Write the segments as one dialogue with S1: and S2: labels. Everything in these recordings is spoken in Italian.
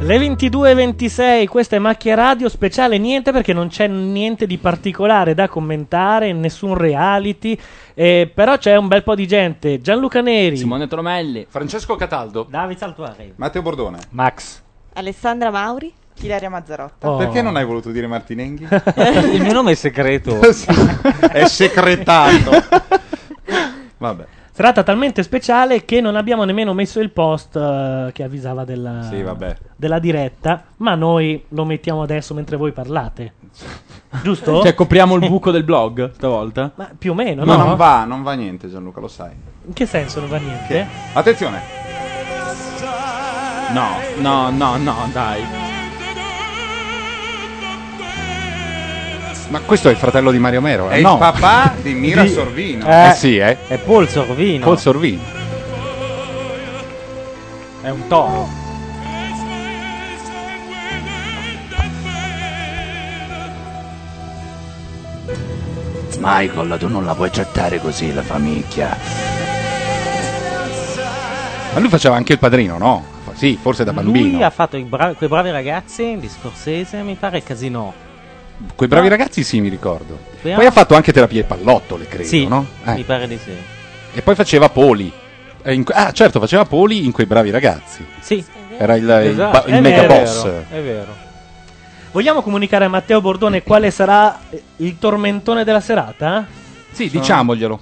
S1: Le 22.26, questa è Macchia Radio, speciale niente perché non c'è niente di particolare da commentare, nessun reality, eh, però c'è un bel po' di gente. Gianluca Neri,
S2: Simone Tromelli, Francesco Cataldo,
S1: Davide Saltuari,
S3: Matteo Bordone.
S2: Max.
S4: Alessandra Mauri, Ilaria Mazzarotta.
S1: Oh.
S3: Perché non
S2: Oh.
S3: hai voluto dire Martinenghi?
S5: Il mio nome è segreto.
S3: è secretato. Vabbè.
S1: serata talmente speciale che non abbiamo nemmeno messo il post eh, che avvisava della,
S3: Sì, vabbè.
S1: della diretta, ma noi lo mettiamo adesso mentre voi parlate. Giusto?
S2: Cioè, copriamo il buco del blog stavolta?
S1: Ma più o meno,
S3: No,
S1: no?
S3: non va, non va niente Gianluca, lo sai.
S1: In che senso non va niente?
S3: Che- Attenzione.
S2: No, no, no, no, dai.
S3: Ma questo è il fratello di Mario Mero? È
S5: no.
S3: il papà di Mira
S5: Di-
S3: Sorvino.
S5: Eh,
S3: Eh, sì, eh.
S5: È Paul Sorvino.
S3: Col Sorvino.
S2: È un toro.
S6: Michael, tu non la puoi gettare così la famiglia.
S3: Ma lui faceva anche il padrino, no? Fa- Sì, forse da bambino.
S5: Lui ha fatto i bravi- quei bravi ragazzi di Scorsese, mi pare, Casino.
S3: Quei bravi ragazzi sì, mi ricordo.
S5: Speriamo-
S3: Poi ha fatto anche terapie e pallottole, credo,
S5: sì,
S3: no? Eh.
S5: mi pare di sì.
S3: E poi faceva Poli. Eh, in- Ah, certo, faceva Poli in quei bravi ragazzi.
S5: Sì,
S3: Era il, il
S5: Esatto.
S3: ba- il
S1: Eh,
S3: mega
S1: è
S3: boss.
S5: È vero, è vero.
S1: Vogliamo comunicare a Matteo Bordone quale sarà eh, il tormentone della serata?
S3: Sì, diciamoglielo.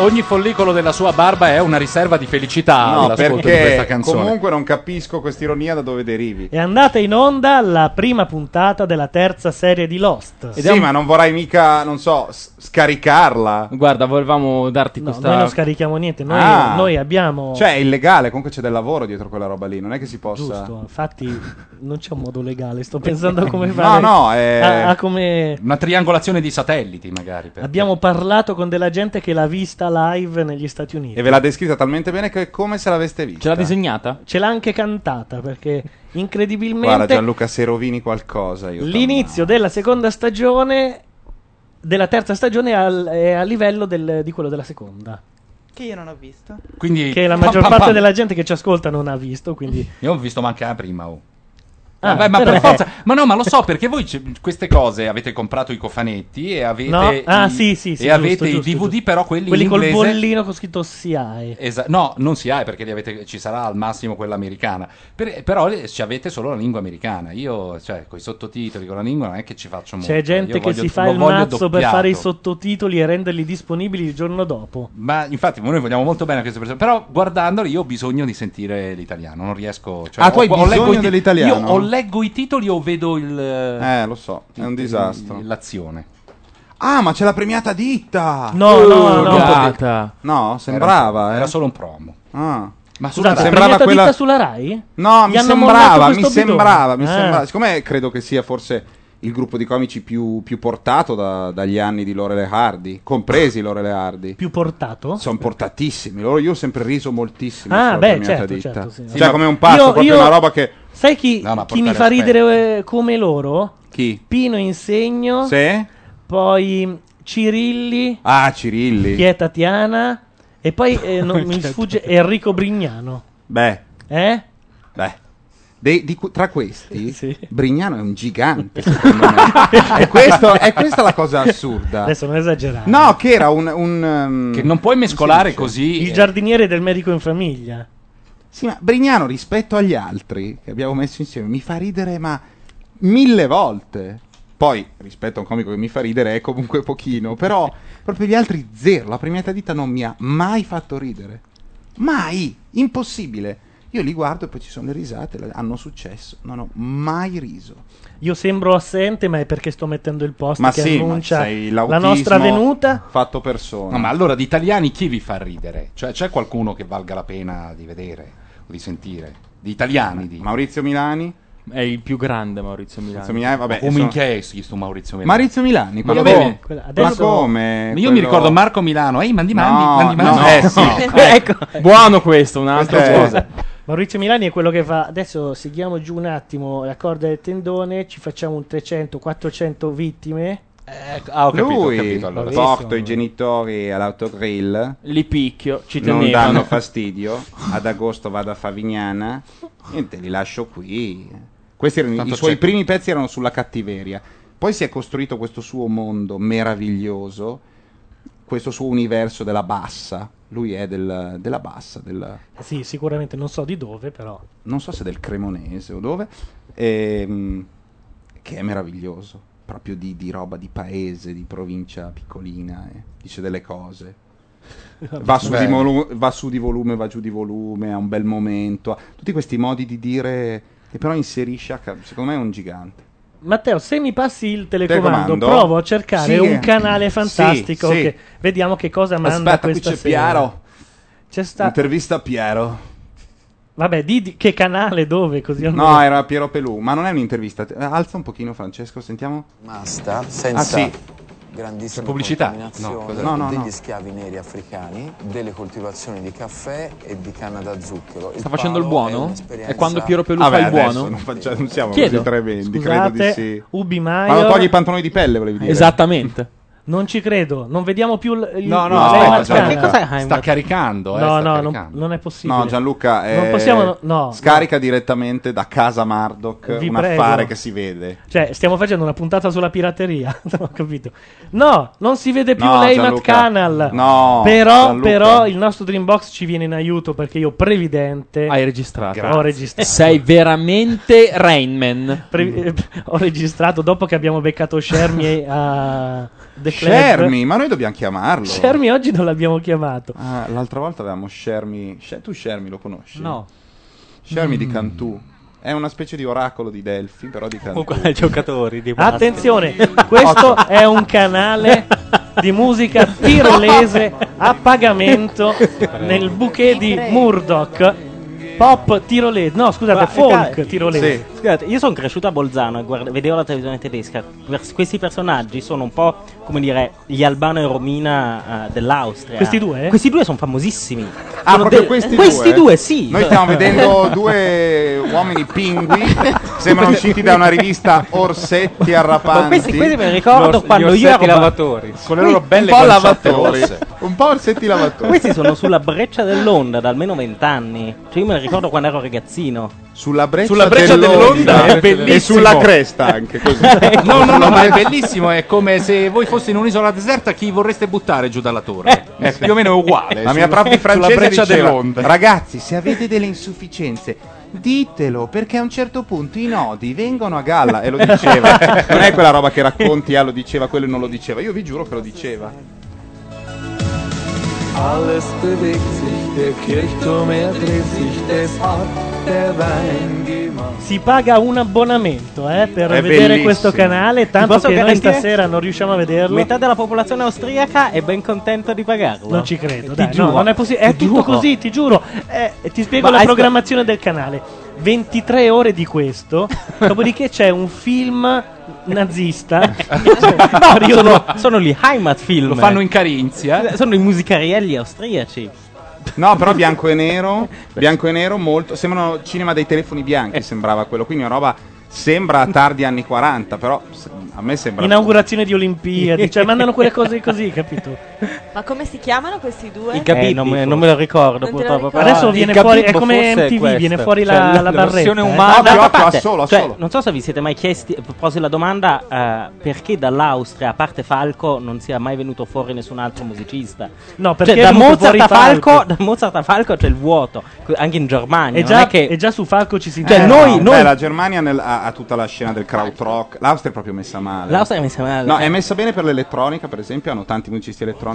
S2: Ogni follicolo della sua barba è una riserva di felicità
S3: No,
S2: all'ascolto Ah, di
S3: perché
S2: questa canzone.
S3: comunque non capisco quest'ironia da dove derivi.
S1: È andata in onda la prima puntata della terza serie di
S2: Eh,
S1: Lost.
S3: Sì, ma non vorrai mica, non so, s- scaricarla.
S2: Guarda, volevamo darti
S1: No,
S2: questa.
S1: noi non scarichiamo niente, noi,
S3: Ah.
S1: noi abbiamo...
S3: Cioè, è illegale, comunque c'è del lavoro dietro quella roba lì, non è che si possa...
S1: Giusto, infatti non c'è un modo legale, sto pensando a come
S3: No,
S1: fare...
S3: no, eh. è-
S1: a- a come...
S2: Una triangolazione di satelliti, magari.
S1: Abbiamo parlato con della gente che l'ha vista live negli Stati Uniti.
S3: E ve l'ha descritta talmente bene che è come se l'aveste vista.
S2: Ce l'ha disegnata?
S1: Ce l'ha anche cantata perché
S3: Guarda
S1: incredibilmente
S3: Gianluca, se rovini qualcosa io...
S1: l'inizio della seconda stagione, della terza stagione è al- è a livello del- di quello della seconda.
S4: Che io non ho visto.
S2: Quindi.
S1: Che la
S2: Pam,
S1: maggior
S2: pam,
S1: parte
S2: pam.
S1: della gente che ci ascolta non ha visto, quindi...
S2: Io ho visto Mancare prima. oh.
S1: Ah,
S5: Vabbè, ma
S1: però-
S5: per forza-
S2: Ma no, ma lo so perché voi c- queste cose avete comprato i cofanetti e avete.
S1: No?
S2: i-
S1: Ah, sì, sì, sì,
S2: E
S1: giusto,
S2: avete
S1: giusto,
S2: i DVD,
S1: giusto.
S2: però quelli,
S1: Quelli
S2: in
S1: col
S2: inglese. Eh,
S1: bollino con scritto SIAE.
S2: Esa- no, non si ha perché li avete- ci sarà al massimo quella americana. Per- però le- ci avete solo la lingua americana. Io, cioè, con i sottotitoli, con la lingua non è che ci faccio molto.
S1: C'è gente
S2: Io
S1: che
S2: voglio-
S1: si fa
S2: lo
S1: il
S2: voglio
S1: mazzo per
S2: doppiato.
S1: fare i sottotitoli e renderli disponibili il giorno dopo.
S2: Ma infatti, noi vogliamo molto bene a queste persone. Però guardandoli, io ho bisogno di sentire l'italiano. Non riesco. Cioè,
S3: Ah, tu
S2: ho-
S3: hai
S2: ho leggo
S3: bisogno
S2: i ti-
S3: dell'italiano?
S2: Io o leggo i titoli o vedo il.
S3: Eh, lo so, è un disastro.
S2: L'azione.
S3: Ah, ma c'è la premiata ditta!
S1: No, no, no.
S2: no.
S3: No, sembrava, eh.
S2: Era solo un promo.
S3: Ah.
S2: Ma scusa,
S1: Scusate,
S3: Sembrava
S1: sembrava
S3: quella-
S1: ditta sulla Rai?
S3: No,
S1: Gli
S3: mi
S1: hanno
S3: sembrava,
S1: mollato
S3: mi
S1: questo bidone.
S3: sembrava, mi
S1: Ah.
S3: sembrava. Siccome credo che sia forse il gruppo di comici più, più portato da- dagli anni di Lorele Hardy, compresi Lorele Hardy.
S1: Più portato?
S3: Sono portatissimi, loro io ho sempre riso moltissimo
S1: Ah,
S3: sulla
S1: beh,
S3: premiata
S1: certo,
S3: ditta.
S1: certo, sì.
S3: Cioè,
S2: ma-
S3: come un pazzo,
S1: Io-
S3: proprio
S1: io-
S3: una roba che
S1: Sai chi,
S2: No, ma
S1: chi mi fa
S2: portare aspetta.
S1: ridere eh, come loro?
S3: chi?
S1: Pino Insegno,
S3: Se?
S1: poi Cirilli,
S3: Ah, Cirilli.
S1: chi è Tatiana, e poi eh, non mi
S3: Cioè,
S1: sfugge Enrico Brignano.
S3: Beh,
S1: Eh?
S3: beh. Dei- di cu- tra questi,
S1: Sì.
S3: Brignano è un gigante, secondo me. e, questo, è questa la cosa assurda.
S1: Adesso non esagerare.
S3: No, che era un. un, um,
S2: che non puoi mescolare
S3: come si dice?
S2: così. eh.
S1: Il giardiniere del medico in famiglia.
S3: Sì, ma Brignano rispetto agli altri che abbiamo messo insieme mi fa ridere, ma mille volte. Poi, rispetto a un comico che mi fa ridere, è comunque pochino. Però, proprio gli altri zero. La premiata ditta non mi ha mai fatto ridere. Mai! Impossibile. Io li guardo e poi ci sono le risate. le- Hanno successo. Non ho mai riso.
S1: Io sembro assente, ma è perché sto mettendo il post
S3: Ma
S1: che
S3: sì, ma
S1: annuncia
S3: sei
S1: la
S3: l'autismo
S1: nostra venuta.
S3: Fatto persona.
S2: No, ma allora di italiani chi vi fa ridere? Cioè, c'è qualcuno che valga la pena di vedere o di sentire? Di italiani, di...
S3: Maurizio Milani?
S7: È il più grande Maurizio Milani.
S3: Maurizio Milani, vabbè,
S2: Come
S3: sono-
S2: minchia è sto Maurizio Milani?
S3: Maurizio Milani, quello
S2: vabbè,
S3: come?
S1: quella-
S3: Ma
S1: adesso-
S3: come?
S2: Io
S3: Quello-
S2: mi ricordo Marco Milano, ehi, mandi, mandi,
S3: No,
S2: mandi, mandi.
S3: no,
S2: Eh,
S3: no.
S2: sì.
S7: ecco. Buono questo, un'altra
S3: Questo è-
S7: cosa.
S1: Maurizio Milani è quello che fa. Adesso seghiamo giù un attimo la corda del tendone, ci facciamo un 300-400 vittime.
S7: Eh,
S2: Ecco, ah, ho capito,
S3: Lui
S2: ho capito allora.
S3: porto i genitori all'autogrill.
S7: Li picchio, ci
S3: non
S7: tenevano.
S3: danno fastidio. Ad agosto vado a Favignana. Niente, li lascio qui. Questi erano
S2: Tanto
S3: i suoi
S2: c'è-
S3: primi pezzi erano sulla cattiveria. Poi si è costruito questo suo mondo meraviglioso, questo suo universo della bassa. Lui è del- della bassa, del,
S1: Sì, sicuramente non so di dove, però.
S3: non so se del Cremonese o dove, ehm, che è meraviglioso, proprio di, di roba di paese, di provincia piccolina, eh. dice delle cose. Va su, di
S2: Bene.
S3: molu- va su di volume, va giù di volume, ha un bel momento, ha tutti questi modi di dire che però inserisce, a ca- secondo me è un gigante.
S1: Matteo, se mi passi il telecomando,
S3: Telecomando?
S1: provo a cercare
S3: Sì.
S1: un canale fantastico.
S3: Sì, sì.
S1: che- vediamo che cosa manda
S3: Aspetta, qui
S1: questa
S3: c'è
S1: sera.
S3: Piero.
S1: C'è sta...
S3: Intervista a Piero.
S1: Vabbè, di, di- che canale, dove, così almeno-
S3: No, eh, era Piero Pelù, ma non è un'intervista. Te- Alza un pochino Francesco, sentiamo.
S8: Masta senza
S3: Ah, sì.
S8: grandissima
S2: Pubblicità?
S8: contaminazione
S2: No, cos'è?
S3: No, no,
S8: degli
S3: no.
S8: schiavi neri africani, delle coltivazioni di caffè e di canna da zucchero.
S7: Sta facendo il buono? È quando Piero Pelù
S3: Vabbè,
S7: fa il
S3: adesso
S7: buono?
S3: Non, faccia- non siamo
S1: Chiedo.
S3: così tremendi, credo
S1: Scusate,
S3: di sì.
S1: Ubi
S3: Quando
S1: Maior,
S3: togli i pantaloni di pelle, volevi dire.
S7: Esattamente.
S1: non ci credo, non vediamo più l- il...
S3: No, no,
S1: la
S3: aspetta,
S1: Leyland
S3: aspetta.
S1: Scanner.
S5: Che cos'è Heimdall?
S2: Sta caricando, eh,
S1: No,
S2: sta
S1: no, non,
S2: caricando.
S1: non è possibile.
S3: No, Gianluca, eh,
S1: Non possiamo- no,
S3: scarica direttamente da casa Mardoc
S1: Vi
S3: un
S1: prego.
S3: affare che si vede.
S1: Cioè, stiamo facendo una puntata sulla pirateria, non ho capito. No, non si vede più
S3: No,
S1: lei Matt
S3: Gianluca.
S1: Canal.
S3: No,
S1: però,
S3: Gianluca.
S1: però il nostro Dreambox ci viene in aiuto perché io previdente
S7: Hai registrato.
S1: ho registrato.
S7: Sei veramente Rainman.
S1: Pre- eh, ho registrato dopo che abbiamo beccato Shermy a The Club.
S3: Shermi, ma noi dobbiamo chiamarlo.
S1: Shermy oggi non l'abbiamo
S5: Esatto.
S1: chiamato.
S3: Ah, l'altra volta avevamo Shermi. Sce- tu Shermi lo conosci?
S7: No.
S3: Shermi
S5: Mm.
S3: di Cantù. È una specie di oracolo di Delfi, però di Cantù.
S5: Comunque, eh, giocatori di base.
S1: Attenzione, questo è un canale di musica tirolese a pagamento nel bouquet di Murdoch. Pop tirolese, no scusate,
S5: Ma-
S1: folk
S4: eh,
S5: ca-
S1: tirolese.
S3: Sì.
S5: Scusate, io sono cresciuto a Bolzano e guarda- vedevo la televisione tedesca. Vers- Questi personaggi sono un po' come dire gli Albano e Romina eh, dell'Austria.
S1: Questi due?
S5: Questi due sono famosissimi.
S3: Ah,
S5: Sono
S3: proprio
S5: de-
S3: questi,
S5: Questi due, sì.
S3: Noi stiamo vedendo due uomini pingui. Sembrano usciti da una rivista Orsetti
S5: Ma
S3: arrapanti.
S5: questi, questi me li ricordo quando io ero.
S7: lavatori.
S3: con le loro
S5: qui-
S3: belle
S5: un po'
S3: guanciate
S5: lavatori.
S3: rosse. Un po' Orsetti lavatori.
S5: Questi sono sulla breccia dell'onda da almeno vent'anni. Cioè, io me li ricordo quando ero ragazzino.
S3: Sulla breccia,
S7: Sulla breccia dell'onda, è
S3: e
S7: bellissimo.
S3: sulla cresta anche così.
S2: No, no, no, ma è bellissimo, è come se voi foste in un'isola deserta chi vorreste buttare giù dalla torre. È più o meno uguale.
S3: Eh, La mia prof di francese
S2: breccia
S3: diceva,
S2: dell'onda.
S3: ragazzi, se avete delle insufficienze, ditelo, perché a un certo punto i nodi vengono a galla. E Eh, lo diceva. Non è quella roba che racconti, ah, lo diceva, quello non lo diceva. Io vi giuro che lo diceva.
S9: Alles bewegt sich, der Kirchturm, er dreht sich, es hat der Wein gemacht.
S1: Si paga un abbonamento eh, per
S3: È
S1: vedere
S3: bellissimo.
S1: questo canale, tanto
S5: posso
S1: che noi
S5: garantire-
S1: stasera non riusciamo a vederlo.
S5: Metà della popolazione austriaca è ben contenta di pagarlo. Eh,
S1: Non ci credo,
S5: Ti
S1: dai, no,
S5: giuro.
S1: non è possibile. È
S5: Ti
S1: tutto
S5: giuro.
S1: così, ti giuro. Eh, ti spiego
S5: Ma
S1: la
S5: hai-
S1: programmazione del canale. 23 ore di questo, dopodiché c'è un film nazista. cioè,
S5: no, sono, sono gli Heimatfilm.
S2: Lo fanno in Carinzia.
S5: eh, Sono i musicarielli austriaci.
S3: No, però bianco e nero, bianco e nero molto, sembrano cinema dei telefoni
S1: Eh.
S3: bianchi, sembrava quello, quindi una roba sembra tardi anni 40, però se- a me sembra
S1: Inaugurazione di Olimpiadi, cioè mandano quelle cose così, capito?
S10: Ma come si chiamano questi due?
S7: I capibbi,
S5: Eh, non, me,
S7: forse.
S5: non me lo ricordo
S10: Non te lo
S5: purtroppo.
S10: ricordi?
S5: però-
S1: Adesso
S7: il
S1: viene
S7: capibbo
S1: fuori, è come
S7: forse è
S1: MTV, viene
S7: questa.
S1: fuori la,
S7: Cioè,
S1: la
S7: la
S1: barretta.
S7: versione
S1: eh.
S7: umana-
S3: Occhio,
S5: d'altra
S3: occhio,
S5: parte,
S3: assolo,
S5: cioè,
S3: assolo.
S5: Non so se vi siete mai chiesti, a proposito della domanda, eh, perché dall'Austria, a parte Falco, non sia mai venuto fuori nessun altro musicista.
S1: No, perché
S5: Cioè,
S1: è
S5: da
S1: venuto
S5: Mozart,
S1: fuori
S5: a Falco,
S1: Falco.
S5: da Mozart a Falco c'è il vuoto, co- anche in Germania.
S1: E
S5: non
S1: già,
S5: è che
S1: e già su Falco ci si
S5: Cioè,
S1: interroga.
S5: noi-
S3: Eh, Beh, la Germania nel- ha, a, a tutta la scena del krautrock. L'Austria è proprio messa male.
S5: L'Austria è messa male.
S3: No, eh, è messa bene per l'elettronica, per esempio, hanno tanti musicisti elettronici.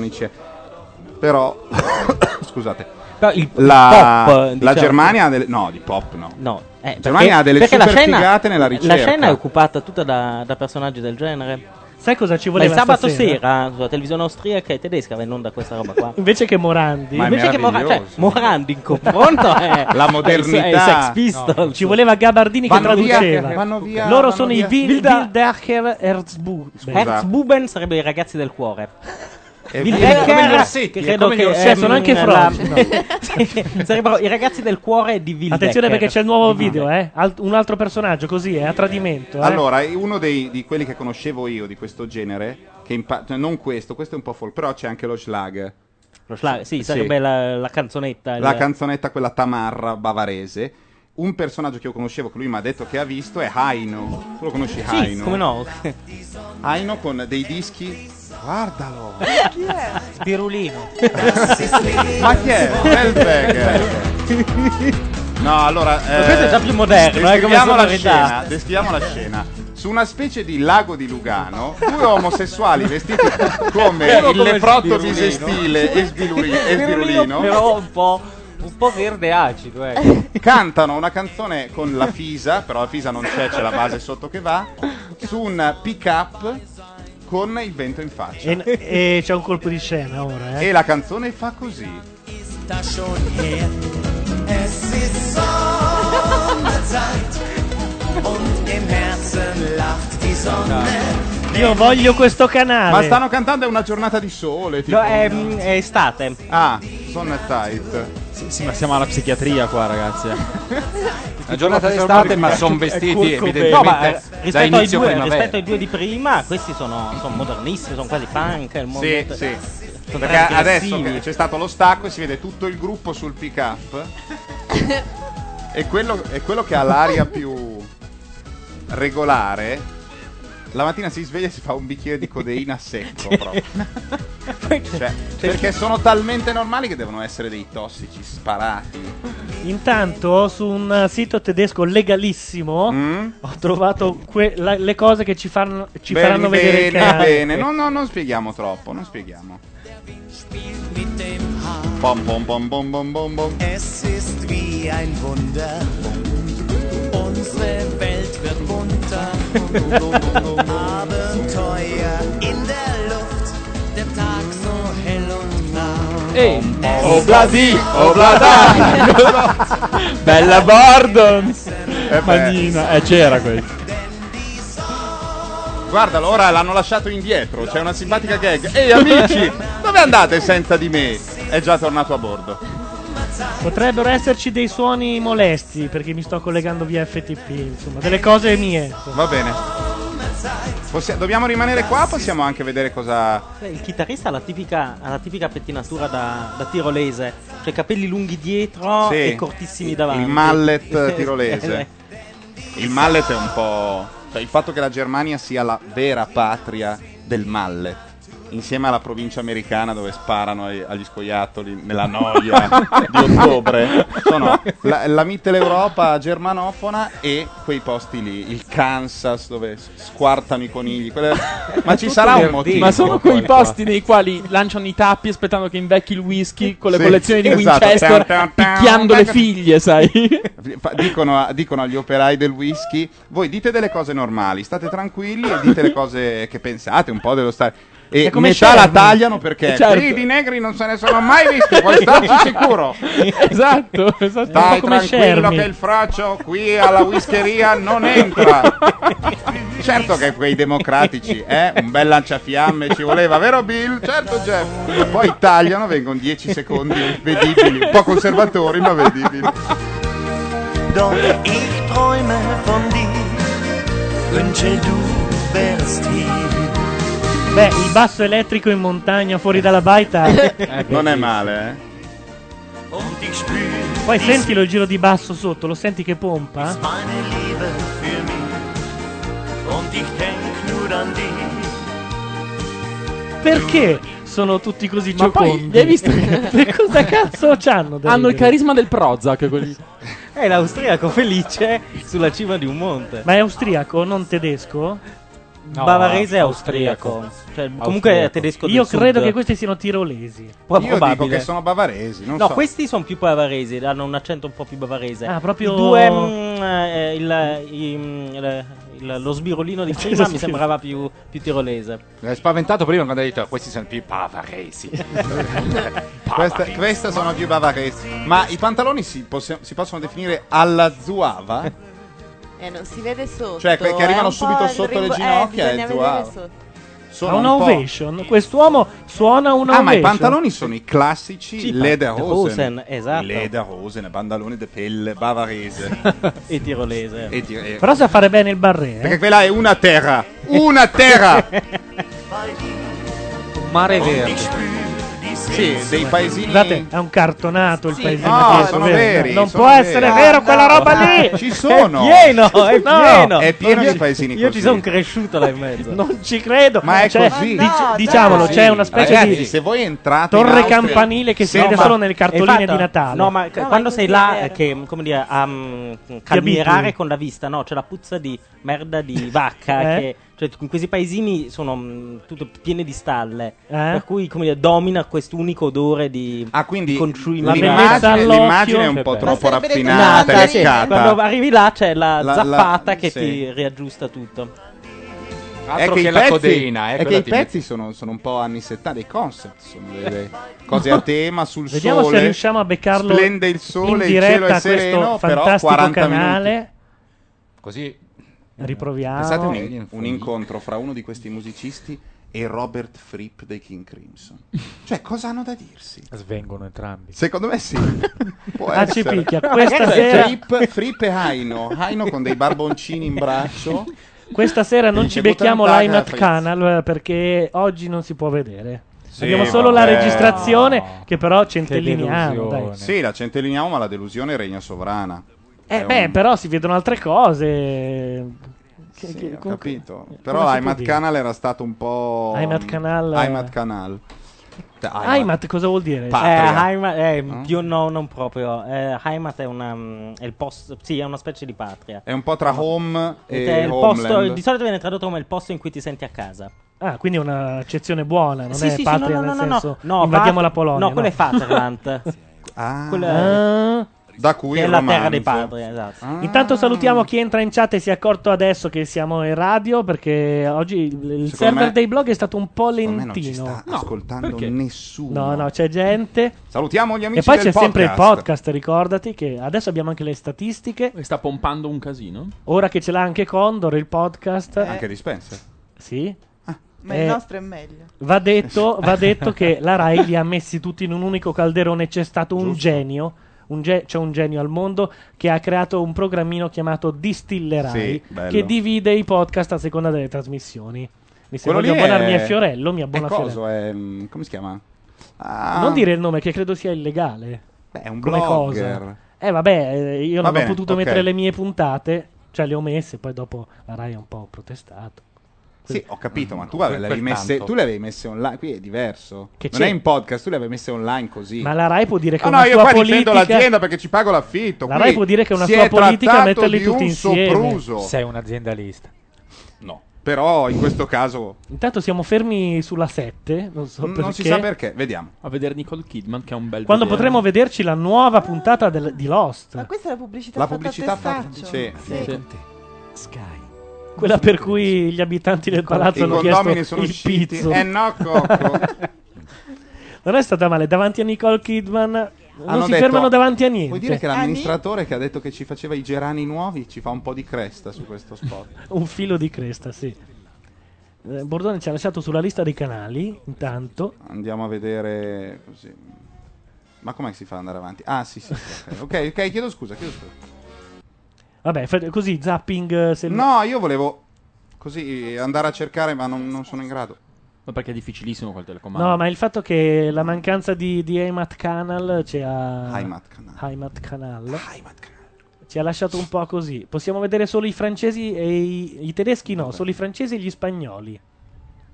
S3: Però scusate.
S5: Però il- il
S3: la,
S5: pop,
S3: la
S5: diciamo.
S3: Germania ha delle no, di pop no.
S5: No, Eh,
S3: la Germania Cioè, ha delle
S5: perché
S3: super
S5: la scena,
S3: figate nella ricerca.
S5: La scena è occupata tutta da, da personaggi del genere.
S1: Sai cosa ci
S5: Ma
S1: voleva
S5: il sabato
S1: stasera?
S5: sera sulla televisione austriaca e tedesca non da questa roba qua.
S1: Invece che Morandi,
S5: Ma è Invece che Mora- meraviglioso. cioè, Morandi in confronto è- La modernità. è il Sex Pistols.
S1: No. Ci voleva Gabardini che
S5: Vanno via-
S1: traduceva.
S5: vanno via-
S1: Loro
S5: vanno
S1: sono
S5: via.
S1: i Wil-
S5: Wilda-
S1: Wildacher Erzbu.
S5: Herzbuben sarebbero i ragazzi del cuore.
S1: È
S5: Will
S1: vero.
S5: Becker,
S1: Come gli orsetti, è
S5: credo
S1: come gli
S5: che
S1: orsetti.
S5: ehm,
S1: Sono anche
S5: la-
S1: Frost.
S5: Sì, sarebbero i ragazzi del cuore di Will
S1: Attenzione
S5: Becker.
S1: perché c'è il nuovo video, eh. Alt- un altro personaggio così, eh, a tradimento. eh.
S3: Allora, è uno dei- di quelli che conoscevo io di questo genere, che in pa- cioè, non questo, questo è un po' folk, però c'è anche lo schlag.
S5: Lo schlag, sì, sarebbe la, la canzonetta.
S3: La
S5: il-
S3: canzonetta, quella tamarra bavarese. Un personaggio che io conoscevo, che lui mi ha detto che ha visto, è Haino. Tu lo conosci
S5: Sì,
S3: Haino?
S5: come no.
S3: Haino con dei dischi. Guardalo!
S5: Spirulino.
S3: Ma chi è? Hellbag. No, allora.
S5: Ma questo è già più moderno, eh, come
S3: descriviamo la
S5: sonorità.
S3: scena. Descriviamo la scena. Su una specie di lago di Lugano, due omosessuali vestiti come
S5: Uno
S3: il
S5: come
S3: leprotto
S5: Sbirulino.
S3: bisestile e, sbiluri- e sbirulino.
S2: Però un po', un po' verde acido, eh.
S5: ecco.
S3: cantano una canzone con la Fisa, però la Fisa non c'è, c'è la base sotto che va, su un pick up con il vento in faccia.
S1: E, e c'è un colpo di scena ora. Eh.
S3: E la canzone fa così.
S11: da schon her. Es ist Sommerzeit und im Herzen lacht die Sonne.
S1: Io voglio questo canale.
S3: Eh, Ma stanno cantando è una giornata di sole, tipo.
S5: No, è, è estate.
S3: Ah, sono tight.
S12: Sì, sì, ma siamo alla psichiatria qua, ragazzi.
S13: Una giornata d'estate, ma sono vestiti
S5: No, ma, eh,
S13: evidentemente da
S5: rispetto, ai
S13: inizio
S5: due,
S13: primavera.
S5: rispetto ai due di prima, questi sono, sono modernissimi, sono quasi punk. Il mondo
S3: Sì, sì. Perché adesso che c'è stato lo stacco e si vede tutto il gruppo sul pick up. e, quello, e quello che ha l'aria più regolare, la mattina si sveglia e si fa un bicchiere di codeina a secco proprio. Cioè, perché sono talmente normali che devono essere dei tossici sparati.
S1: Intanto su un eh, sito tedesco legalissimo ho trovato que- la- le cose che ci, fanno- ci
S3: Mm? Bene,
S1: faranno vedere il
S3: bene,
S1: canale.
S3: bene. No, no, non spieghiamo troppo, non spieghiamo. Bom, bom, bom, bom, bom, bom, bom.
S11: Es ist wie ein Wunder. Unsere Welt wird bunter. Abenteuer in der Luft. Der Tag so hell und blau.
S12: Ehi.
S11: Obladi,
S12: Bella Gordon!
S3: beh.
S12: Manina, eh, c'era questo.
S3: Guardalo, ora l'hanno lasciato indietro. C'è una simpatica gag. Ehi, amici, dove andate senza di me? È già tornato a bordo.
S1: Potrebbero esserci dei suoni molesti perché mi sto collegando via FTP, insomma, delle cose mie. ecco.
S3: Va bene. Possi- dobbiamo rimanere qua? Possiamo anche vedere cosa.
S5: Beh, Cioè, Il chitarrista ha la tipica, ha la tipica pettinatura da, da tirolese, cioè capelli lunghi dietro
S3: Sì.
S5: e cortissimi davanti.
S3: Il mallet tirolese.
S1: Eh,
S3: Il mallet è un po'. cioè, il fatto che la Germania sia la vera patria del mallet. Insieme alla provincia americana dove sparano ai- agli scoiattoli nella noia di ottobre, sono la, la Mitteleuropa germanofona e quei posti lì, il Kansas dove s- squartano i conigli. quelle- Ma ci sarà un motivo.
S12: Ma sono
S3: poi
S12: quei
S3: qua.
S12: posti nei quali lanciano i tappi aspettando che invecchi il whisky con le
S3: Sì,
S12: collezioni di
S3: esatto. Tan,
S12: Winchester
S3: tan, tan.
S12: picchiando le figlie, sai?
S3: Fa- Dicono, a- dicono agli operai del whisky: voi dite delle cose normali, state tranquilli e dite le cose che pensate, un po' dello stare. E
S11: È come
S3: metà la
S11: Sherman.
S3: tagliano perché
S11: Certo.
S3: qui di negri non se ne sono mai visti, puoi starci sicuro.
S12: esatto, esatto.
S3: Stai
S11: Un po' come
S3: tranquillo
S11: Sherman.
S3: che il fraccio qui alla whiskeria non entra. certo che quei democratici, eh? Un bel lanciafiamme ci voleva, vero Bill? Certo Jeff. Poi tagliano, vengono 10 secondi vedibili, un po' conservatori ma vedibili.
S11: Doch ich träume von dir. Wünsche du wärst hier.
S1: Beh, il basso elettrico in montagna fuori dalla baita.
S3: Eh, non è male, eh?
S11: Und ich spür
S1: Poi eh?
S11: die
S1: sentilo il giro di basso sotto, lo senti che pompa?
S11: meine Liebe für mich. Und ich denk nur an dich.
S1: Perché sono tutti così
S12: Ma poi,
S1: giocondi?
S12: li hai visti?
S1: che cosa cazzo c'hanno? da
S12: Hanno il
S1: ridere?
S12: carisma del Prozac quelli.
S5: È l'austriaco felice sulla cima di un monte.
S1: Ma è austriaco, non tedesco?
S5: No, Bavarese è austriaco. Cioè, comunque è tedesco del
S1: Io credo
S5: sud.
S1: che questi siano tirolesi.
S5: Pro- probabile.
S3: bavaresi, non
S5: no,
S3: so.
S5: questi sono più bavaresi, hanno un accento un po' più bavarese.
S1: Ah, proprio-
S5: I due, mm, eh, il- i- mm, il- il- lo sbirulino di prima mi sembrava più, più tirolese.
S2: L'hai spaventato prima quando hai detto questi sono più bavaresi.
S3: Questa, questa sono più bavaresi. Ma i pantaloni si, possi- si possono definire alla zuava?
S10: Eh, non si vede sotto.
S3: Cioè, que- che
S10: è
S3: arrivano
S10: un po'
S3: subito
S10: il
S3: sotto le
S10: rinvo-
S3: ginocchia
S10: eh,
S3: e
S10: bisogna
S3: tu,
S10: vedere
S3: ah.
S10: sotto.
S3: Sono
S1: Ha
S3: un
S1: una
S3: po'-
S1: ovation. Quest'uomo suona una
S3: ah,
S1: ovation.
S3: ma i pantaloni sono i classici
S1: Sì,
S3: lederhosen.
S1: Lederhosen, esatto.
S3: Lederhosen, pantaloni di pelle bavarese.
S5: e tirolese.
S3: E ti- eh,
S1: Però sa fare bene il barré. eh.
S3: Perché quella è una terra. Una terra!
S14: Mare verde.
S3: Sì, dei paesini...
S1: Guardate, è un cartonato il
S3: Sì,
S1: paesino.
S3: no,
S1: dietro,
S3: sono
S1: vero?
S3: veri,
S1: Non
S3: sono
S1: può
S3: veri.
S1: essere
S3: Ah,
S1: vero quella
S3: no.
S1: roba lì.
S3: Ci sono.
S1: È pieno, è
S3: No,
S1: pieno.
S3: è pieno
S1: Non
S3: di paesini
S5: Io
S3: così.
S5: ci sono cresciuto là in mezzo.
S1: Non ci credo.
S3: Ma è
S1: Cioè,
S3: così.
S1: dic- diciamolo, c'è una specie
S3: Ragazzi,
S1: di
S3: se voi entrate in
S1: torre
S3: Austria-
S1: campanile che si
S3: No,
S1: vede
S3: ma-
S1: solo nelle cartoline
S5: Esatto.
S1: di Natale.
S5: No, ma c- quando sei là, eh, che, come dire, a mm, calmierare
S1: abitui.
S5: con la vista, no? C'è la puzza di merda di vacca.
S1: Eh?
S5: che, cioè, in questi paesini sono mm, tutte piene di stalle. Ecco,
S1: Eh?
S5: Per cui, come dire, domina quest'unico odore di
S3: Ah, quindi
S5: conciume.
S3: la bellezza all'occhio- L'immagine è un po' troppo
S5: sarebbe
S3: raffinata,
S5: raffinata, sì.
S3: riscata.
S5: Quando arrivi là, c'è
S3: La-
S5: la,
S3: la-
S5: zappata che
S3: sì.
S5: ti riaggiusta tutto.
S3: È
S2: Altro
S3: che,
S2: che
S3: i
S2: la
S3: pezzi,
S2: codeina, eh,
S3: è che
S2: quella
S3: i
S2: ti
S3: pezzi sono, sono un po' anni 70, dei concept, sono delle cose a tema sul
S1: Vediamo
S3: sole.
S1: se riusciamo a beccarlo
S3: Splende il sole,
S1: in
S3: il cielo
S1: diretta
S3: è
S1: a
S3: sereno,
S1: questo
S3: però
S1: fantastico
S3: 40
S1: canale.
S2: Così
S1: Riproviamo.
S3: Pensate un, un incontro fra uno di questi musicisti e Robert Fripp dei King Crimson. Cioè, cosa hanno da dirsi?
S12: Svengono entrambi.
S3: Secondo me sì. Può
S12: Ah, ci
S3: essere.
S12: picchia. Questa
S3: Magari
S12: sera-
S3: Fripp, Fripp e Haino, Haino con dei barboncini in braccio.
S1: Questa sera non
S3: Che
S1: ci becchiamo
S3: buttano
S1: l'Aimat
S3: taga,
S1: Canal eh, perché oggi non si può vedere.
S3: Sì,
S1: Abbiamo solo
S3: vabbè.
S1: la registrazione che però centelliniamo. dai.
S3: Sì, la centelliniamo, ma la delusione regna sovrana.
S1: Eh,
S3: È un-
S1: beh, però si vedono altre cose. Che- che-
S3: Ho
S1: comunque- eh,
S3: capito.
S1: come si
S3: Però
S1: può
S3: Aimat
S1: dire?
S3: Canal era stato un po'.
S1: Aimat Canal-
S3: Aimat Canal. Cioè,
S1: Aimat cosa vuol dire?
S3: Patria.
S5: Eh, Heimat, eh, più no, non proprio. Eh, Heimat è, una, mm, è il posto, sì, è una specie di patria.
S3: È un po' tra home
S5: Ed
S3: e
S5: è il
S3: homeland.
S5: posto, di solito viene tradotto come il posto in cui ti senti a casa.
S1: Ah, quindi è un'accezione buona, non
S5: Sì,
S1: è
S5: sì, sì,
S1: patria
S5: no, no,
S1: nel
S5: no, no,
S1: senso
S5: no,
S1: invadiamo
S5: pat-
S1: la Polonia.
S5: no, quello è Vaterland.
S3: ah,
S5: Quello
S1: è-
S3: da cui
S5: che è
S3: il
S5: la terra
S3: romanzo. Ah.
S5: dei padri, esatto.
S1: Eh? Ah. Intanto salutiamo chi entra in chat e si è accorto adesso che siamo in radio perché oggi il il
S3: Secondo
S1: server
S3: me-
S1: dei blog è stato un po'
S3: Secondo me
S1: lentino.
S3: non ci sta ascoltando
S1: perché?
S3: nessuno.
S1: No, no, c'è gente.
S3: Salutiamo gli amici
S1: E poi
S3: del
S1: c'è sempre il
S3: podcast.
S1: podcast, ricordati che adesso abbiamo anche le statistiche.
S12: E sta pompando un casino.
S1: Ora che ce l'ha anche Condor il podcast. Eh,
S3: Anche di Spencer.
S1: Sì.
S4: Ah,
S1: Eh,
S4: Ma il nostro è meglio.
S1: Va detto, va detto che la Rai li ha messi tutti in un unico calderone. C'è stato un genio. un ge- c'è un genio al mondo che ha creato un programmino chiamato Distillerai
S3: Sì, bello.
S1: che divide i podcast a seconda delle trasmissioni. Mi sembra di
S3: lì
S1: abbonarmi
S3: è-
S1: a Fiorello, mi
S3: è
S1: abbono a Fiorello.
S3: coso, è, mm, come si chiama? Ah,
S1: Non dire il nome che credo sia illegale. Beh, è
S3: un
S1: Come
S3: blogger.
S1: cosa. Eh vabbè, eh, io
S3: Va
S1: non
S3: bene,
S1: ho potuto
S3: ok.
S1: mettere le mie puntate, cioè le ho messe, poi dopo la Rai ha un po' protestato.
S3: Sì, ho capito, ma tu, vabbè, le avevi messe,
S1: Pertanto.
S3: tu le avevi messe online. Qui è diverso.
S1: Che
S3: non
S1: c'è?
S3: è in podcast, tu le avevi messe online così.
S1: Ma la Rai può dire che
S3: No,
S1: una
S3: no, io
S1: sua
S3: qua
S1: politica
S3: difendo l'azienda perché ci pago l'affitto.
S1: La
S3: qui
S1: Rai può dire che è una
S3: si
S1: sua
S3: è
S1: politica
S3: trattato
S1: metterli
S3: di
S1: tutti
S3: un
S1: insieme.
S3: sopruso.
S12: Sei un aziendalista.
S3: No, però in questo caso
S1: Intanto siamo fermi sulla 7, non so perché.
S12: Non si sa perché,
S3: vediamo.
S12: A vedere Nicole Kidman, che è un bel
S3: eh.
S1: Quando
S12: vedere.
S1: potremo vederci la nuova puntata del- di Lost,
S4: Ma questa è la pubblicità
S3: La
S4: fatta
S3: pubblicità
S4: a
S3: fatta-
S4: testaccio.
S3: sì, sì.
S1: quella per cui gli abitanti del palazzo
S3: I
S1: hanno
S3: condomini
S1: chiesto
S3: sono
S1: il
S3: usciti.
S1: pizzo.
S3: Eh no, Cocco.
S1: non è stata male, davanti a Nicole Kidman non
S3: Hanno
S1: si
S3: detto-
S1: fermano davanti a niente. Eh,
S3: Vuoi dire che l'amministratore che ha detto che ci faceva i gerani nuovi ci fa un po' di cresta su questo spot?
S1: Un filo di cresta, sì. Eh, Bordone ci ha lasciato sulla lista dei canali, intanto.
S3: Andiamo a vedere così. Ma com'è che si fa ad andare avanti? Ah, sì, sì. sì, ok, ok, ok, chiedo scusa, chiedo scusa.
S1: Vabbè, fa- così, zapping... eh, Se...
S3: No, io volevo così andare a cercare, ma non, non sono in grado.
S12: No, perché è difficilissimo col telecomando.
S1: No, ma il fatto che la mancanza di, di Heimat Canal ci ha.
S12: Heimat
S1: Canal. Heimat Canal. Ci ha lasciato un po' così. Possiamo vedere solo i francesi e i, i tedeschi, no, solo i francesi e gli spagnoli.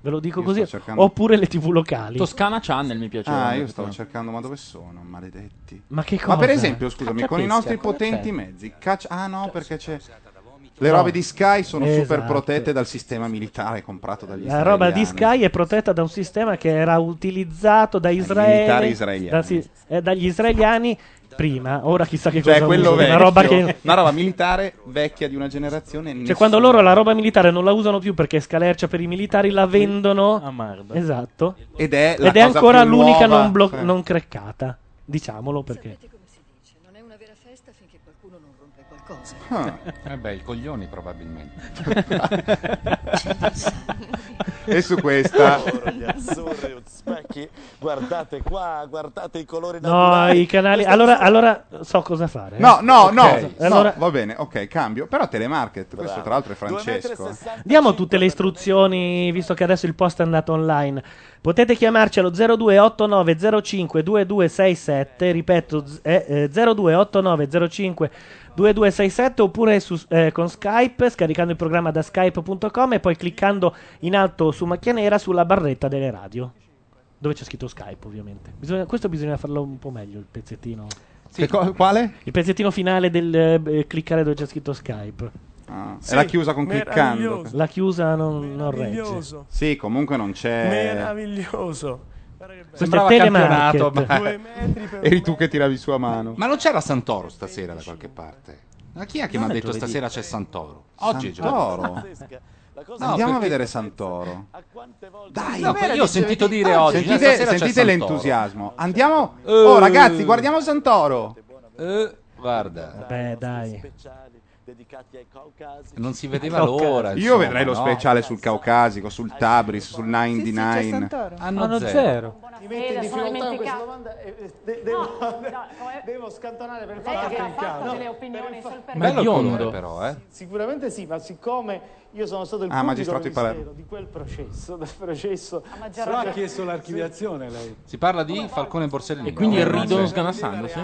S1: Ve lo dico
S3: Io
S1: così.
S3: sto cercando-
S1: Oppure le tv locali.
S12: Toscana Channel mi piaceva.
S3: Ah, io
S12: questo
S3: stavo
S12: qua.
S3: cercando, ma dove sono? Maledetti.
S1: Ma che
S3: Ma per
S1: cosa?
S3: esempio, scusami, con i
S1: Cacciapisca,
S3: nostri
S1: cosa c'è?
S3: potenti mezzi, caccia- Ah, no, perché c'è. Le robe di Sky sono super
S1: Esatto.
S3: protette dal sistema militare comprato dagli
S1: La roba di
S3: israeliani.
S1: Sky è protetta da un sistema che era utilizzato da
S3: militari
S1: Israele,
S3: israeliani.
S1: da si- eh, dagli israeliani prima, ora chissà che
S3: Cioè,
S1: cosa
S3: quello
S1: usano,
S3: vecchio,
S1: una roba che
S3: una roba militare vecchia di una generazione.
S1: Cioè,
S3: nessuno-
S1: quando loro la roba militare non la usano più perché è scalercia per i militari, la vendono. Esatto.
S3: Ed è la cosa
S1: ancora
S3: più
S1: l'unica
S3: nuova.
S1: non, blo-
S3: Eh.
S1: non creccata. Diciamolo perché.
S15: Non è una vera festa finché qualcuno non rompe qualcosa.
S11: Ah.
S16: Ah.
S2: Eh beh, i coglioni probabilmente.
S3: Cioè, E su questa-
S17: Gli azzurri, specchi. Guardate qua, guardate i colori
S1: No,
S17: naturali.
S1: i canali.
S17: Questa
S1: Allora, allora so cosa fare. eh.
S3: No, no, no,
S1: Ok.
S3: no,
S1: Allora,
S3: va bene, ok, cambio. Però telemarket, questo tra l'altro è Francesco. eh.
S1: Diamo tutte le istruzioni, visto che adesso il post è andato online. Potete chiamarci allo 0289052267, ripeto z- eh, eh, 0289052267 oppure su- eh, con Skype, scaricando il programma da skype.com e poi cliccando in alto su macchia nera sulla barretta delle radio. Dove c'è scritto Skype, ovviamente. Bisogna- questo bisogna farlo un po' meglio, il pezzettino.
S3: Che co- quale?
S1: Il pezzettino finale del eh, cliccare dove c'è scritto Skype.
S3: È la chiusa con cliccando.
S1: La chiusa non, non regge.
S15: Meraviglioso.
S3: Sì, comunque non
S16: Eh.
S3: c'è.
S15: Meraviglioso.
S3: Sembrava campionato, ma...
S2: Eri
S3: Eri tu che tiravi su a mano.
S2: Ma non c'era Santoro stasera da qualche parte? Ma chi è che
S3: Non
S2: mi ha
S3: è
S2: detto
S3: giovedì.
S2: stasera c'è Santoro? Oggi è
S3: Santoro?
S2: giovedì. No,
S3: Andiamo a
S2: perché-
S3: vedere Santoro. Dai,
S2: No, perché io ho sentito dire oggi,
S3: Ah, Sentite,
S2: stasera c'è
S3: sentite
S2: Santoro.
S3: l'entusiasmo. Andiamo.
S2: Eh.
S3: Oh, ragazzi, guardiamo Santoro.
S2: Eh, guarda,
S1: Beh, dai.
S2: non si vedeva l'ora.
S3: Io
S2: insomma,
S3: vedrei lo
S2: no?
S3: speciale sul Caucasico, sul Tabris, sul 99.
S2: Hanno Hanno Ah, zero.
S18: zero.
S16: Ti
S18: Eh,
S16: metti in
S18: la sono
S16: difficoltà con questa
S18: dimenticata.
S16: domanda e e de- devo, devo scantonare per
S18: Lei
S16: fare
S18: che ha
S16: altri
S18: fatto
S16: casi.
S18: delle
S16: No,
S18: opinioni
S16: per fa-
S18: sul
S2: Bello il
S16: Biondo.
S2: colore però, eh.
S16: Sicuramente sì, ma siccome io sono stato il
S2: Ah,
S16: pubblico
S2: magistrato di
S16: ministero
S2: Palermo.
S16: di quel processo, del processo.
S18: Maggior
S16: Sì.
S18: ragione. Ha chiesto
S2: l'archiviazione lei. Si parla di Falcone e Borsellino. Eh,
S12: E quindi
S2: il
S12: ridono sganassandosi?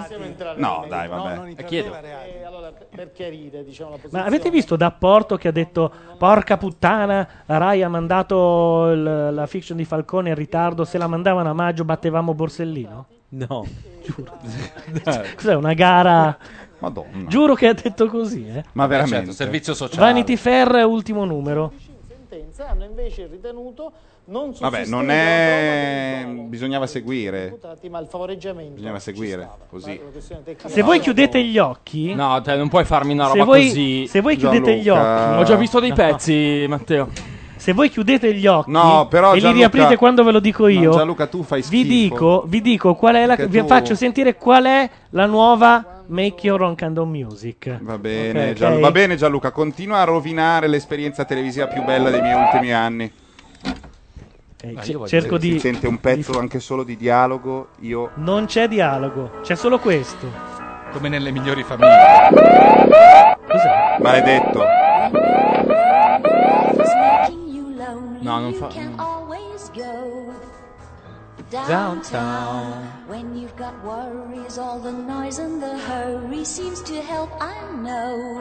S2: No, dai, vabbè.
S12: Eh, chiedo.
S16: Eh, allora, per chiarire, diciamo la posizione.
S1: Ma avete visto D'Apporto che ha detto porca puttana, la Rai ha mandato il- la fiction di Falcone in ritardo, se la mandavano a maggio battevamo Borsellino?
S5: No.
S1: Giuro. Cioè, Cos'è una gara?
S3: Madonna.
S1: Giuro che ha detto così, eh.
S3: Ma
S2: Eh,
S3: veramente.
S2: certo, servizio sociale.
S1: Vanity Fair ultimo numero.
S16: sentenze hanno invece ritenuto non
S3: Vabbè,
S16: sussistente
S3: non è. Bisognava seguire.
S16: imputati, ma il favoreggiamento
S3: Bisognava seguire. Così.
S16: una questione tecnica.
S1: Se voi chiudete gli occhi
S12: No, te non puoi farmi una
S1: Se
S12: roba
S1: voi-
S12: così.
S1: se voi chiudete gli Gianluca. occhi-
S12: Ho già visto dei
S1: No.
S12: pezzi, Matteo.
S1: Se voi chiudete gli occhi
S12: No, però,
S1: e li
S12: Gianluca-
S1: riaprite quando ve lo dico
S12: No,
S1: io,
S3: Gianluca, tu fai
S1: vi
S3: schifo.
S1: dico, vi dico qual è la
S3: Perché
S1: vi
S3: tu-
S1: faccio sentire qual è la nuova Make Your Own Kind of Music.
S3: Va bene,
S1: Ok,
S3: Gian-
S1: ok?
S3: va bene, Gianluca, continua a rovinare l'esperienza televisiva più bella dei miei ultimi anni.
S1: Eh,
S3: Ah,
S1: ce- cerco
S3: Se
S1: di
S3: Si sente un pezzo anche solo di dialogo, io...
S1: Non c'è dialogo, c'è solo questo.
S2: Come nelle migliori famiglie.
S3: Maledetto.
S12: No, non fa.
S9: Downtown. When you've got worries, all the noise and the hurry seems to help, I know.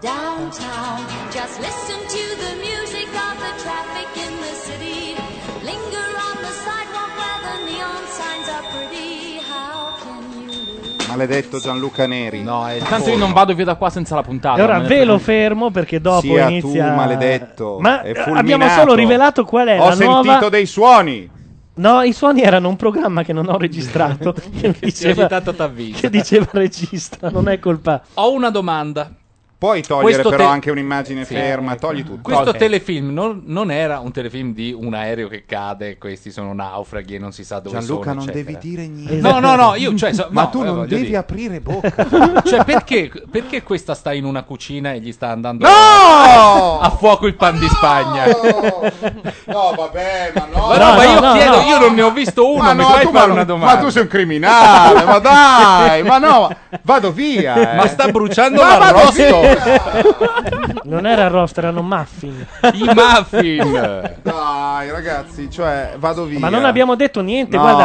S9: Downtown, just listen to the music of the traffic in the city. Linger on the sidewalk where the neon signs are pretty. How can you lose?
S3: Maledetto Gianluca Neri. No, eh, è
S12: Tanto io non vado via da qua senza la puntata.
S1: E ora
S12: Ah, me ne
S1: ve
S12: frega
S1: lo
S12: niente.
S1: fermo perché dopo
S3: Sia tu,
S1: inizia.
S3: maledetto,
S1: Ma
S3: è
S1: eh,
S3: fulminato.
S1: abbiamo solo rivelato qual è
S3: Ho
S1: la nuova.
S3: sentito dei suoni.
S1: No, i suoni erano un programma che non ho registrato. che, diceva,
S2: ogni tanto t'avvisa.
S1: che diceva regista, non è colpa.
S2: Ho una domanda.
S3: Puoi togliere
S2: Questo
S3: però
S2: te-
S3: anche un'immagine
S2: Sì.
S3: ferma, togli tutto.
S2: Questo
S3: Togli.
S2: telefilm non, non era un telefilm di un aereo che cade, questi sono naufraghi e non si sa dove
S3: Gianluca,
S2: sono.
S3: non
S2: eccetera.
S3: devi dire niente.
S2: No, no, no, io cioè, so-
S3: Ma
S2: no,
S3: tu
S2: eh,
S3: non
S2: voglio
S3: devi
S2: dire.
S3: aprire bocca.
S2: Cioè, perché, perché questa sta in una cucina e gli sta andando
S3: No!
S2: a fuoco il pan di Spagna?
S3: No, vabbè, ma
S2: Ma no, ma io chiedo, io non ne ho visto uno,
S3: Ma
S2: mi
S3: no,
S2: fai
S3: tu-
S2: fare
S3: ma-
S2: una domanda.
S3: ma tu sei un criminale, ma dai, ma no, vado via, eh.
S2: Ma sta bruciando
S3: Ma vado
S2: l'arrosto.
S3: via.
S1: non era roast, erano muffin.
S3: I muffin. Dai, ragazzi, cioè, vado via.
S1: Ma non abbiamo detto niente,
S3: No,
S1: guarda.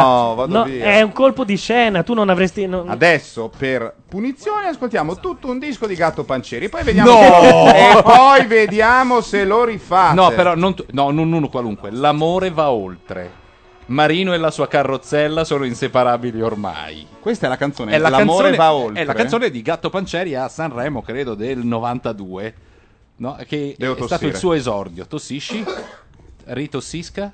S3: vado via.
S1: È un colpo di scena, tu non avresti... non-
S3: Adesso per punizione ascoltiamo tutto un disco di Gatto Pancieri, poi vediamo
S2: No!
S3: e poi vediamo se lo rifate.
S2: No, però non, tu- no, non uno qualunque. L'amore va oltre. Marino e la sua carrozzella sono inseparabili ormai.
S3: questa è la canzone.
S2: È la,
S3: L'amore
S2: canzone,
S3: va oltre.
S2: è la canzone di Gatto Pancieri a Sanremo, credo, del 92. no? Che
S3: Devo
S2: è stato
S3: tossire.
S2: il suo esordio. Tossisci? Ritossisca?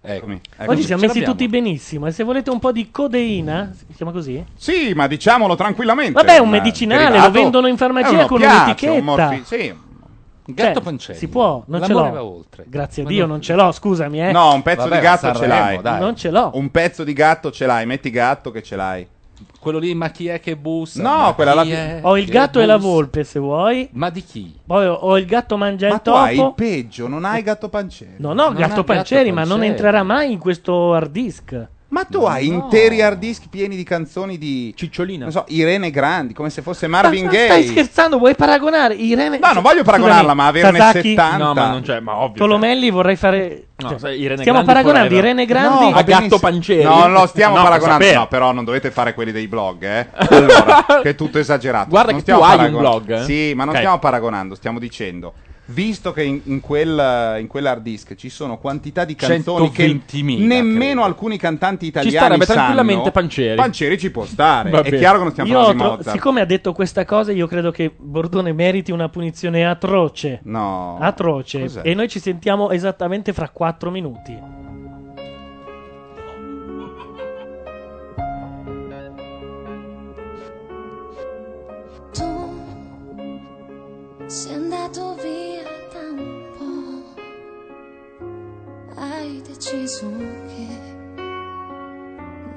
S2: Eccomi.
S3: Eh,
S1: Oggi siamo
S2: Ce
S1: messi
S2: l'abbiamo.
S1: tutti benissimo e se volete un po' di codeina, si chiama così?
S3: Sì, ma diciamolo tranquillamente.
S1: Vabbè, è un
S3: Ma
S1: medicinale,
S3: derivato-
S1: lo vendono in farmacia
S3: è
S1: con
S3: oppiace,
S1: un'etichetta.
S3: Eh, un morfi- sì.
S2: Gatto
S1: Cioè,
S2: Pancieri.
S1: Si può, non ce
S2: L'amore
S1: l'ho.
S2: va oltre.
S1: Grazie a
S2: Ma
S1: Dio,
S2: non-
S1: non ce l'ho, scusami, eh.
S3: No, un pezzo di gatto ce l'hai.
S1: Non ce l'ho.
S3: Un pezzo di gatto ce l'hai, metti gatto che ce l'hai.
S2: Quello lì, ma chi è che bussa?
S3: No,
S2: Ma
S3: quella
S2: chi
S3: là-
S2: è
S1: Ho il
S2: che
S1: gatto e la
S2: bussa?
S1: volpe, se vuoi.
S2: Ma di chi?
S1: Poi ho- ho il gatto mangia
S3: Ma
S1: il
S3: tu
S1: topo.
S3: hai il peggio, non
S1: Eh,
S3: hai gatto pancieri.
S1: Non ho
S3: Non hai
S1: gatto
S3: Gatto
S1: Pancieri, ma non
S3: Pancieri.
S1: entrerà mai in questo hard disk.
S3: Ma tu hai interi hard disk pieni di canzoni di Cicciolina. Non so, Irene Grandi, come se fosse Marvin
S1: Ma- ma
S3: Gaye.
S1: Stai scherzando? Vuoi paragonare Irene?
S3: No, non voglio paragonarla, ma averne
S1: Sasaki?
S3: 70.
S1: No, ma non
S3: c'è, ma ovvio. cioè.
S1: Tolomelli vorrei fare.
S3: No,
S1: cioè,
S3: sai, Irene
S1: stiamo
S3: Grandi
S1: paragonando
S3: forever.
S1: Irene Grandi
S3: No, va benissimo. No, non lo stiamo paragonando. No, però non dovete fare quelli dei blog, eh. Allora, che è tutto esagerato.
S12: Guarda
S3: Non
S12: che
S3: stiamo
S12: tu hai un
S3: paragonando.
S12: blog, eh.
S3: Sì, ma non
S12: Ok.
S3: stiamo paragonando, stiamo dicendo. Visto che in, in quel, eh, in quell'hard disk ci sono quantità di canzoni che
S12: 120.000,
S3: nemmeno alcuni cantanti italiani
S12: starebbe
S3: sanno,
S12: tranquillamente Pancieri.
S3: Pancieri ci può stare.
S12: Va
S3: È
S12: bene.
S3: chiaro che non stiamo
S1: Io ho
S3: parlando di
S1: tro-
S3: Mozart.
S1: siccome ha detto questa cosa, io credo che Bordone meriti una punizione atroce.
S3: No.
S1: Atroce.
S3: Cos'è?
S1: E noi ci sentiamo esattamente fra 4 minuti.
S11: Tu sei andato via da un po', hai deciso che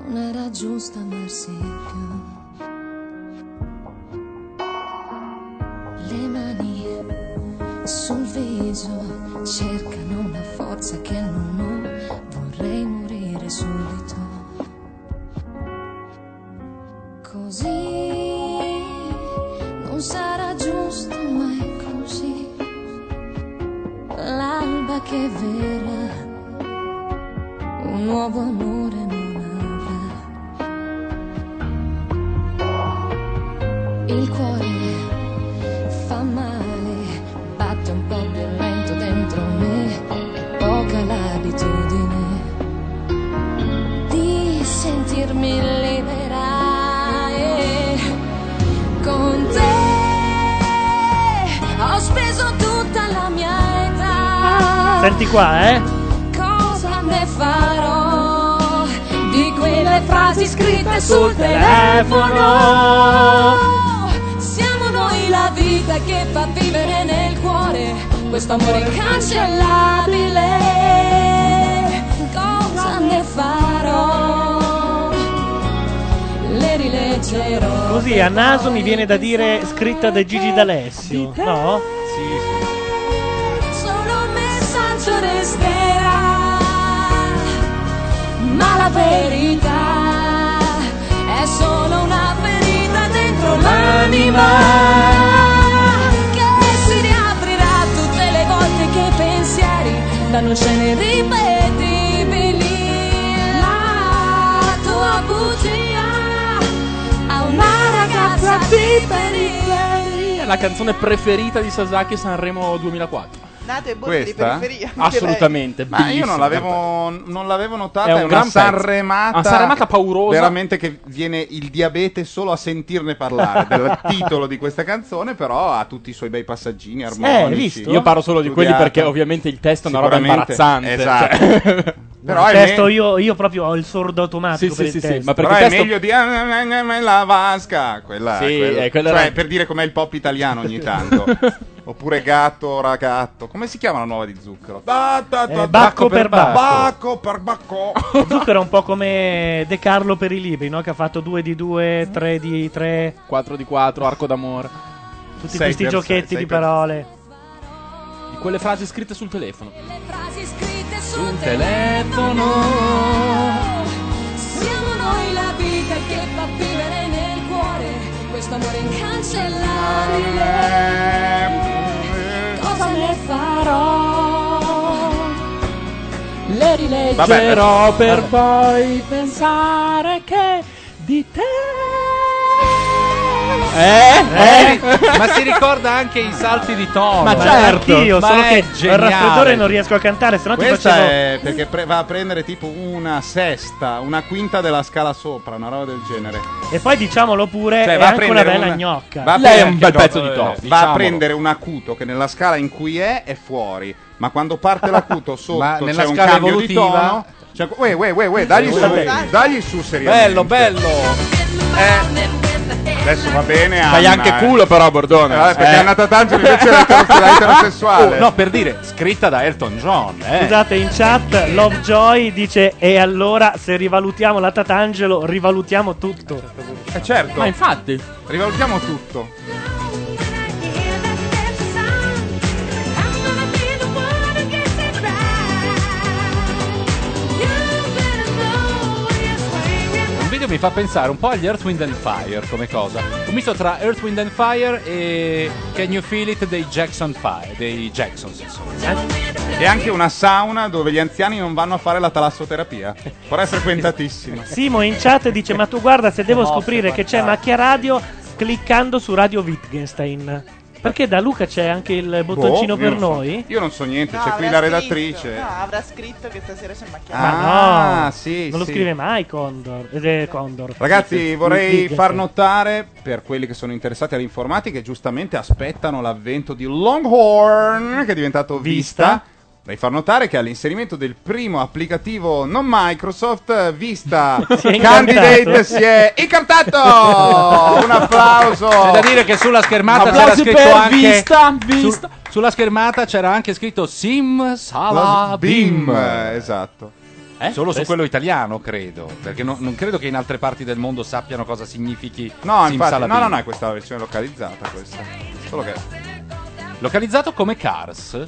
S11: non era giusto amarsi più. Le mani sul viso cercano una forza che non ho, vorrei morire subito. Così non sarà giusto ma è così l'alba che verrà un nuovo amore non avrà il cuore fa male batte un po' più lento dentro me è poca l'abitudine di sentirmi libera e con te ho speso tutta la mia età
S1: Senti qua, eh.
S11: cosa ne farò di quelle frasi scritte sul telefono. Siamo noi la vita che fa vivere nel cuore questo amore incancellabile. Cosa ne farò? Le rileggerò.
S1: Così a naso mi viene da dire scritta da Gigi D'Alessio. No?
S11: Solo un messaggio resterà, ma la verità è solo una ferita dentro l'anima che si riaprirà tutte le volte che i pensieri danno scene ripetibili. La tua bugia ha una ragazza piperina.
S12: È la canzone preferita di Sasaki Sanremo 2004.
S19: Nato e bordo di
S12: Questa?
S19: periferia. anche
S12: Assolutamente.
S3: Ma io non
S12: bellissima
S3: l'avevo, non l'avevo notata.
S12: È
S3: È,
S12: un
S3: una
S12: gran pezzo.
S3: sanremata.
S12: Una sanremata paurosa.
S3: Veramente che viene il diabete solo a sentirne parlare. del titolo di questa canzone, però ha tutti i suoi bei passaggini armonici.
S12: Eh, Io parlo solo di quelli
S3: studiata.
S12: perché ovviamente il testo è una roba
S3: Sicuramente.
S12: imbarazzante.
S3: Esatto.
S12: Cioè-
S3: Però
S1: il
S3: è
S1: testo
S3: me-
S1: io, io proprio ho il sordo automatico.
S12: Sì,
S1: per
S12: sì, sì,
S1: il testo.
S12: sì, ma
S3: Però è meglio di "Ah, ah, ah, ah, ah, la vasca. Quella,
S12: Sì,
S3: quella-
S12: eh, quella
S3: cioè,
S12: era-
S3: per dire com'è il pop italiano ogni tanto. Oppure gatto, ragatto. Come si chiama la nuova di zucchero? Da, da, da,
S1: Eh, bacco per bacco.
S3: Bacco per bacco.
S1: Zucchero è un po' come De Carlo per i libri, no? Che ha fatto 2 di 2, 3 di 3,
S12: 4 di 4, arco d'amore.
S1: tutti questi giochetti di parole.
S12: Di quelle frasi scritte sul telefono.
S11: frasi scritte sul
S12: Sul
S11: telefono.
S12: telefono.
S11: Siamo noi la vita che fa vivere nel cuore questo amore incancellabile.
S18: ti
S7: Vabbè,
S18: leggerò
S7: vabbè.
S18: per
S7: Vabbè.
S18: poi pensare che di te
S2: Eh? Ma si ricorda anche i salti di tono.
S1: Ma
S2: eh?
S1: certo, anch'io,
S2: Ma
S1: solo
S2: è
S1: che
S2: geniale.
S1: al raffreddore non riesco a cantare, se no ti
S3: Questa
S1: facevo
S3: è perché pre- va a prendere tipo una sesta, una quinta della scala sopra, una roba del genere.
S1: E poi diciamolo pure,
S3: Cioè,
S1: è
S3: va a
S1: anche una
S3: prendere
S1: bella
S3: una-
S1: gnocca.
S3: va a
S1: Lei è
S3: prendere-
S1: un bel
S3: no,
S1: pezzo di
S3: eh,
S1: tono.
S3: Va
S1: diciamolo.
S3: a prendere un acuto che nella scala in cui è è fuori, ma quando parte l'acuto
S2: Ma
S3: sotto
S2: nella
S3: c'è un
S2: scala
S3: cambio
S2: evolutiva-
S3: di tono. Cioè, uè, uè, uè, uè, dagli su,
S2: Guardate.
S3: dagli su seriamente.
S2: Bello, bello.
S3: Adesso va bene Anna.
S7: Fai anche
S3: eh.
S7: culo, però, Bordone.
S3: Eh, vabbè, perché Anna Tatangelo invece è etero- eterosessuale.
S2: Oh, no, per dire, scritta da Elton John. Eh.
S1: Scusate, in chat Lovejoy dice e allora se rivalutiamo la Tatangelo, rivalutiamo tutto.
S3: Eh certo.
S1: Ma infatti.
S3: Rivalutiamo tutto.
S2: Un video mi fa pensare un po' agli Earth, Wind and Fire come cosa. Un misto tra Earth, Wind and Fire e Can You Feel It dei Jackson Five, dei Jacksons, insomma.
S3: E anche una sauna dove gli anziani non vanno a fare la talassoterapia. Però è frequentatissima.
S1: Simo in chat dice ma tu guarda se devo
S3: Mosse,
S1: scoprire che c'è Macchia Radio cliccando su Radio Wittgenstein. Perché da Luca c'è anche il bottoncino
S3: Boh, io
S1: per
S3: non so.
S1: noi?
S3: Io non so niente,
S4: No,
S3: c'è qui
S4: avrà
S3: la
S4: scritto-
S3: redattrice.
S4: no, avrà scritto che stasera c'è macchia.
S1: Ma
S3: Ah,
S1: no,
S3: sì,
S1: non lo
S3: sì.
S1: scrive mai Condor. eh, Condor.
S3: Ragazzi, vorrei
S1: Wittgenstein.
S3: far notare per quelli che sono interessati all'informatica e giustamente aspettano l'avvento di Longhorn, che è diventato Vista. Vorrei far notare che all'inserimento del primo applicativo non Microsoft, Vista
S2: Si è
S3: Candidate
S2: incartato.
S3: si è incartato! Un applauso!
S2: C'è da dire che sulla schermata c'era
S3: Applausi
S2: scritto
S3: per
S2: anche
S3: Vista,
S2: sul- sulla schermata c'era anche scritto Sim Sala Bim.
S3: Bim, esatto.
S2: Eh? Solo su
S3: Questo-
S2: quello italiano, credo. Perché no- non credo che in altre parti del mondo sappiano cosa significhi
S3: No,
S2: Sim
S3: infatti,
S2: Sala
S3: no,
S2: Bim.
S3: no, no, è questa la versione localizzata questa. Solo che
S2: Localizzato come Cars.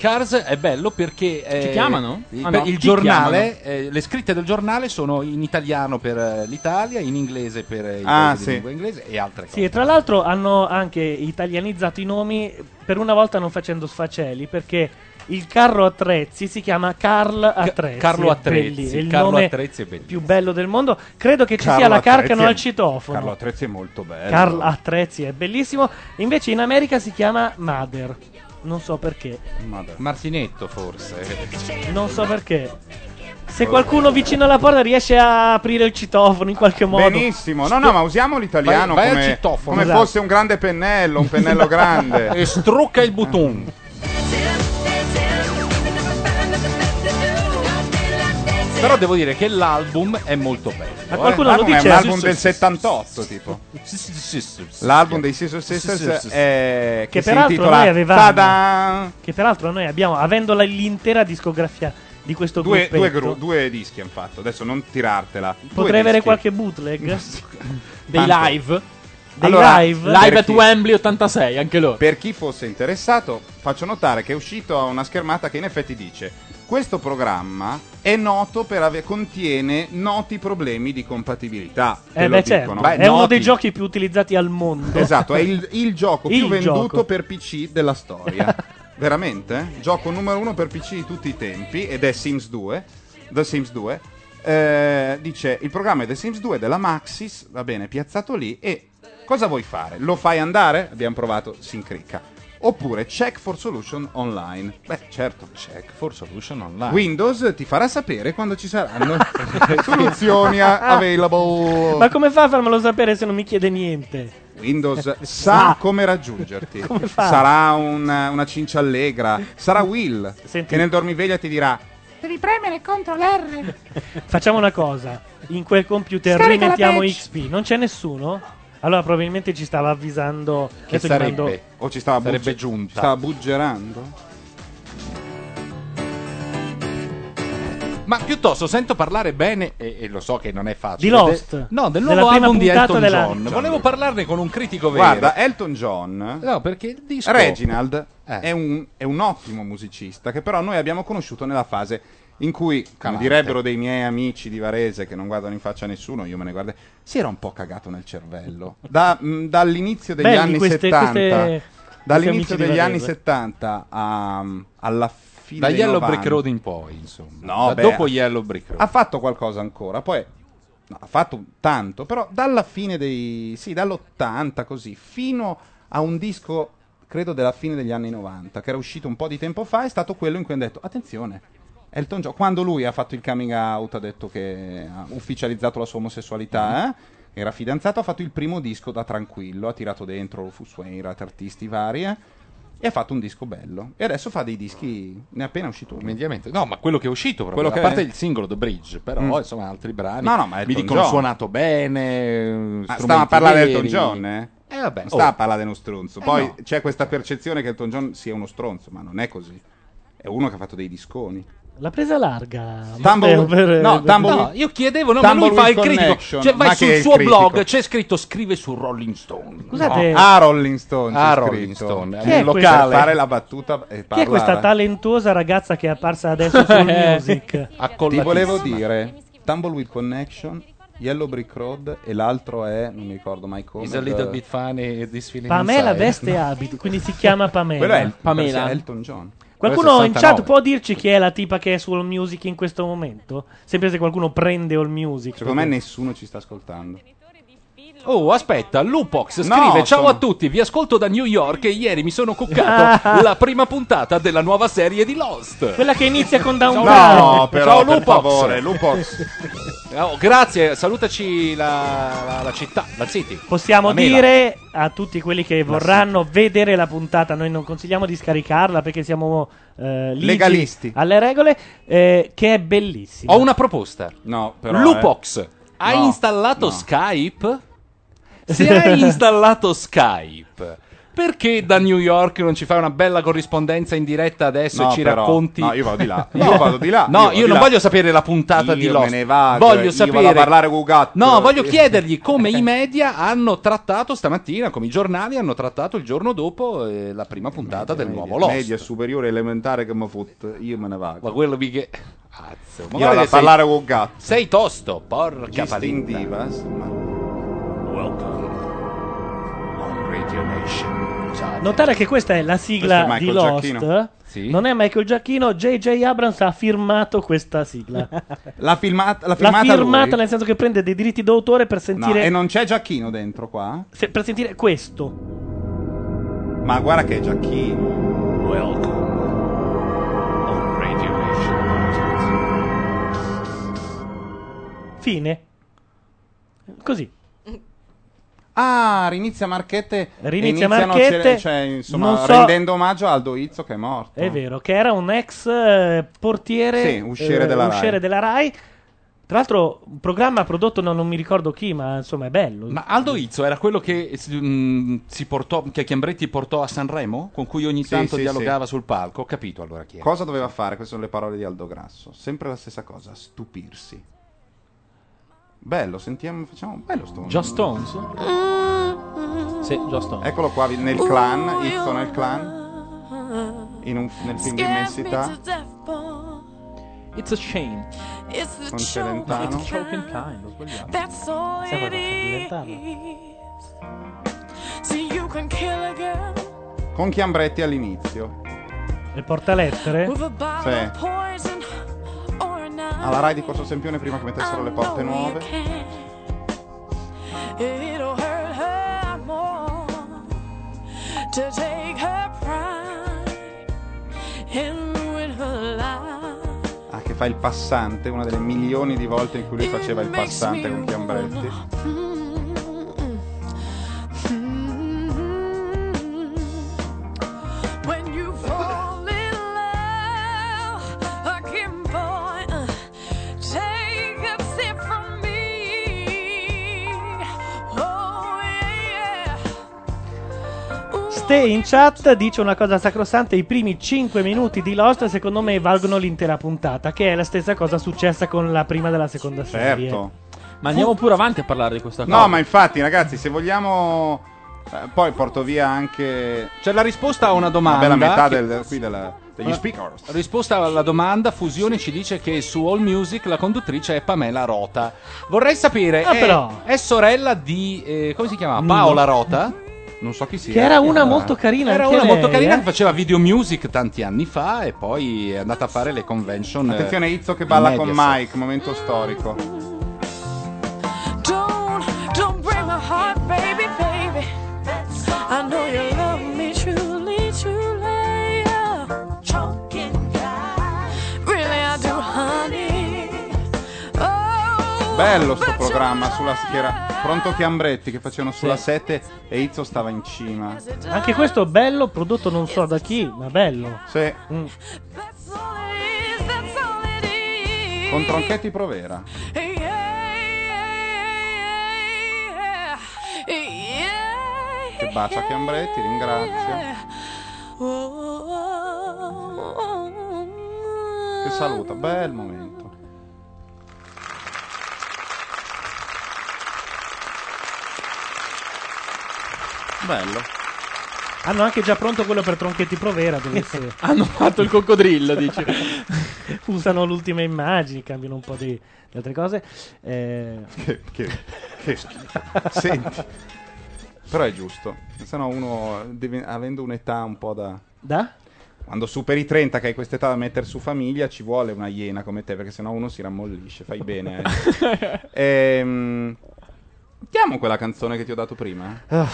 S2: Cars è bello perché. eh,
S7: chiamano?
S2: Il,
S7: Ah, no.
S2: il
S7: Ti
S2: giornale, eh, le scritte del giornale sono in italiano per eh, l'Italia, in inglese per eh, i
S1: Ah,
S2: paesi di
S1: sì.
S2: lingua inglese e altre cose.
S1: Sì, e tra l'altro hanno anche italianizzato i nomi per una volta non facendo sfaceli, perché il carro Attrezzi si chiama Carl Attrezzi.
S2: Carlo
S1: è
S2: Attrezzi,
S1: belli- è il
S2: Carlo
S1: nome
S2: Attrezzi è bellissimo.
S1: più bello del mondo. Credo che ci
S3: Carlo
S1: sia la
S3: Attrezzi
S1: carcano
S3: è-
S1: al citofono.
S3: Carlo Attrezzi è molto bello.
S1: Carl Attrezzi è bellissimo. Invece in America si chiama Mother. Non so perché.
S2: Martinetto, forse.
S1: Non so perché. Se qualcuno vicino alla porta riesce a aprire il citofono in qualche modo.
S3: Benissimo, no, no, ma usiamo l'italiano
S1: Vai- vai al
S3: come,
S1: citofono.
S3: come
S1: Esatto.
S3: fosse un grande pennello, un pennello grande.
S2: E strucca il bottone. Però devo dire che l'album è molto bello.
S3: Ma
S2: eh.
S3: qualcuno lo
S2: L'album
S3: dice?
S2: È un
S3: Sì,
S2: album
S3: sì,
S2: del
S3: sì,
S2: 78,
S3: sì,
S2: tipo.
S3: L'album dei Sister
S1: Sì, sì,
S3: Sisters
S1: sì, sì.
S3: è
S1: che
S3: che si
S1: peraltro
S3: intitola
S1: noi avevamo
S3: Tada!
S1: che peraltro noi abbiamo avendo la- l'intera discografia di questo
S3: Due,
S1: gruppetto
S3: due, gru- due dischi hanno fatto, adesso non tirartela. Due
S1: potrei avere
S3: dischi.
S1: qualche bootleg
S3: Dei Tanto. live?
S1: dei
S3: Allora,
S1: live
S3: live at
S7: Wembley 86, anche loro.
S3: Per chi fosse interessato, faccio notare che è uscito a una schermata che in effetti dice: Questo programma è noto per ave- contiene noti problemi di compatibilità. Te
S1: eh
S3: lo
S1: beh certo
S3: dicono.
S1: è uno dei giochi più utilizzati al mondo
S3: Esatto, è il, il gioco più
S1: Il
S3: venduto
S1: gioco.
S3: per PC della storia. Veramente? Gioco numero uno per PC di tutti i tempi ed è Sims 2. The Sims 2. Eh, dice il programma è The Sims 2 della Maxis, va bene, piazzato lì e cosa vuoi fare? Lo fai andare? Abbiamo provato, si incricca. Oppure Check for Solution Online. Beh, certo.
S2: Check for Solution Online.
S3: Windows ti farà sapere quando ci saranno soluzioni a- available.
S1: ma come fa a farmelo sapere se non mi chiede niente
S3: Windows sa come raggiungerti.
S1: Come fa?
S3: sarà un- una cincia allegra. Sarà Will che nel dormiveglia ti dirà:
S18: Devi premere contro l'R.
S1: facciamo una cosa in quel computer
S18: Scarica la
S1: rimettiamo
S18: patch.
S1: XP non c'è nessuno? allora probabilmente ci stava avvisando
S3: Che
S1: adesso gli
S3: sarebbe?
S1: mando-
S3: O ci stava
S2: Sarebbe
S3: bugge-
S2: giunta.
S3: Stava buggerando?
S2: Ma piuttosto sento parlare bene, e, e lo so che non è facile.
S3: Di Lost.
S2: de- no, del
S3: Della
S2: nuovo
S3: prima
S2: album di
S3: puntata
S2: Elton
S3: della-
S2: John. Volevo parlarne con un critico vero.
S3: Guarda, eh, Elton John.
S2: No, perché il disco. Eh.
S3: Reginald è, un, è un ottimo musicista che però noi abbiamo conosciuto nella fase in cui, come
S2: Calante.
S3: direbbero dei miei amici di Varese che non guardano in faccia a nessuno, io me ne guardo, si era un po' cagato nel cervello. Da- mh, dall'inizio degli
S1: Belli
S3: anni
S1: queste-
S3: 70,
S1: queste- questi
S3: dall'inizio
S1: amici di
S3: degli anni
S1: Varese.
S3: 70 a- alla fine
S2: Da
S3: dei
S2: Yellow
S3: 90.
S2: Brick Road in poi, insomma.
S3: No,
S2: Da
S3: beh,
S2: dopo Yellow Brick Road.
S3: Ha fatto qualcosa ancora, poi no, ha fatto tanto, però dalla fine dei sì, dall'80 così fino a un disco credo della fine degli anni 90 che era uscito un po' di tempo fa, è stato quello in cui hanno detto "Attenzione, Elton John quando lui ha fatto il coming out, ha detto che ha ufficializzato la sua
S2: Mm.
S3: omosessualità, eh, era fidanzato, ha fatto il primo disco da tranquillo, ha tirato dentro Rufus Wainwright, artisti vari eh, e ha fatto un disco bello. E adesso fa dei dischi, ne è appena uscito uno.
S2: Mediamente. No, ma quello che è uscito proprio,
S3: Quello
S2: a
S3: che-
S2: parte il singolo The Bridge, però eh, oh,
S3: Mm.
S2: insomma altri brani.
S3: No, no, ma
S2: mi
S3: Elton
S2: dicono
S3: John.
S2: suonato bene.
S3: Ah,
S2: strumenti
S3: stava a parlare di
S2: veri.
S3: Elton John, eh?
S2: Eh, vabbè,
S3: Non stava
S2: oh.
S3: a parlare di uno stronzo.
S2: Eh,
S3: Poi
S2: no.
S3: c'è questa percezione che Elton John sia uno stronzo, ma non è così. È uno che ha fatto dei disconi.
S1: La presa larga.
S3: Tumble-
S1: Matteo, per-
S3: no, Tumble-
S2: No, io chiedevo, no, ma lui fa
S3: Tumbleweed
S2: il critico.
S3: Connection,
S2: Cioè, vai
S3: ma
S2: sul
S3: che è il
S2: suo
S3: critico?
S2: blog, c'è scritto scrive su Rolling Stone.
S1: Scusate-
S2: No.
S3: A Rolling Stone.
S2: Ah,
S3: c'è
S2: Rolling
S3: scritto.
S2: Stone,
S1: Chi è
S3: Nel locale.
S1: questa-
S3: Per fare la battuta e
S1: Chi è questa
S3: parlare.
S1: talentuosa ragazza che è apparsa adesso sul music?
S3: Ti volevo dire Tumbleweed Connection, Yellow Brick Road e l'altro è, non mi ricordo mai come. eh,
S2: Is a little bit funny this feeling
S1: Pamela
S2: inside.
S1: veste
S2: No.
S1: abiti, quindi si chiama Pamela.
S3: Quello è il- Pamela. Elton John.
S1: Qualcuno
S3: Quello è
S1: in chat
S3: 69.
S1: può dirci chi è la tipa che è su All Music in questo momento? Sempre se qualcuno prende All Music.
S3: Secondo me nessuno ci sta ascoltando.
S2: Oh, aspetta, Lupox
S1: No,
S2: scrive: Ciao
S1: sono-
S2: a tutti, vi ascolto da New York e ieri mi sono cuccato la prima puntata della nuova serie di Lost.
S1: Ah. Quella che inizia con Down
S2: Ciao,
S1: Down.
S2: però, per favore,
S3: Lupox.
S2: Oh, grazie, salutaci la, la- la città, la city.
S1: Possiamo
S2: La mela.
S1: dire a tutti quelli che vorranno vedere la puntata, noi non consigliamo di scaricarla perché siamo eh, ligi
S2: Legalisti.
S1: alle regole, eh, che è bellissima.
S2: Ho una proposta.
S3: No,
S2: Lupox, hai
S1: No,
S2: installato Skype? Se hai installato Skype, perché da New York non ci fai una bella corrispondenza in diretta adesso
S3: No,
S2: e ci
S3: però-
S2: racconti?
S3: no, io vado di là, io vado di là,
S2: No,
S3: io
S2: io,
S3: vado di
S2: non
S3: là.
S2: voglio sapere la puntata
S3: Io
S2: di Lost.
S3: me ne vado,
S2: voglio
S3: io
S2: sapere.
S3: vado a parlare con Gatto. Eh,
S2: No, voglio chiedergli come i media hanno trattato stamattina, come i giornali hanno trattato il giorno dopo eh, la prima puntata del nuovo Lost.
S3: Media superiore elementare che mi fotte, io me ne vado.
S2: Ma quello mi che. Azzo, ma
S3: Io
S2: guarda
S3: vado a
S2: che sei-
S3: parlare con Gatto.
S2: Sei tosto, porca
S3: Justin
S2: paletta.
S3: Divas,
S1: Notare che questa è la sigla
S3: Questo è
S1: di
S3: Michael
S1: Lost.
S3: Giacchino.
S1: Non è Michael Giacchino, JJ Abrams ha firmato questa sigla.
S3: L'ha filmata, l'ha
S1: L'ha
S3: filmata lui?
S1: firmata nel senso che prende dei diritti d'autore per
S3: No,
S1: sentire,
S3: e non c'è Giacchino dentro qua?
S1: se- per sentire questo.
S3: Ma guarda che è Giacchino.
S1: Fine. Così.
S3: Ah, rinizia Marchette.
S1: Rinizia
S3: Iniziano
S1: Marchette,
S3: cele- cioè, insomma,
S1: non so-
S3: rendendo omaggio a Aldo Izzo che è morto.
S1: È vero, che era un ex eh, portiere eh,
S3: Sì, usciere della Rai.
S1: usciere della Rai. Tra l'altro, un programma prodotto non, non mi ricordo chi, ma insomma è bello.
S2: Ma Aldo Izzo era quello che, eh, si- mh, si portò, che Chiambretti portò a Sanremo, con cui ogni
S3: Sì,
S2: tanto
S3: sì,
S2: dialogava
S3: sì.
S2: sul palco. Ho capito allora chi è.
S3: Cosa doveva fare? Queste sono le parole di Aldo Grasso. Sempre la stessa cosa, stupirsi. Bello, sentiamo, facciamo un bello stone.
S7: Just Stones? Sì, Just Stones.
S3: Eccolo qua, vi- nel clan, Izzo nel clan, in un- nel film di immensità,
S7: It's a shame.
S3: con Celentano.
S7: It's choking kind, ho sbagliato.
S11: That's all
S7: Sai
S11: it
S7: cosa fa
S11: is. See, you can kill a girl
S3: Con Chiambretti all'inizio.
S1: Il portalettere?
S11: with a bottle
S3: Sì.
S11: of poison or a knife.
S3: Alla Rai di Corso Sempione prima che mettessero le porte nuove.
S11: It'll hurt her more to take her pride and ruin her life.
S3: Ah, che fa il passante, una delle milioni di volte in cui lui faceva il passante con Chiambretti.
S11: When you fall in love, a Kim boy, uh, take a sip from me. Oh, yeah,
S1: Ste in chat dice una cosa sacrosanta: i primi 5 minuti di Lost, secondo me, valgono l'intera puntata. Che è la stessa cosa successa con la prima della seconda
S3: Certo.
S1: serie.
S7: Ma andiamo pure avanti a parlare di questa cosa.
S3: No, ma infatti, ragazzi, se vogliamo. eh, poi porto via anche.
S2: C'è la risposta a una domanda.
S3: Bella metà
S2: che- Eh.
S3: del- qui della- degli
S2: Una-
S3: speakers.
S2: Risposta alla domanda, Fusione ci dice che su All Music la conduttrice è Pamela Rota. Vorrei sapere,
S1: Ah,
S2: è,
S1: però.
S2: è sorella di, eh, come si chiama? Paola Rota?
S3: non so chi sia.
S1: Che era una molto carina
S11: Era
S1: anche
S11: una molto
S1: lei,
S11: carina
S1: eh.
S11: che faceva video music tanti anni fa e poi è andata a fare le convention. eh,
S3: Attenzione Izzo che
S11: in
S3: balla con
S11: Mediaset.
S3: Mike, momento storico.
S20: Don't, don't break my heart, baby, baby. I know you love me truly, truly. yeah. Really, I do, honey. Oh,
S3: Bello sto
S20: but you
S3: programma sulla schiera. Pronto Chiambretti che facevano sulla 7 e Izzo stava in cima.
S1: Anche questo bello, prodotto non so da chi, ma bello.
S3: Sì.
S1: Mm.
S3: Con Tronchetti Provera. Che bacia Chiambretti, ringrazia. Che saluta, bel momento. Bello.
S1: Hanno anche già pronto quello per Tronchetti Provera, dovesse...
S12: Hanno fatto il coccodrillo, dici.
S1: Usano l'ultima immagine, cambiano un po' di, di altre cose. Eh...
S3: Che, Senti. Però è giusto. Sennò uno, deve- avendo un'età un po' da...
S1: Da?
S3: Quando superi i 30, che hai quest'età da mettere su famiglia, ci vuole una iena come te, perché sennò uno si rammollisce. Fai bene. eh. Ehm, Mettiamo quella canzone che ti ho dato prima.
S1: Ah,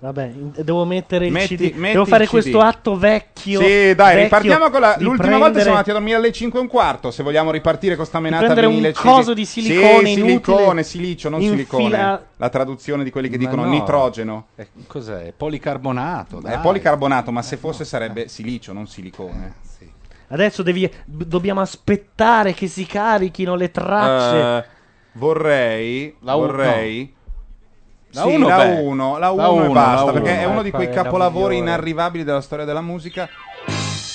S1: Vabbè, in- devo mettere il
S3: Metti-
S1: CD.
S3: metti
S1: Devo fare
S3: il CD.
S1: questo atto vecchio.
S3: Sì, dai,
S1: vecchio
S3: ripartiamo con la,
S1: di
S3: l'ultima volta siamo
S1: prendere-
S3: andati a dormire alle 5 e un quarto. Se vogliamo ripartire con sta menata
S1: prendere un
S3: vinile
S1: coso di silicone
S3: Sì,
S1: inutile.
S3: silicone, silicio, non
S1: Infila-
S3: silicone. La traduzione di quelli che
S11: Ma
S3: dicono
S11: no.
S3: nitrogeno.
S11: Eh, Cos'è? Policarbonato.
S3: È
S11: dai.
S3: policarbonato, ma se fosse sarebbe silicio, non silicone.
S1: Eh,
S3: Eh,
S1: Adesso devi- b- dobbiamo aspettare che si carichino le tracce.
S3: Eh, vorrei,
S1: La u-
S3: vorrei
S1: La
S3: Sì,
S1: uno,
S3: la
S1: beh.
S3: 1, la
S1: La
S3: 1 e
S1: uno,
S3: basta,
S1: la
S3: perché
S1: uno,
S3: è uno
S1: eh,
S3: di quei
S1: poi è la
S3: capolavori
S1: migliore.
S3: inarrivabili della storia della musica.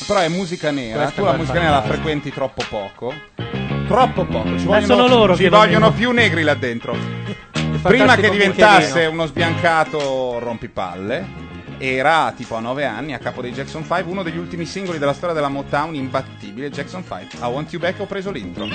S3: Però è musica nera,
S11: Questa
S3: tu la
S11: è
S3: musica
S11: bella.
S3: nera la frequenti troppo poco. Troppo poco, ci
S11: Eh,
S3: vogliono,
S11: sono loro
S3: ci
S11: che non
S3: vogliono
S11: mi-
S3: più negri là dentro. Prima
S11: fantastico
S3: che diventasse
S11: Bucherino.
S3: uno sbiancato rompipalle, era tipo a 9 anni a capo dei Jackson 5, uno degli ultimi singoli della storia della Motown imbattibile, Jackson 5. A Want You Back ho preso l'intro.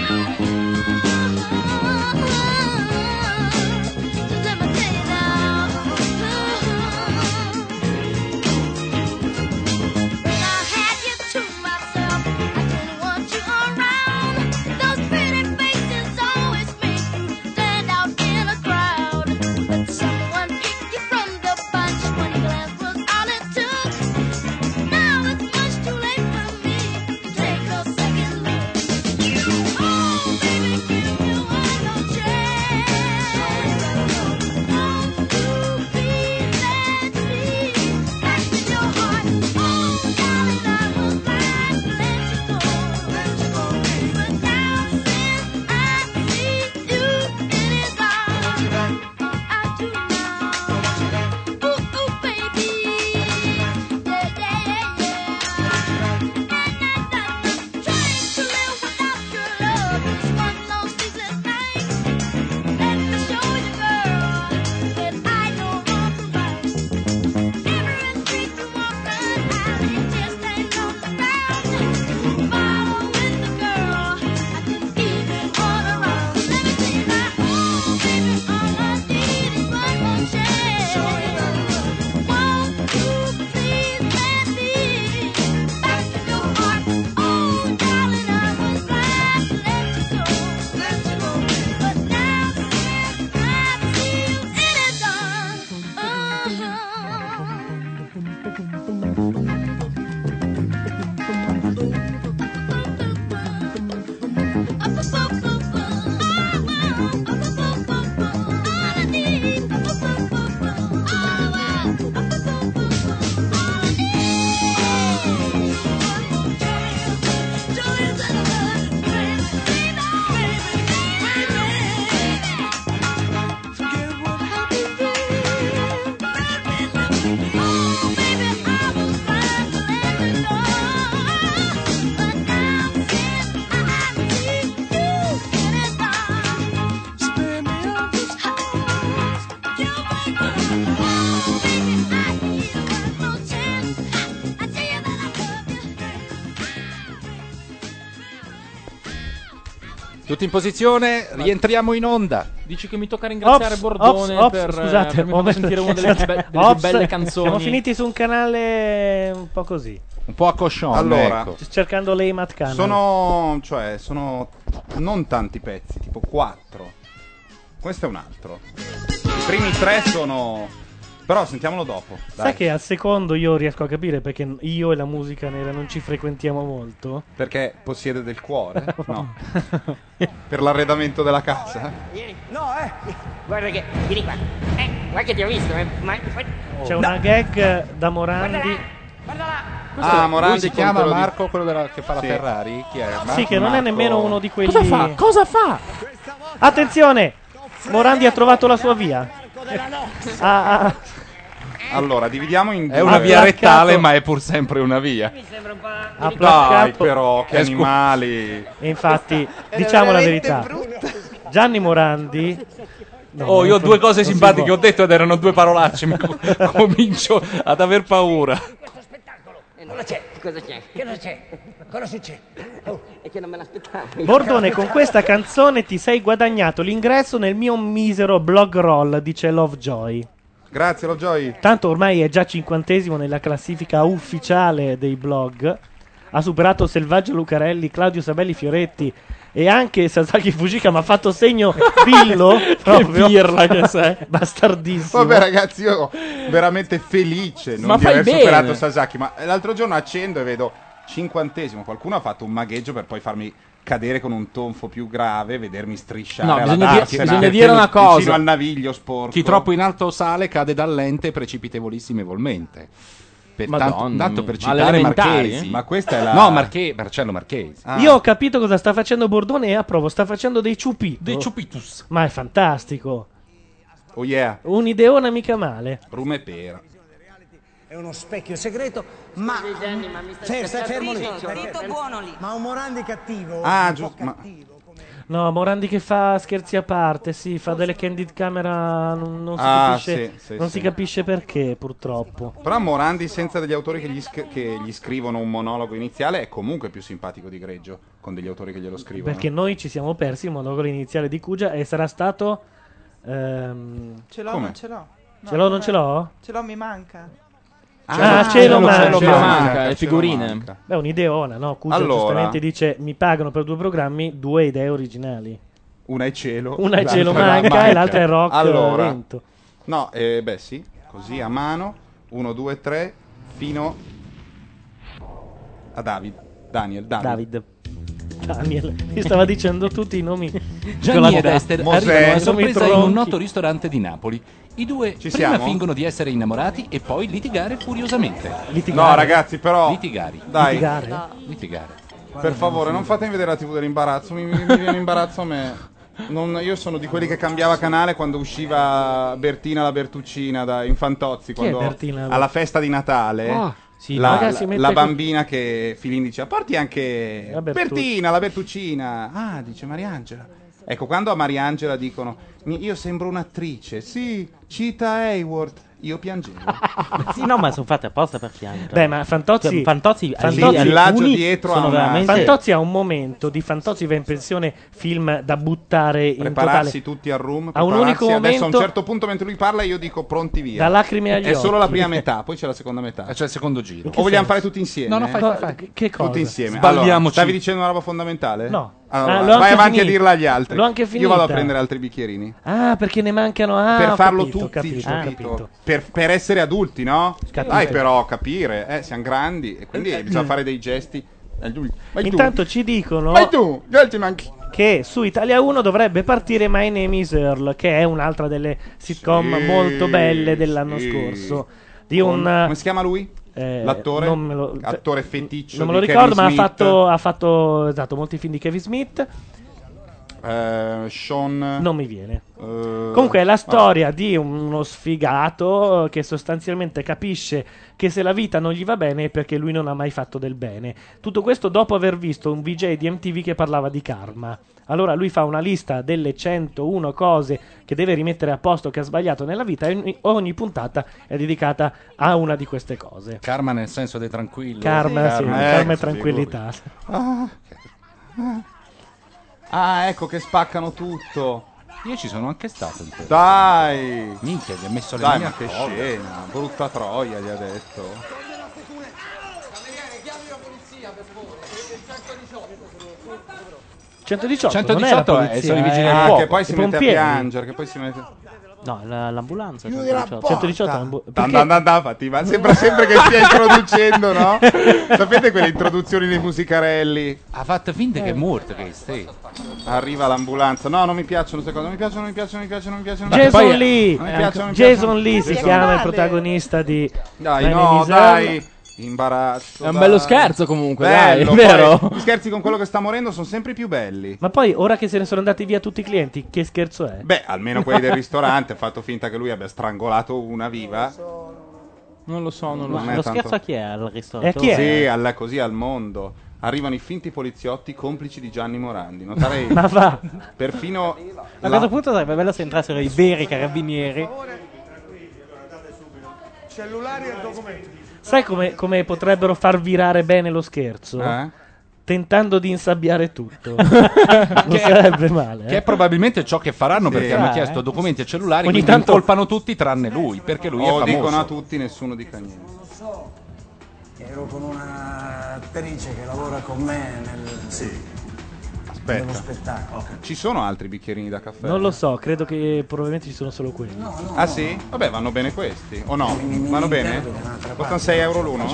S11: Tutti in posizione, rientriamo in onda.
S12: Dici che mi tocca ringraziare
S1: Ops,
S12: Bordone
S1: ops, ops,
S12: per, eh,
S1: scusate,
S12: avermi fatto
S1: momento-
S12: sentire una delle, più be- delle più
S1: Ops,
S12: belle canzoni.
S1: Siamo finiti su un canale un po' così.
S2: Un po' a coscione.
S3: Allora,
S1: C- Cercando lei Matt Cannon.
S3: sono, cioè, sono non tanti pezzi, tipo 4. Questo è un altro. I primi tre sono. Però sentiamolo dopo.
S1: Sai
S3: Dai.
S1: che al secondo io riesco a capire perché io e la musica nera non ci frequentiamo molto?
S3: Perché possiede del cuore? No. per l'arredamento della casa?
S21: Vieni. No, eh. Guarda che. Vieni qua. Eh, guarda che ti ho visto, eh. Ma. ma-
S1: C'è
S21: No.
S1: una gag da Morandi.
S21: Questo
S2: ah,
S21: è-
S2: Morandi
S21: lui si
S2: si chiama
S21: quello di-
S2: Marco, quello della- che fa la
S1: Sì.
S2: Ferrari? Chi è?
S1: Sì, che non è nemmeno uno di quelli.
S2: Cosa fa?
S1: Cosa fa? Attenzione! Morandi ha trovato la sua via. Ah, ah,
S3: Allora, dividiamo in due.
S2: È una via rettale, ma è pur sempre una via.
S1: ha
S3: Dai,
S1: placcato.
S3: però, che
S2: Eh, scu-
S3: animali.
S1: E infatti, diciamo la verità. Gianni Morandi. No,
S7: oh, io ho
S1: non-
S7: due cose
S1: non si
S7: simpatiche
S1: può.
S7: ho detto ed erano due parolacce. mi com- comincio ad aver paura.
S21: Cosa c'è? Cosa c'è? Che cosa c'è? Cosa succede? Oh, è che non me l'aspettavo.
S1: Bordone, con questa canzone ti sei guadagnato l'ingresso nel mio misero blog roll, dice Lovejoy.
S3: Grazie, Lovejoy.
S1: Tanto ormai è già cinquantesimo nella classifica ufficiale dei blog. Ha superato Selvaggio Lucarelli, Claudio Sabelli Fioretti e anche Sasaki Fujika, ma ha fatto segno Billo. proprio.
S3: pirla che sei.
S1: Bastardissimo.
S3: Vabbè, ragazzi, io veramente felice non
S1: Ma
S3: di
S1: fai
S3: aver
S1: bene.
S3: superato Sasaki. Ma l'altro giorno accendo e vedo cinquantesimo. Qualcuno ha fatto un magheggio per poi farmi cadere con un tonfo più grave, vedermi strisciare.
S2: No,
S3: alla
S2: bisogna dire-
S3: Darsena,
S2: bisogna dire una
S3: vicino
S2: cosa.
S3: al naviglio sporco.
S2: Chi troppo in alto sale cade dal lente precipitevolissimevolmente. Per
S3: Madonna
S2: tanto, tanto
S3: mia.
S2: per
S3: Ma
S2: citare
S3: l'elementari,
S2: Marchesi.
S3: eh? Ma questa è la- Ah.
S2: No, Marche- Marcello Marchesi.
S1: Io ho capito cosa sta facendo Bordone e approvo. Sta facendo dei ciupito.
S2: Dei ciupitus.
S1: Ma è fantastico.
S3: Oh yeah.
S1: Un'ideona mica male.
S3: Rume e pera.
S22: È uno specchio segreto, ma. Fermo, stai fermo lì. Perché- Ma un Morandi cattivo.
S3: Ah, giusto. Ma...
S1: No, Morandi che fa scherzi a parte, sì, fa delle candid camera, non, non si,
S3: Ah,
S1: capisce,
S3: sì, sì,
S1: non
S3: sì.
S1: si capisce perché, purtroppo.
S3: Però Morandi, senza degli autori che gli, sc- che gli scrivono un monologo iniziale, è comunque più simpatico di Greggio con degli autori che glielo scrivono.
S1: Perché noi ci siamo persi il monologo iniziale di Cugia e sarà stato... ehm,
S4: Ce l'ho,
S1: come?
S4: non ce l'ho. No,
S1: Ce l'ho, non ce l'ho?
S4: Ce l'ho, mi manca.
S2: Cioè,
S1: Ah,
S4: ce
S1: ce lo
S4: lo-
S1: manca.
S4: ce lo
S12: manca, le figurine.
S1: Beh, un'ideona, no? Cugia
S3: Allora.
S1: giustamente dice, mi pagano per due programmi due idee originali.
S3: Una è cielo.
S1: Una è
S3: l'altra
S1: cielo manca, e l'altra è rock
S3: Allora,
S1: lento.
S3: No, eh, beh sì, così a mano. 1, 2, 3, fino a David. Daniel, David.
S1: Daniel, mi stava dicendo tutti i nomi. con
S2: Gianni
S1: la
S2: ed Esther
S1: testa.
S2: arrivano a
S1: Sono i
S2: eh, sorpresa in un
S1: tronchi.
S2: noto ristorante di Napoli. I due prima
S3: siamo?
S2: fingono di essere innamorati e poi litigare furiosamente.
S3: No, ragazzi, però.
S2: Litigari.
S3: Dai.
S2: Litigare.
S3: Per favore, non fatemi vedere la TV dell'imbarazzo. Mi, mi- mi viene imbarazzo a me. Non- io sono di quelli che cambiava canale quando usciva Bertina la Bertuccina da Infantozzi.
S1: Chi è
S3: Quando,
S1: Bertina?
S3: alla festa di Natale.
S1: Ah, sì,
S3: la,
S1: no. Ragazzi,
S3: la-
S1: mette
S3: la
S1: qui-
S3: bambina che Filin diceva porti anche
S1: La Bertucci.
S3: Bertina, la Bertuccina. Ah, dice Mariangela. Ecco, quando a Mariangela dicono "Mi- io sembro un'attrice, sì, cita Hayward, io piangevo.
S5: Ah, sì, no, ma sono fatte apposta per piangere.
S1: Beh, ma Fantozzi,
S5: Cioè, Fantozzi,
S1: Fantozzi-
S5: alcuni sono veramente...
S1: Fantozzi ha un momento di Fantozzi va in pensione film da buttare in
S3: Prepararsi
S1: totale.
S3: tutti al room,
S1: Ha un
S3: prepararsi.
S1: unico
S3: adesso a un
S1: momento-
S3: certo punto mentre lui parla io dico pronti via.
S1: Da lacrime agli
S3: È solo la
S1: occhi.
S3: prima metà, poi c'è la seconda metà.
S2: C'è il secondo giro.
S3: O vogliamo fare tutti insieme?
S1: No, no, fai, fai, fai. Ah, Che cosa?
S3: Tutti insieme.
S2: Sbagliamoci.
S3: Allora, stavi dicendo una roba fondamentale?
S1: No.
S3: Allora,
S1: Ah, l'ho
S3: vai
S1: anche
S3: avanti
S1: finita.
S3: a dirla agli altri.
S1: L'ho anche
S3: Io vado a
S1: finita.
S3: prendere altri bicchierini.
S1: Ah, perché ne mancano ah,
S3: per
S1: ho
S3: farlo
S1: capito,
S3: tutti,
S1: capito,
S3: cioè,
S1: ho
S3: capito.
S1: capito.
S3: Per, per essere adulti, no?
S1: Capito.
S3: Dai, però, capire, eh, siamo grandi e quindi bisogna fare dei gesti. Dai, giù, vai giù.
S1: Eh, Intanto ci dicono
S3: Vai tu,
S1: che su Italia 1 dovrebbe partire My Name is Earl, che è un'altra delle sitcom
S3: Sì,
S1: molto belle dell'anno
S3: sì.
S1: scorso. Di
S3: Con-
S1: un,
S3: come si chiama lui?
S1: Eh,
S3: L'attore?
S1: non me lo-
S3: Attore feticcio
S1: Non me lo
S3: di
S1: ricordo,
S3: Kevin
S1: ma ha
S3: Smith.
S1: fatto, ha fatto, esatto, molti film di Kevin Smith.
S3: Eh, Sean...
S1: Non mi viene.
S3: Eh,
S1: Comunque è
S3: Ah.
S1: la storia di uno sfigato eh, che sostanzialmente capisce che se la vita non gli va bene è perché lui non ha mai fatto del bene. Tutto questo dopo aver visto un VJ di MTV che parlava di karma. Allora lui fa una lista delle 101 cose che deve rimettere a posto che ha sbagliato nella vita e ogni, ogni puntata è dedicata a una di queste cose.
S2: Karma nel senso dei tranquilli.
S1: Karma, Ah, sì, karma e tranquillità.
S3: Ah, ah, ecco che ecco spaccano tutto.
S2: Io ci sono anche stato di quello.
S3: Dai!
S2: Minchia, gli ha messo le
S3: Dai,
S2: mie
S3: ma che
S2: cose.
S3: scena, brutta troia gli ha detto.
S11: Guardate,
S1: 118,
S2: 118
S1: non è
S2: è-
S1: la polizia,
S2: sono i vigili
S1: eh.
S2: del
S3: Ah,
S2: fuoco.
S3: che poi si
S1: I
S3: mette a
S1: pompieri.
S3: piangere, che poi si mette...
S1: No, la- l'ambulanza.
S3: Chiudi
S1: 118.
S3: la porta!
S1: 118 ambu-
S3: Dan,
S1: perché-
S3: dan, dan, dan, fatti, ma sembra sempre che stia introducendo, no? Sapete quelle introduzioni dei musicarelli?
S2: Ha fatto finta
S1: Eh.
S2: che è morto, che stai.
S3: Arriva l'ambulanza. No, non mi piacciono queste cose, non mi piacciono, non mi piacciono, non mi piacciono, non mi piacciono.
S1: Jason
S3: Poi-
S1: Lee,
S3: non mi
S1: eh,
S3: piacciono, non mi
S1: Jason
S3: piacciono.
S1: Lee si
S3: Jason
S1: chiama il
S3: Lee.
S1: protagonista di
S3: Dai,
S1: Man in
S3: no,
S1: Isle.
S3: dai. Imbarazzo.
S1: È un bello
S3: dai.
S1: scherzo comunque,
S3: Bello,
S1: dai, vero?
S3: poi Gli scherzi con quello che sta morendo sono sempre più belli.
S1: Ma poi ora che se ne sono andati via tutti i clienti, che scherzo è?
S3: Beh, almeno quelli del ristorante, ha fatto finta che lui abbia strangolato una viva.
S12: Non lo so, non lo
S3: eh, Non è
S12: so.
S3: Lo Eh, tanto- scherzo a chi è
S5: al
S7: Eh,
S12: Eh,
S3: Sì, alla- così al mondo. Arrivano i finti poliziotti complici di Gianni Morandi. Notarei
S5: Ma va.
S3: perfino
S5: A
S3: la-
S5: questo punto sarebbe bello se entrassero i veri carabinieri.
S16: Cellulari e documenti.
S1: Sai come, come potrebbero far virare bene lo scherzo?
S2: Eh?
S1: Tentando di insabbiare tutto. non sarebbe male. eh?
S2: Che è probabilmente ciò che faranno
S1: Sì.
S2: perché hanno
S1: Ah,
S2: chiesto
S1: eh.
S2: documenti e cellulari.
S1: Ogni
S2: Ogni
S1: tanto-
S2: tanto colpano tutti tranne lui, perché lui
S3: Oh,
S2: è famoso.
S3: dicono a tutti, nessuno dica niente.
S22: Ero con un'attrice che lavora con me nel... Nello
S3: Aspetta.
S22: spettacolo.
S3: Ci sono altri bicchierini da caffè?
S1: Non lo so, credo che probabilmente ci sono solo quelli.
S3: Ah sì? Vabbè, vanno bene questi. O no? Vanno bene? Costano 6 euro l'uno?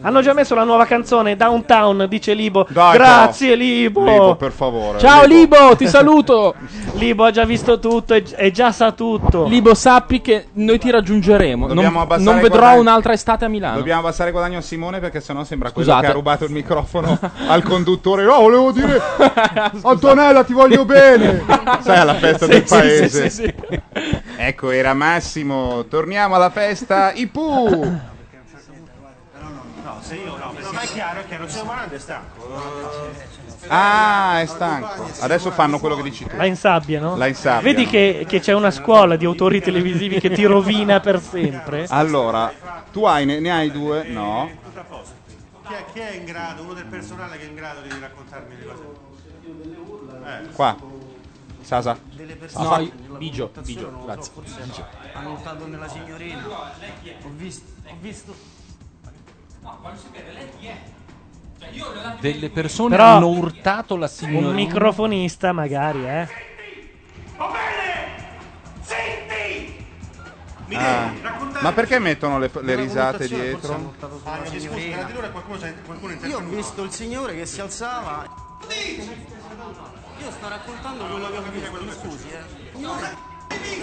S1: Hanno già messo la nuova canzone Downtown, dice Libo.
S3: Dai,
S1: Grazie Libo.
S3: Libo, per favore.
S7: Ciao Libo, ti saluto.
S1: Libo ha già visto tutto e, e già sa tutto.
S7: Libo, sappi che noi ti raggiungeremo. Non,
S3: eh. Dobbiamo abbassare
S7: non
S3: i
S7: vedrò
S3: guadagni.
S7: un'altra estate a Milano.
S3: Dobbiamo abbassare il guadagno a Simone perché sennò sembra quello
S7: Scusate.
S3: che ha rubato il microfono al conduttore. No, volevo dire Antonella, ti voglio bene. Sai, alla festa
S11: Sì,
S3: del
S11: sì,
S3: paese.
S11: sì, sì, sì.
S3: Ecco, era Massimo. Torniamo alla festa Ipu.
S23: No, se io no, perché non è chiaro, è chiaro, c'è Morando è stanco.
S3: Ah, è stanco. Adesso fanno quello che dici tu.
S1: La insabbia, no?
S3: La insabbia.
S1: Vedi che, che c'è una scuola di autori televisivi che ti rovina per sempre?
S3: Allora, tu hai, ne, ne hai due? No.
S23: Tutto a posto. Chi è, chi è in grado, uno del personale che è in grado di raccontarmi le cose? Eh.
S3: Qua. Sasa.
S23: Delle persone
S3: Sasa.
S23: nella
S3: Bigio,
S23: votazione,
S3: Bigio,
S23: non lo
S3: grazie,
S23: so, forse
S3: Bigio.
S23: hanno votato nella signorina. Ho visto, ho visto. No, voglio sapere, lei chi è? Cioè, io nella
S2: Delle persone
S1: Però
S2: hanno urtato la signorina.
S1: Un microfonista magari, eh?
S23: Senti!
S3: Ah. Ma perché mettono le, le risate dietro?
S23: Ah, scusa, nella dirittura qualcuno, c'è- qualcuno è intervenuto. Io ho visto il signore che si alzava. Io sto raccontando quello che ho visto, mi scusi, eh.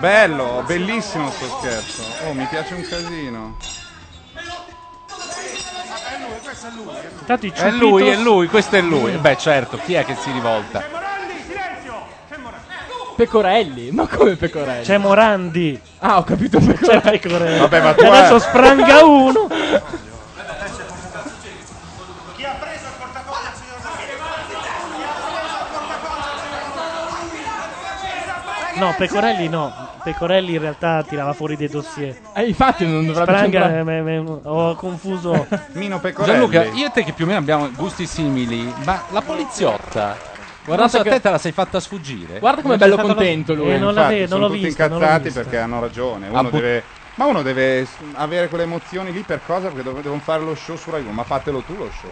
S3: Bello, bellissimo sto scherzo. Oh, mi piace un casino.
S1: Intanto i
S2: È lui, è lui, questo è lui. Beh, certo, chi è che si rivolta?
S7: Pecorelli? Ma come Pecorelli?
S1: C'è Morandi.
S7: Ah, ho capito Pecorelli.
S1: C'è Pecorelli.
S7: Vabbè, ma
S1: E
S7: tu, eh.
S1: adesso spranga uno. No, Pecorelli no. Pecorelli in realtà tirava fuori dei dossier.
S7: Eh, infatti non dovrebbe
S1: Spranga,
S7: sembrare-
S1: eh, me- me- ho confuso.
S3: Mino
S2: Gianluca, io e te che più o meno abbiamo gusti simili, ma la poliziotta.
S7: Non so
S2: Guardate, a
S7: che-
S2: te te la sei fatta sfuggire.
S7: Guarda com'è bello contento lui.
S2: Eh,
S3: Infatti, sono tutti incazzati perché hanno ragione. Uno
S2: Ah, bu-
S3: deve- ma uno deve s- avere quelle emozioni lì per cosa? Perché dov- devono fare lo show su Rai uno. Ma fatelo tu lo show.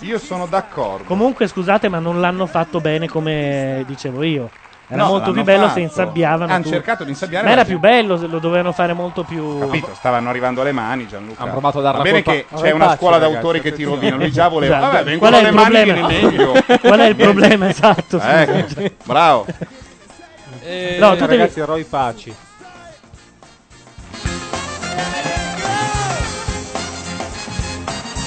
S3: Io sono d'accordo.
S1: Comunque, scusate, ma non l'hanno fatto bene come dicevo io. Era
S3: No,
S1: molto più
S3: l'hanno
S1: bello
S3: fatto.
S1: se insabbiavano.
S3: Hanno
S1: tutti.
S3: cercato di insabbiare,
S1: Ma
S3: ma
S1: era
S3: se-
S1: più bello, se lo dovevano fare molto più.
S3: Capito, stavano arrivando alle mani Gianluca.
S2: Hanno provato a darla
S3: Va bene
S2: colpa-
S3: che
S2: a
S3: c'è una
S2: Rampacci,
S3: scuola
S2: ragazzi,
S3: d'autori che ti
S2: attenzione.
S3: rovina. Lui già voleva.
S1: Esatto.
S3: Vabbè, vengono
S1: Qual è
S3: alle
S1: il
S3: mani oh. che
S1: problema?
S3: rimedio.
S1: Qual è il problema esatto? scusa.
S3: Ecco, bravo.
S14: Eh,
S1: No, tu devi-
S14: ragazzi, eroi paci.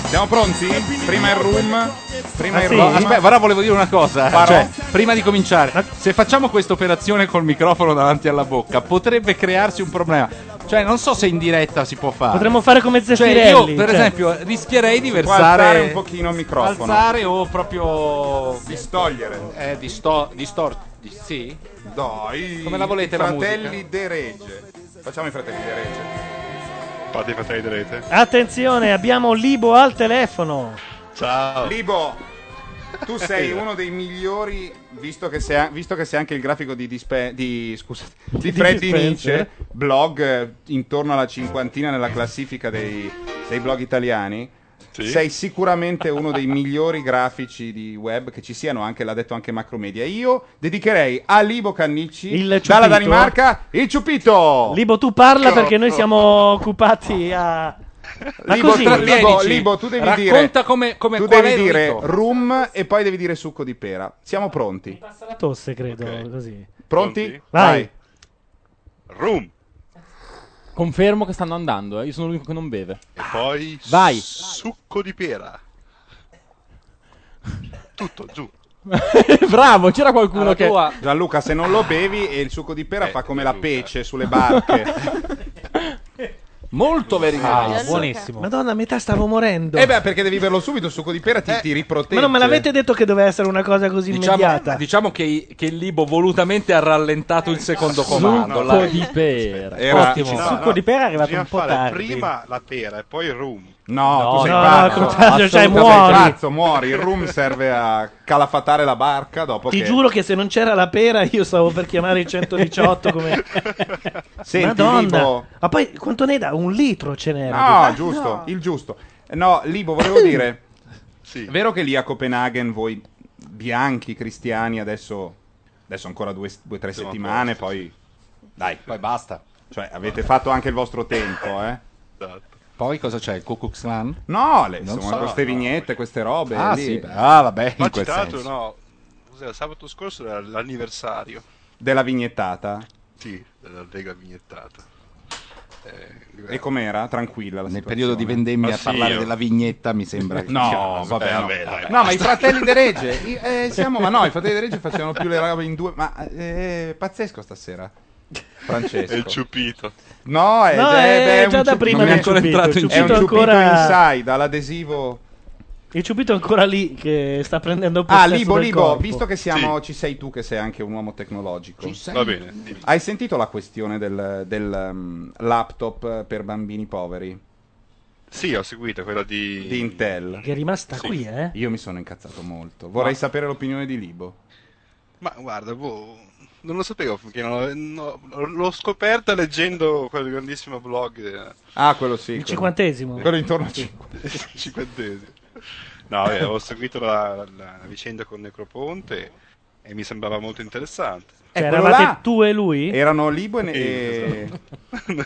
S3: Siamo pronti? Prima il room. Prima il
S2: Ah, sì?
S3: room.
S2: Aspetta, ora volevo dire una cosa.
S3: Parò.
S2: Cioè, prima di cominciare, se facciamo questa operazione col microfono davanti alla bocca, potrebbe crearsi un problema. Cioè, non so se in diretta si può fare.
S1: Potremmo fare come
S2: Cioè,
S1: Zeffirelli.
S2: io, per
S1: cioè.
S2: esempio, rischierei di
S3: Può alzare
S2: versare
S3: un pochino il microfono.
S2: Alzare o proprio
S3: distogliere.
S2: Eh, disto distor di- sì?
S3: Dai.
S2: Come la volete la musica?
S3: Fratelli de Regge. Facciamo i fratelli de Regge.
S24: Fate i fratelli di rete.
S1: Attenzione, abbiamo Libo al telefono.
S24: Ciao.
S3: Libo. Tu sei uno dei migliori, visto che sei, visto che sei anche il grafico di, dispe- di, scusate, di,
S1: Di
S3: Freddy
S1: Dispenser.
S3: Nietzsche, blog eh, intorno alla cinquantina nella classifica dei, dei blog italiani.
S25: Sì.
S3: Sei sicuramente uno dei migliori grafici di web che ci siano, anche, l'ha detto anche Macromedia. Io dedicherei a Libo Cannicci,
S1: Il
S3: dalla
S1: Ciupito.
S3: Danimarca, il Ciupito.
S1: Libo, tu parla perché noi
S3: Cotto.
S1: siamo occupati a. Ma
S3: Libo,
S1: così,
S3: tra- Libo, Libo, tu devi dire, tu
S1: qual è
S3: devi
S1: il
S3: dire
S1: rito.
S3: rum e poi devi dire succo di pera. Siamo pronti.
S1: La tosse, credo. Così.
S3: Pronti?
S1: Vai.
S25: Room.
S12: Confermo che stanno andando, eh. Io sono l'unico che non beve. Ah,
S25: E poi
S12: Vai.
S25: succo di pera. Tutto giù.
S12: Bravo, c'era qualcuno
S3: Alla
S12: che.
S3: tua. Eh, Gianluca, se non lo bevi e il succo di pera fa come la pece sulle barche.
S12: Molto
S1: Ah, buonissimo. Madonna, a metà stavo morendo.
S3: Eh beh, perché devi berlo subito, il succo di pera ti, Eh, ti riprotegge.
S1: Ma non me l'avete detto che doveva essere una cosa così
S2: Diciamo,
S1: immediata?
S2: diciamo che, che il Libo volutamente ha rallentato il secondo comando.
S1: Succo
S2: là.
S1: di
S12: pera.
S2: Era-
S1: Ottimo. Il succo di pera è arrivato
S25: bisogna
S1: un po'
S25: fare
S1: tardi.
S25: Prima la pera e poi il rum.
S3: No,
S1: No,
S3: tu sei
S1: no,
S3: pazzo.
S1: no, Cortazzo, cioè,
S3: Assolutamente
S1: muori.
S3: pazzo, muori. Il rum serve a calafatare la barca dopo
S1: Ti
S3: che...
S1: giuro che se non c'era la pera io stavo per chiamare il 118 come...
S3: Senti,
S1: Madonna.
S3: Libo.
S1: Ma poi quanto ne dà? Un litro ce n'era.
S3: No, giusto, il giusto. No, Libo, volevo dire,
S25: è
S3: vero che lì a Copenaghen voi bianchi cristiani adesso, adesso ancora due, due tre
S25: Siamo
S3: settimane, poi dai, poi basta. Cioè, avete fatto anche il vostro tempo, eh?
S25: Esatto.
S2: Poi cosa c'è? Il Ku Klux Klan?
S3: No, le,
S2: Non
S3: insomma,
S2: so.
S3: queste vignette, queste robe.
S2: Ah,
S3: lì.
S2: sì, beh, ah, vabbè,
S25: Infatti, tra l'altro, no, cos'era, sabato scorso era l'anniversario
S3: Della vignettata.
S25: sì, della Lega vignettata. Eh,
S3: E com'era? Tranquilla la
S24: Nel
S3: situazione.
S24: periodo di vendemmia
S3: Ma sì,
S24: parlare
S3: io-
S24: della vignetta mi sembra che
S3: No,
S24: sia-
S3: vabbè, no.
S24: vabbè, vabbè,
S3: No, ma i
S24: basta.
S3: fratelli de Regge, i- eh, siamo, ma no, i fratelli de Regge facevano più le robe in due, ma eh, è pazzesco stasera. Francesco.
S25: E il ciupito.
S3: No, è,
S1: No,
S3: è-
S1: è
S3: beh, è un
S1: già da
S3: ciup-
S1: prima
S3: non è
S1: del
S3: un ciupito, è
S1: ciupito,
S3: un
S1: il
S3: ciupito,
S1: ciupito ancora-
S3: inside, all'adesivo.
S1: Il ciupito è ancora lì che sta prendendo possesso
S3: Ah, Libo,
S1: del
S3: Libo,
S1: corpo.
S3: visto che siamo, ci sei tu che sei anche un uomo tecnologico.
S1: Ci sei
S25: Va bene, tu. dimmi.
S3: Hai sentito la questione del, del, um, laptop per bambini poveri?
S25: Sì, ho seguito quella di...
S3: Di Intel.
S1: Che è rimasta
S25: Sì.
S1: qui, eh?
S3: Io mi sono incazzato molto. Vorrei
S25: Ma-
S3: sapere l'opinione di Libo.
S25: Ma guarda, boh, non lo sapevo finché non no, l'ho scoperta leggendo quel grandissimo blog. eh,
S3: Ah, quello sì.
S1: Il
S3: quello-
S1: cinquantesimo.
S3: Quello intorno a 5.
S25: cinquantesimo. No, vabbè, avevo seguito la, la- la vicenda con Necroponte e mi sembrava molto interessante.
S1: Cioè, eravate tu e lui?
S3: Eh, Erano Libo e, e,
S25: Sì, esatto.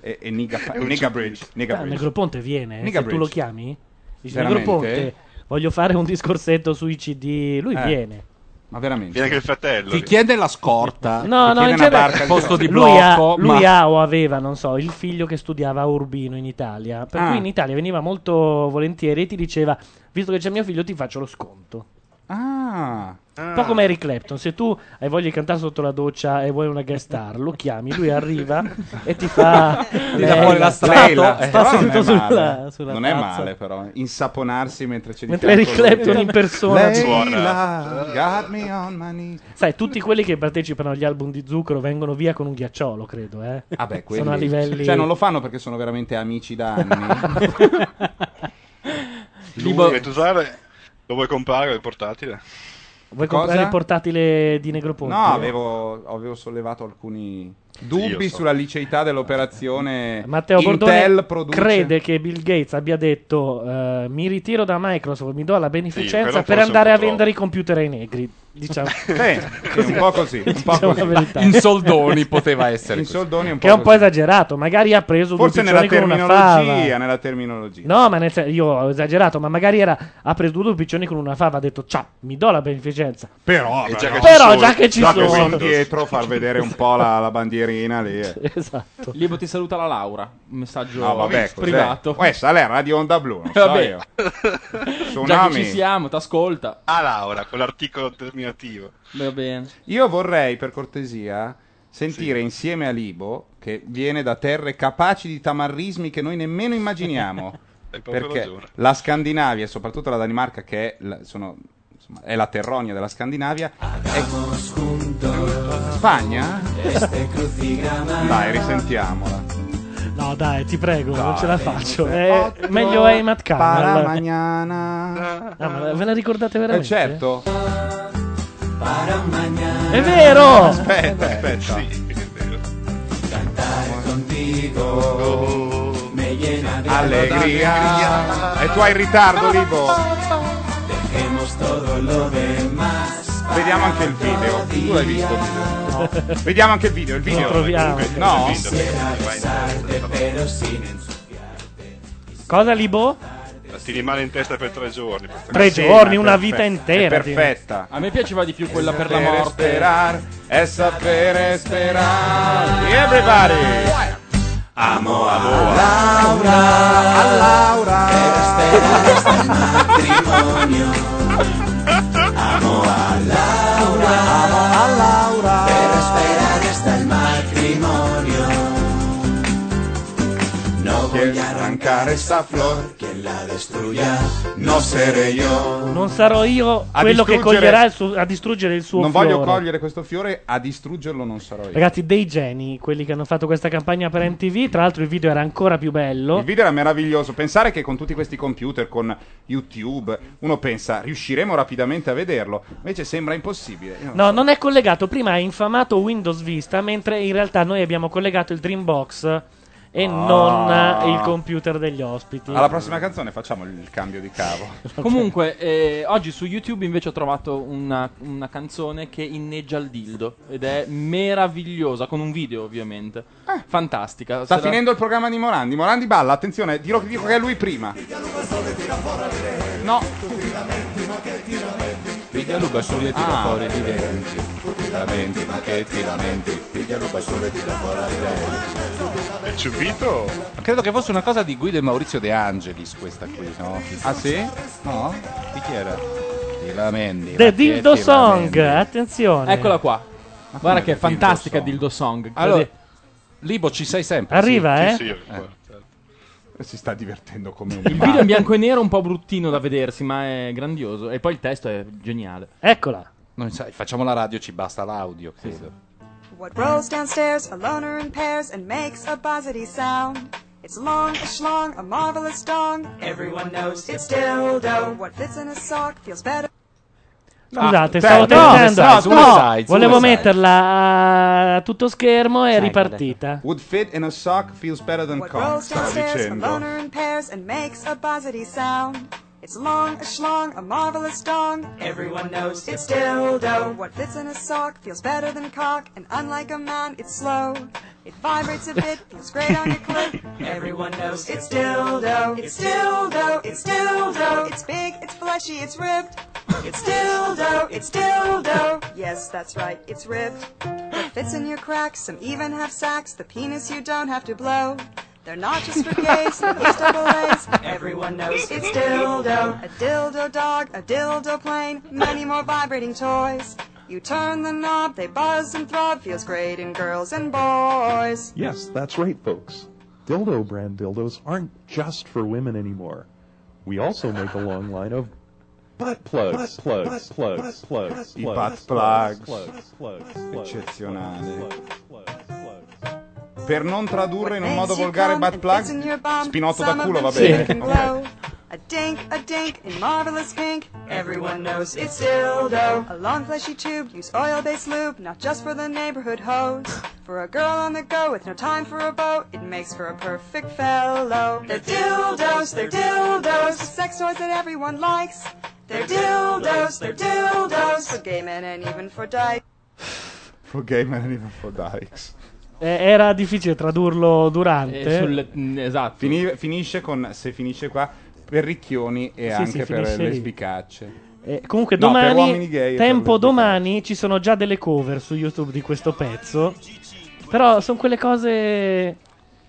S3: e, e Niga,
S25: È un
S3: Niga
S25: cibo.
S3: Bridge. Niga
S1: Ah,
S3: Bridge.
S1: Negroponte viene, eh,
S3: Niga
S1: se tu lo
S3: Bridge.
S1: chiami. Dici,
S3: Veramente?
S1: Negroponte, voglio fare un discorsetto sui CD. Lui
S3: Eh.
S1: viene.
S3: Ma veramente?
S25: Viene anche il fratello.
S2: Ti chiede la scorta.
S1: No,
S2: Ti
S1: no,
S2: chiede
S1: in
S2: una
S1: genere-
S2: barca al posto di
S1: lui, ha-
S2: blocco.
S1: lui
S2: ma-
S1: ha o aveva, non so, il figlio che studiava a Urbino in Italia. Per
S3: Ah.
S1: cui in Italia veniva molto volentieri e ti diceva: Visto che c'è mio figlio, ti faccio lo sconto.
S3: Ah.
S1: Un po' come Eric Clapton, se tu hai voglia di cantare sotto la doccia e vuoi una guest star, lo chiami, lui arriva e ti fa.
S3: Ti dà fuori la strada.
S1: Eh, Sta,
S3: Eh,
S1: sta
S3: però non
S1: seduto
S3: è male.
S1: sulla, sulla
S3: Non è
S1: tazza.
S3: male, però. Insaponarsi mentre c'è di
S1: Mentre Eric
S3: fianco lui.
S1: Clapton in persona
S3: Lei
S1: suona.
S3: là, got me on my knees.
S1: Sai, tutti quelli che partecipano agli album di zucchero vengono via con un ghiacciolo, credo. Eh?
S3: Ah, beh, quelli-
S1: Sono a livelli.
S3: Cioè, non lo fanno perché sono veramente amici da anni.
S25: Lui,
S1: Libo-
S25: tu usare, lo vuoi comprare il portatile?
S1: Vuoi
S3: Cosa?
S1: comprare il portatile di Negroponte?
S3: No, avevo, avevo sollevato alcuni dubbi
S25: io so.
S3: sulla liceità dell'operazione.
S1: Matteo
S3: Intel
S1: Bordone
S3: produce.
S1: crede che Bill Gates abbia detto eh, mi ritiro da Microsoft, mi do la
S25: Sì,
S1: beneficenza
S25: quello
S1: per
S25: forse
S1: andare
S25: un
S1: a
S25: po'
S1: vendere i computer ai negri. Diciamo.
S3: sì, un po' così, un po'
S1: Diciamo
S3: così.
S1: la verità.
S2: In soldoni poteva essere.
S3: In
S2: così.
S3: soldoni un po'
S1: Che è un po'
S3: così.
S1: esagerato, magari ha preso
S3: Forse
S1: due
S3: nella
S1: piccioni con una fava.
S3: terminologia, nella terminologia.
S1: No, ma nel sen- io ho esagerato, ma magari era, ha preso due piccioni con una fava, ha detto ciao, mi do la beneficenza.
S3: Però,
S25: E già
S3: però-
S25: che ci
S1: Però
S25: sono.
S1: già che ci
S3: Già
S1: sono,
S3: sono dietro, far vedere un po' la, la bandierina lì. eh.
S1: esatto.
S12: Libo ti saluta la Laura. Un messaggio
S3: No, vabbè, cos'è?
S12: privato.
S3: Questa è la Radio Onda Blu, non so
S12: Vabbè.
S3: io.
S12: Già
S3: Tsunami.
S12: che ci siamo, ti ascolta.
S25: Ah, Laura, con l'articolo terminativo.
S12: Va bene.
S3: Io vorrei, per cortesia, sentire insieme a Libo, che viene da terre capaci di tamarrismi che noi nemmeno immaginiamo.
S25: Hai proprio
S3: perché
S25: ragione.
S3: la Scandinavia, e soprattutto la Danimarca, che è la, sono- insomma, è la terronia della Scandinavia, è Spagna? Dai, risentiamola.
S1: No, dai, ti prego, non ce la faccio.
S3: Eh,
S1: Eh,
S3: otto
S1: meglio è Matt
S3: para
S1: Cameron.
S3: mañana.
S1: Ah, ma ve la ricordate veramente?
S3: Eh, certo.
S1: È vero!
S3: Aspetta, aspetta. Alegría. E tu hai in ritardo, Libo. Vediamo anche il video. Tu l'hai visto il video? Vediamo anche il video. Il video.
S1: troviamo.
S3: comunque, No.
S1: Cosa Libo?
S25: Ti rimane in testa per tre giorni.
S1: Tre
S25: Sì,
S1: giorni,
S25: ma
S1: una
S25: è
S1: vita
S25: perfetta.
S1: intera.
S25: È perfetta.
S2: A me piaceva di più quella per la
S25: Sapere
S2: morte.
S25: sperare
S3: è sapere sperare. Everybody.
S25: Amo, amo.
S3: Laura. A Laura.
S11: a Laura per sperare sta il matrimonio
S3: No voglio arrancare sta flor che la destruya. No seré yo.
S1: Non sarò io
S3: A
S1: quello che
S3: distruggere-
S1: coglierà il suo- a distruggere il suo
S3: Non
S1: fiore.
S3: voglio cogliere questo fiore, a distruggerlo non sarò io.
S1: Ragazzi, dei geni quelli che hanno fatto questa campagna per MTV. Tra l'altro, il video era ancora più bello.
S3: Il video era meraviglioso. Pensare che con tutti questi computer, con YouTube, uno pensa riusciremo rapidamente a vederlo. Invece sembra impossibile. Io non
S1: No, non è collegato. Prima ha infamato Windows Vista, mentre in realtà noi abbiamo collegato il Dreambox e non il computer degli ospiti.
S3: Ah. Alla prossima canzone facciamo il cambio di cavo.
S12: Comunque, eh, oggi su YouTube invece ho trovato una, una canzone che inneggia il dildo ed è meravigliosa, con un video ovviamente.
S6: Ah.
S12: Fantastica.
S3: Sta
S12: Se la-
S3: finendo il programma di Morandi. Morandi balla, attenzione, dirò, dico che è lui prima. No.
S6: Piglia ruba solo e tira
S3: Ah.
S6: fuori di denti. Ti lamenti, ma che ti lamenti? Piglia ruba solo e tira fuori di denti.
S25: È ciupito?
S6: Credo che fosse una cosa di Guido e Maurizio De Angelis questa qui, no?
S3: Ah sì?
S6: No? Di chi era? Ti lamenti. ma
S1: The
S6: che
S1: Dildo
S6: ti
S1: Song,
S6: lamenti?
S1: attenzione.
S12: Eccola qua. Guarda
S6: com'è
S12: che è
S6: che dildo
S12: fantastica
S6: song?
S12: dildo song.
S6: Allora,
S12: Guarda-
S6: Libo ci sei sempre.
S12: Arriva,
S6: sì?
S12: eh?
S6: Sì, sì, io
S3: Eh. Si sta divertendo come un
S12: Il video in bianco e nero è un po' bruttino da vedersi, ma è grandioso. E poi il testo è geniale.
S1: Eccola.
S6: Non sai, facciamo la radio, ci basta l'audio, credo.
S24: What rolls downstairs, a loner in pairs, and makes a buzzity sound. It's long, a schlong, a marvelous dong. Everyone knows it's dildo. What fits in a sock feels better.
S1: Scusate,
S6: Ah,
S1: stavo
S6: beh, no,
S1: tentando.
S6: no, sulle
S1: no,
S6: sides, sulle
S1: volevo
S6: sides.
S1: metterla a tutto schermo e è
S3: Sai,
S1: ripartita.
S3: Would fit in a sock feels better than cock.
S24: Rolls
S3: Stavo
S24: downstairs, a
S3: dicendo.
S24: loner in pairs, and makes a buzzity sound. It's long, a schlong, a marvelous dong. Everyone knows it's dildo. What fits in a sock feels better than cock, and unlike a man, it's slow. It vibrates a bit, feels great on your clit. Everyone knows it's dildo. It's dildo. It's dildo. It's big, it's fleshy, it's ribbed. It's dildo. It's dildo. Yes, that's right. It's ribbed. It fits in your cracks. Some even have sacks. The penis you don't have to blow. They're not just for gays, they're for double A's. Everyone knows it's dildo. A dildo dog, a dildo plane, many more vibrating toys. You turn the knob, they buzz and throb, feels great in girls and boys.
S26: Yes, that's right, folks. Dildo brand dildos aren't just for women anymore. We also make a long line of butt plugs, plugs, plugs, plugs,
S3: I
S26: plugs,
S3: butt
S26: plugs,
S3: plugs.
S26: plugs,
S3: Eccezionale.
S26: plugs, plugs.
S3: Per non tradurre in un modo volgare butt plug, spinotto da culo, va
S24: Some of them
S3: bene.
S24: shake and
S3: Ok.
S24: glow. A dink, a dink, in marvelous pink. Everyone knows it's dildo. A long fleshy tube, use oil-based lube, not just for the neighborhood hoes. For a girl on the go with no time for a boat, it makes for a perfect fellow. They're dildos, they're dildos, the sex toys that everyone likes. They're dildos, they're dildos, for gay men and even for dyke.
S3: For gamer and even for dykes.
S1: Eh, era difficile tradurlo
S3: Eh,
S1: durante.
S3: esatto. finisce con, se finisce qua, per ricchioni e
S1: Sì,
S3: anche
S1: sì,
S3: per
S1: finisce
S3: le
S1: lì.
S3: spicacce.
S1: Eh, comunque
S3: No, per
S1: domani,
S3: uomini gay e per
S1: tempo
S3: lesbiche.
S1: domani, ci sono già delle cover su YouTube di questo pezzo. Però sono quelle cose...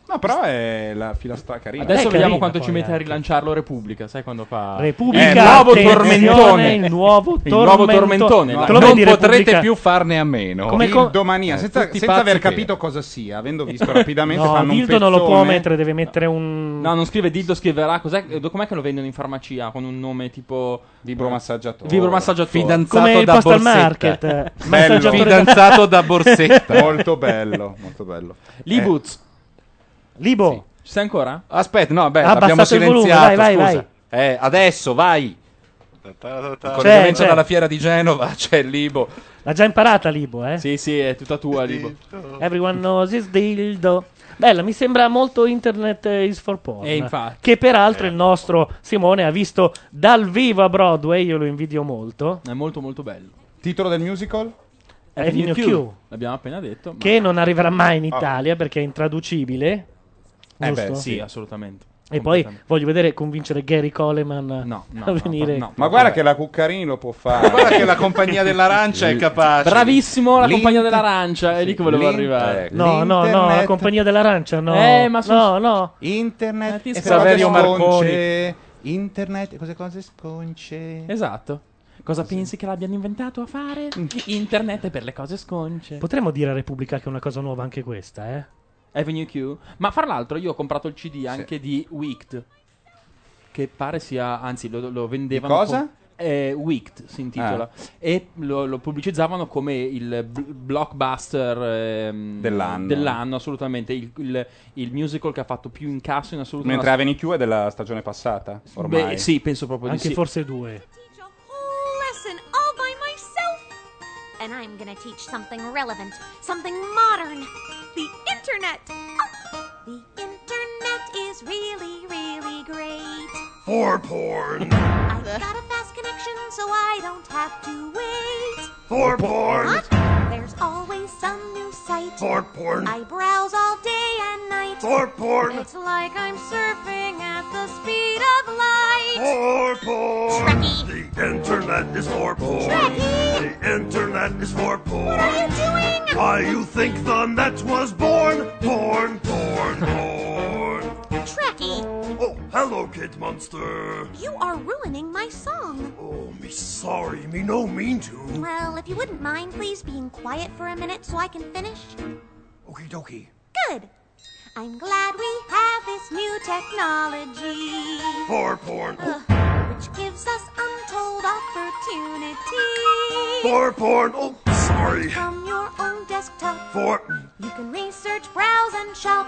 S3: No, però è la filastra carina.
S12: Adesso
S1: È
S12: vediamo
S1: carina
S12: quanto
S1: poi
S12: ci mette a
S1: anche.
S12: rilanciarlo Repubblica, sai quando fa Eh,
S1: Repubblica,
S12: il nuovo
S1: attenzione,
S12: tormentone,
S1: il nuovo
S12: Il nuovo tormentone.
S1: tormentone.
S12: la-
S1: Te lo
S12: non
S1: vedi,
S12: potrete
S1: Repubblica?
S12: più farne a meno.
S3: Come
S12: Il
S3: domania,
S12: Eh,
S3: senza,
S12: tutti
S3: senza
S12: pazzi
S3: aver
S12: che-
S3: capito cosa sia, avendo visto rapidamente
S1: No,
S3: fanno un
S1: Dildo non lo può
S3: pezzone.
S1: mettere, deve mettere un...
S12: No, non scrive dildo, scriverà cos'è, eh, com'è che lo vendono in farmacia con un nome tipo
S3: vibromassaggiatore.
S12: Vibromassaggiatore.
S6: Fidanzato Come il da postal borsetta. market. Bello. Massaggiatore da- Fidanzato da borsetta.
S3: molto bello, molto bello.
S12: Libuz.
S3: Eh,
S1: Libo.
S12: Ci sei ancora?
S2: Aspetta, no, beh,
S1: Ha
S2: l'abbiamo
S1: abbassato il volume,
S2: silenziato.
S1: vai, vai,
S2: scusa. Eh, adesso vai.
S27: Ta-ta-ta-ta.
S2: Il
S12: Cioè,
S2: collegamento dalla fiera di Genova c'è il Libo.
S1: L'ha già imparata Libo, eh?
S12: Sì, sì, è tutta tua Libo.
S1: Everyone knows is dildo. Bella, mi sembra molto Internet is for porn.
S12: Eh, infatti.
S1: Che peraltro il nostro Simone ha visto dal vivo a Broadway, io lo invidio molto.
S12: È molto molto bello.
S3: Titolo del musical?
S1: Avenue Q.
S12: L'abbiamo appena detto. ma-
S1: Che non arriverà mai in
S12: Ah.
S1: Italia perché è intraducibile.
S12: Eh
S1: Giusto?
S12: beh, sì, assolutamente.
S1: E poi voglio vedere convincere Gary Coleman
S12: no,
S1: a
S12: no,
S1: venire.
S12: no,
S3: Ma guarda che la Cuccarini lo può fare.
S2: guarda che la compagnia dell'arancia è capace.
S12: Bravissimo, la
S2: L'in-
S12: compagnia dell'arancia, è lì che volevo
S3: eh,
S12: arrivare.
S1: No, no, no, la compagnia dell'arancia, no.
S12: Eh, ma sono-
S1: no, no.
S3: Internet e
S12: Saverio
S3: cose sconce.
S12: Marconi.
S3: Internet e queste cose sconce. Mm.
S12: Esatto. Cosa pensi che l'abbiano inventato a fare? Internet è per le cose sconce.
S1: Potremmo dire a Repubblica che è una cosa nuova anche questa, eh?
S12: Avenue Q. Ma fra l'altro, io ho comprato il CD anche di Wicked. Che pare sia. Anzi, lo, lo vendevano.
S3: Di cosa? Ah.
S12: con- eh, Wicked si intitola. E lo, lo pubblicizzavano come il bl- blockbuster ehm,
S3: Dell'anno.
S12: dell'anno, assolutamente. Il, il- il musical che ha fatto più incasso in assoluto.
S3: Mentre
S12: nella-
S3: Avenue Q è della stagione passata, ormai.
S12: Beh, sì, penso proprio di
S1: Anche
S12: sì.
S1: forse due.
S21: lesson all by myself. And I'm gonna teach something relevant, something modern. The internet. Oh, the internet is really, really great.
S25: For porn.
S21: I've got a fast connection, so I don't have to wait.
S25: For porn.
S21: What? There's always some new site.
S25: For porn.
S21: I browse all day and night.
S25: For porn.
S21: It's like I'm surfing at the speed of light.
S25: For porn. The internet is for porn.
S21: Trekkie!
S25: The internet is for porn.
S21: What are you doing?
S25: Why you think the net was born? Porn, porn, porn.
S21: Trekkie!
S25: Oh, hello, kid monster.
S21: You are ruining my song.
S25: Oh, me sorry, me no mean to.
S21: Well, if you wouldn't mind, please being quiet for a minute so I can finish.
S25: Okie dokie.
S21: Good. I'm glad we have this new technology.
S25: For porn.
S21: Ugh, which gives us untold opportunity.
S25: For porn. Oh, sorry.
S21: From your own desktop,
S25: For
S21: you can research, browse, and shop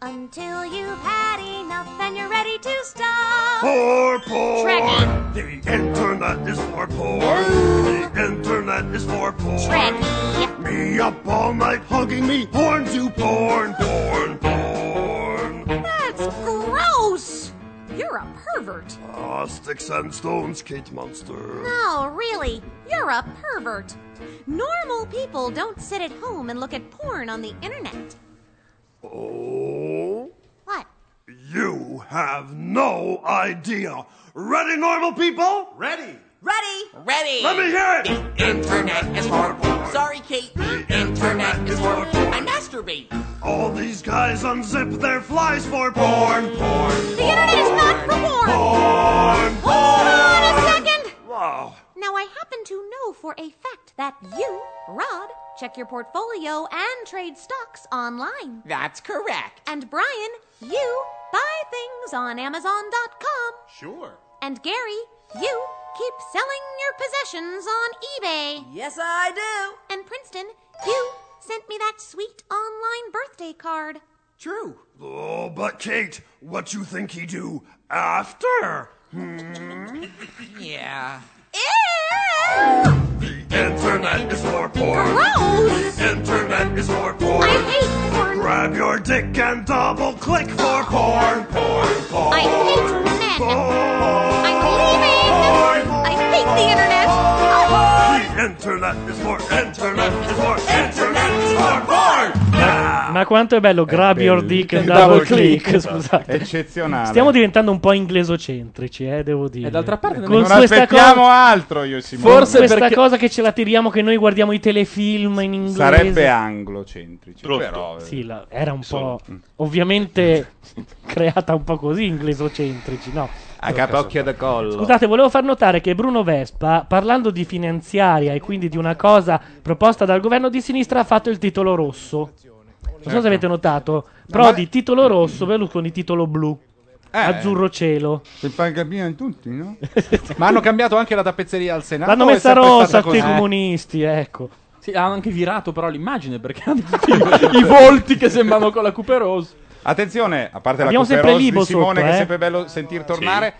S21: until you've had enough and you're ready to stop.
S25: For porn.
S21: Trekkie.
S25: The internet is for porn. The internet is for porn.
S21: Trekkie.
S25: Me up all night hugging me porn to porn, porn, porn.
S21: That's gross. You're a pervert.
S25: Ah, sticks and stones, kid monster.
S21: No, really, you're a pervert. Normal people don't sit at home and look at porn on the internet.
S25: Oh.
S21: What?
S25: You have no idea. Ready, normal people? Ready.
S21: Ready?
S25: Ready. Let me hear it. The internet is horrible.
S11: Sorry, Kate.
S25: The internet is horrible.
S11: I masturbate.
S25: All these guys unzip their flies for porn, porn.
S21: The internet is not for porn.
S25: Porn,
S21: Hold on a
S25: porn.
S21: second.
S25: Wow.
S21: Now I happen to know for a fact that you, Rod, check your portfolio and trade stocks online.
S11: That's correct.
S21: And Brian, you buy things on Amazon.com.
S11: Sure.
S21: And Gary, you keep selling your possessions on eBay. Yes, I do. And Princeton, you sent me that sweet online birthday card. True.
S25: Oh, but Kate, what you think he do after? Hmm?
S11: Yeah.
S25: The internet is for porn.
S21: Gross.
S25: The internet is for porn.
S21: I hate porn.
S25: Grab your dick and double click for porn, porn, porn.
S21: I hate men. I'm leaving. I hate the internet.
S25: The internet is for internet is for internet is for porn.
S3: Ah.
S1: Ma quanto è bello, grab your dick and double click. Scusate.
S3: Eccezionale.
S1: Stiamo diventando un po' inglesocentrici, eh, devo dire.
S3: E d'altra parte
S1: Con
S3: non- non
S1: questa
S3: aspettiamo altro, io e Simone.
S1: Forse
S3: Forse
S1: questa
S3: perché-
S1: cosa che ce la tiriamo che noi guardiamo i telefilm in inglese.
S3: Sarebbe anglocentrici, però. eh. Mm.
S1: Sì, la- era un
S3: Solo-
S1: po' ovviamente creata un po' così inglesocentrici, no?
S3: A capocchio da collo.
S1: Scusate, volevo far notare che Bruno Vespa, parlando di finanziaria e quindi di una cosa proposta dal governo di sinistra, ha fatto il titolo rosso. Non
S3: Certo.
S1: so se avete notato. Prodi titolo rosso, Berlusconi titolo blu. Azzurro cielo.
S3: Eh. Se fai capire a tutti, no? Ah,
S2: Ma hanno cambiato anche la tappezzeria al Senato.
S1: L'hanno
S2: o è
S1: messa
S2: sempre
S1: rossa
S2: stata
S1: sti
S3: eh.
S2: così?
S1: comunisti, ecco.
S12: Eh, Sì, hanno anche virato però l'immagine perché hanno tutti i, i volti che sembrano con la Cooper Rose.
S3: Attenzione, a parte
S1: Abbiamo
S3: la
S1: sempre
S3: Cooper Rose
S1: Libo
S3: di Simone,
S1: sotto,
S3: che
S1: eh.
S3: è sempre bello sentir tornare.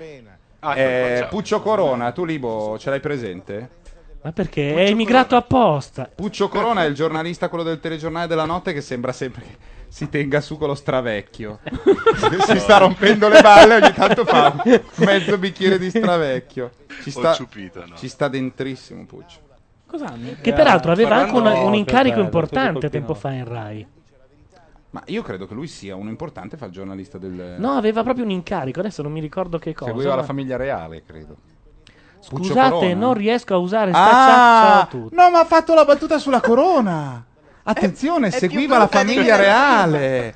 S3: Eh, Puccio Corona, tu Libo ce l'hai presente?
S1: Ma perché? è emigrato apposta.
S3: Puccio Corona è il giornalista, quello del telegiornale della notte, che sembra sempre che si tenga su con lo stravecchio. si sta rompendo le balle, ogni tanto fa mezzo bicchiere di stravecchio. Ci
S25: Ho
S3: sta,
S25: ciupito, no.
S3: ci sta dentrissimo Puccio.
S12: Cos'hanno?
S1: Che peraltro aveva anche un, un incarico importante tempo fa in Rai.
S3: Ma io credo che lui sia un importante, fa il giornalista del...
S1: No, aveva proprio un incarico, adesso non mi ricordo che cosa.
S3: Seguiva la
S1: ma-
S3: famiglia reale, credo. Puccio
S1: Scusate,
S3: Corona?
S1: non riesco a usare sta
S3: Ah,
S1: chat. Ciao a tutti.
S3: no, ma ha fatto la battuta sulla corona. Attenzione, seguiva la
S1: brutta di
S3: famiglia
S1: quella
S3: reale.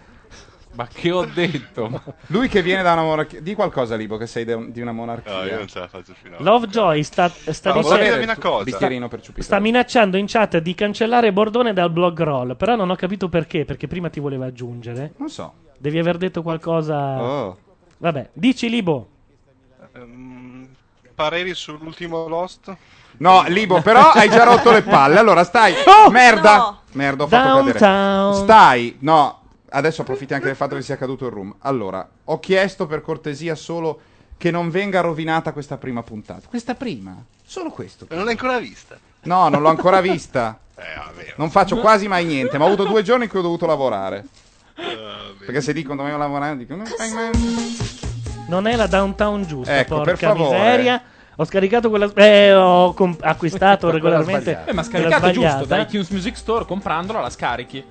S2: Ma che ho detto?
S3: Lui che viene da una monarchia. Di qualcosa, Libo, che sei de- di una monarchia.
S25: No, io non ce la faccio fino a...
S1: Lovejoy sta, sta
S3: Ah,
S1: dicendo-
S3: vorrei dirmi una cosa. Bicchierino per Ciupito.
S1: sta minacciando in chat di cancellare Bordone dal blog roll. Però non ho capito perché, perché prima ti voleva aggiungere.
S3: Non so.
S1: Devi aver detto qualcosa.
S3: Oh.
S1: Vabbè, dici Libo.
S25: Ehm, pareri sull'ultimo Lost?
S3: No, Libo, però hai già rotto le palle. Allora stai. merda! Merda, ho fatto
S25: Downtown.
S3: cadere. Stai. No, adesso approfitti anche del fatto che sia caduto il room. Allora, ho chiesto per cortesia solo che non venga rovinata questa prima puntata. Questa prima? Solo questo.
S25: Non l'hai ancora vista?
S3: No, non l'ho ancora vista.
S25: Eh, vabbè.
S3: Non faccio quasi mai niente, ma ho avuto due giorni in cui ho dovuto lavorare.
S25: Ah,
S3: Perché se dicono dobbiamo lavorare, dicono.
S1: Non è la downtown giusta,
S3: Ecco, per
S1: porca
S3: favore.
S1: miseria. Ho scaricato quella. Eh, ho com- acquistato regolarmente.
S12: Eh, ma
S1: quella
S12: scaricato giusto
S1: sbagliata.
S12: da iTunes Music Store, comprandola la scarichi.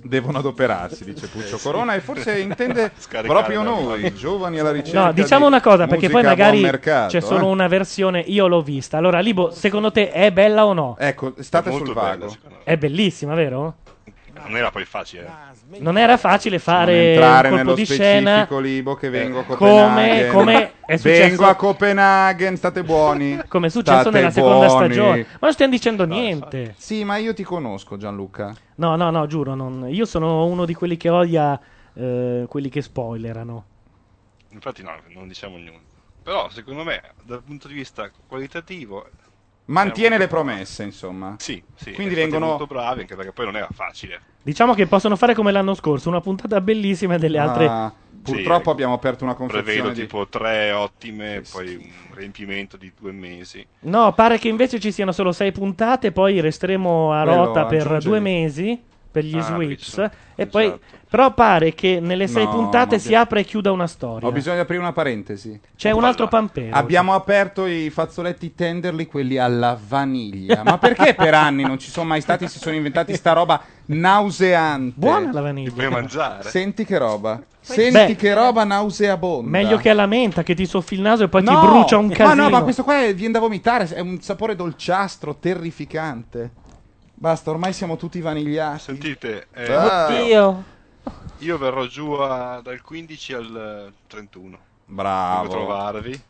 S3: Devono adoperarsi, dice Puccio
S12: sì.
S3: Corona, e forse intende
S12: Scaricare
S3: proprio
S12: da-
S3: noi, giovani alla ricerca.
S1: No, diciamo
S3: di
S1: una cosa, perché poi
S3: musica a buon
S1: magari
S3: mercato,
S1: c'è solo
S3: eh.
S1: una versione, io l'ho vista. Allora, Libo, secondo te è bella o no?
S3: Ecco, state È molto sul vago. bella,
S1: È bellissima, vero?
S25: Non era poi facile.
S1: Non era facile
S3: eh. Non
S1: fare
S3: entrare
S1: un colpo
S3: nello
S1: di scena.
S3: specifico Libo che vengo a
S1: come-
S3: Copenaghen.
S1: come è successo-
S3: Vengo a Copenaghen, state buoni.
S1: Come è successo
S3: State
S1: nella seconda
S3: buoni.
S1: stagione. Ma non stiamo dicendo niente.
S3: Sì, ma io ti conosco Gianluca.
S1: No, no, no, giuro. non- Io sono uno di quelli che odia eh, quelli che spoilerano.
S25: Infatti no, non diciamo niente. Però secondo me, dal punto di vista qualitativo...
S3: Mantiene
S25: era
S3: le promesse, insomma.
S25: Sì, sì,
S3: Quindi
S25: e siete
S3: vengono-
S25: molto bravi anche perché poi non era facile.
S1: Diciamo che possono fare come l'anno scorso, una puntata bellissima e delle altre.
S3: Ah, purtroppo abbiamo aperto una confezione
S25: Prevedo
S3: di...
S25: tipo tre ottime, poi un riempimento di due mesi.
S1: No, pare che invece ci siano solo sei puntate, poi resteremo a
S25: Quello,
S1: rota per
S25: aggiungeli.
S1: due mesi per gli
S25: Ah,
S1: sweeps. E poi, però pare che nelle sei
S3: esatto. No,
S1: puntate
S3: ma
S1: si
S3: che-
S1: apra e chiuda una storia.
S3: Ho bisogno di aprire una parentesi.
S1: C'è un altro pampero.
S3: Abbiamo aperto i fazzoletti tenderly, quelli alla vaniglia. Ma perché per anni non ci sono mai stati? Si sono inventati sta roba nauseante.
S1: Buona la vaniglia.
S25: puoi mangiare.
S3: Senti che roba. Senti
S1: Beh,
S3: che roba nauseabonda.
S1: Meglio che la menta che ti soffi il naso e poi
S3: No,
S1: ti brucia un casino.
S3: Ma no, ma questo qua è- viene da vomitare. È un sapore dolciastro, terrificante. Basta, ormai siamo tutti vanigliati.
S25: Sentite, eh,
S3: Ah.
S25: Io verrò giù a- dal 15 al eh, 31.
S3: Bravo.
S25: Devo trovarvi.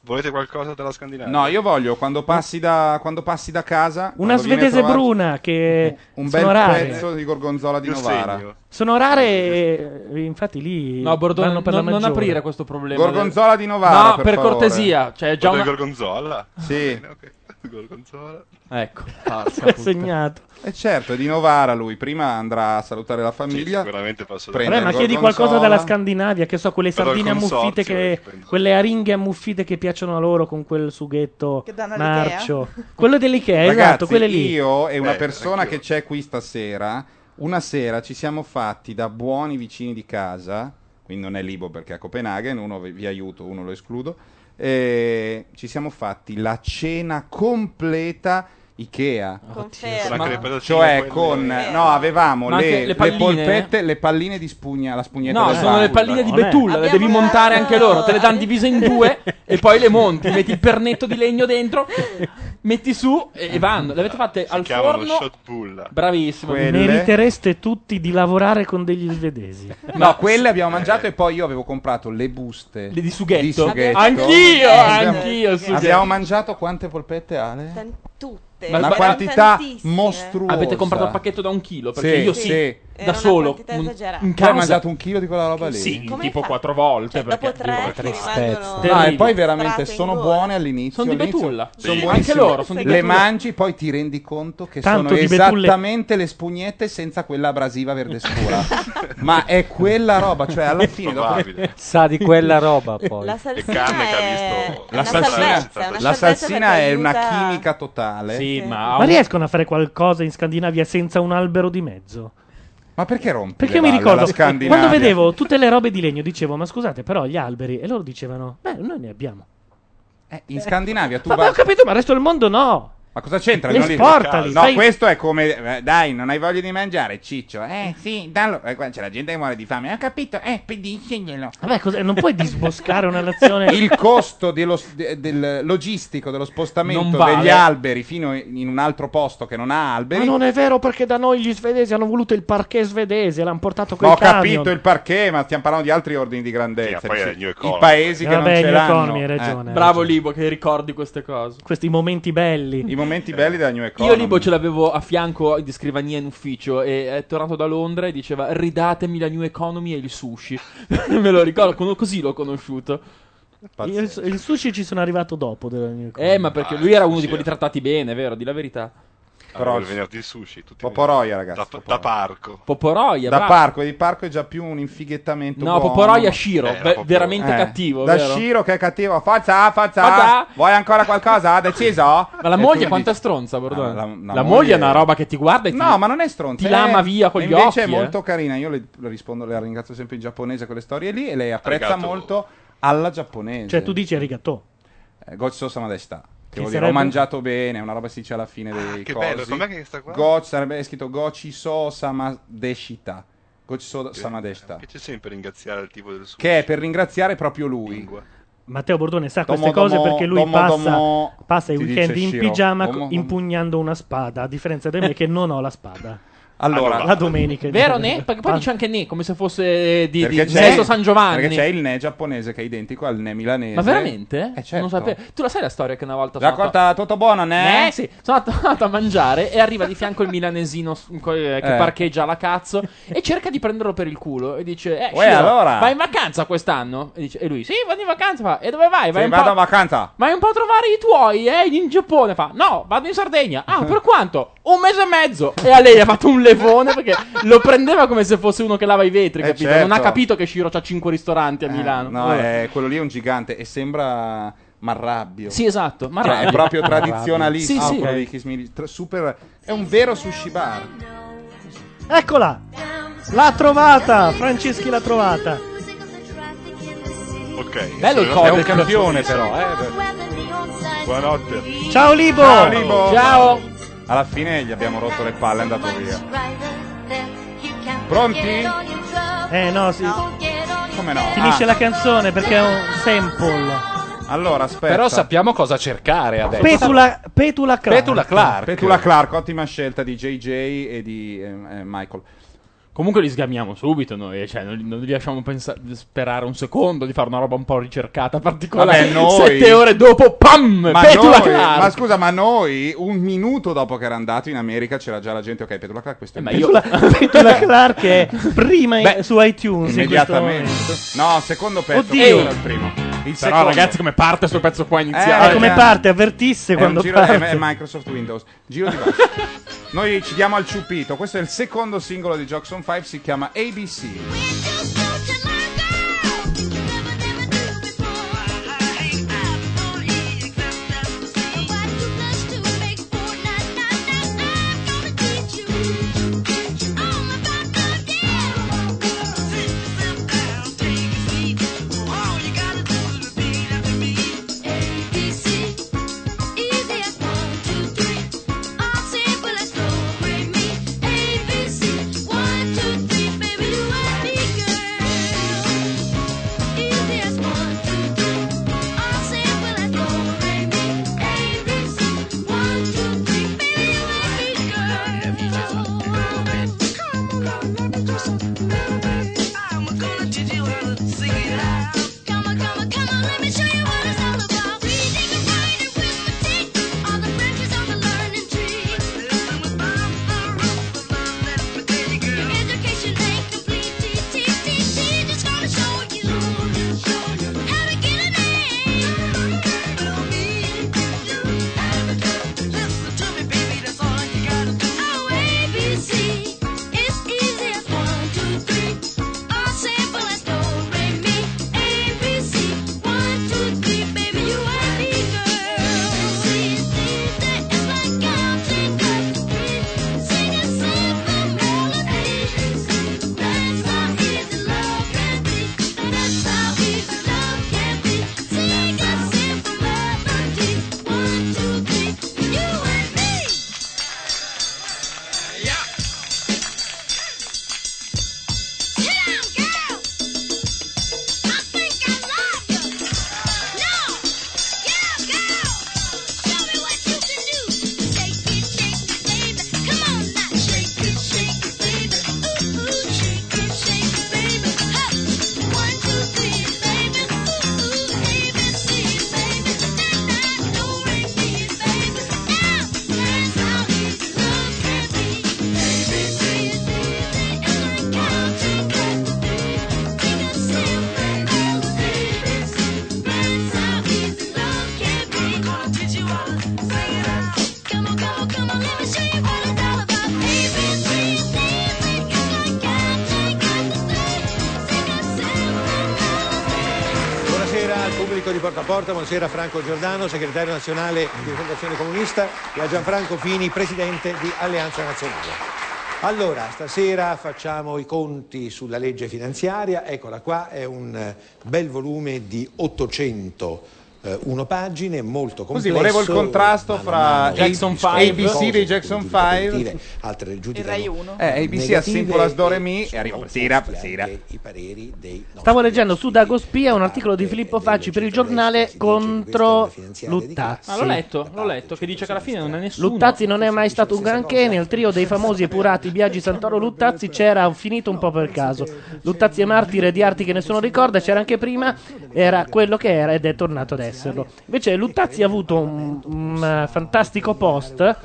S25: Volete qualcosa dalla Scandinavia?
S3: No, io voglio quando passi da, quando passi da casa.
S1: Una
S3: quando vieni a
S1: svedese
S3: trovarci-
S1: bruna che
S3: Un
S1: sono
S3: bel
S1: rare.
S3: pezzo di gorgonzola di
S25: Io
S3: Novara.
S25: segno.
S1: Sono rare, eh, infatti lì
S12: No, Bordone,
S1: vanno per
S12: non-
S1: la
S12: non
S1: maggiore.
S12: aprire questo problema.
S3: Gorgonzola di Novara.
S12: No, per
S3: favore.
S12: cortesia, cioè, è già
S25: Volete
S12: una-
S25: Gorgonzola?
S3: Sì.
S25: Ah, bene, ok. Gorgonzola.
S12: Ecco,
S25: L'ho puttana.
S1: segnato.
S3: E certo, è di Novara lui. Prima andrà a salutare la famiglia.
S25: sicuramente passo da-
S3: prende
S1: Vabbè, ma
S3: il
S1: chiedi
S3: gorgonzola.
S1: qualcosa dalla Scandinavia, che so, quelle
S3: Però il
S1: sardine ammuffite,
S3: consorzio
S1: che, quelle aringhe ammuffite che piaccionono a loro con quel sughetto
S4: danno all'Ikea.
S1: marcio. Quello dell'Ikea,
S3: Ragazzi,
S1: esatto, quelle lì.
S3: Io e una
S25: Eh,
S3: persona
S25: anch'io.
S3: che c'è qui stasera, una sera ci siamo fatti da buoni vicini di casa, quindi non è Libo perché è a Copenaghen, uno vi vi aiuto, uno lo escludo, e ci siamo fatti la cena completa Ikea.
S25: Confermo. Con anche le patatine,
S3: Cioè
S25: quelle-
S3: con... No, avevamo
S12: Ma anche
S3: le,
S12: le
S3: le
S12: palline.
S3: polpette, le palline di spugna, la spugnetta
S12: No,
S3: del
S12: sono le
S3: Bauer.
S12: palline di
S3: Non è-
S12: betulla, le devi montare anche loro. Te le danno divise in due e poi le monti. Metti il pernetto di legno dentro, metti su e
S3: Eh.
S12: e vanno. Le avete fatte al
S25: chiamano
S12: forno.
S25: shot bulla.
S12: Bravissimo.
S1: Meritereste tutti di lavorare con degli svedesi.
S3: No, quelle abbiamo mangiato e poi io avevo comprato le buste
S1: Le di sughetto.
S3: sughetto.
S1: Anch'io,
S3: Abbiamo-
S1: anch'io, sughetto.
S3: Abbiamo mangiato quante polpette Ale?
S12: Ma-
S3: Una
S12: ma-
S3: quantità
S12: tantissime.
S3: mostruosa.
S12: Avete comprato il pacchetto da un chilo? Perché
S3: Sì,
S12: io
S3: sì.
S12: sì. da solo un, cioè, un
S3: Tu hai
S12: casa.
S3: mangiato un chilo di quella roba lì?
S12: Sì, tipo quattro volte.
S3: Cioè,
S12: perché
S3: dopo tre
S12: tre
S3: ti Ah, e poi veramente sono buone all'inizio.
S12: Sono di
S3: all'inizio-
S12: betulla.
S3: Sono
S12: Sì.
S3: buonissime.
S12: Anche loro, sono di
S3: Le
S12: betulla.
S3: mangi, poi ti rendi conto che
S1: Tanto
S3: sono
S1: di betulle.
S3: esattamente le spugnette senza quella abrasiva verde scura. Ma è quella roba, cioè alla fine. Dopo...
S25: Probabile.
S14: Sa di quella roba poi.
S8: La
S25: E
S8: salsina
S25: carne che
S8: è...
S25: ha visto.
S3: La
S8: una
S3: salsina,
S8: salvezza, una
S3: la
S8: salvezza
S3: salsina
S8: perché
S3: è una
S8: aiuta-
S3: chimica totale.
S12: Sì,
S1: Ma riescono a fare qualcosa in Scandinavia senza un albero di mezzo?
S3: Ma perché rompi?
S1: Perché
S3: le
S1: io mi
S3: balle alla
S1: ricordo
S3: Scandinavia?
S1: quando vedevo tutte le robe di legno, dicevo: Ma scusate, però gli alberi. E loro dicevano: Beh, noi ne abbiamo.
S3: Eh,
S1: Eh.
S3: In Scandinavia tu
S1: Ma
S3: vai-
S1: ho capito, ma il resto del mondo no.
S3: Ma cosa c'entra?
S1: Le
S3: Non li-
S1: esportali,
S3: No,
S1: fai-
S3: questo è come. eh, Dai, non hai voglia di mangiare, ciccio. Eh, sì, dallo. Eh, guarda, c'è la gente che muore di fame. Ho capito. Eh, pedisceglielo.
S1: Vabbè, cos'è? non puoi disboscare una nazione.
S3: Il costo dello, de- del logistico dello
S1: Non
S3: spostamento
S1: vale.
S3: degli alberi fino in un altro posto che non ha
S1: Ma
S3: alberi.
S1: non è vero perché da noi gli svedesi hanno voluto il parquet svedese, l'hanno portato
S3: Ma
S1: con
S3: ho
S1: i camion.
S3: capito il perché, ma stiamo parlando di altri ordini di grandezza.
S25: Sì, ma poi è il New
S3: I
S25: Economy.
S3: paesi che
S1: Eh, Vabbè,
S3: non ce
S1: New
S3: l'hanno. Eh.
S1: Economy, hai ragione.
S12: Bravo Libo che ricordi queste cose.
S1: Questi momenti belli.
S3: I momenti belli della New
S12: Io
S3: Economy.
S12: Libo ce l'avevo a fianco di scrivania in ufficio e è tornato da Londra e diceva ridatemi la New Economy e il sushi. Me lo ricordo, con- così l'ho conosciuto.
S1: Io il, il sushi ci sono arrivato dopo della New Economy.
S12: Eh, ma perché lui era uno di quelli trattati bene, vero? Di la verità.
S25: Però il venerdì il sushi. Tutti
S3: Poporoia, ragazzi.
S25: Da, da parco.
S12: Poporoia,
S3: da
S12: bravo.
S3: parco, e di parco è già più un infighettamento.
S12: No,
S3: buono.
S12: Poporoia Shiro,
S3: Eh,
S12: ve- veramente
S3: Eh,
S12: cattivo,
S3: Da
S12: vero?
S3: Shiro che è cattivo. Forza, forza.
S12: Forza!
S3: Vuoi ancora qualcosa? Ha deciso?
S12: Ma
S3: Eh,
S12: la moglie quanto è stronza, Bordone? la, moglie... è una roba che ti guarda e ti
S3: No, ma non è stronza.
S12: Ti
S3: eh.
S12: lama via con
S3: E
S12: gli
S3: invece
S12: occhi.
S3: è
S12: eh.
S3: molto carina. Io le, le rispondo, le ringrazio sempre in giapponese quelle storie lì. E lei apprezza
S1: Arigato.
S3: molto alla giapponese.
S1: Cioè, tu dici arigato.
S3: Eh, Gozzo Samadesta.
S1: Che
S3: Che vuol
S1: sarebbe-
S3: dire, ho mangiato bene, una roba che si dice alla fine dei
S25: Ah, che
S3: cosi.
S25: bello, com'è che sta qua?
S3: Go- sarebbe scritto Gochi so samadeshita. Gochi so samadeshita.
S25: Piace eh, sempre ringraziare il tipo del sushi.
S3: Che è per ringraziare proprio lui.
S1: Matteo Bordone sa
S3: Domo,
S1: queste cose
S3: domo,
S1: perché lui
S3: domo,
S1: passa,
S3: domo,
S1: passa i
S3: ti
S1: weekend
S3: dice
S1: in
S3: Shiro.
S1: pigiama
S3: Domo,
S1: co-
S3: domo.
S1: impugnando una spada, a differenza di me che non ho la spada.
S3: Allora-
S1: la domenica.
S12: Vero Ne? Perché poi dice anche Ne, come se fosse di, di
S3: Perché c'è-
S12: Sesto San Giovanni.
S3: Perché c'è il ne giapponese che è identico al ne milanese.
S12: Ma veramente?
S3: Eh, certo.
S12: Non sapevo. Tu la sai la storia che una volta
S3: L'ha contata tutto buono, ne?
S12: Eh, sì, sono andato- andato a mangiare e arriva di fianco il milanesino s- co- eh, che
S3: Eh.
S12: parcheggia alla cazzo e cerca di prenderlo per il culo e dice "Eh,
S3: Uè,
S12: Shiro,
S3: allora?"
S12: vai in vacanza quest'anno?" E, dice- e lui "Sì, vado in vacanza". Fa, "E dove vai? Vai
S3: Sì,
S12: un
S3: vado
S12: po'"
S3: a vacanza.
S12: Ma è un po' a trovare i tuoi, eh, in Giappone. Fa, no, vado in Sardegna. Ah, per quanto? Un mese e mezzo. E a lei ha fatto un levone perché lo prendeva come se fosse uno che lava i vetri,
S3: Eh,
S12: capito?
S3: certo.
S12: Non ha capito che Shiro ha 5 ristoranti a Milano.
S3: No,
S12: Allora.
S3: eh, quello lì è un gigante e sembra Marrabbio.
S12: Sì, esatto,
S3: Cioè,
S12: Marrabbio.
S3: è proprio
S12: Marrabbio.
S3: tradizionalista.
S12: Sì, sì.
S3: quello di Kiss Me- tra- super- è un vero sushi bar.
S1: Eccola! L'ha trovata! Franceschi l'ha trovata.
S25: Ok.
S1: Bello il
S3: È un
S1: codec.
S3: campione però, eh.
S25: Buonanotte.
S1: Ciao, Libo!
S3: Ciao Libo!
S1: Ciao!
S3: Alla fine gli abbiamo rotto le palle e è andato via. Pronti?
S1: Eh no, sì.
S3: Come no?
S1: Finisce
S3: Ah.
S1: la canzone perché è un sample.
S3: Allora, aspetta.
S2: Però sappiamo cosa cercare adesso.
S1: Petula, Petula Clark.
S3: Petula Clark, ottima scelta di JJ e di ehm, eh, Michael.
S12: Comunque li sgamiamo subito noi, eh, cioè non, non li lasciamo pensa- sperare un secondo di fare una roba un po' ricercata, particolare.
S3: Vabbè, noi-
S12: Sette ore dopo, pam!
S3: Ma,
S12: Petula
S3: noi-
S12: Clark!
S3: ma scusa, ma noi un minuto dopo che era andato in America c'era già la gente, ok, Petula Clark, questo è il
S1: Petula, Eh, Petula Clark è prima in-
S3: Beh,
S1: su iTunes. in questo
S3: Immediatamente.
S1: momento.
S3: No, secondo pezzo.
S1: Oddio.
S3: questo era il primo. Il
S12: Però
S3: secondo. Eh,
S12: ragazzi come parte questo pezzo qua
S1: Ma
S12: iniziale?
S1: come parte? Avvertisse
S3: È
S1: quando
S3: un giro-
S1: parte.
S3: è- è Microsoft Windows. Giro di basso. Noi ci diamo al ciupito. Questo è il secondo singolo di Jackson 5, si chiama ABC.
S9: Education
S8: Amico di Porta a Porta, buonasera Franco Giordano, segretario nazionale di Fondazione Comunista e a Gianfranco Fini, presidente di Alleanza Nazionale. Allora, stasera facciamo i conti sulla legge finanziaria, eccola qua, è un eh, bel volume di 801 pagine, molto complesso.
S3: Così volevo il contrasto
S8: ma non
S3: fra
S8: hanno
S3: Jackson
S8: risposto
S3: Five.
S8: cose,
S3: ABC dei Jackson
S8: giudicano
S3: Five.
S8: positive, Altre giudicano
S3: Rai uno. Eh, ABC
S8: negative
S3: assimbola Sdore Mi,
S8: sono
S3: e arriva Sera,
S8: opposti
S3: Sera.
S8: anche I pareri dei
S1: Stavo leggendo su Dago Spia un articolo di Filippo Facci per il giornale contro Luttazzi.
S12: Ah, l'ho letto, l'ho letto, che dice che alla fine non è nessuno.
S1: Luttazzi non è mai stato un granché, nel trio dei famosi epurati Biagi, Santoro, Luttazzi c'era finito un po' per caso. Luttazzi è martire di arti che nessuno ricorda, c'era anche prima, era quello che era ed è tornato ad esserlo. Invece Luttazzi ha avuto un, un, eh, fantastico post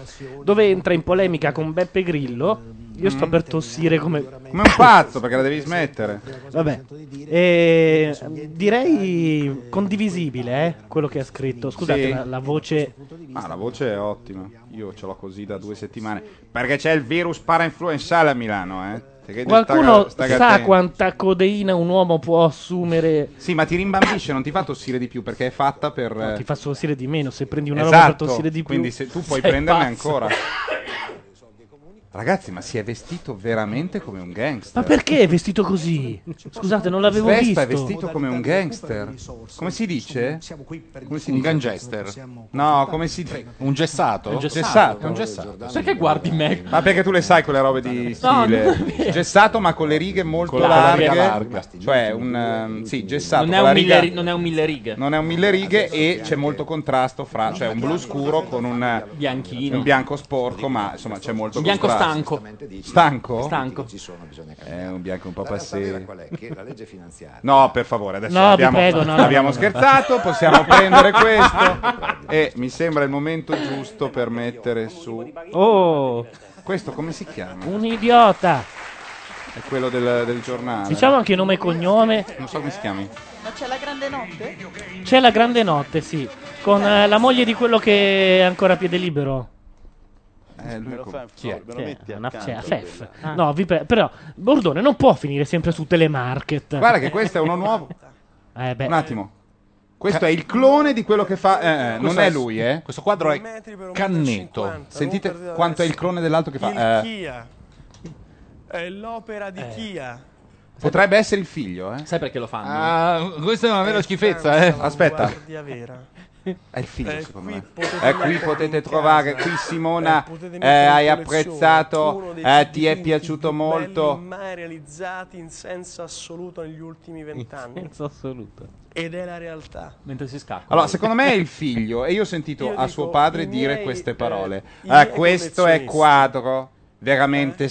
S1: dove entra in polemica con Beppe Grillo. Io sto per tossire come...
S3: Come un pazzo, perché la devi smettere.
S1: Vabbè, Eh, direi condivisibile eh, quello che ha scritto. Scusate,
S3: Sì.
S1: la, la voce
S3: Eh, Ma la voce è ottima. Io ce l'ho così da due settimane. Perché c'è il virus parainfluenzale a Milano, eh. Te che-
S1: Qualcuno
S3: sta- sta
S1: sa
S3: attento.
S1: quanta codeina un uomo può assumere?
S3: Sì, ma ti rimbambisce, non ti fa tossire di più perché è fatta per. eh,
S1: ti fa tossire di meno. Se prendi una roba per
S3: esatto,
S1: tossire di più,
S3: Quindi se tu puoi
S1: sei
S3: prenderne
S1: pazzo.
S3: ancora. Ragazzi, ma si è vestito veramente come un gangster.
S1: Ma perché è vestito così? Scusate, non l'avevo
S3: Vespa
S1: visto.
S3: è vestito come un gangster. Come si dice? Come si dice? Un gangster. No, come si dice? Un gessato?
S2: Un gessato. Un gessato. Perché
S3: guardi me? Ma perché tu le sai quelle robe di
S2: No,
S3: stile.
S2: non è vero.
S3: gessato ma con le righe molto
S2: Con la
S3: larghe.
S2: riga larga.
S3: Cioè un ehm, sì, gessato
S12: Non è
S3: con
S12: un
S3: la riga
S12: mille ri- non è un mille righe.
S3: non è un mille righe e c'è molto contrasto fra cioè un blu scuro con un
S12: Bianchino.
S3: un bianco sporco ma insomma c'è molto
S12: Un bianco
S3: contrasto.
S12: stanco.
S3: stanco
S12: Stanco.
S3: ci sono bisogna è Eh, un bianco un po' passé
S6: qual è? Che la legge finanziaria
S3: no per favore adesso
S1: No, vi
S3: abbiamo,
S1: prego, no, no,
S3: abbiamo
S1: no, no.
S3: scherzato possiamo prendere questo e mi sembra il momento giusto per mettere su
S1: oh
S3: questo come si chiama
S1: un idiota.
S3: è quello del, del giornale
S1: Diciamo anche nome e cognome.
S3: non so come si chiami
S4: Ma c'è la grande notte?
S1: C'è la grande notte, sì. Con eh, la moglie di quello che è ancora a piede libero.
S3: Eh, lui come-
S1: Chi è?
S3: Chi è?
S1: Una- Ah. c'è la Fef.
S10: Ah.
S1: No, vi pre- però Bordone non può finire sempre su telemarket.
S3: Guarda che questo è uno nuovo.
S1: Eh, beh.
S3: Un attimo. Questo è il clone di quello che fa. eh, non
S2: Questo
S3: è
S2: è-
S3: lui, eh?
S2: questo quadro è
S3: Canneto. Sentite quanto è il clone dell'altro che fa.
S10: Il
S3: eh,
S10: Chia. È l'opera
S1: Eh.
S10: di Chia.
S3: potrebbe essere il figlio, eh?
S12: Sai perché lo fanno?
S3: Ah, questa è una vera schifezza, eh? Aspetta.
S10: Guardia vera.
S3: È il figlio, secondo me.
S10: potete
S3: Eh, qui
S10: metterlo
S3: potete
S10: in
S3: trovare,
S10: casa.
S3: qui Simona,
S10: Eh, potete
S3: eh,
S10: metterlo in
S3: hai
S10: collezione.
S3: apprezzato,
S10: Uno dei
S3: eh, ti è
S10: dipinti
S3: piaciuto
S10: più
S3: molto.
S10: belli mai realizzati in senso assoluto negli ultimi vent'anni.
S5: senso assoluto.
S10: Ed è la realtà.
S12: Mentre si scappa.
S3: Allora, secondo me è il figlio, e io ho sentito
S10: Io
S3: a suo
S10: dico,
S3: padre
S10: i
S3: dire
S10: miei,
S3: queste
S10: eh,
S3: parole.
S10: i
S3: Ah,
S10: miei Eh?
S3: questo è
S10: collezionisti.
S3: quadro veramente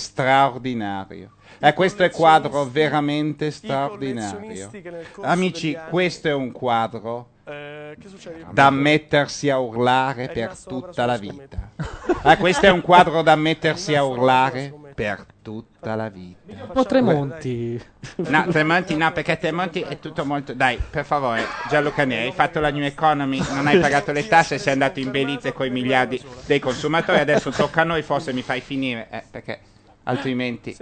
S3: straordinario. Eh, questo è quadro veramente straordinario.
S10: collezionisti che nel corso
S3: Amici,
S10: degli anni-
S3: questo è un quadro
S10: Eh, che succede?
S3: da mettersi a urlare per tutta la vita. Ah, questo è un quadro da mettersi a urlare per tutta la vita.
S1: No, Tremonti.
S3: No, Tremonti no, perché Tremonti è tutto molto... Dai, per favore, Gianluca Neri, hai fatto la New Economy, non hai pagato le tasse, sei andato in Belize con i miliardi dei consumatori, adesso tocca a noi, forse mi fai finire, eh, perché altrimenti...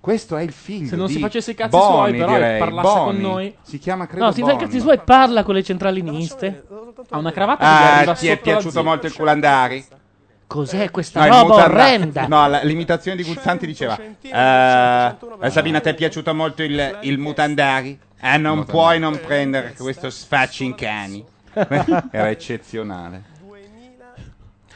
S3: Questo è il figlio
S12: Se non
S3: di
S12: si facesse i cazzi
S3: Boni,
S12: suoi, però, e
S3: direi.
S12: parlasse con
S3: Boni.
S12: noi.
S3: Si chiama, credo,
S1: No, si fa i
S3: Boni.
S1: cazzi suoi, parla con le centraliniste.
S12: Ha una cravatta che gli
S3: Ah,
S12: arriva
S3: ti è
S12: sotto la
S3: piaciuto
S12: zip.
S3: molto il culandari?
S10: Eh.
S1: Cos'è
S3: No,
S1: questa
S3: Ah, il
S1: roba
S3: Mozart-
S1: orrenda?
S3: No, la- l'imitazione di Guzzanti diceva: eh, eh, Sabina, ti è piaciuto molto il, il mutandari? Eh, non puoi non prendere questo sfaccio in cani. Era eccezionale.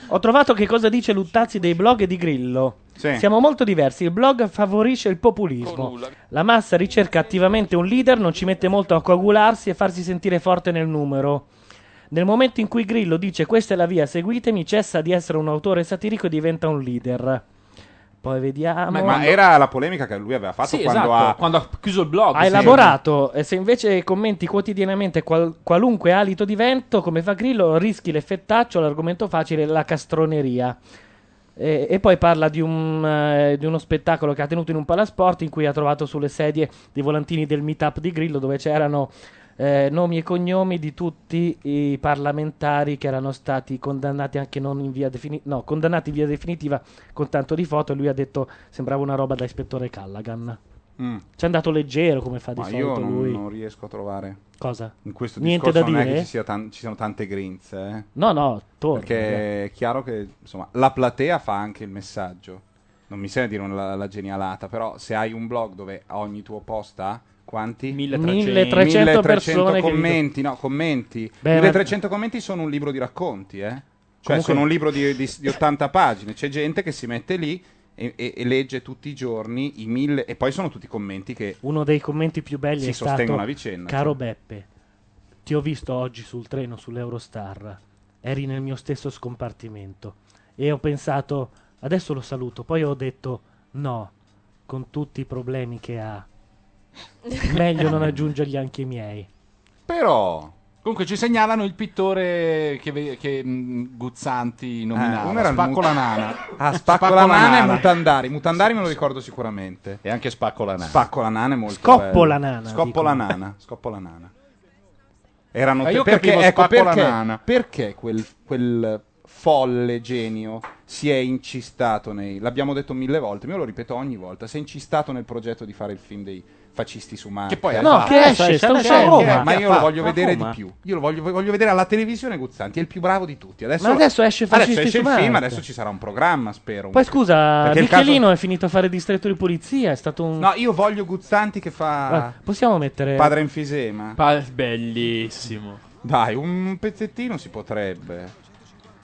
S1: Ho trovato che cosa dice Luttazzi dei blog e di Grillo.
S3: Sì.
S1: Siamo molto diversi, il blog favorisce il populismo. La massa ricerca attivamente un leader, non ci mette molto a coagularsi e farsi sentire forte nel numero. Nel momento in cui Grillo dice questa è la via, seguitemi, cessa di essere un autore satirico e diventa un leader. Poi vediamo.
S3: Ma, era la polemica che lui aveva fatto
S1: Sì,
S3: quando,
S1: esatto,
S3: ha...
S12: quando ha chiuso il blog.
S1: Ha elaborato, e se invece commenti quotidianamente qual- qualunque alito di vento, come fa Grillo, rischi l'effettaccio, l'argomento facile, la castroneria. E, e poi parla di, un, eh, di uno spettacolo che ha tenuto in un palasport in cui ha trovato sulle sedie dei volantini del meetup di Grillo dove c'erano eh, nomi e cognomi di tutti i parlamentari che erano stati condannati anche non in via definitiva, no, condannati in via definitiva con tanto di foto e lui ha detto sembrava una roba da ispettore Callaghan.
S3: Mm.
S1: Ci è andato leggero come fa di
S3: Ma io
S1: solito
S3: non,
S1: lui.
S3: non riesco a trovare.
S1: Cosa?
S3: In questo
S1: Niente
S3: discorso
S1: da
S3: non è
S1: dire?
S3: che ci, sia tan- ci siano tante grinze. eh.
S1: No, no, torna.
S3: Perché è chiaro che insomma, la platea fa anche il messaggio. Non mi sembra dire una, la genialata, però se hai un blog dove a ogni tuo post ha quanti?
S1: 1300 persone che-
S3: commenti, no, commenti.
S1: Beh, ma-
S3: 1300 commenti sono un libro di racconti, eh. Cioè
S1: Comunque-
S3: sono un libro di, di- di 80 pagine, c'è gente che si mette lì e, e- e legge tutti i giorni i mille e poi sono tutti commenti che
S1: Uno dei commenti più belli
S3: Si
S1: è stato
S3: sostengono a vicenda,
S1: Caro
S3: sì.
S1: Beppe, ti ho visto oggi sul treno sull'Eurostar. Eri nel mio stesso scompartimento e ho pensato adesso lo saluto, poi ho detto no, con tutti i problemi che ha. Meglio non aggiungergli anche i miei.
S3: Però.
S2: Comunque ci segnalano il pittore che, ve- che, mh, Guzzanti nominava.
S3: Ah, uno era il
S2: Spacco
S3: Mu-
S2: la nana.
S3: Ah, Spacco, la nana e Mutandari. Mutandari me lo ricordo sicuramente.
S15: E anche Spacco la nana.
S3: Spacco la nana è molto
S1: Scoppo
S3: bello.
S1: la nana,
S3: Scoppo
S1: dicono.
S3: la nana. Scoppo la nana. Erano
S15: Ah,
S3: te-
S15: io
S3: perché,
S15: capivo
S3: ecco,
S15: Spacco la
S3: perché,
S15: nana.
S3: perché quel, quel folle genio si è incistato nei... L'abbiamo detto mille volte, ma io lo ripeto ogni volta. Si è incistato nel progetto di fare il film dei fascisti su Marte.
S2: Che poi ha
S3: No,
S2: fatto.
S3: che esce,
S2: Eh,
S3: sta
S2: che ha
S3: uscendo.
S2: fatto.
S3: Roma. Ma
S2: Che
S3: io
S2: ha
S3: lo
S2: fatto.
S3: voglio vedere di
S2: Roma.
S3: più. Io lo voglio, voglio vedere alla televisione Guzzanti, è il più bravo di tutti. Adesso,
S1: Ma adesso esce Fascisti
S3: adesso esce
S1: su
S3: il film,
S1: Marte.
S3: adesso ci sarà un programma, spero.
S1: Poi scusa,
S3: Perché il caso-
S1: Michelino è finito a fare distretto di polizia, è stato un...
S3: No, io voglio Guzzanti che fa
S1: Ah, possiamo mettere...
S3: padre enfisema.
S12: bellissimo.
S3: Dai, un pezzettino si potrebbe.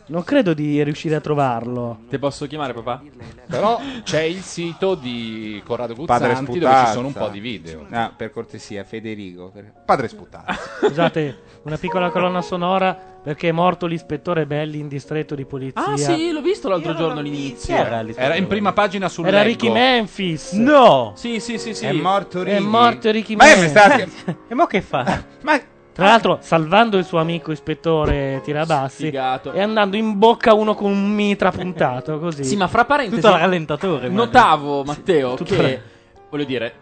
S1: Non credo di riuscire a trovarlo.
S12: Ti posso chiamare papà?
S15: Però c'è il sito di Corrado
S3: Padre
S15: Guzzanti dove
S3: sputazza.
S15: ci sono un po' di video.
S3: Ah, per cortesia, Federico. per- Padre sputazza.
S1: Scusate, una piccola colonna sonora perché è morto l'ispettore Belli in distretto di polizia.
S12: Ah, sì, l'ho visto l'altro giorno all'inizio.
S1: Chi era
S2: Era in prima pagina sul
S1: Era
S2: leggo.
S1: Ricky Memphis.
S2: No!
S12: Sì, sì, sì, sì.
S1: È morto Ricky. È morto Ricky
S3: Ma
S1: Memphis.
S3: mi state-
S1: e mo che fa? Tra l'altro, salvando il suo amico ispettore Tirabassi e andando in bocca a uno con un mitra puntato così.
S12: Sì, ma fra parentesi,
S1: Tutto al rallentatore.
S12: Notavo, Matteo,
S1: tutto
S12: che
S1: al-
S12: voglio dire,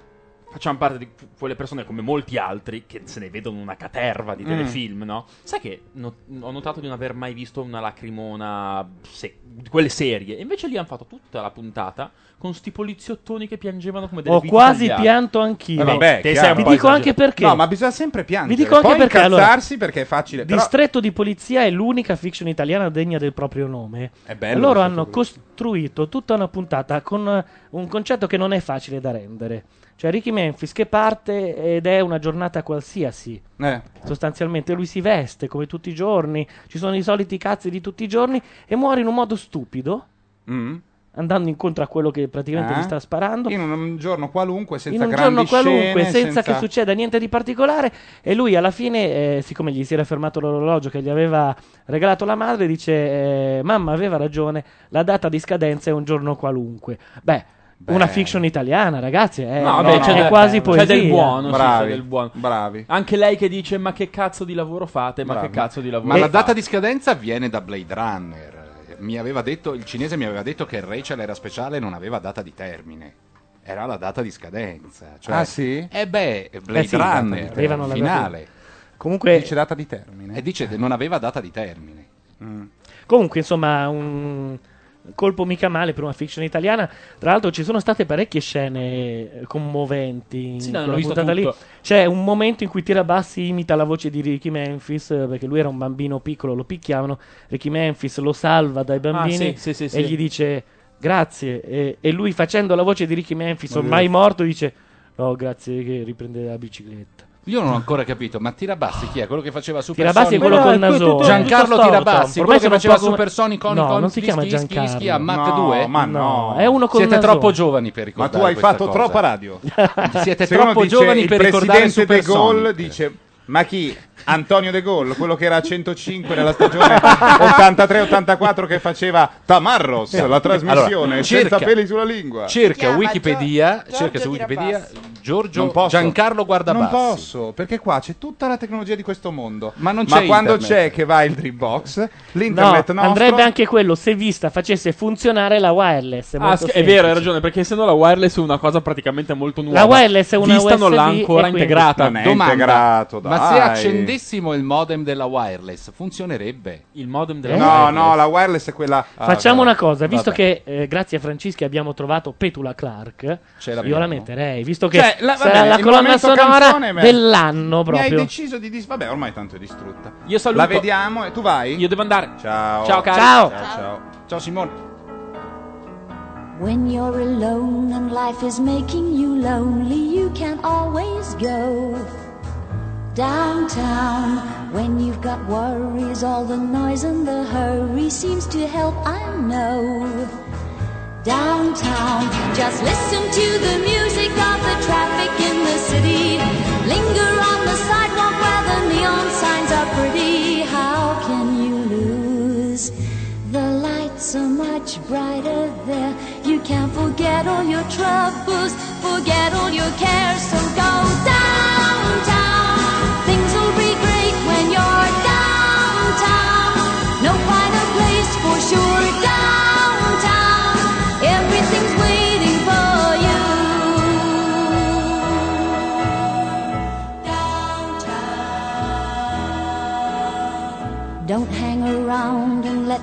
S12: facciamo parte di quelle persone come molti altri che se ne vedono una caterva di
S15: Mm.
S12: telefilm, no? Sai che no- ho notato di non aver mai visto una lacrimona se- di quelle serie. E invece lì hanno fatto tutta la puntata con sti poliziottoni che piangevano come delle
S1: Ho
S12: vite
S1: quasi
S12: tagliate.
S1: pianto anch'io.
S12: Eh, vabbè,
S1: Te
S12: chiaro.
S1: sei un Vi po' dico anche esagerato. perché.
S3: No, ma bisogna sempre piangere.
S1: Vi dico anche
S3: Poi
S1: perché, allora-
S3: incazzarsi perché è facile. però-
S1: Distretto di polizia è l'unica fiction italiana degna del proprio nome.
S3: È bello
S1: Loro
S3: questo
S1: hanno
S3: prodotto.
S1: costruito tutta una puntata con eh, un concetto che non è facile da rendere. Cioè Ricky Memphis che parte ed è una giornata qualsiasi.
S3: Eh.
S1: Sostanzialmente lui si veste come tutti i giorni, ci sono i soliti cazzi di tutti i giorni e muore in un modo stupido,
S3: Mm.
S1: andando incontro a quello che praticamente
S3: Eh?
S1: gli sta sparando.
S3: In un giorno qualunque, senza
S1: in un
S3: grandi
S1: giorno qualunque,
S3: scene,
S1: senza, che succeda niente di particolare. E lui alla fine, eh, siccome gli si era fermato l'orologio che gli aveva regalato la madre, dice: eh, Mamma aveva ragione, la data di scadenza è un giorno qualunque. Beh. Una fiction italiana, ragazzi, è,
S12: No, vabbè,
S1: Eh, è
S12: c'è del-
S1: quasi
S12: c'è
S1: poesia.
S12: del buono, sì,
S3: Bravi,
S12: c'è del buono.
S3: Bravi.
S12: Anche lei che dice "Ma che cazzo di lavoro fate? Ma
S15: Bravi.
S12: che cazzo di lavoro?"
S15: Ma la
S12: fate?"
S15: data di scadenza viene da Blade Runner. Mi aveva detto, il cinese mi aveva detto che il Rachel era speciale e non aveva data di termine. Era la data di scadenza. Cioè,
S3: Ah, sì?
S15: Eh beh, Blade
S3: Eh sì, data di
S15: Runner,
S3: termine. Avevano la data di-
S15: finale.
S1: Comunque...
S15: Dice
S3: data di termine.
S15: E dice non aveva data di termine.
S1: Comunque, insomma, un colpo mica male per una fiction italiana. Tra l'altro, ci sono state parecchie scene eh, commoventi. in
S12: Sì, no,
S1: quella
S12: l'ho visto
S1: puntata lì.
S12: tutto.
S1: C'è un momento in cui Tirabassi imita la voce di Ricky Memphis eh, perché lui era un bambino piccolo, lo picchiavano. Ricky Memphis lo salva dai bambini
S12: Ah, sì, sì, sì,
S1: e
S12: sì.
S1: gli dice grazie. E, e lui, facendo la voce di Ricky Memphis,
S15: Ma
S1: ormai
S15: io-
S1: morto, dice: No, grazie, che riprende la bicicletta.
S15: Io non ho ancora capito, ma Tirabassi chi è? Quello che faceva Super
S1: Tirabassi è
S15: Sonic?
S1: quello col nasone.
S15: Giancarlo Tirabassi, quello che faceva
S1: Sonic
S15: Super Sonic con
S1: No,
S15: con
S1: non si chiama
S15: Fischi, Fischi,
S1: Giancarlo.
S15: Fischi a Mac 2?
S1: È uno con
S15: Siete
S1: nasone.
S15: troppo giovani per
S3: Ma
S15: ricordare
S3: tu hai
S15: questa
S3: fatto
S15: cosa.
S3: troppa radio.
S15: Siete
S3: Se uno
S15: troppo
S3: dice
S15: giovani
S3: il
S15: per ricordare
S3: presidente
S15: Super
S3: De Gaulle
S15: Sonic.
S3: dice ma chi? Antonio De Gaulle, quello che era a 105 nella stagione 83-84 che faceva Tamarros, la trasmissione
S15: Allora,
S3: senza
S15: cerca-
S3: peli sulla lingua.
S15: Cerca Wikipedia, cerca su Wikipedia Giorgio
S3: Non posso.
S15: Giancarlo Guardabassi.
S3: Non posso, perché qua c'è tutta la tecnologia di questo mondo.
S15: Ma non c'è
S3: quando
S15: internet.
S3: c'è che va il Dreambox,
S1: No,
S3: l'internet nostro
S1: andrebbe anche quello se Vista facesse funzionare la wireless.
S12: Ah,
S1: molto
S12: sch- è
S1: semplice.
S12: vero, hai ragione, perché essendo la wireless è una cosa praticamente molto nuova.
S1: La wireless è una
S12: Vista non l'ha
S1: USB e
S12: ancora
S1: quindi-
S12: integrata.
S1: Non è
S12: Domanda,
S3: integrato,
S12: Ma se
S3: dai.
S12: accendiamo
S2: prendessimo il modem della wireless, funzionerebbe.
S12: Il modem
S1: della wireless?
S3: No, no, la wireless è quella.
S1: Facciamo
S2: vabbè.
S1: una cosa, visto
S2: Vabbè.
S1: che eh, grazie a Franceschi abbiamo trovato Petula Clark, io
S2: l'abbiamo.
S1: la metterei, visto che
S3: Cioè, la-
S1: sarà
S3: vabbè,
S1: la
S3: il
S1: colonna
S3: momento
S1: sonora
S3: canzone, beh,
S1: dell'anno proprio.
S3: Mi hai deciso di dis... Vabbè, ormai tanto è distrutta.
S12: Io saluto.
S3: La vediamo e tu vai? Io
S12: devo andare.
S3: Ciao.
S12: Ciao, cari.
S3: Ciao,
S12: Ciao.
S3: ciao. Ciao, Simone.
S28: When you're alone and life is making you lonely, you can always go downtown. When you've got worries, all the noise and the hurry seems to help, I know. Downtown, just listen to the music of the traffic in the city. Linger on the sidewalk where the neon signs are pretty. How can you lose? The lights are much brighter there. You can't forget all your troubles, forget all your cares. So go downtown. Things will be great when you're downtown. No finer place for sure. Downtown. Everything's waiting for you. Don't hang around and let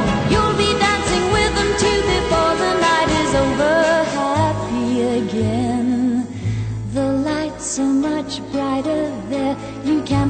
S28: You'll be dancing with them too before the night is over. Happy again. The lights are much brighter there. You can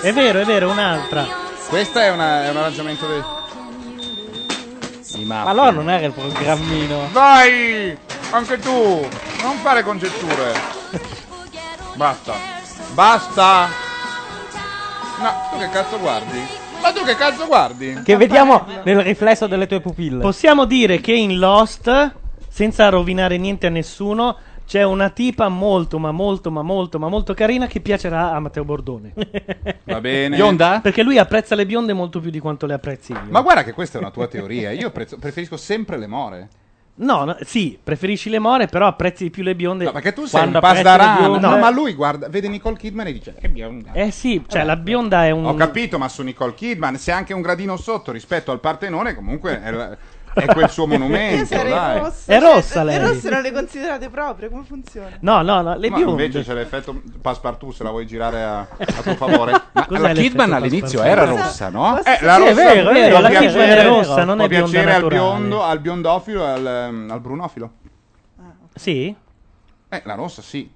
S1: È vero, è vero, un'altra.
S3: Questa è, una- è un arrangiamento del.
S1: Ma allora non era il programmino.
S3: Vai! Anche tu! Non fare congetture! Basta! Basta! No, tu che cazzo guardi? Ma tu che cazzo guardi?
S1: Che vediamo nel riflesso delle tue pupille. Possiamo dire che in Lost, senza rovinare niente a nessuno, c'è una tipa molto, ma molto, ma molto, ma molto carina che piacerà a Matteo Bordone.
S3: Va bene.
S1: Perché lui apprezza le bionde molto più di quanto le apprezzi io.
S3: Ma guarda che questa è una tua teoria. Io prezzo- preferisco sempre le more.
S1: No, no, sì, preferisci le more, però apprezzi di più le bionde. No,
S3: perché tu sei un pasdarano. No, ma lui guarda, vede Nicole Kidman e dice: Che bionda.
S1: Eh sì, cioè la bionda è un.
S3: Ho capito, ma su Nicole Kidman, se anche un gradino sotto rispetto al Partenone, comunque è, la- è quel suo
S5: Io
S3: monumento.
S5: sarei
S3: dai.
S5: rossa.
S1: È rossa
S5: Cioè,
S1: lei.
S5: Le rosse non le considerate proprio, come funziona?
S1: No, no, no, le
S3: Ma
S1: bionde.
S3: invece c'è l'effetto Passepartout se la vuoi girare a, a tuo favore. Ma
S1: Cos'è l'effetto Passepartout?
S3: Eh,
S1: Cosa- Sì,
S3: la
S1: è
S3: rossa
S1: vero, è vero,
S3: può
S1: la
S3: piacere-
S1: Kidman è rossa, non è
S3: può
S1: bionda
S3: piacere al
S1: naturale.
S3: biondo, al mm, biondofilo e al, ehm, al brunofilo.
S1: Sì?
S3: Eh, la rossa sì.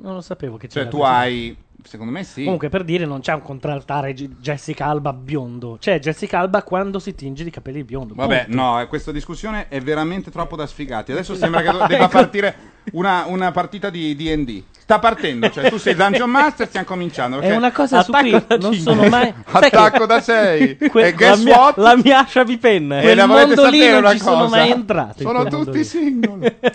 S1: Non lo sapevo che c'era.
S3: Cioè, tu
S1: questo.
S3: hai. Secondo me sì.
S1: Comunque, per dire, non c'è un contraltare G- Jessica Alba biondo. C'è Jessica Alba quando si tinge di capelli biondo.
S3: Vabbè,
S1: punto.
S3: no, eh, questa discussione è veramente troppo da sfigati. Adesso sembra che do- debba
S1: Ecco.
S3: partire una, una partita di DD. Sta partendo, cioè tu sei Dungeon Master, stiamo cominciando.
S1: È
S3: perché
S1: una cosa su
S3: attacco
S1: cui
S3: da
S1: non
S3: cinque.
S1: sono mai. Sai che-
S3: attacco da 6.
S5: Que-
S3: e guess
S5: la mia,
S3: what?
S5: La mia ascia di penna.
S3: E la volete sapere una cosa?
S5: sono mai entrato.
S3: Sono tutti single.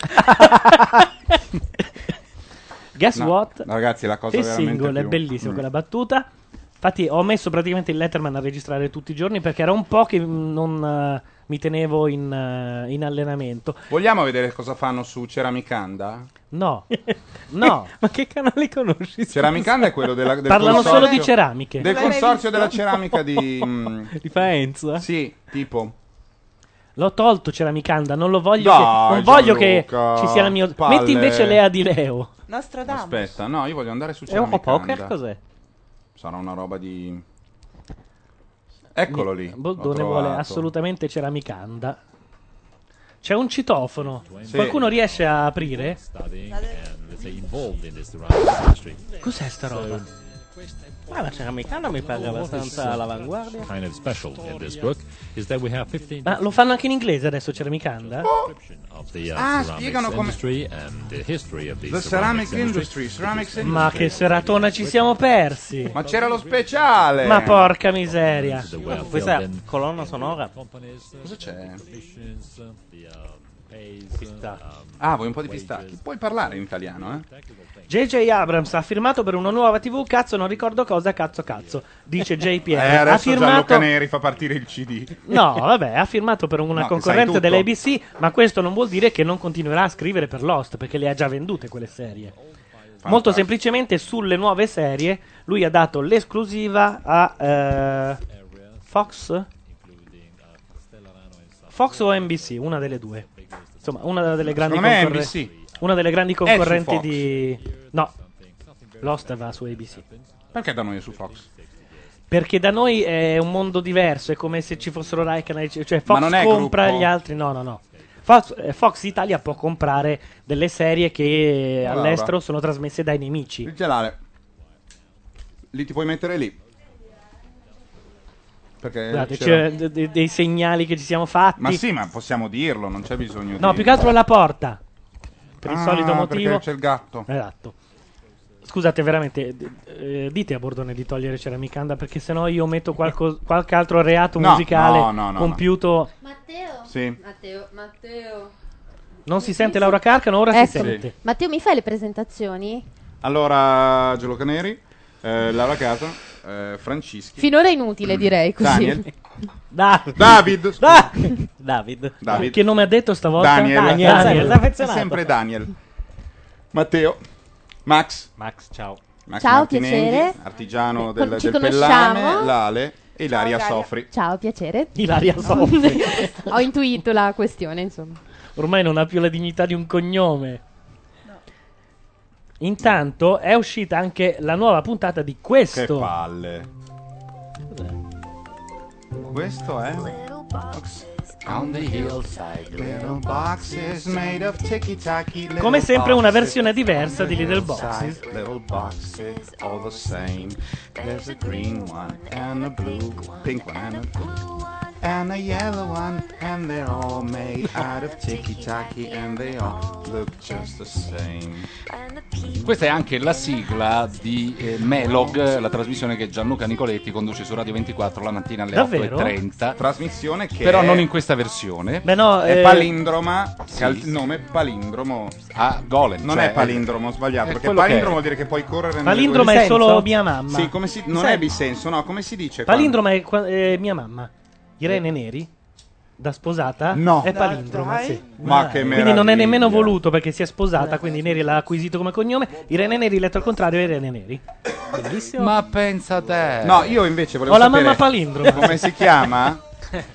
S1: Guess
S3: No,
S1: what?
S3: no, ragazzi, la cosa
S1: Sei
S3: veramente
S1: single, è
S3: più-
S1: bellissima
S3: Mm.
S1: quella battuta. Infatti, ho messo praticamente il Letterman a registrare tutti i giorni perché era un po' che mm, non eh, mi tenevo in, eh, in allenamento.
S3: Vogliamo vedere cosa fanno su Ceramicanda?
S1: No, no.
S3: Ma che canale conosci? Ceramicanda è quello della, del
S1: Parlano
S3: consorzio-
S1: solo di ceramiche.
S3: Del
S1: L'hai mai
S3: consorzio
S1: visto?
S3: della ceramica di, mm,
S1: Di Faenza?
S3: Sì, tipo.
S1: L'ho tolto Ceramicanda, non lo voglio
S3: Dai,
S1: che, non voglio che
S3: Gianluca,
S1: ci sia la mia...
S3: palle.
S1: Metti invece Lea di Leo.
S4: Nostradamus.
S3: Aspetta, no, io voglio andare su
S1: È
S3: Ceramicanda.
S1: un poker, cos'è?
S3: Sarà una roba di Eccolo lì.
S1: Boldone
S3: l'ho
S1: Boh, vuole
S3: trovato.
S1: assolutamente Ceramicanda. C'è un citofono.
S3: Sì.
S1: Qualcuno riesce a aprire?
S5: Cos'è sta roba? Ma la ceramicana mi pare abbastanza all'avanguardia.
S17: Kind of special in this book is that we have 15
S1: Ma lo fanno anche in inglese adesso Ceramicanda?
S17: of the uh,
S1: Ah, spiegano
S17: ceramics
S1: come-
S17: industry and the history of the,
S3: The ceramics industry, ceramics industry.
S1: Ma che seratona ci siamo persi!
S3: Ma c'era lo speciale.
S1: Ma porca miseria!
S5: Questa colonna sonora.
S17: uh,
S3: Cosa c'è?
S17: uh,
S5: Pistacchi.
S17: um,
S3: Ah, vuoi un po' di pistacchi? Puoi parlare in italiano, eh?
S1: JJ Abrams ha firmato per una nuova TV, cazzo non ricordo cosa, cazzo cazzo, dice JPL.
S3: Eh,
S1: ha
S3: adesso Gianluca
S1: firmato
S3: Neri fa partire il CD.
S1: No, vabbè, ha firmato per
S3: No,
S1: una
S3: che
S1: concorrente
S3: sai tutto.
S1: dell'ABC, ma questo non vuol dire che non continuerà a scrivere per Lost, perché le ha già vendute quelle serie. Molto semplicemente sulle nuove serie lui ha dato l'esclusiva a eh, Fox Fox o NBC, una delle due. Insomma, una delle grandi
S3: Secondo me è
S1: concorre-
S3: NBC.
S1: una delle grandi
S3: È su
S1: concorrenti
S3: Fox.
S1: di No. Lost va su ABC.
S3: Perché da noi è su Fox?
S1: Perché da noi è un mondo diverso, è come se ci fossero Rai Canale C- Cioè,
S3: Ma
S1: Fox
S3: non è
S1: compra
S3: gruppo?
S1: gli altri. No, no, no. Fox, eh, Fox Italia può comprare delle serie che
S3: Brava.
S1: all'estero sono trasmesse dai nemici.
S3: Il gelare. Lì ti puoi mettere lì. Perché
S1: Guardate,
S3: c'era-
S1: c'è de- de- dei segnali che ci siamo fatti.
S3: Ma sì, ma possiamo dirlo, non c'è bisogno
S1: No,
S3: di-
S1: più che altro alla porta. Per il
S3: Ah,
S1: solito
S3: perché
S1: motivo.
S3: c'è il gatto.
S1: Esatto. Scusate, veramente, d- eh, dite a Bordone di togliere Ceramicanda perché sennò io metto qualco- qualche altro reato
S3: No,
S1: musicale
S3: no, no, no,
S1: compiuto.
S18: Matteo?
S3: Sì.
S18: Matteo, Matteo.
S1: Non si sente Laura Carcano, ora
S3: Ecco.
S1: si
S18: Eccomi.
S1: sente.
S18: Matteo, mi fai le presentazioni?
S3: Allora, Gianluca Neri, eh, Laura Casa, eh, Francischi. Mm.
S18: Finora inutile, direi così.
S3: Daniel.
S1: David.
S3: David.
S5: David.
S3: David.
S1: Che nome ha detto stavolta?
S3: Daniel.
S1: Daniel. Daniel.
S3: È sempre Daniel. Matteo. Max.
S5: Max, ciao.
S3: Max
S18: Ciao,
S3: Martinelli,
S18: piacere.
S3: Artigiano
S18: Con-
S3: del,
S18: ci
S3: del
S18: conosciamo.
S3: Pellame, l'Ale e Ilaria
S18: Ciao, Ilaria.
S3: Sofri.
S18: Ciao, piacere.
S1: Ilaria Sofri.
S18: Ho intuito la questione, insomma.
S1: Ormai non ha più la dignità di un cognome. Intanto è uscita anche la nuova puntata di questo.
S3: Che palle. Questo è
S11: On the hillside, little boxes made of ticky-tacky.
S1: Come sempre una versione diversa di Little Boxes.
S3: Little boxes all the same. There's a green one and a blue, pink one and a
S11: And a yellow one, and they're all made out of
S3: ticky tacky and they all look just the same.
S15: Questa è anche la sigla di eh, Melog, la trasmissione che Gianluca Nicoletti conduce su Radio 24 la mattina alle
S3: Davvero?
S15: 8.30.
S3: Trasmissione che
S15: Però
S3: è-
S15: non in questa versione.
S3: Beh, no, È eh, palindroma, che ha il nome palindromo.
S15: Ah, Golem.
S3: Non
S15: cioè,
S3: è palindromo, ho sbagliato.
S15: è
S3: Perché
S15: quello che
S3: palindromo
S15: è.
S3: vuol dire che puoi correre nel
S1: Palindroma è solo mia mamma.
S3: Sì, come si, non
S1: Sai-
S3: è bisenso, no, come si dice?
S1: Palindroma è qua- eh, mia mamma.
S3: Eh.
S1: Irene Neri, da sposata, è palindroma.
S3: dai.
S1: sì.
S3: Ma
S1: Dai.
S3: che
S1: Quindi non è
S3: meraviglia.
S1: nemmeno voluto perché si è sposata, quindi Neri l'ha acquisito come cognome. Irene Neri, letto al contrario, è Irene Neri. Bellissimo.
S15: Ma pensa te.
S18: Eh.
S3: No, io invece volevo
S1: Ho la
S3: sapere
S1: mamma palindroma.
S3: Come si chiama?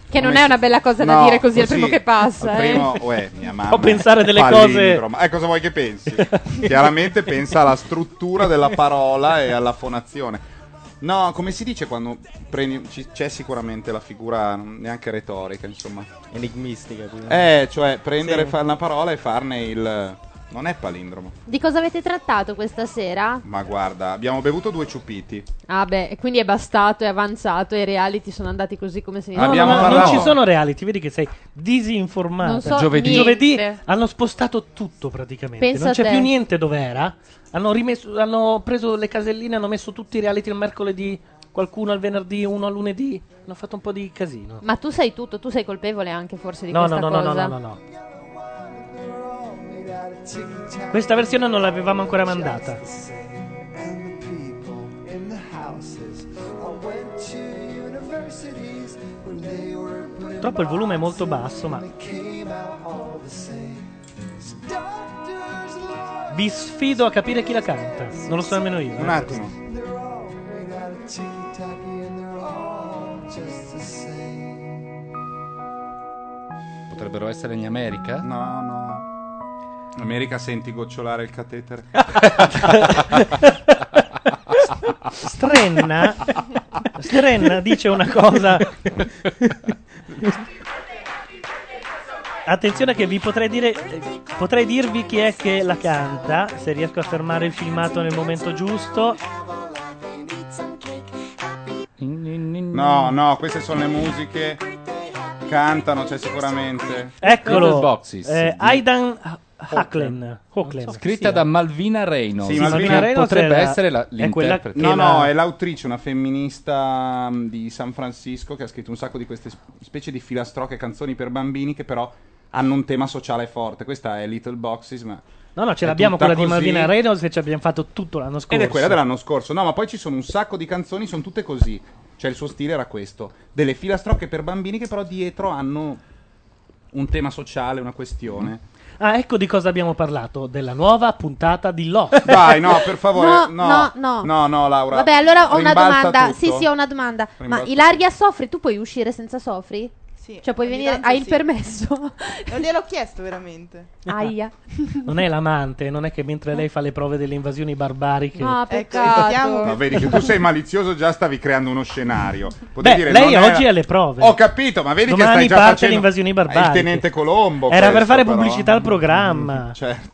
S18: Che non è una bella cosa da
S3: No,
S18: dire così al
S3: così,
S18: primo che passa. eh.
S3: al primo, uè, mia mamma.
S1: Può pensare delle
S3: Palindroma. Eh, cosa vuoi che pensi? Chiaramente pensa alla struttura della parola e alla fonazione. No, come si dice quando prendi, ci- c'è sicuramente la figura non- neanche retorica, insomma.
S5: Enigmistica. quindi.
S3: Eh, cioè prendere
S5: Sì.
S3: fa- una parola e farne il Non è palindromo.
S18: Di cosa avete trattato questa sera?
S3: Ma guarda, abbiamo bevuto due ciupiti.
S18: Ah beh, quindi è bastato, è avanzato e i reality sono andati così come se
S1: No, no,
S3: Abbiamo
S1: no, non
S3: parlato-
S1: ci sono reality, vedi che sei disinformato.
S18: Non so Giovedì. niente.
S1: hanno spostato tutto praticamente.
S18: Pensa
S1: non c'è
S18: a te.
S1: più niente dov'era. Hanno, rimesso- hanno preso le caselline, hanno messo tutti i reality il mercoledì, qualcuno al venerdì, uno al lunedì. Hanno fatto un po' di casino.
S18: Ma tu sai tutto, tu sei colpevole anche forse di
S1: No, no,
S18: questa
S1: no, no,
S18: cosa.
S1: no, no, no, no. Questa versione non l'avevamo ancora mandata.
S11: And the people in the houses. I went to universities when they were put in
S1: Purtroppo il volume è molto basso, ma
S11: They came out all the same. So doctors, lawyers,
S1: vi sfido a capire chi la canta. Non lo so nemmeno io. eh.
S3: Un attimo.
S11: they're all made out of ticky-tacky and they're all just the same.
S15: Potrebbero essere in America?
S3: No, no. America senti gocciolare il catetere.
S1: Strenna, Strenna dice una cosa. Attenzione che vi potrei dire eh, potrei dirvi chi è che la canta, se riesco a fermare il filmato nel momento giusto.
S3: No, no, queste sono le musiche. Cantano, c'è sicuramente.
S1: Eccolo.
S2: Little Boxes.
S1: Eh, Aidan Hacklen.
S2: Scritta da Malvina Reynolds.
S3: Sì, Malvina
S2: che
S3: Reynolds
S2: potrebbe
S3: era-
S2: essere la,
S3: è quella
S2: l'interprete.
S3: che No, no, è l'autrice, una femminista mh, di San Francisco che ha scritto un sacco di queste sp- specie di filastrocche canzoni per bambini che però hanno un tema sociale forte. Questa è Little Boxes, ma
S1: No, no, ce
S3: è
S1: l'abbiamo
S3: tutta
S1: quella di
S3: così.
S1: Malvina Reynolds che ci abbiamo fatto tutto l'anno scorso.
S3: Ed è quella dell'anno scorso. No, ma poi ci sono un sacco di canzoni, sono tutte così. Cioè, il suo stile era questo: delle filastrocche per bambini che però dietro hanno un tema sociale, una questione.
S1: Ah, ecco di cosa abbiamo parlato, della nuova puntata di Lost.
S3: Dai, no, per favore, no,
S18: no, no.
S3: no, no, Laura.
S18: Vabbè, allora ho una
S3: rimbalza
S18: domanda.
S3: tutto.
S18: Sì, sì, ho una domanda. Ma
S3: Rimbalza
S18: Ilaria Sofri, tu puoi uscire senza Sofri?
S4: Sì.
S18: Cioè puoi
S4: ogni
S18: venire,
S4: tanto
S18: hai il
S4: sì.
S18: permesso?
S4: Non gliel'ho chiesto veramente.
S22: Ah,
S18: Aia.
S1: Non è l'amante, non è che mentre lei fa le prove delle invasioni barbariche.
S18: No,
S4: evitiamo
S3: Ma
S18: peccato.
S3: vedi che tu sei malizioso, già stavi creando uno scenario.
S1: Beh,
S3: Potevi dire,
S1: lei
S3: non era-
S1: oggi ha le prove.
S3: Ho capito, ma vedi
S1: Domani
S3: che stai già
S1: parte
S3: facendo
S1: l'invasione
S3: È
S1: barbarica.
S3: il tenente Colombo.
S1: Era per
S3: questo,
S1: fare
S3: però.
S1: pubblicità al programma.
S3: Certo.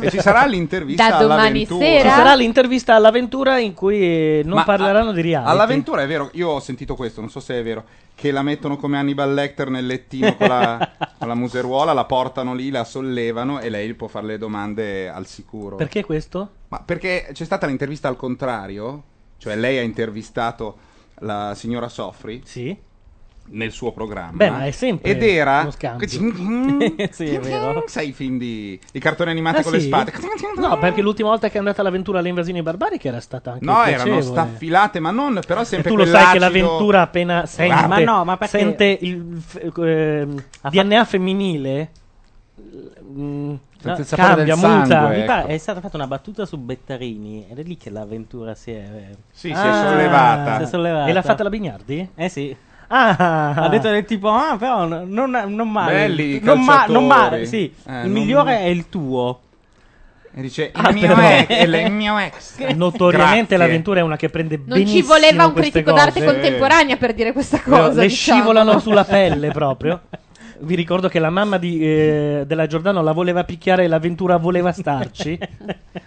S3: E ci sarà l'intervista
S18: Da domani
S3: all'avventura.
S18: sera?
S1: Ci sarà l'intervista all'avventura in cui eh, non
S3: Ma
S1: parleranno di reality.
S3: All'avventura è vero, io ho sentito questo, non so se è vero, che la mettono come Hannibal Lecter nel lettino con la, con la museruola, la portano lì, la sollevano e lei può fare le domande al sicuro.
S1: Perché questo?
S3: Ma perché c'è stata l'intervista al contrario, cioè lei ha intervistato la signora Soffri nel suo programma.
S1: Beh, ma è sempre
S3: Ed era... mm,
S1: uno scambio.
S3: sì,
S1: è vero.
S3: Sai i film di... i cartoni animati
S1: Ah,
S3: con le
S1: sì?
S3: spade.
S1: No, perché l'ultima volta che è andata all'avventura alle invasioni barbariche era stata anche
S3: No, erano
S1: piacevole.
S3: staffilate, ma non però
S1: E
S3: sempre
S1: tu lo sai che
S3: quell'acido-
S1: l'avventura appena sente,
S3: Ah, ma no,
S5: ma perché-
S1: sente il f- ehm, DNA femminile mm,
S5: Senza
S1: no,
S5: il sapore
S1: cambia,
S5: del
S1: muta.
S5: sangue,
S1: Mi
S5: ecco.
S1: pare-
S5: È stata fatta una battuta su Bettarini ed è lì che l'avventura si è. Ah,
S1: Sì, si è Ah, sollevata. E l'ha fatta la Bignardi?
S5: Eh sì.
S1: Ah.
S5: Ha detto del tipo, ah, però no- non, non male.
S3: Belli i
S5: non, ma- non male,
S3: calciatori.
S5: sì.
S3: Eh,
S5: il
S3: non-
S5: migliore è il tuo.
S3: E dice,
S1: Ah,
S3: il, mio
S1: però-
S3: ex, è il mio ex.
S1: Notoriamente
S3: Grazie.
S1: l'avventura è una che prende
S18: Non
S1: benissimo
S18: ci voleva un
S1: queste
S18: critico d'arte
S1: cose.
S18: contemporanea per dire questa
S1: Però
S18: cosa.
S1: le
S18: diciamo.
S1: scivolano sulla pelle proprio. Vi ricordo che la mamma di, eh, della Giordano la voleva picchiare e l'avventura voleva starci.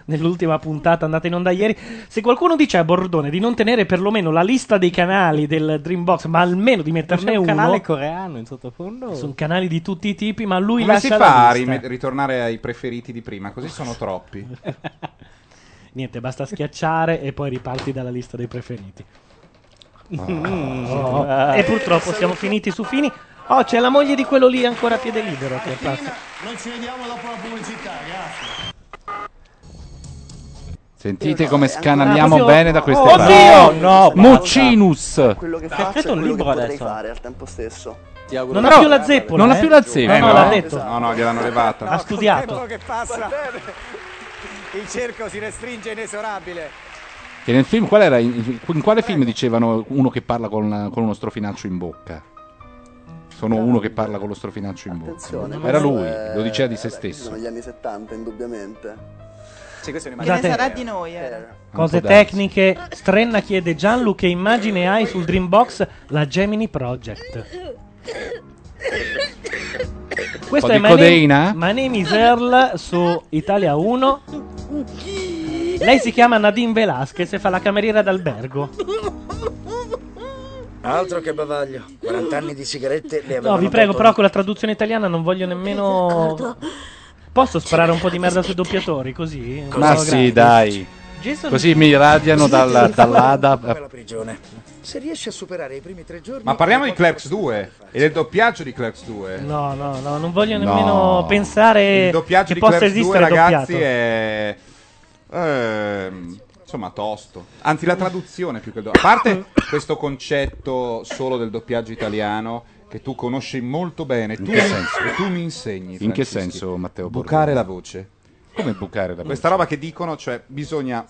S1: Nell'ultima puntata andata in onda ieri. Se qualcuno dice a Bordone di non tenere perlomeno la lista dei canali del Dreambox, ma almeno di
S5: C'è
S1: metterne
S5: un
S1: uno.
S5: canale coreano in sottofondo.
S1: Sono canali di tutti i tipi, ma lui
S3: Come si
S1: lascia
S3: fa
S1: la
S3: a
S1: lista.
S3: rime- ritornare ai preferiti di prima? Così sono troppi.
S1: Niente, basta schiacciare e poi riparti dalla lista dei preferiti. Oh.
S5: Ah.
S1: E purtroppo siamo finiti su fini. Oh, c'è la moglie di quello lì ancora a piede libero che passa.
S11: Non ci vediamo dopo la pubblicità, grazie.
S2: Sentite come
S11: Ah,
S2: scanaliamo
S11: proprio-
S2: bene da queste
S11: Oh,
S2: parti.
S11: Dio! No,
S2: Mucinus.
S11: Quello che
S5: Ha
S11: faccio è
S5: scritto un
S11: quello che
S5: libro
S11: potrei
S5: adesso.
S11: fare al tempo stesso. Ti auguro
S1: Non ha
S11: che-
S1: più la zeppola.
S2: Non ha
S1: eh?
S2: più la zeppola.
S1: No, no,
S2: Eh,
S1: l'ha
S2: no.
S1: detto.
S3: Esatto. No, no, gliel'hanno levata.
S1: Ha studiato.
S8: che passa. Il cerco si restringe inesorabile.
S2: Che nel film, qual era, in, in quale film dicevano uno che parla con, con uno strofinaccio in bocca? Sono uno che parla con lo strofinaccio in bocca. Era lui, lo diceva di se stesso.
S11: Sono gli anni 70, indubbiamente.
S1: Guardate-
S4: sarà di noi, eh.
S1: Cose
S2: Un po' darsi.
S1: tecniche. Strenna chiede Gianlu che immagine hai sul Dreambox la Gemini Project. Questa
S2: po'
S1: è
S2: di
S1: My Name,
S2: codeina?
S1: My Name is Earl su Italia 1. Lei si chiama Nadine Velasquez e fa la cameriera d'albergo.
S16: Altro che bavaglio. 40 anni di sigarette le avevano
S1: No, vi prego,
S16: dato-
S1: però con la traduzione italiana non voglio nemmeno. Posso sparare un po' di merda sui doppiatori? Così?
S2: Ma sì, dai.
S16: Jason-
S2: Così mi radiano dalla,
S16: Jason-
S2: dall'ADA.
S16: Come la prigione. Se riesci a superare i primi tre giorni...
S3: Ma parliamo di Clerks 2 e del doppiaggio di Clerks 2.
S1: No, no, no, non voglio
S3: No.
S1: nemmeno pensare
S3: Il doppiaggio
S1: che
S3: di
S1: possa
S3: Clerks 2,
S1: esistere
S3: ragazzi,
S1: doppiato.
S3: è. ehm, insomma, tosto. Anzi, la traduzione più che il do- A parte questo concetto solo del doppiaggio italiano che tu conosci molto bene. Tu,
S2: che senso?
S3: e tu mi insegni.
S2: In che
S3: Francischi.
S2: senso, Matteo Bordone?
S3: Bucare la voce.
S2: Come bucare la
S3: Questa roba che dicono, cioè, bisogna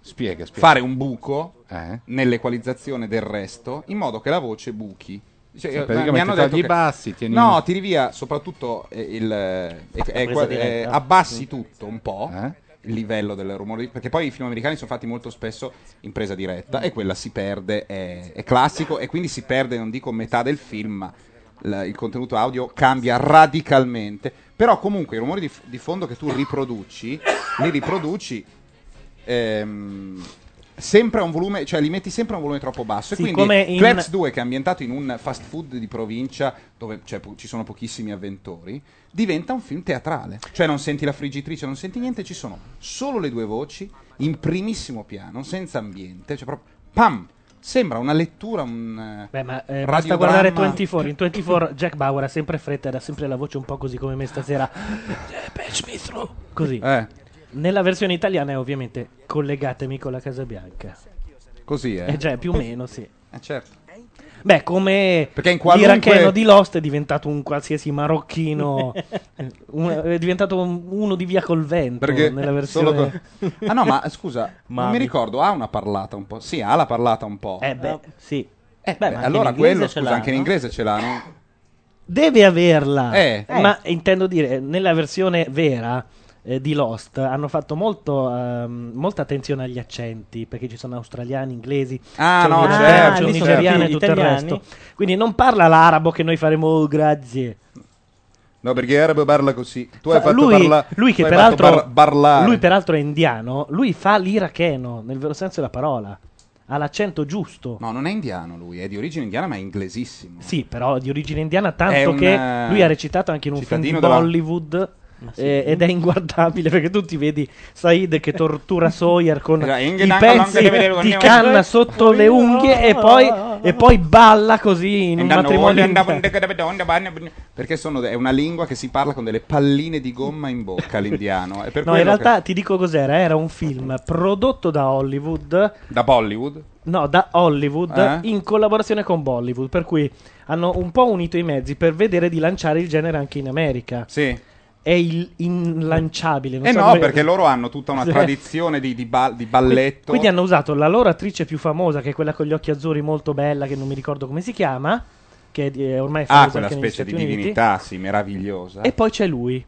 S2: Spiega, spiega.
S3: fare un buco
S2: Eh?
S3: nell'equalizzazione del resto in modo che la voce buchi. Cioè,
S2: Sì,
S3: eh,
S2: praticamente
S3: mi hanno
S2: togli
S3: detto
S2: i
S3: che-
S2: bassi, tieni-
S3: No, tiri via soprattutto eh, il... eh, eh,
S2: presa
S3: qua-
S2: diretta.
S3: eh, abbassi tutto un po'.
S2: Eh?
S3: Il livello del rumore, perché poi i film americani sono fatti molto spesso in presa diretta e quella si perde, è, è classico e quindi si perde, non dico metà del film, ma la- il contenuto audio cambia radicalmente. Però comunque i rumori di, f- di fondo che tu riproduci, li riproduci ehm, sempre a un volume, cioè li metti sempre a un volume troppo basso.
S1: Sì,
S3: e
S1: come
S3: quindi
S1: in-
S3: Clerks 2, che è ambientato in un fast food di provincia dove cioè, po- ci sono pochissimi avventori, diventa un film teatrale. Cioè non senti la friggitrice, non senti niente, ci sono solo le due voci in primissimo piano, senza ambiente, cioè proprio pam! Sembra una lettura, un Beh,
S1: ma Eh, basta guardare 24. In 24 Jack Bauer ha sempre fretta ed ha sempre la voce un po' così come me stasera. Eh, Patch me through. Così.
S3: Eh.
S1: Nella versione italiana è ovviamente collegatemi con la Casa Bianca.
S3: Così, eh?
S1: Eh già, più o meno, sì.
S3: Eh, certo.
S1: Beh, come
S3: Perché in qualunque-
S1: l'iracheno di Lost è diventato un qualsiasi marocchino, un- è diventato un- uno di via col vento
S3: Perché
S1: nella
S3: solo
S1: versione.
S3: co- Ah no, ma scusa, non mi ricordo, ha una parlata un po'. Sì, ha la parlata un po'. Eh,
S1: Eh beh, sì.
S3: Beh, allora quello, scusa, anche in inglese ce l'ha, no?
S1: Deve averla,
S3: Eh. Eh.
S1: ma intendo dire, nella versione vera eh, di Lost hanno fatto molto, ehm, molta attenzione agli accenti perché ci sono australiani, inglesi,
S3: Ah,
S1: c'è
S3: no,
S1: un
S3: certo,
S1: italiano, c'è un
S3: certo.
S1: nigeriano e
S3: Gli
S1: tutto
S3: italiani.
S1: il resto. Quindi non parla l'arabo che noi faremo "Oh, grazie.
S3: No, perché arabo parla così. Tu
S1: Fa-
S3: hai fatto
S1: lui,
S3: parla-
S1: lui che
S3: tu hai fatto
S1: peraltro,
S3: par- parlare.
S1: lui peraltro è indiano, lui fa l'iracheno nel vero senso della parola. Ha l'accento giusto.
S3: No, non è indiano lui, è di origine indiana ma è inglesissimo.
S1: Sì, però di origine indiana,
S3: È
S1: tanto
S3: un,
S1: che
S3: eh,
S1: lui ha recitato anche in un film di
S3: cittadino della-
S1: Bollywood.
S3: sì.
S1: eh, ed è inguardabile perché tu ti vedi Said che tortura Sawyer con
S3: Esatto,
S1: i
S3: Ingedango,
S1: pezzi
S3: non che vedevo
S1: di
S3: niente.
S1: canna sotto le unghie e poi, e poi balla così in un
S3: Andando-
S1: matrimonio
S3: andavo-
S1: indiano.
S3: Perché sono, è una lingua che si parla con delle palline di gomma in bocca l'indiano. È per
S1: No, in
S3: quello che-
S1: realtà ti dico cos'era. Era un film prodotto da Hollywood.
S3: Da Bollywood?
S1: No, da Hollywood
S3: Eh?
S1: in collaborazione con Bollywood. Per cui hanno un po' unito i mezzi per vedere di lanciare il genere anche in America.
S3: Sì.
S1: È il inlanciabile. non
S3: Eh
S1: so
S3: no,
S1: come-
S3: perché loro hanno tutta una
S1: Sì.
S3: tradizione di, di ba- di balletto.
S1: Quindi hanno usato la loro attrice più famosa, che è quella con gli occhi azzurri molto bella, che non mi ricordo come si chiama, che è di- è ormai famosa
S3: ah, quella
S1: anche negli
S3: specie di
S1: Stati Uniti.
S3: divinità, sì, meravigliosa.
S1: E poi c'è lui,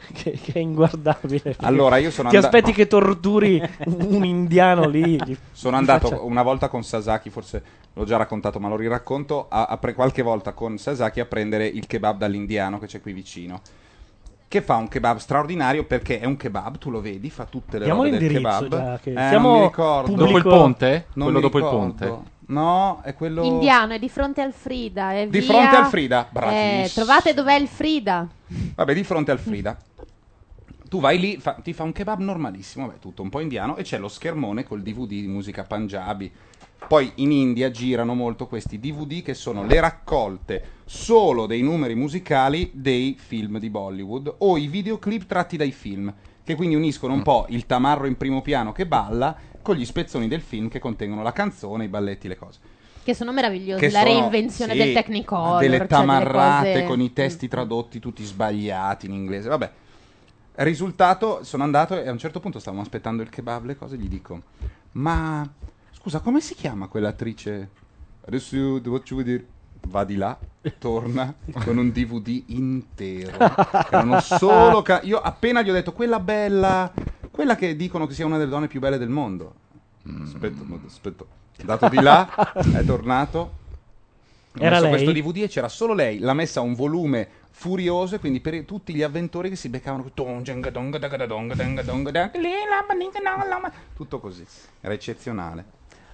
S1: che, che è inguardabile.
S3: Allora, io sono
S1: Ti
S3: andato-
S1: aspetti che torturi un un indiano lì? gli-
S3: Sono
S1: gli
S3: andato
S1: faccia-
S3: una volta con Sasaki, forse l'ho già raccontato, ma lo riracconto. A, a pre- qualche volta con Sasaki a prendere il kebab dall'indiano che c'è qui vicino. Che fa un kebab straordinario perché è un kebab, tu lo vedi, fa tutte le
S1: Diamo
S3: robe del
S1: l'indirizzo
S3: kebab.
S1: già, che
S3: Eh,
S1: siamo
S3: non mi ricordo.
S1: pubblico- Dopo il ponte?
S3: Non
S2: Quello
S3: mi
S2: dopo il
S3: ricordo.
S2: ponte?
S3: No, è quello
S18: Indiano, è di fronte al Frida. È
S3: Di
S18: via-
S3: fronte al Frida, bravissimo.
S18: Eh, trovate dov'è il Frida.
S3: Vabbè, di fronte al Frida. Tu vai lì, fa- ti fa un kebab normalissimo, vabbè, tutto un po' indiano, e c'è lo schermone col DVD di musica punjabi. Poi in India girano molto questi DVD che sono le raccolte solo dei numeri musicali dei film di Bollywood o i videoclip tratti dai film, che quindi uniscono un po' il tamarro in primo piano che balla con gli spezzoni del film che contengono la canzone, i balletti, le cose
S18: Che sono meravigliosi.
S3: che
S18: la
S3: sono,
S18: reinvenzione
S3: sì,
S18: del Technicolor. cioè
S3: delle
S18: delle
S3: tamarrate
S18: cose- mm.
S3: con i testi tradotti tutti sbagliati in inglese vabbè risultato sono andato e a un certo punto stavamo aspettando il kebab le cose gli dico ma scusa come si chiama quell'attrice adesso devo dire va di là torna con un DVD intero erano solo ca- io appena gli ho detto quella bella quella che dicono che sia una delle donne più belle del
S2: Mm.
S3: mondo aspetta aspetta andato di là è tornato Ho
S1: Era
S3: messo
S1: lei?
S3: questo DVD e c'era solo lei, l'ha messa a un volume furioso e quindi per i- tutti gli avventori che si beccavano don, genga, donga, daga, da, donga, denga, donga, da, lì, la, ma, ninga, no, la, ma- tutto così. Era eccezionale.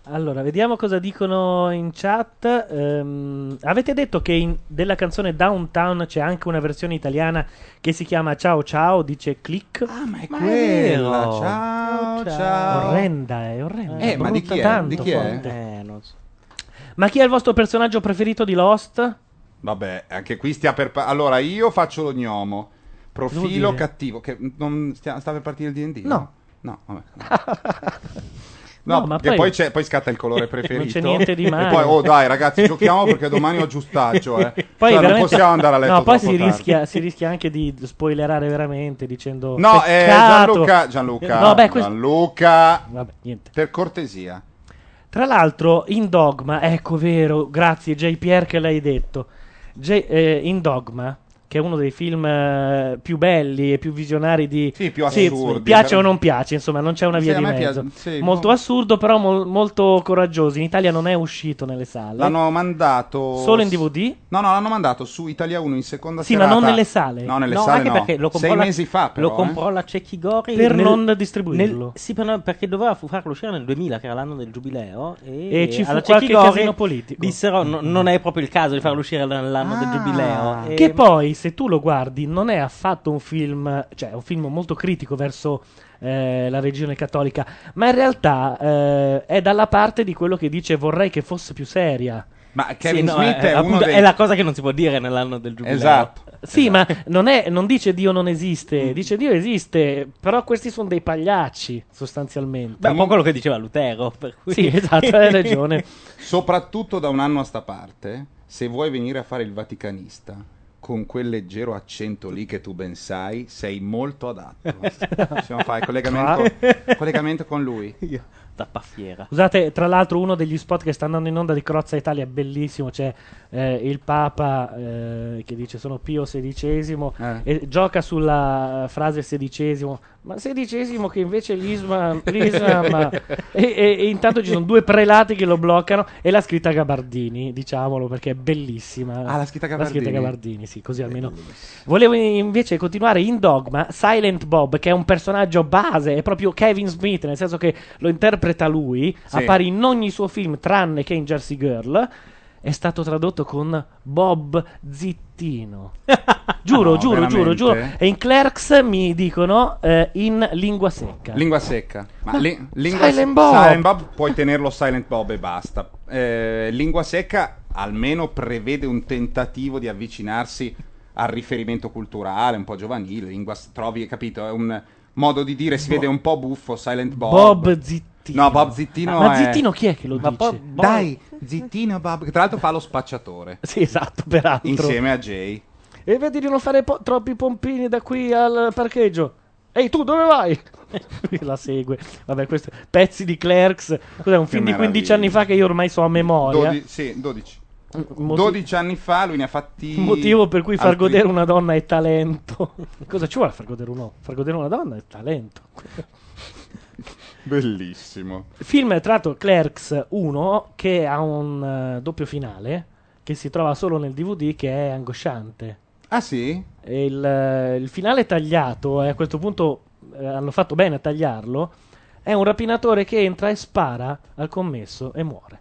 S1: Allora, vediamo cosa dicono in chat. Ehm, avete detto che in- della canzone Downtown c'è anche una versione italiana che si chiama Ciao Ciao, dice Click. Ah, ma è
S3: Quella, ciao, ciao.
S1: Orrenda, è orrenda.
S3: Eh, ma di
S1: brutta
S3: chi è?
S1: tanto,
S3: Di chi è?
S1: forte.
S5: Eh,
S1: Ma chi è il vostro personaggio preferito di Lost?
S3: Vabbè, anche qui stia per... pa- allora, io faccio lo gnomo,
S1: Devo
S3: profilo
S1: dire.
S3: cattivo, che non stia- sta per partire il D&D?
S1: No.
S3: No, vabbè. No,
S1: No, ma
S3: perché
S1: poi-
S3: poi... c'è- poi scatta il colore preferito.
S1: Non c'è niente di male.
S3: E poi, oh dai ragazzi, giochiamo perché domani ho giustaggio, eh.
S1: Poi
S3: Cioè, non
S1: veramente-
S3: possiamo andare a letto
S1: No, poi
S3: troppo
S1: si
S3: tardi.
S1: rischia, si rischia anche di spoilerare veramente dicendo.
S3: No, eh,
S1: "Peccato".
S3: Gianluca, Gianluca,
S1: No, beh, questo-
S3: Gianluca,
S1: per
S3: cortesia.
S1: Tra l'altro, in Dogma, ecco vero, grazie J. Pierre che l'hai detto. J- eh, in Dogma, che è uno dei film eh, più belli e più visionari di. Sì,
S3: più assurdi,
S1: piace
S3: però-
S1: o non piace, insomma, non c'è una
S3: Sì,
S1: via
S3: a
S1: di
S3: me piace-
S1: mezzo.
S3: sì,
S1: molto assurdo, però mol- molto coraggioso. In Italia non è uscito nelle sale.
S3: L'hanno mandato...
S1: Solo in DVD?
S3: No, no, l'hanno mandato su Italia 1 in seconda
S1: Sì, ma
S3: serata.
S1: non nelle sale.
S3: No, nelle
S1: No,
S3: sale
S1: anche
S3: no.
S1: perché lo comprò
S3: Sei
S1: la-
S3: mesi fa, però,
S5: lo
S3: eh.
S5: comprò la Cecchi Gori
S1: Per non distribuirlo.
S5: sì, per non- perché doveva fu- farlo uscire nel 2000, che era l'anno del giubileo. E,
S1: E ci fu
S5: alla
S1: qualche
S5: Cecchi Gori
S1: casino politico. Mm. Ah.
S5: Dissero: "No, non è proprio il caso di farlo uscire nell'anno del giubileo. E-
S1: Che poi, se tu lo guardi, non è affatto un film, cioè è un film molto critico verso eh, la religione cattolica, ma in realtà eh, è dalla parte di quello che dice vorrei che fosse più seria. eh,
S3: Ma
S5: Sì, no, eh, appunto, è la cosa che non si può dire nell'anno del giubileo.
S1: Esatto.
S3: Esatto.
S1: Sì, ma
S5: Esatto.
S1: non, è- non dice Dio non
S5: Mm.
S1: esiste, dice Dio esiste, però questi sono dei pagliacci, sostanzialmente.
S5: Beh, un po' quello che diceva Lutero. Per cui...
S1: Sì, esatto, hai ragione.
S3: Soprattutto da un anno a sta parte, se vuoi venire a fare il vaticanista con quel leggero accento lì che tu ben sai, sei molto adatto. Possiamo fare collegamento,
S1: Cioè?
S3: collegamento con lui.
S5: Da paffiera.
S1: Scusate, tra l'altro uno degli spot che sta andando in onda di Crozza Italia è bellissimo, c'è eh, il Papa eh, che dice sono Pio XVI e gioca sulla eh, frase sedicesimo, ma sedicesimo che invece l'Islam... l'Islam e, e- e intanto ci sono due prelati che lo bloccano e la scritta Gabardini, diciamolo perché è bellissima.
S3: Ah, la scritta
S1: La
S3: Gabardini.
S1: scritta
S3: Eh,
S1: Gabardini, sì, così almeno... Volevo invece continuare in Dogma Silent Bob, che è un personaggio base, è proprio Kevin Smith, nel senso che lo interpreta lui,
S7: Sì.
S1: appare in ogni suo film tranne che in Jersey Girl. È stato tradotto con Bob Zittino. giuro,
S3: No,
S1: giuro, giuro,
S3: veramente?
S1: giuro. E in Clerks mi dicono eh, in lingua secca.
S3: Lingua secca. Ma
S1: Ma
S3: li- lingua
S1: Silent Bob!
S3: Silent Bob puoi tenerlo Silent Bob e basta. Eh, lingua secca almeno prevede un tentativo di avvicinarsi al riferimento culturale, un po' giovanile. Lingua, s- trovi, capito? È un modo di dire, si vede un po' buffo Silent Bob.
S1: Bob Zittino.
S3: No, Bob Zittino
S1: Ma
S3: è-
S1: Zittino chi è che lo dice?
S3: Dai, zittino Bob. Tra l'altro fa lo spacciatore.
S1: Sì, esatto, peraltro.
S3: Insieme a Jay.
S1: E vedi di non fare po- troppi pompini da qui al parcheggio. Ehi tu, dove vai? La segue. Vabbè, questo pezzi di Clerks. Cos'è un film di 15
S3: meraviglia.
S1: anni fa che io ormai so a memoria.
S3: Dodi- sì, 12.
S1: moti-
S3: 12 anni fa lui ne ha fatti...
S1: Motivo per cui far
S3: altri-
S1: godere una donna è talento. Cosa ci vuole a far godere un uomo? Far godere una donna è talento.
S3: Bellissimo.
S1: Film tratto Clerks 1 che ha un eh, doppio finale che si trova solo nel DVD che è angosciante.
S3: Ah sì?
S1: il, eh, il finale tagliato, e a questo punto eh, hanno fatto bene a tagliarlo, è un rapinatore che entra e spara al commesso e muore.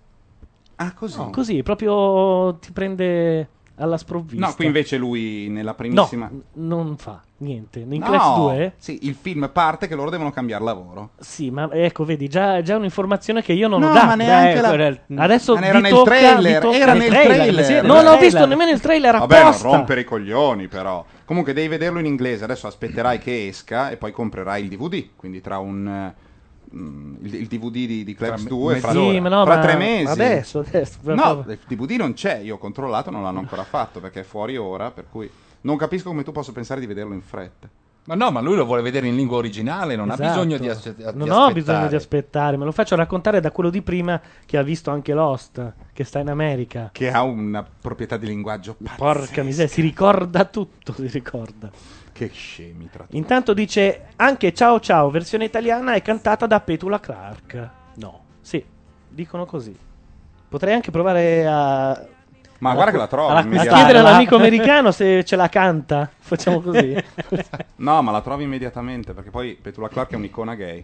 S3: Ah così?
S1: Così, proprio ti prende alla sprovvista.
S3: No, qui invece lui nella primissima...
S1: No, n- non fa niente. In
S3: No,
S1: Clerks 2?
S3: Sì, il film parte che loro devono cambiare lavoro.
S1: Sì, ma ecco, vedi, già, già un'informazione che io non
S3: No,
S1: ho dato.
S3: ma neanche
S1: Dai,
S3: la-
S1: guarda, Adesso
S3: Ma era
S1: vi
S3: nel
S1: tocca- vi
S3: trailer,
S1: tocca-
S3: era nel trailer.
S1: sì, Non ho visto nemmeno il trailer
S3: Vabbè, non
S1: apposta.
S3: rompere i coglioni però. Comunque devi vederlo in inglese, adesso aspetterai che esca e poi comprerai il DVD, quindi tra un... eh, mm, il, il DVD di, di Clerks
S1: me-
S3: 2 fra,
S1: mezz'ora. Sì, ma no,
S3: fra
S1: ma-
S3: tre mesi
S1: adesso, adesso, per
S3: no
S1: favore.
S3: il DVD non c'è io ho controllato non l'hanno ancora fatto perché è fuori ora per cui non capisco come tu possa pensare di vederlo in fretta
S15: Ma no, ma lui lo vuole vedere in lingua originale, non ha
S1: Esatto.
S15: bisogno di, aspe- di
S1: Non ho
S15: aspettare.
S1: bisogno di aspettare, me lo faccio raccontare da quello di prima che ha visto anche Lost, che sta in America.
S3: che ha una proprietà di linguaggio
S1: Porca miseria, si ricorda tutto, si ricorda.
S3: Che scemi tra tutti.
S1: Intanto dice anche Ciao Ciao, versione italiana è cantata da Petula Clark. No, sì, dicono così. Potrei anche provare a
S3: Ma guarda che la trovo.
S1: Allora,
S3: immediatamente.
S1: chiedere all'amico americano se ce la canta. Facciamo così.
S3: no, ma la trovi immediatamente perché poi Petula Clark è un'icona gay.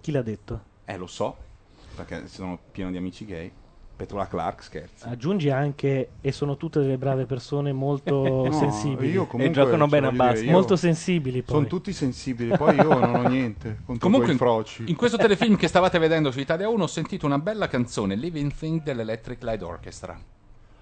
S1: Chi l'ha detto?
S3: Eh, lo so, perché sono pieno di amici gay. Petula Clark, scherzo.
S1: Aggiungi anche, e sono tutte delle brave persone molto
S3: No,
S1: sensibili.
S3: io comunque, E giocano cioè, bene a voglio dire, basket. io-
S1: Molto sensibili poi.
S3: Sono tutti sensibili, poi io non ho niente contro
S2: Comunque,
S3: quei froci.
S2: in questo telefilm che stavate vedendo su Italia 1 ho sentito una bella canzone, Living Thing dell'Electric Light Orchestra.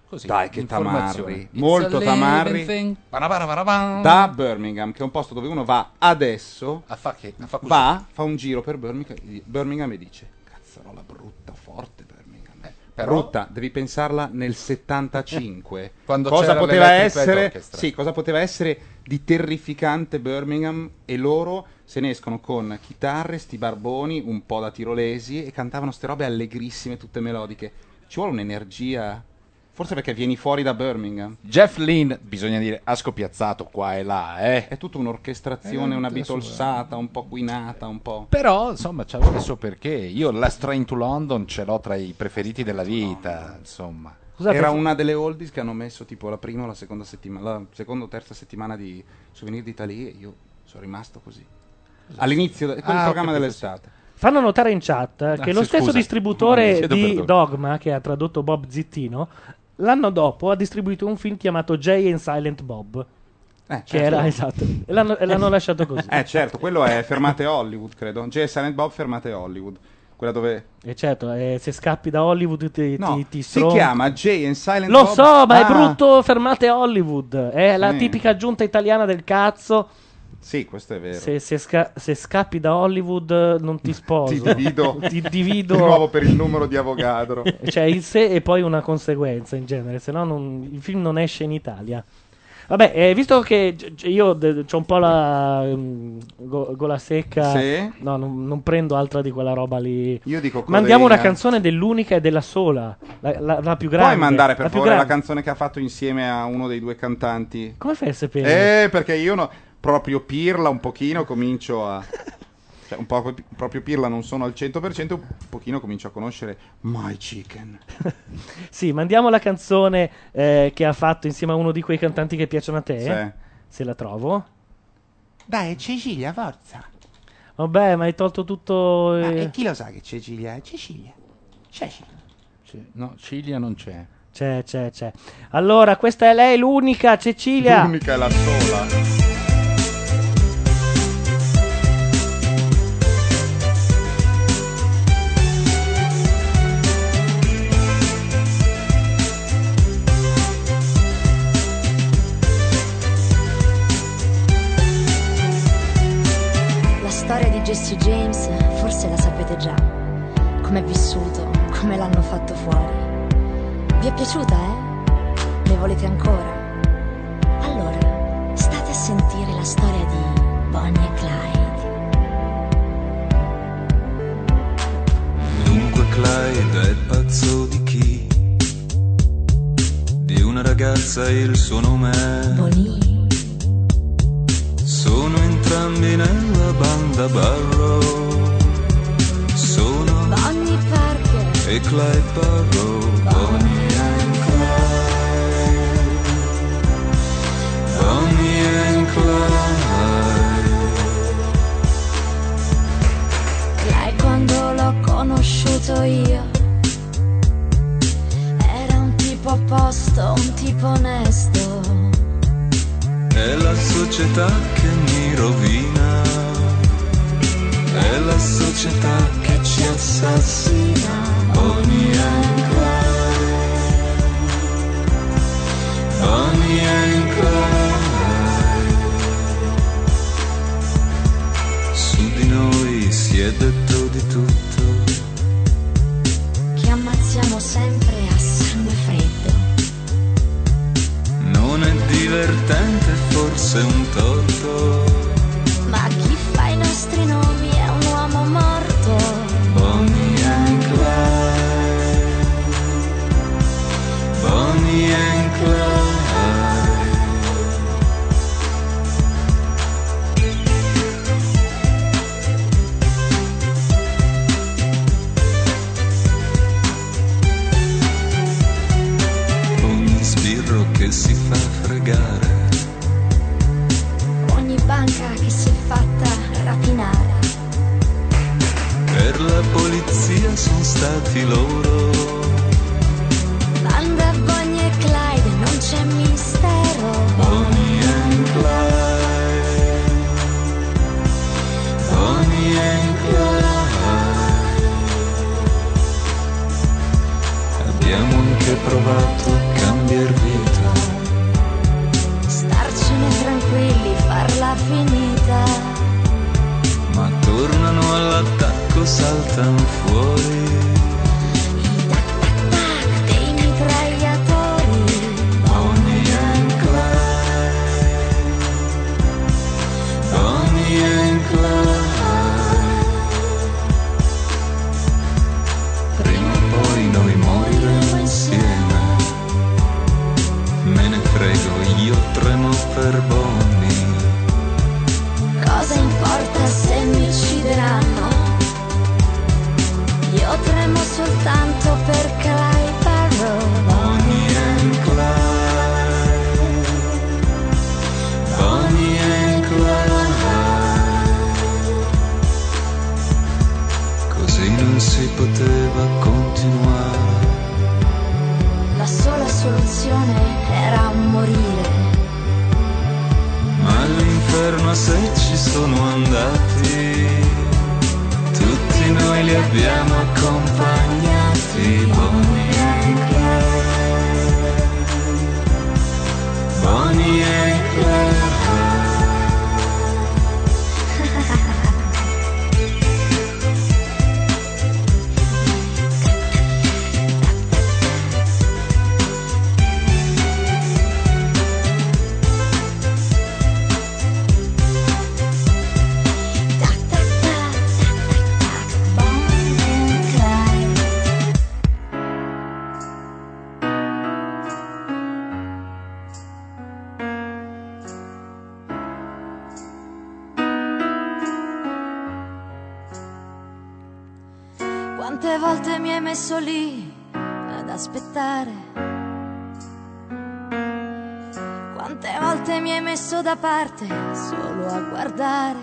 S2: Così,
S3: Dai, che
S2: informazione.
S3: tamarri.
S2: It's
S3: Molto
S2: a
S3: tamarri.
S2: living thing. Barabarabarabam.
S3: Da Birmingham, che è un posto dove uno va adesso,
S2: fa che, così.
S3: va, fa un giro per Birmingham, Birmingham e dice: Cazzarola brutta, forte Birmingham. eh."
S2: però-
S3: Brutta, devi pensarla nel 75.
S2: Quando
S3: cosa
S2: c'era
S3: poteva
S2: l'Electric Light
S3: essere?
S2: Orchestra.
S3: Sì, cosa poteva essere di terrificante Birmingham e loro se ne escono con chitarre, sti barboni, un po' da tirolesi e cantavano ste robe allegrissime, tutte melodiche. Ci vuole un'energia. Forse perché vieni fuori da Birmingham.
S2: Jeff Lynne, bisogna dire, ha scopiazzato qua e là, eh.
S3: È tutta un'orchestrazione,
S1: Eh,
S3: una bitolsata, un po' guinata, un po'.
S2: Però, insomma, c'è un suo perché. Io Last Train to London ce l'ho tra i preferiti della vita, insomma.
S1: Scusate,
S3: Era
S1: se-
S3: una delle oldies che hanno messo tipo la prima o la seconda settimana, la seconda o terza settimana di Souvenir d'Italia e io sono rimasto così. All'inizio, del
S1: Ah, ho
S3: programma
S1: capito,
S3: dell'estate.
S1: Fanno notare in chat eh, che
S3: Ah,
S1: lo
S3: sì,
S1: stesso
S3: scusa.
S1: distributore
S3: Chiedo
S1: di
S3: perdono.
S1: Dogma, che ha tradotto Bob Zittino, l'anno dopo ha distribuito un film chiamato Jay and Silent Bob. che
S3: certo.
S1: era esatto, e l'hanno, e l'hanno lasciato così.
S3: Eh certo, quello è Fermate Hollywood, credo. J. Silent Bob Fermate Hollywood. Quella dove
S1: E certo, eh, se scappi da Hollywood ti,
S3: No,
S1: ti, ti
S3: si
S1: stronca.
S3: chiama Jay and Silent
S1: Lo
S3: Bob.
S1: so, ma è
S3: Ah.
S1: brutto. Fermate Hollywood. È la
S3: Sì.
S1: tipica aggiunta italiana del cazzo.
S3: Sì, questo è vero.
S1: Se, se sca- se scappi da Hollywood eh, non ti sposo.
S3: ti divido,
S1: Ti divido.
S3: di nuovo per il numero di Avogadro.
S1: Cioè il se e poi una conseguenza in genere, se no non- il film non esce in Italia. Vabbè, eh, visto che c- c- io ho un po' la mm, go- gola secca,
S3: Sì.
S1: no, non, non prendo altra di quella roba lì.
S3: Io dico
S1: Mandiamo
S3: Codeina.
S1: una canzone dell'unica e della sola, la, la- la più grande.
S3: Puoi mandare per
S1: la più
S3: favore la
S1: grande.
S3: canzone che ha fatto insieme a uno dei due cantanti?
S1: Come fai a sapere?
S3: Eh, perché io no- proprio pirla un pochino comincio a... Cioè, un po' proprio pirla non sono al 100%, un pochino comincio a conoscere My Chicken.
S1: Sì, mandiamo la canzone eh, che ha fatto insieme a uno di quei cantanti che piacciono a te,
S3: Sì.
S1: se la trovo.
S3: Dai, Cecilia, forza.
S1: Vabbè, ma hai tolto tutto... eh,
S3: chi lo sa che Cecilia è? Cecilia. Cecilia.
S2: No, Ciglia non c'è.
S1: C'è, c'è, c'è. Allora, questa è lei, l'unica, Cecilia.
S3: L'unica è la sola.
S9: La storia di Jesse James forse la sapete già. Com'è vissuto, come l'hanno fatto fuori. Vi è piaciuta, eh? Ne volete ancora? Allora, state a sentire la storia di Bonnie e Clyde.
S7: Dunque Clyde è pazzo di chi? Di una ragazza e il suo nome è
S9: Boh.
S7: Sono entrambi nella banda Barrow Sono
S9: Bonnie Parker.
S7: e Clyde Barrow Bonnie and Clyde Bonnie and Clyde
S9: Clyde quando l'ho conosciuto io era un tipo a posto, un tipo onesto.
S7: È la società che mi rovina. È la società che ci assassina. Bonnie and Clyde. Bonnie and Clyde. Su di noi si è detto di tutto.
S9: che ammazziamo sempre a sangue freddo.
S7: Non è divertente, forse un torto.
S9: Ma chi fa i nostri nomi è un uomo morto.
S7: Bonnie and Clyde. Bonnie and Clyde. tutti loro.
S9: Banda Bonnie e Clyde, non c'è mistero.
S7: Bonnie and Clyde. Bonnie and Clyde. Abbiamo anche provato a cambiar vita.
S9: Starcene tranquilli, farla finita.
S7: Ma tornano all'attacco, saltano fuori.
S9: Dei mitragliatori.
S7: Bonnie and Clyde. Bonnie and Clyde. Prima o poi noi moriremo insieme. Me ne frego, io tremo per Bonnie.
S9: Cosa importa se mi uccideranno? Io tremo soltanto per Clyde Barrow.
S7: Bonnie and Clyde. Bonnie and Clyde. Così non si poteva continuare.
S9: La sola soluzione era morire.
S7: Ma all'inferno se ci sono andati, tutti noi li abbiamo accompagnati. Bonnie and Clyde. Bonnie and Clyde.
S9: Quante volte mi hai messo lì ad aspettare? Quante volte mi hai messo da parte solo a guardare?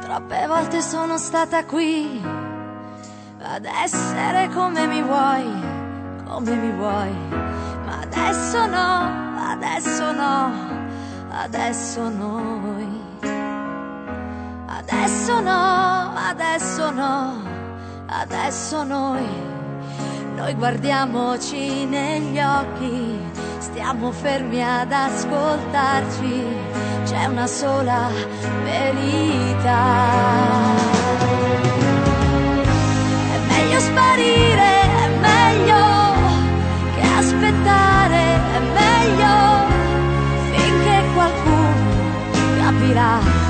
S9: Troppe volte sono stata qui ad essere come mi vuoi, come mi vuoi. Ma adesso no, adesso no, adesso noi. Adesso no, adesso no, adesso noi. Noi guardiamoci negli occhi, stiamo fermi ad ascoltarci. C'è una sola verità. È meglio sparire, è meglio che aspettare, è meglio finché qualcuno capirà.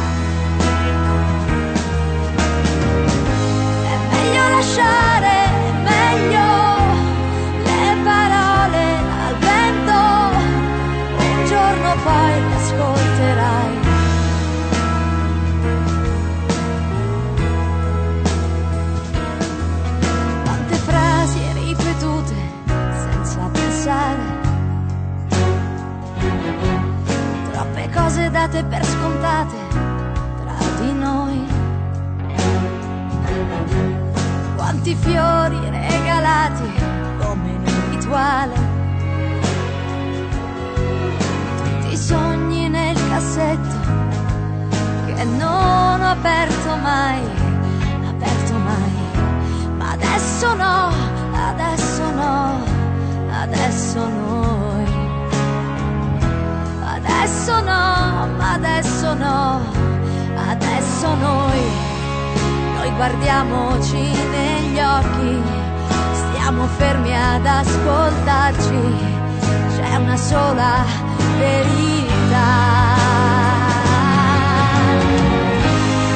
S9: meglio lasciare meglio le parole al vento un giorno poi le ascolterai quante frasi ripetute senza pensare troppe cose date per scontate tra di noi quanti fiori regalati come in un rituale. Tutti i sogni nel cassetto che non ho aperto mai, aperto mai. Ma adesso no, adesso no, adesso noi. Adesso no, ma adesso no, adesso noi. Noi guardiamoci negli occhi, stiamo fermi ad ascoltarci, c'è una sola verità.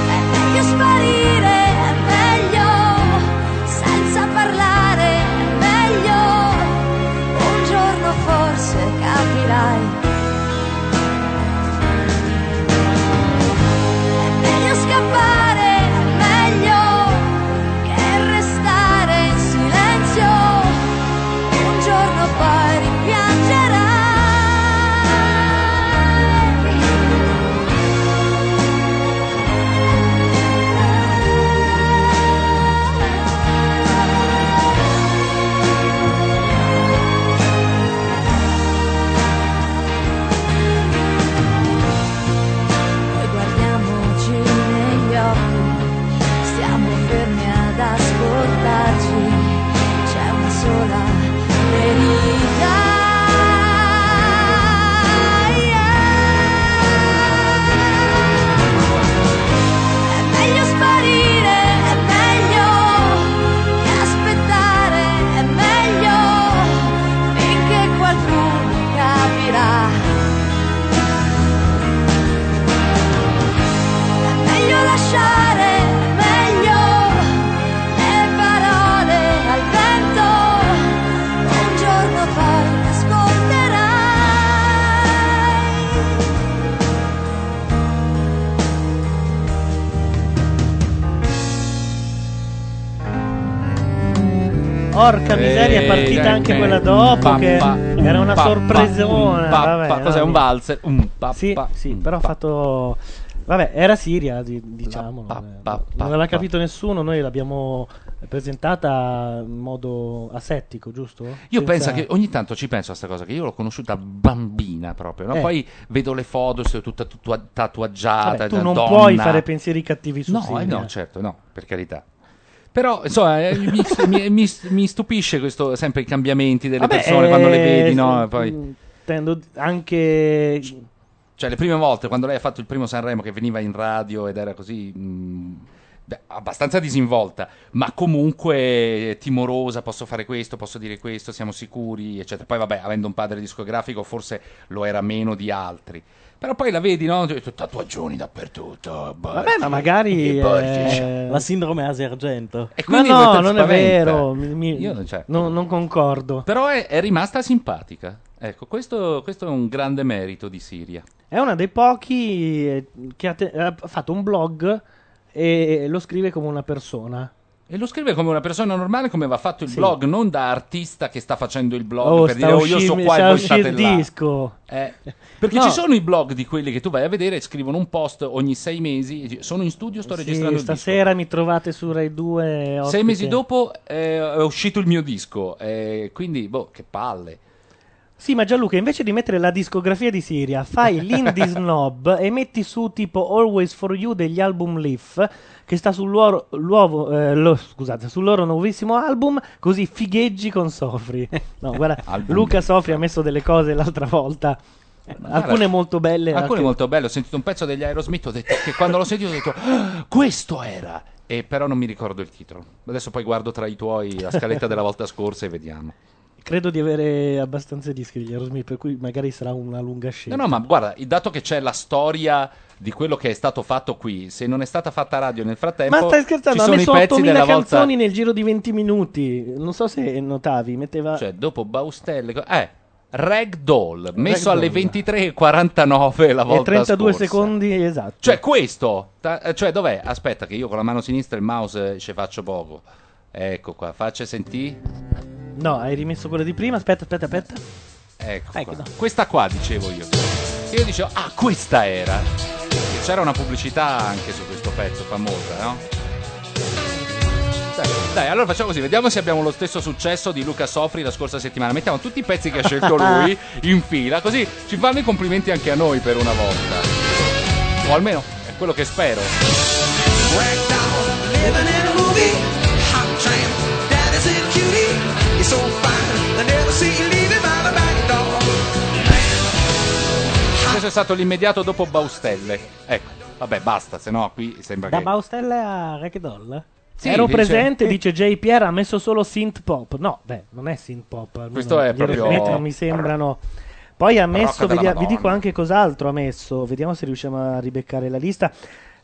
S9: È meglio sparire, è meglio senza parlare, è meglio un giorno forse capirai. È meglio scappare, è meglio che restare in silenzio. Un giorno poi ripiangerai.
S1: Porca
S2: Eh,
S1: miseria, è partita anche quella dopo che era una sorpresona. vabbè,
S12: Vabbè, Cos'è
S1: no,
S12: un
S1: niente.
S12: valzer? Un pappa.
S1: Sì, sì, però ha fatto. Vabbè, era Siria, di- diciamolo. eh, non l'aveva capito nessuno, noi l'abbiamo presentata in modo asettico, giusto?
S2: Io
S1: Senza-
S2: penso che ogni tanto ci penso a sta cosa, che io l'ho conosciuta bambina proprio, no?
S1: Eh.
S2: poi vedo le foto, sei tutta tatua- tatuaggiata,
S1: Vabbè, tu
S2: da
S1: non
S2: donna.
S1: puoi fare pensieri cattivi su
S2: No,
S1: Siria.
S2: eh, no, certo, no, per carità. Però, insomma, eh, mi, mi- mi- mi stupisce questo, sempre i cambiamenti delle
S1: Vabbè,
S2: persone quando le
S1: eh,
S2: vedi, no? E poi...
S1: Intendo anche.
S2: Cioè, le prime volte quando lei ha fatto il primo Sanremo che veniva in radio ed era così. mh, beh, abbastanza disinvolta, ma comunque timorosa. Posso fare questo, posso dire questo, siamo sicuri, eccetera. Poi, vabbè, avendo un padre discografico, forse lo era meno di altri. Però poi la vedi, no? Tatuaggioni dappertutto.
S1: Vabbè, ma
S2: Eh, I
S1: magari.
S2: diciamo. Ecco, Borgici.
S1: eh,
S5: La sindrome Asergento.
S2: E
S1: Ma
S2: quindi
S1: no,
S2: questo
S1: non è
S2: spaventa.
S1: vero. mi- mi-
S2: Io, cioè-
S1: non- non concordo.
S2: Però è, è rimasta simpatica. Ecco, questo, questo è un grande merito di Siria.
S1: È uno dei pochi eh, che ha, te- ha fatto un blog e lo scrive come una persona.
S2: E lo scrive come una persona normale, come va fatto il
S1: Sì.
S2: blog, non da artista che sta facendo il blog
S1: Oh,
S2: per
S1: sta
S2: dire oh io
S1: uscì-
S2: so qua e
S1: sta
S2: voi
S1: uscì
S2: state
S1: il
S2: là.
S1: disco.
S2: Eh, perché
S1: No.
S2: ci sono i blog di quelli che tu vai a vedere e scrivono un post ogni sei mesi. e dici, Sono in studio, sto
S1: Sì,
S2: registrando il disco.
S1: stasera mi trovate su Rai 2.
S2: Sei
S1: ospite.
S2: mesi dopo eh, è uscito il mio disco. eh, quindi, boh, che palle.
S1: Sì, ma Gianluca, invece di mettere la discografia di Siria, fai l'indie snob e metti su tipo Always For You degli album Leaf, che sta sul loro, l'uovo- eh, lo- scusate, sul loro nuovissimo album, così figheggi con Sofri. No, guarda,
S2: Album Eh,
S1: Luca Sofri ha messo delle cose l'altra volta, alcune molto belle.
S2: Alcune
S1: altre-
S2: molto belle. Ho sentito un pezzo degli Aerosmith. Ho detto che quando l'ho sentito ho detto "Ah, questo era. E però non mi ricordo il titolo. Adesso poi guardo tra i tuoi la scaletta della volta scorsa e vediamo.
S1: Credo di avere abbastanza dischi degli Aerosmith, per cui magari sarà una lunga
S2: No,
S1: scelta.
S2: no, ma guarda, dato che c'è la storia di quello che è stato fatto qui, se non è stata fatta radio nel frattempo,
S1: Ma stai scherzando?
S2: ci
S1: Ha
S2: sono i
S1: messo
S2: pezzi
S1: 8000
S2: della volta,
S1: canzoni nel giro di 20 minuti. Non so se notavi, metteva
S2: cioè dopo Baustelle, co- eh, Ragdoll, messo alle
S1: Ragdoll.
S2: 23:49 la
S1: e
S2: volta
S1: 32
S2: scorsa.
S1: secondi esatto.
S2: Cioè questo, ta- eh, cioè dov'è? Aspetta che io con la mano sinistra e il mouse eh, ci faccio poco. Ecco qua, faccia sentire.
S1: No, hai rimesso quello di prima. Aspetta, aspetta, aspetta.
S2: Ecco qua. Questa qua dicevo io. Io dicevo, ah, questa era. Perché C'era una pubblicità anche su questo pezzo famosa, no? Dai, dai, allora facciamo così, vediamo se abbiamo lo stesso successo di Luca Sofri la scorsa settimana. Mettiamo tutti i pezzi che ha scelto lui in fila, così ci fanno i complimenti anche a noi per una volta. O almeno è quello che spero.
S11: Living in a movie, hot tramp, daddy's in cutie. You're so fine, I never see you leaving by the back door.
S2: Questo è stato l'immediato dopo Baustelle. Ecco, vabbè, basta, se no qui sembra
S1: Da
S2: che...
S1: Baustelle a Ragdoll.
S2: Sì,
S1: Ero
S2: dice-
S1: presente, dice J. Pierre, ha messo solo synth pop. No, beh, non è synth pop. almeno
S2: Questo è
S1: gli
S2: proprio-
S1: Aerosmith non mi sembrano. Poi ha messo,
S2: Rocca della
S1: vedi- vi
S2: Madonna.
S1: dico anche cos'altro ha messo, vediamo se riusciamo a ribeccare la lista.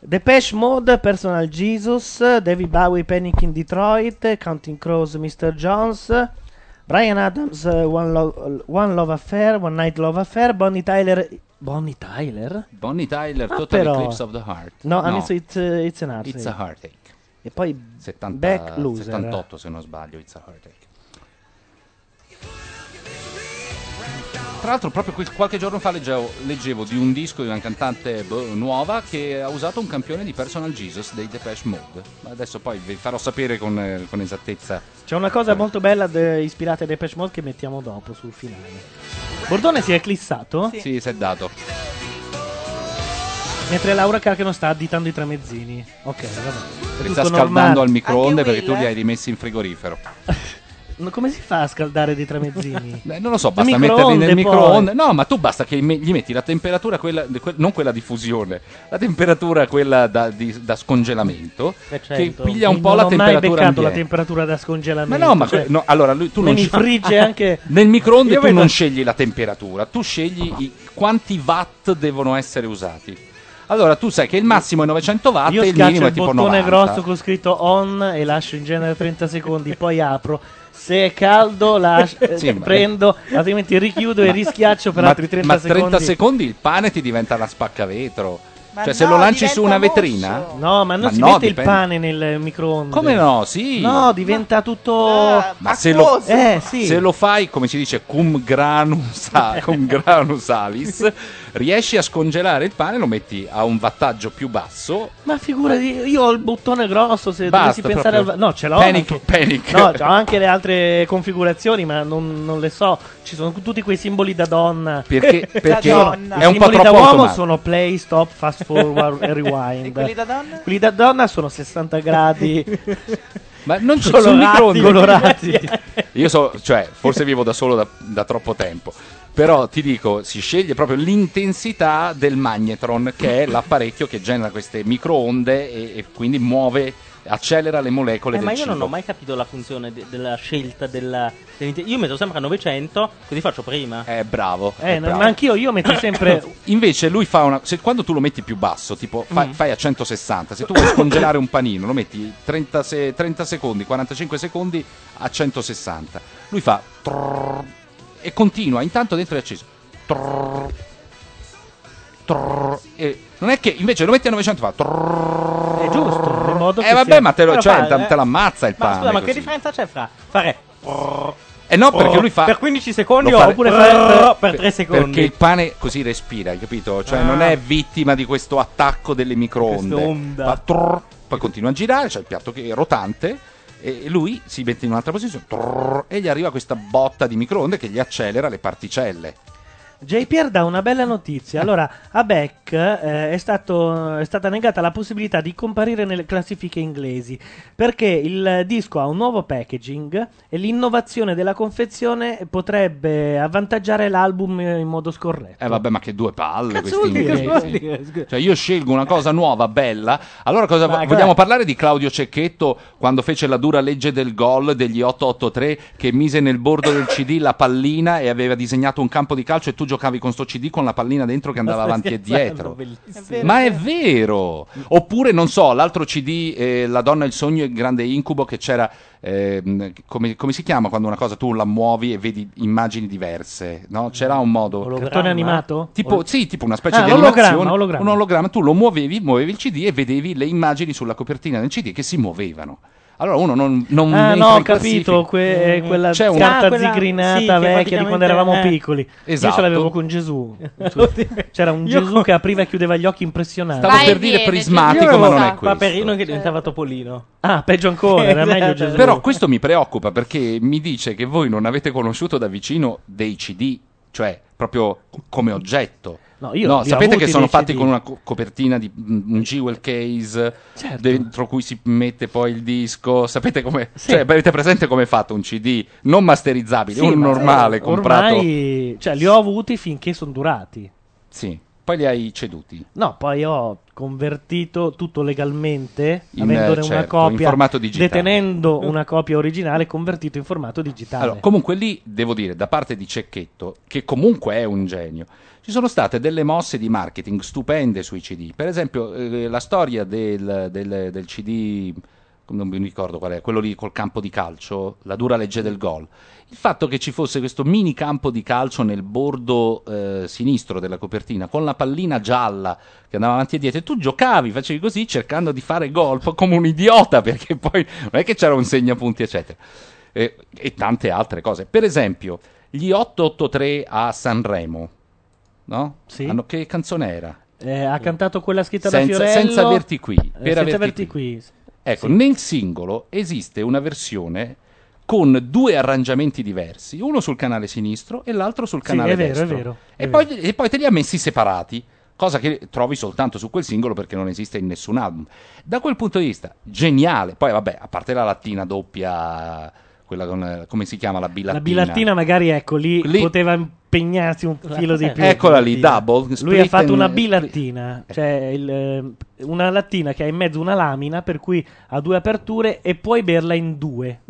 S1: Depeche Mode, Personal Jesus, David Bowie, Panic in Detroit, Counting Crows, Mr. Jones, Brian Adams, One, Lo- One Love Affair, One Night Love Affair, Bonnie Tyler... Bonnie Tyler?
S2: Bonnie Tyler,
S1: Ah,
S2: Total
S1: però.
S2: Eclipse of the Heart.
S1: No, ha messo It's, eh, It's an Heartache.
S2: It's a Heartache.
S1: E poi
S2: 70
S1: Back Loser.
S2: 78 se non sbaglio, It's a Heartache. Tra l'altro proprio quel- qualche giorno fa leggevo, leggevo di un disco di una cantante boh, nuova che ha usato un campione di Personal Jesus dei Depeche Mode. Ma Adesso poi vi farò sapere con, eh, con esattezza.
S1: C'è una cosa molto bella de- ispirata ai Depeche Mode che mettiamo dopo sul finale. Bordone si è eclissato?
S2: Sì, si è dato.
S1: Mentre Laura Carcano sta additando i tramezzini. Ok, vabbè. È
S2: Li
S1: tutto
S2: sta
S1: normale.
S2: scaldando al microonde perché tu li
S1: eh?
S2: hai rimessi in frigorifero.
S1: No, Come si fa a scaldare dei tramezzini?
S2: Beh, non lo so, basta metterli nel microonde. No, ma tu basta che me- gli metti la temperatura, quella, de- que- non quella di fusione, la temperatura quella da, di- da scongelamento, che piglia un po' la
S1: Non ho mai
S2: temperatura.
S1: beccato la
S2: ambiente.
S1: temperatura da scongelamento.
S2: ma no, ma
S1: cioè,
S2: que- no, allora lui- tu
S1: me
S2: non
S1: mi
S2: ci-
S1: frigge anche...
S2: Nel microonde
S1: Io
S2: tu
S1: vedo-
S2: non scegli la temperatura, tu scegli i- quanti watt devono essere usati. Allora tu sai che il massimo è 900 watt
S1: Io
S2: e il
S1: schiaccio
S2: minimo
S1: il
S2: è tipo
S1: bottone
S2: 90.
S1: grosso con scritto on e lascio in genere 30 secondi, poi apro. Se è caldo, las- eh,
S2: Sì, ma-
S1: prendo, altrimenti richiudo e rischiaccio per
S2: Ma-
S1: altri 30
S2: ma
S1: secondi.
S2: 30 secondi il pane ti diventa una spaccavetro.
S4: Ma
S2: cioè, se
S4: no,
S2: lo lanci
S4: diventa
S2: su una
S4: mosso.
S2: vetrina.
S1: No, ma non
S2: Ma
S1: si
S2: no,
S1: mette il
S2: dipende.
S1: pane nel microonde.
S2: Come no? Sì.
S1: No, diventa tutto.
S2: Ma se lo,
S1: Eh, sì.
S2: se lo fai, come si dice, cum granus, a- cum granus alis, riesci a scongelare il pane, lo metti a un wattaggio più basso.
S1: Ma figurati, io ho il bottone grosso. Se
S2: Basta,
S1: dovessi pensare al.
S2: proprio.
S1: No, ce l'ho.
S2: Panic,
S1: anche.
S2: panic.
S1: No, ho anche le altre configurazioni, ma non, non le so. Ci sono tutti quei simboli da donna.
S2: Perché-
S1: Ci
S2: perché
S1: sono-
S2: è un
S1: I simboli
S2: po' troppo
S1: da uomo
S2: automatico.
S1: sono play, stop, fast forward e rewind.
S4: E quelli da donna?
S1: Quelli da donna sono 60 gradi.
S2: ma non
S1: ci
S2: sul microonde.
S1: colorati.
S2: Io so, cioè, forse vivo da solo da, da troppo tempo. Però ti dico, si sceglie proprio l'intensità del magnetron, che è l'apparecchio che genera queste microonde e, e quindi muove, accelera le molecole
S5: Eh,
S2: del
S5: ma io
S2: cibo.
S5: non ho mai capito la funzione de- della scelta della. dell'inte- Io metto sempre a 900, così faccio prima.
S2: Eh, bravo.
S1: Eh, no, ma anch'io, io metto sempre.
S2: Invece lui fa una. Se, quando tu lo metti più basso, tipo fa-
S1: Mm.
S2: fai a 160, se tu vuoi scongelare un panino, lo metti 30, se- 30 secondi, 45 secondi a 160. Lui fa. trrr e continua, intanto dentro è acceso. Trrr, trrr, e non è che invece lo metti a 900 fa. Trrr,
S5: È giusto, in modo
S2: Eh,
S5: che
S2: vabbè,
S5: sia-
S2: ma te lo,
S5: Però
S2: cioè,
S5: fa-
S2: te-
S5: eh.
S2: te l'ammazza il
S5: Ma
S2: pane.
S5: scusa, ma
S2: così.
S5: che differenza c'è fra fare.
S2: Eh no, perché lui fa
S5: Oh, Per 15 secondi
S2: lo fa- Oh,
S5: oppure fare per 3 secondi.
S2: Perché il pane così respira, hai capito? Cioè
S5: Ah.
S2: non è vittima di questo attacco delle microonde.
S5: Questa onda.
S2: Fa trrr, poi continua a girare, c'è il piatto che è rotante e lui si mette in un'altra posizione trrr, e gli arriva questa botta di microonde che gli accelera le particelle.
S1: JPR dà una bella notizia. Allora, a Beck eh, è, stato- è stata negata la possibilità di comparire nelle classifiche inglesi perché il eh, disco ha un nuovo packaging e l'innovazione della confezione potrebbe avvantaggiare l'album eh, in modo scorretto.
S2: Eh vabbè, ma che due palle
S1: Cazzo vuol
S2: questi
S1: dire,
S2: inglesi.
S1: cosa vuol dire?
S2: Cioè io scelgo una cosa nuova, bella. Allora cosa
S1: Ma
S2: vo-
S1: che-
S2: vogliamo parlare di Claudio Cecchetto quando fece la dura legge del gol degli 883 che mise nel bordo del CD la pallina e aveva disegnato un campo di calcio e tu giocavi con sto CD con la pallina dentro che andava
S15: stai
S2: avanti e
S15: scherzando,
S2: dietro.
S15: bellissimo.
S4: È vero,
S2: Ma è vero. Oppure non so, l'altro CD eh, La donna il sogno e il grande incubo che c'era ehm, come, come si chiama quando una cosa tu la muovi e vedi immagini diverse, no? C'era un modo
S1: Cartone animato?
S2: Tipo,
S1: Ol-
S2: sì, tipo una specie
S1: Ah,
S2: di
S1: ologramma,
S2: animazione,
S1: ologramma.
S2: un ologramma, tu lo muovevi, muovevi il CD e vedevi le immagini sulla copertina del CD che si muovevano. Allora uno non, non
S1: Ah
S2: entra
S1: no, ho
S2: in classifica.
S1: capito, que- eh, quella
S2: C'è un-
S1: carta
S2: Ah, quella-
S1: zigrinata
S2: sì, che
S1: vecchia di quando eravamo
S2: praticamente, eh.
S1: piccoli. Io
S2: Esatto.
S1: ce l'avevo con Gesù. C'era un
S5: Io-
S1: Gesù che apriva e chiudeva gli occhi impressionante.
S2: Stavo Vai e per dire viene, prismatico, Gesù. ma non è questo.
S5: Paperino che diventava Topolino.
S1: Ah, peggio ancora, era meglio Gesù.
S2: Però questo mi preoccupa perché mi dice che voi non avete conosciuto da vicino dei CD, cioè proprio come oggetto.
S1: No, io li ho
S2: sapete
S1: avuti
S2: che sono
S1: dei
S2: fatti
S1: CD.
S2: con una co- copertina di mm, un jewel case
S1: Certo.
S2: dentro cui si mette poi il disco. Sapete come cioè, avete presente come è fatto un CD non masterizzabile,
S1: Sì,
S2: un
S1: ma- eh,
S2: normale comprato.
S1: Ormai, cioè, li ho avuti finché sono durati.
S2: Sì. Poi li hai ceduti.
S1: No, poi ho convertito tutto legalmente,
S2: In,
S1: avendone
S2: eh,
S1: una
S2: certo,
S1: copia,
S2: in formato digitale.
S1: detenendo una copia originale, convertito in formato digitale.
S2: Allora, comunque lì devo dire, da parte di Cecchetto, che comunque è un genio, ci sono state delle mosse di marketing stupende sui CD. Per esempio, eh, la storia del, del- del CD, non mi ricordo qual è, quello lì col campo di calcio, la dura legge del gol. Il fatto che ci fosse questo mini campo di calcio nel bordo eh, sinistro della copertina, con la pallina gialla che andava avanti e dietro, e tu giocavi, facevi così cercando di fare gol, poi come un idiota, perché poi non è che c'era un segnapunti, eccetera e, Eh, e tante altre cose. Per esempio, gli 883 a Sanremo, no? Hanno- che canzone era?
S1: Eh, ha cantato quella scritta
S2: Senza-
S1: da Fiorello.
S2: senza averti qui,
S1: Eh,
S2: per
S1: senza
S2: averti
S1: averti qui.
S2: Ecco,
S1: Sì.
S2: nel singolo esiste una versione con due arrangiamenti diversi, uno sul canale sinistro e l'altro sul
S1: Sì,
S2: canale
S1: è vero, è
S2: destro.
S1: vero,
S2: E, poi, e poi te li ha messi separati, cosa che trovi soltanto su quel singolo perché non esiste in nessun album. Da quel punto di vista, geniale. Poi, vabbè, a parte la lattina doppia, quella con, eh, come si chiama, la bilattina.
S1: La bilattina magari, ecco, lì, poteva impegnarsi un filo di più.
S2: Eccola lì, double.
S1: Lui
S2: split
S1: ha fatto
S2: and-
S1: una bilattina, cioè il, eh, una lattina che ha in mezzo una lamina per cui ha due aperture e puoi berla in due.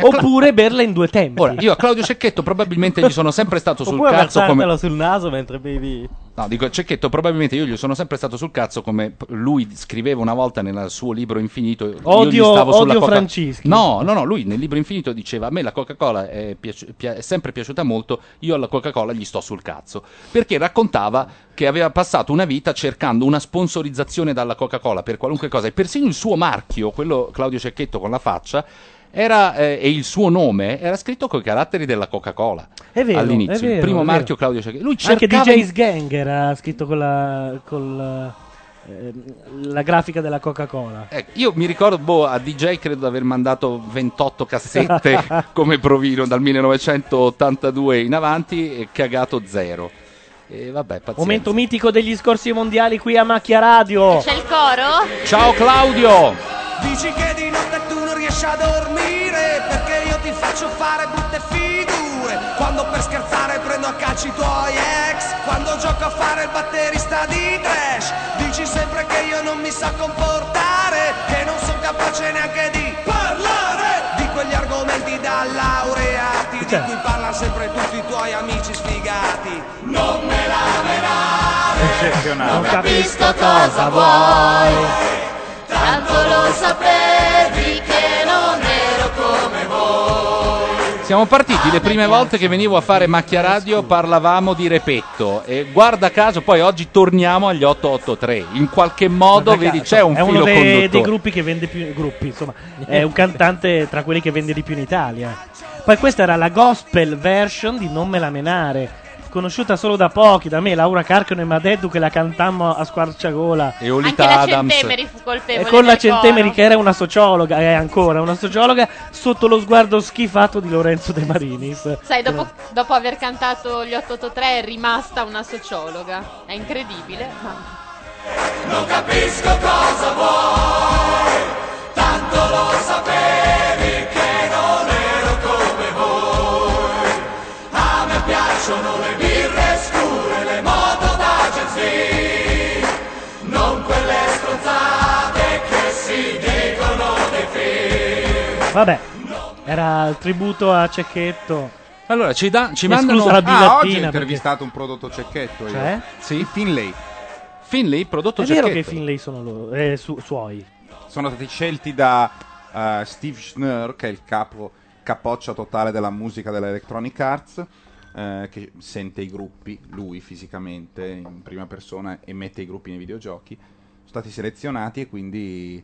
S1: Oppure berla in due tempi.
S2: Ora, io a Claudio Cecchetto probabilmente gli sono sempre stato sul
S5: Oppure
S2: cazzo come...
S5: avversartelo sul naso mentre bevi.
S2: No, dico, Cecchetto, probabilmente io gli sono sempre stato sul cazzo come p- lui scriveva una volta nel suo libro infinito. io gli
S1: Odio-
S2: stavo sulla
S1: odio
S2: Coca-
S1: Francischi.
S2: No, no, no, lui nel libro infinito diceva a me la Coca-Cola è, piaci- pi- è sempre piaciuta molto, io alla Coca-Cola gli sto sul cazzo. Perché raccontava che aveva passato una vita cercando una sponsorizzazione dalla Coca-Cola per qualunque cosa e persino il suo marchio, quello Claudio Cecchetto con la faccia, era, eh, e il suo nome era scritto con i caratteri della Coca-Cola.
S1: È vero,
S2: All'inizio,
S1: è vero,
S2: il primo
S1: è vero.
S2: marchio Claudio Cecchetto. Lui
S1: Anche
S2: cercava
S1: DJ's Gang era scritto con la, col, eh, la grafica della Coca-Cola.
S2: Ecco, io mi ricordo boh, a DJ credo di aver mandato 28 cassette come provino dal 1982 in avanti e cagato zero. E Eh, vabbè, pazienza.
S1: Momento mitico degli scorsi mondiali qui a Macchia Radio.
S22: C'è il coro?
S2: Ciao Claudio!
S11: Dici che di notte tu non riesci a dormire Perché io ti faccio fare brutte figure Quando per scherzare prendo a calci i tuoi ex Quando gioco a fare il batterista di trash Dici sempre che io non mi so comportare Che non sono capace neanche di parlare Di quegli argomenti da laureati Di cui parlano sempre tutti i tuoi amici sfigati Non me la
S6: Eccezionale.
S22: Capisco cosa vuoi, tanto lo sapevi che non ero come voi.
S2: Siamo partiti
S1: Ah,
S2: le prime volte che venivo a fare macchia radio, parlavamo di repetto e guarda caso poi oggi torniamo agli 883. In qualche modo,
S1: Guarda
S2: Oh, vedi,
S1: caso,
S2: c'è un
S1: è
S2: filo
S1: uno dei,
S2: conduttore.
S1: dei gruppi che vende più gruppi, insomma, è un cantante tra quelli che vende di più in Italia. Poi questa era la gospel version di Non me la menare, conosciuta solo da pochi, da me, Laura Carcano e Madeddu che la cantammo a squarciagola.
S2: E
S22: Anche la Centemeri fu colpevole.
S3: Eh,
S1: E con la
S22: del coro.
S1: Centemeri che era una sociologa, è ancora una sociologa, sotto lo sguardo schifato di Lorenzo De Marinis.
S22: Sai, dopo, dopo aver cantato gli 883 è rimasta una sociologa. È incredibile. ma-
S11: Non capisco cosa vuoi, tanto lo sapevi che non ero come voi. A me piacciono le birre scure, le moto d'agenzia, non quelle strozzate che si dicono dei film.
S1: Vabbè, era il tributo a Cecchetto.
S2: Allora, ci, da,
S1: Mi scusa la
S3: ah, oggi ho
S1: bilatina, perché-
S3: intervistato un prodotto cecchetto. io.
S1: Cioè?
S2: Sì.
S3: Finlay.
S2: Finlay, prodotto
S1: È vero che i Finlay sono loro, eh, su- suoi.
S3: Certo, sono stati scelti da eh, Steve Schnurr, che è il capo capoccia totale della musica dell'Electronic Arts, eh, che sente i gruppi, lui fisicamente, in prima persona, e mette i gruppi nei videogiochi. Sono stati selezionati e quindi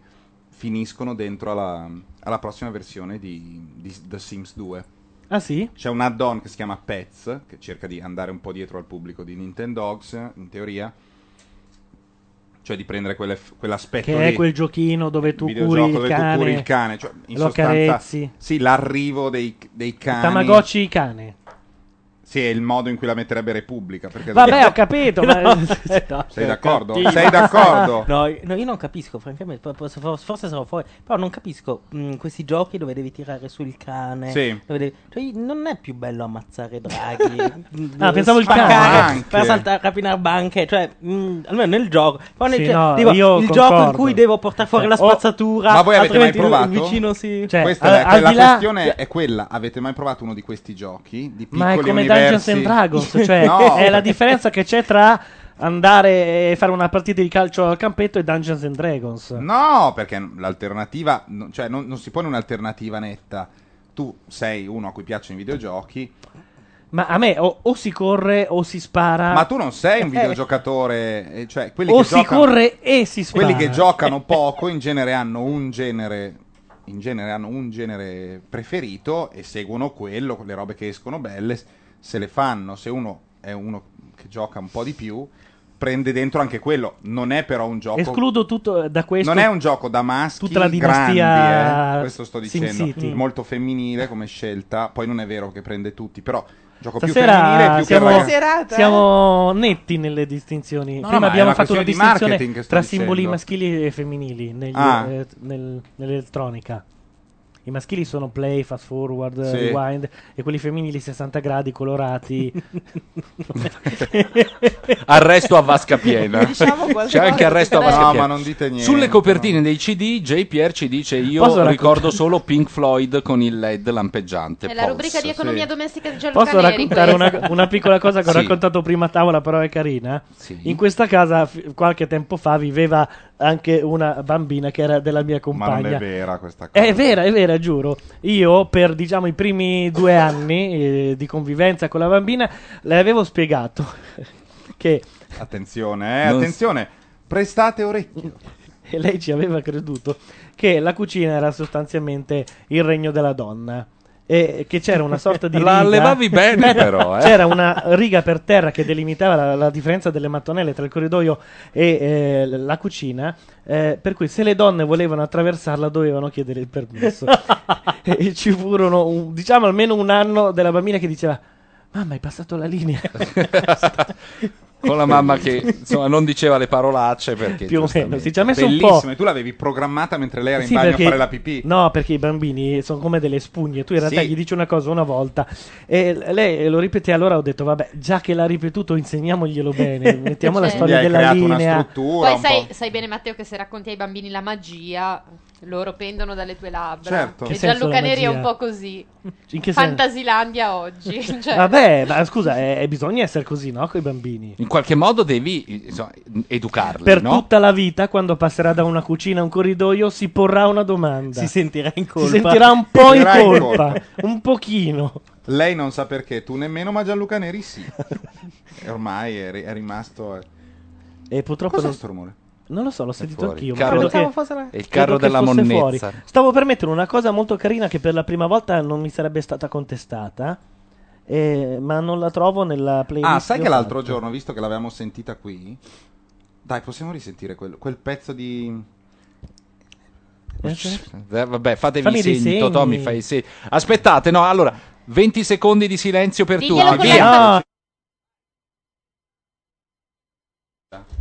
S3: finiscono dentro alla, alla prossima versione di, di The Sims 2.
S1: Ah sì?
S3: C'è un add-on che si chiama Pets, che cerca di andare un po' dietro al pubblico di Nintendogs, in teoria. Cioè di prendere quelle- quell'aspetto
S1: Che è
S3: lì
S1: quel giochino dove tu curi
S3: videogioco
S1: il
S3: dove
S1: cane,
S3: tu curi il cane, cioè in
S1: lo
S3: sostanza
S1: accarezzi.
S3: sì, l'arrivo dei, dei cani.
S1: Tamagotchi cane.
S3: Sì, è il modo in cui la metterebbe Repubblica. Perché
S1: Vabbè, ho capito, ma-
S5: No, no.
S3: Sei d'accordo?
S5: Cattivo.
S3: Sei d'accordo?
S5: No, io- no, io non capisco, francamente, po- posso- for- forse sono fuori, però non capisco mh, questi giochi dove devi tirare sul cane.
S3: Sì.
S5: dove devi- cioè, non è più bello ammazzare draghi.
S1: Ah, pensavo il
S5: spaccare,
S1: cane. Banche.
S5: Far saltare, rapinare banche, cioè, mh, almeno nel gioco. Però nel-
S1: Sì,
S5: cioè,
S1: no,
S5: dico,
S1: io
S5: il
S1: concordo.
S5: gioco in cui devo portare fuori
S1: Cioè,
S5: la
S3: Oh,
S1: o-
S5: spazzatura,
S1: Ma voi avete mai
S5: altrimenti il- il
S3: provato? Cioè,
S5: vicino si...
S3: Questa
S1: Cioè,
S3: è
S1: al-
S3: la,
S1: al
S3: quella
S1: di là-
S3: questione è quella. Avete mai provato uno di questi giochi? Di piccoli
S1: Ma è come Dungeons
S3: universi?
S1: and Dragons, cioè
S3: No.
S1: è la differenza che c'è tra andare e fare una partita di calcio al campetto e Dungeons and Dragons.
S3: No, perché l'alternativa, no- cioè non, non si pone un'alternativa netta. Tu sei uno a cui piacciono i videogiochi,
S1: Ma a me o, o si corre o si spara.
S3: ma tu non sei un
S1: Eh,
S3: videogiocatore, eh, cioè quelli
S1: o
S3: che
S1: si
S3: giocano-
S1: corre e si spara. Eh.
S3: quelli che giocano poco in genere hanno un genere in genere hanno un genere preferito e seguono quello le robe che escono belle se le fanno se uno è uno che gioca un po' di più prende dentro anche quello non è però un gioco
S1: Escludo tutto eh, da questo.
S3: non è un gioco da maschi
S1: tutta la dinastia
S3: grandi, eh, questo sto
S1: Sin
S3: dicendo
S1: City.
S3: molto femminile come scelta poi non è vero che prende tutti però gioco più femminile e
S1: Stasera
S3: più
S1: siamo,
S3: per ragazzi.
S4: serata, eh?
S1: siamo netti nelle distinzioni.
S3: no,
S1: Prima
S3: ma è
S1: abbiamo
S3: una
S1: fatto
S3: questione
S1: una
S3: di
S1: distinzione
S3: marketing che sto
S1: tra simboli
S3: dicendo.
S1: maschili e femminili negli-
S3: Ah.
S1: eh, nel- nell'elettronica. I maschili sono play, fast forward,
S3: Sì.
S1: rewind e quelli femminili 60 gradi colorati.
S2: Arresto a vasca piena.
S1: Diciamo qualcosa.
S2: C'è anche arresto a
S1: No,
S2: vasca piena.
S3: ma non dite niente,
S2: Sulle copertine dei CD, JPR ci dice: Io
S1: Posso raccontare-
S2: ricordo solo Pink Floyd con il LED lampeggiante.
S22: È la
S2: Pulse,
S22: rubrica di economia
S2: sì.
S22: domestica di Gianluca
S1: Posso
S22: Neri.
S1: raccontare
S22: questa.
S1: una, una piccola cosa che ho
S2: Sì.
S1: raccontato prima a tavola, però è carina?
S2: Sì.
S1: In questa casa, f- qualche tempo fa, viveva anche una bambina che era della mia
S3: Ma non
S1: compagna.
S3: è vera questa cosa.
S1: È vera, è vera, giuro. Io per diciamo i primi due anni eh, di convivenza con la bambina le avevo spiegato che
S3: Attenzione, eh,
S1: Non s-
S3: attenzione. Prestate orecchio.
S1: e lei ci aveva creduto che la cucina era sostanzialmente il regno della donna. E che c'era una sorta di.
S2: La
S1: riga-
S2: allevavi bene, però, eh.
S1: C'era una riga per terra che delimitava la, la differenza delle mattonelle tra il corridoio e eh, l- la cucina. eh, per cui, se le donne volevano attraversarla, dovevano chiedere il permesso. e, e ci furono, un- diciamo, almeno un anno della bambina che diceva: Mamma, hai passato la linea.
S2: Con la mamma che insomma non diceva le parolacce perché
S1: Più o meno,
S2: giustamente.
S1: sì, ci ha messo un
S2: Bellissimo,
S1: po'.
S2: e tu l'avevi programmata mentre lei era
S1: Sì, perché- No, perché i bambini sono come delle spugne. Tu in realtà
S2: Sì.
S1: gli dici una cosa una volta e l- lei lo ripete. Allora ho detto, vabbè, già che l'ha ripetuto, insegnamoglielo bene. Mettiamo la
S3: Sì.
S1: storia
S3: Quindi hai
S1: della
S3: creato una
S1: linea.
S3: struttura,
S22: Cioè, Poi sai, sai bene Matteo che se racconti ai bambini la magia, loro pendono dalle tue labbra.
S1: Certo. Che
S22: E
S1: senso
S22: Gianluca
S1: la
S22: Neri è un
S1: magia?
S22: po' così.
S1: In che senso?
S22: Fantasilandia oggi. cioè-
S1: Vabbè, ma scusa, eh, bisogna essere così, no? Con i bambini.
S2: In qualche modo devi insomma, educarli,
S1: Per
S2: no?
S1: tutta la vita, quando passerà da una cucina a un corridoio, si porrà una domanda.
S5: Si sentirà in
S1: Si
S5: colpa.
S1: sentirà un po' in
S3: Sentirà in
S1: colpa.
S3: colpa.
S1: un pochino.
S3: Lei non sa perché, tu nemmeno, ma Gianluca Neri sì. E Ormai è, ri- è rimasto. eh.
S1: E purtroppo
S3: Cos'è
S1: non-
S3: sto rumore?
S1: Non lo so, l'ho sentito
S3: fuori. Ah,
S1: anch'io.
S3: Il
S1: ma
S3: carro
S1: credo
S3: de-
S1: che-
S3: fosse la-
S2: È il
S1: credo
S2: carro
S1: che
S2: della
S1: fosse
S2: monnezza.
S1: fuori. Stavo per mettere una cosa molto carina che per la prima volta non mi sarebbe stata contestata, eh, ma non la trovo nella playlist.
S3: Ah, sai
S1: ho
S3: che l'altro
S1: fatto.
S3: giorno, visto che l'avevamo sentita qui, dai, possiamo risentire quel, quel pezzo di.
S1: certo.
S2: Eh, vabbè, fatevi
S3: Fammi
S2: i
S3: dei
S2: segni, Totò mi
S3: segni.
S2: fa i segni. Aspettate, no, allora 20 secondi di silenzio per
S22: Diglielo
S2: tutti.
S22: con
S2: Via.
S22: la-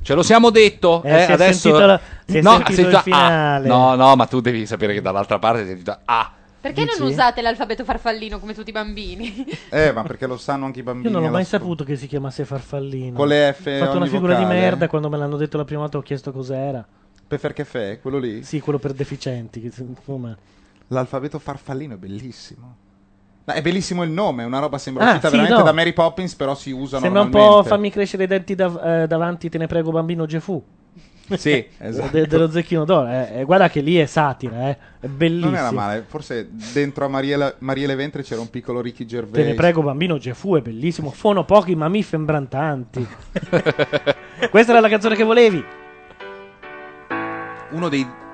S2: Ce lo siamo detto,
S1: Ah. Eh,
S2: eh,
S1: si è
S2: adesso
S1: sentito la- si è
S2: no,
S1: sentito
S2: ha sentito
S1: il
S2: ah.
S1: finale.
S2: No, no, ma tu devi sapere che dall'altra parte si è sentito ah.
S22: Perché non
S3: Dici?
S22: usate l'alfabeto farfallino come tutti i bambini?
S3: Eh, ma perché lo sanno anche i bambini.
S1: Io non ho mai
S3: alla-
S1: saputo che si chiamasse farfallino.
S3: Con le F
S1: Ho fatto una
S3: ogni
S1: figura di
S3: vocale.
S1: merda quando me l'hanno detto la prima volta ho chiesto cos'era.
S3: Pfeffer caffè, quello lì?
S1: Sì, quello per deficienti. che- Insomma.
S3: L'alfabeto farfallino è bellissimo. Ma è bellissimo il nome, è una roba sembra
S1: Ah,
S3: uscita
S1: sì,
S3: veramente
S1: no.
S3: da Mary Poppins, però si usano
S1: Sembra un po' fammi crescere i denti dav- eh, davanti, te ne prego, bambino Gefù.
S3: Sì, esatto.
S1: De- dello zecchino d'oro. eh, eh, guarda che lì è satira, eh. È bellissimo.
S3: Non era male, forse dentro a Mariela, Mariele Ventre c'era un piccolo Ricky
S1: Te
S3: Gervais.
S1: ne prego, bambino Gefù è bellissimo. Fono pochi ma mi sembrantanti. Questa era la canzone che volevi.
S3: Uno dei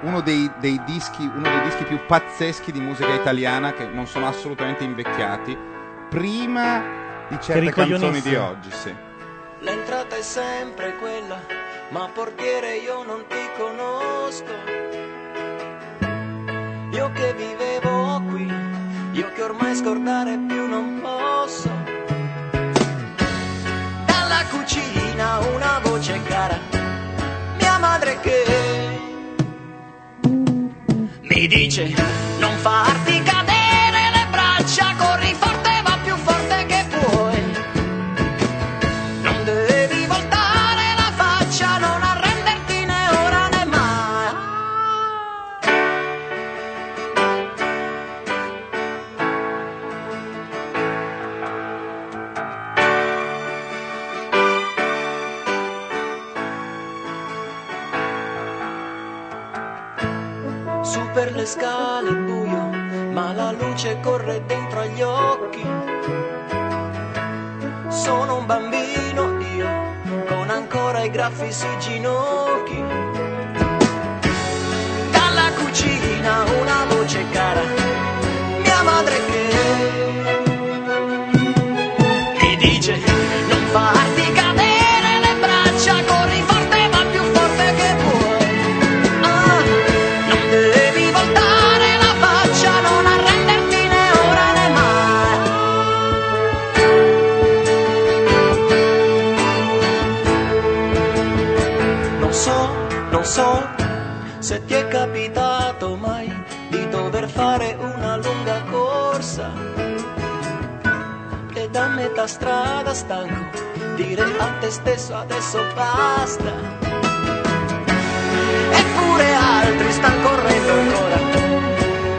S3: uno dei, dei dischi, uno dei dischi più pazzeschi di musica italiana che non sono assolutamente invecchiati, prima di certe canzoni di
S7: ricoglionissimo.
S3: oggi, sì.
S11: L'entrata è sempre quella, ma portiere io non ti conosco. Io che vivevo qui, io che ormai scordare più non posso. Dalla cucina una voce cara, mia madre che mi dice non farti cadere le braccia, corri forte va più forte che puoi. Non devi voltare la faccia, non arrenderti né ora né mai. Su per le scale è buio, ma la luce corre dentro agli occhi. Sono un bambino io, con ancora i graffi sui ginocchi. Dalla cucina una voce cara, mia madre che mi dice non farti cadere le braccia, corri forte ma più forte che puoi. Ah, non devi voltare la faccia, non arrenderti né ora né mai. Non so, non so se ti è capitato mai di dover fare una lunga corsa e da metà strada stanco dire a te stesso adesso basta. Eppure altri stanno correndo ancora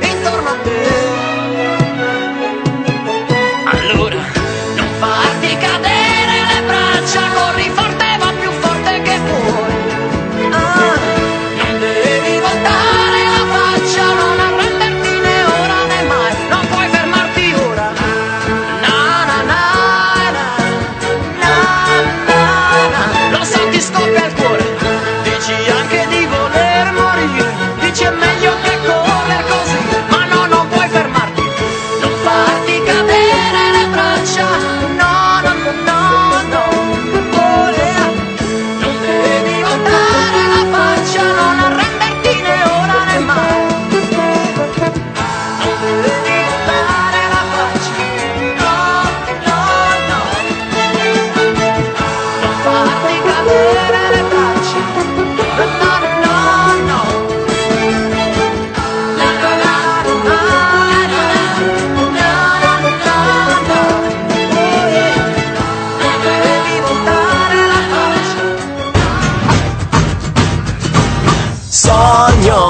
S11: intorno a te. Allora non farti cadere le braccia, corri forte ma più forte che puoi. Ah, Sogno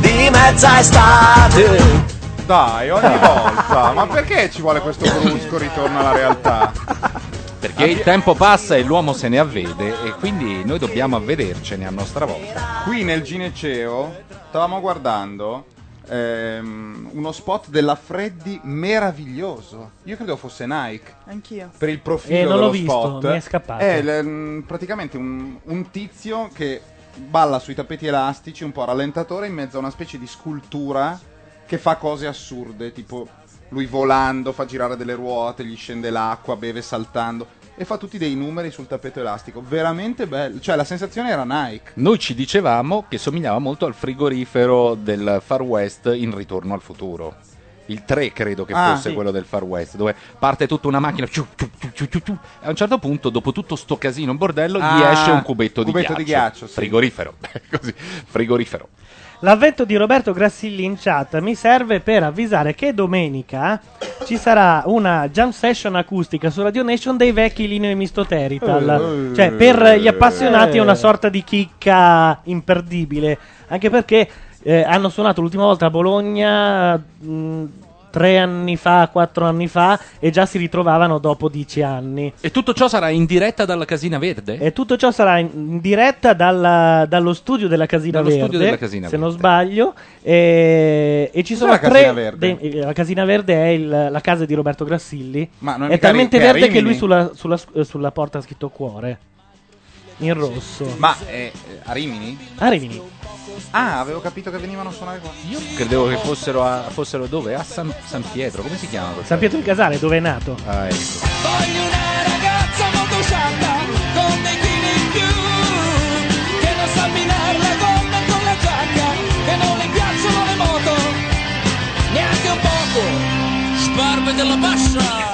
S11: di mezza estate.
S2: ah, eh,
S3: Dai, ogni volta. Ma perché ci vuole questo brusco ritorno alla realtà?
S1: Ah.
S2: Perché il tempo passa e l'uomo se ne avvede e quindi noi dobbiamo avvedercene a nostra volta.
S3: Qui nel Gineceo stavamo guardando ehm, uno spot della Freddy meraviglioso. Io credo fosse Nike.
S29: Anch'io.
S3: per il profilo
S1: Eh, non
S3: dello
S1: l'ho visto,
S3: spot
S1: mi è scappato.
S3: è l- mm, praticamente un, un tizio che balla sui tappeti elastici un po' a rallentatore in mezzo a una specie di scultura che fa cose assurde tipo lui volando fa girare delle ruote gli scende l'acqua beve saltando e fa tutti dei numeri sul tappeto elastico veramente bello cioè la sensazione era Nike
S2: Noi ci dicevamo che somigliava molto al frigorifero del Far West in Ritorno al futuro. Il 3 credo che
S3: Ah,
S2: fosse
S3: sì.
S2: quello del Far West, dove parte tutta una macchina. ciu, ciu, ciu, ciu, ciu, ciu, e a un certo punto, dopo tutto sto casino, un bordello, gli
S3: Ah,
S2: esce un cubetto,
S3: cubetto di
S2: di ghiaccio.
S3: ghiaccio, sì.
S2: Frigorifero. Così, frigorifero.
S1: L'avvento di Roberto Grassilli in chat mi serve per avvisare che domenica ci sarà una jam session acustica su Radio Nation dei vecchi Lino e Misto Terital.
S30: Eh.
S1: Cioè, per gli appassionati è una
S30: Eh.
S1: sorta di chicca imperdibile. Anche perché eh, hanno suonato l'ultima volta a Bologna. mh, Tre anni fa, quattro anni fa, e già si ritrovavano dopo dieci anni.
S31: E tutto ciò sarà in diretta dalla Casina Verde?
S1: E tutto ciò sarà in, in diretta dalla- dallo studio della Casina
S31: Dallo
S1: Verde,
S31: studio della Casina
S1: se non sbaglio. E, e ci
S3: Cos'è
S1: sono
S3: la
S1: tre.
S3: Casina Verde?
S1: de- eh, la Casina Verde è il- la casa di Roberto Grassilli.
S3: Ma non è
S1: è
S3: mica
S1: talmente
S3: lì- che è a
S1: verde che
S3: Rimini?
S1: lui sulla, sulla sc- eh, sulla porta ha scritto cuore. In rosso.
S3: ma eh, eh, a Rimini?
S1: A Rimini.
S3: ah avevo capito che venivano a suonare qua
S2: Credevo che fossero, a, fossero dove? A San, San Pietro, come si chiama? quel
S1: San Pietro di Casale, dove è nato.
S2: posto? Ah, ecco.
S11: ragazza molto scialla con dei chili in più che non sa abbinare la gonna con la giacca che non le piacciono le moto neanche un poco sbarbe della bassa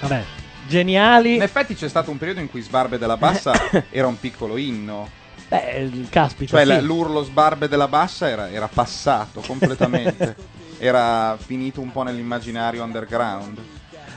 S1: Vabbè, geniali.
S3: In effetti c'è stato un periodo in cui Sbarbe della Bassa era un piccolo inno.
S1: Beh, eh, caspita.
S3: Cioè
S1: sì.
S3: la- l'urlo Sbarbe della Bassa era, era passato completamente. era finito un po' nell'immaginario underground.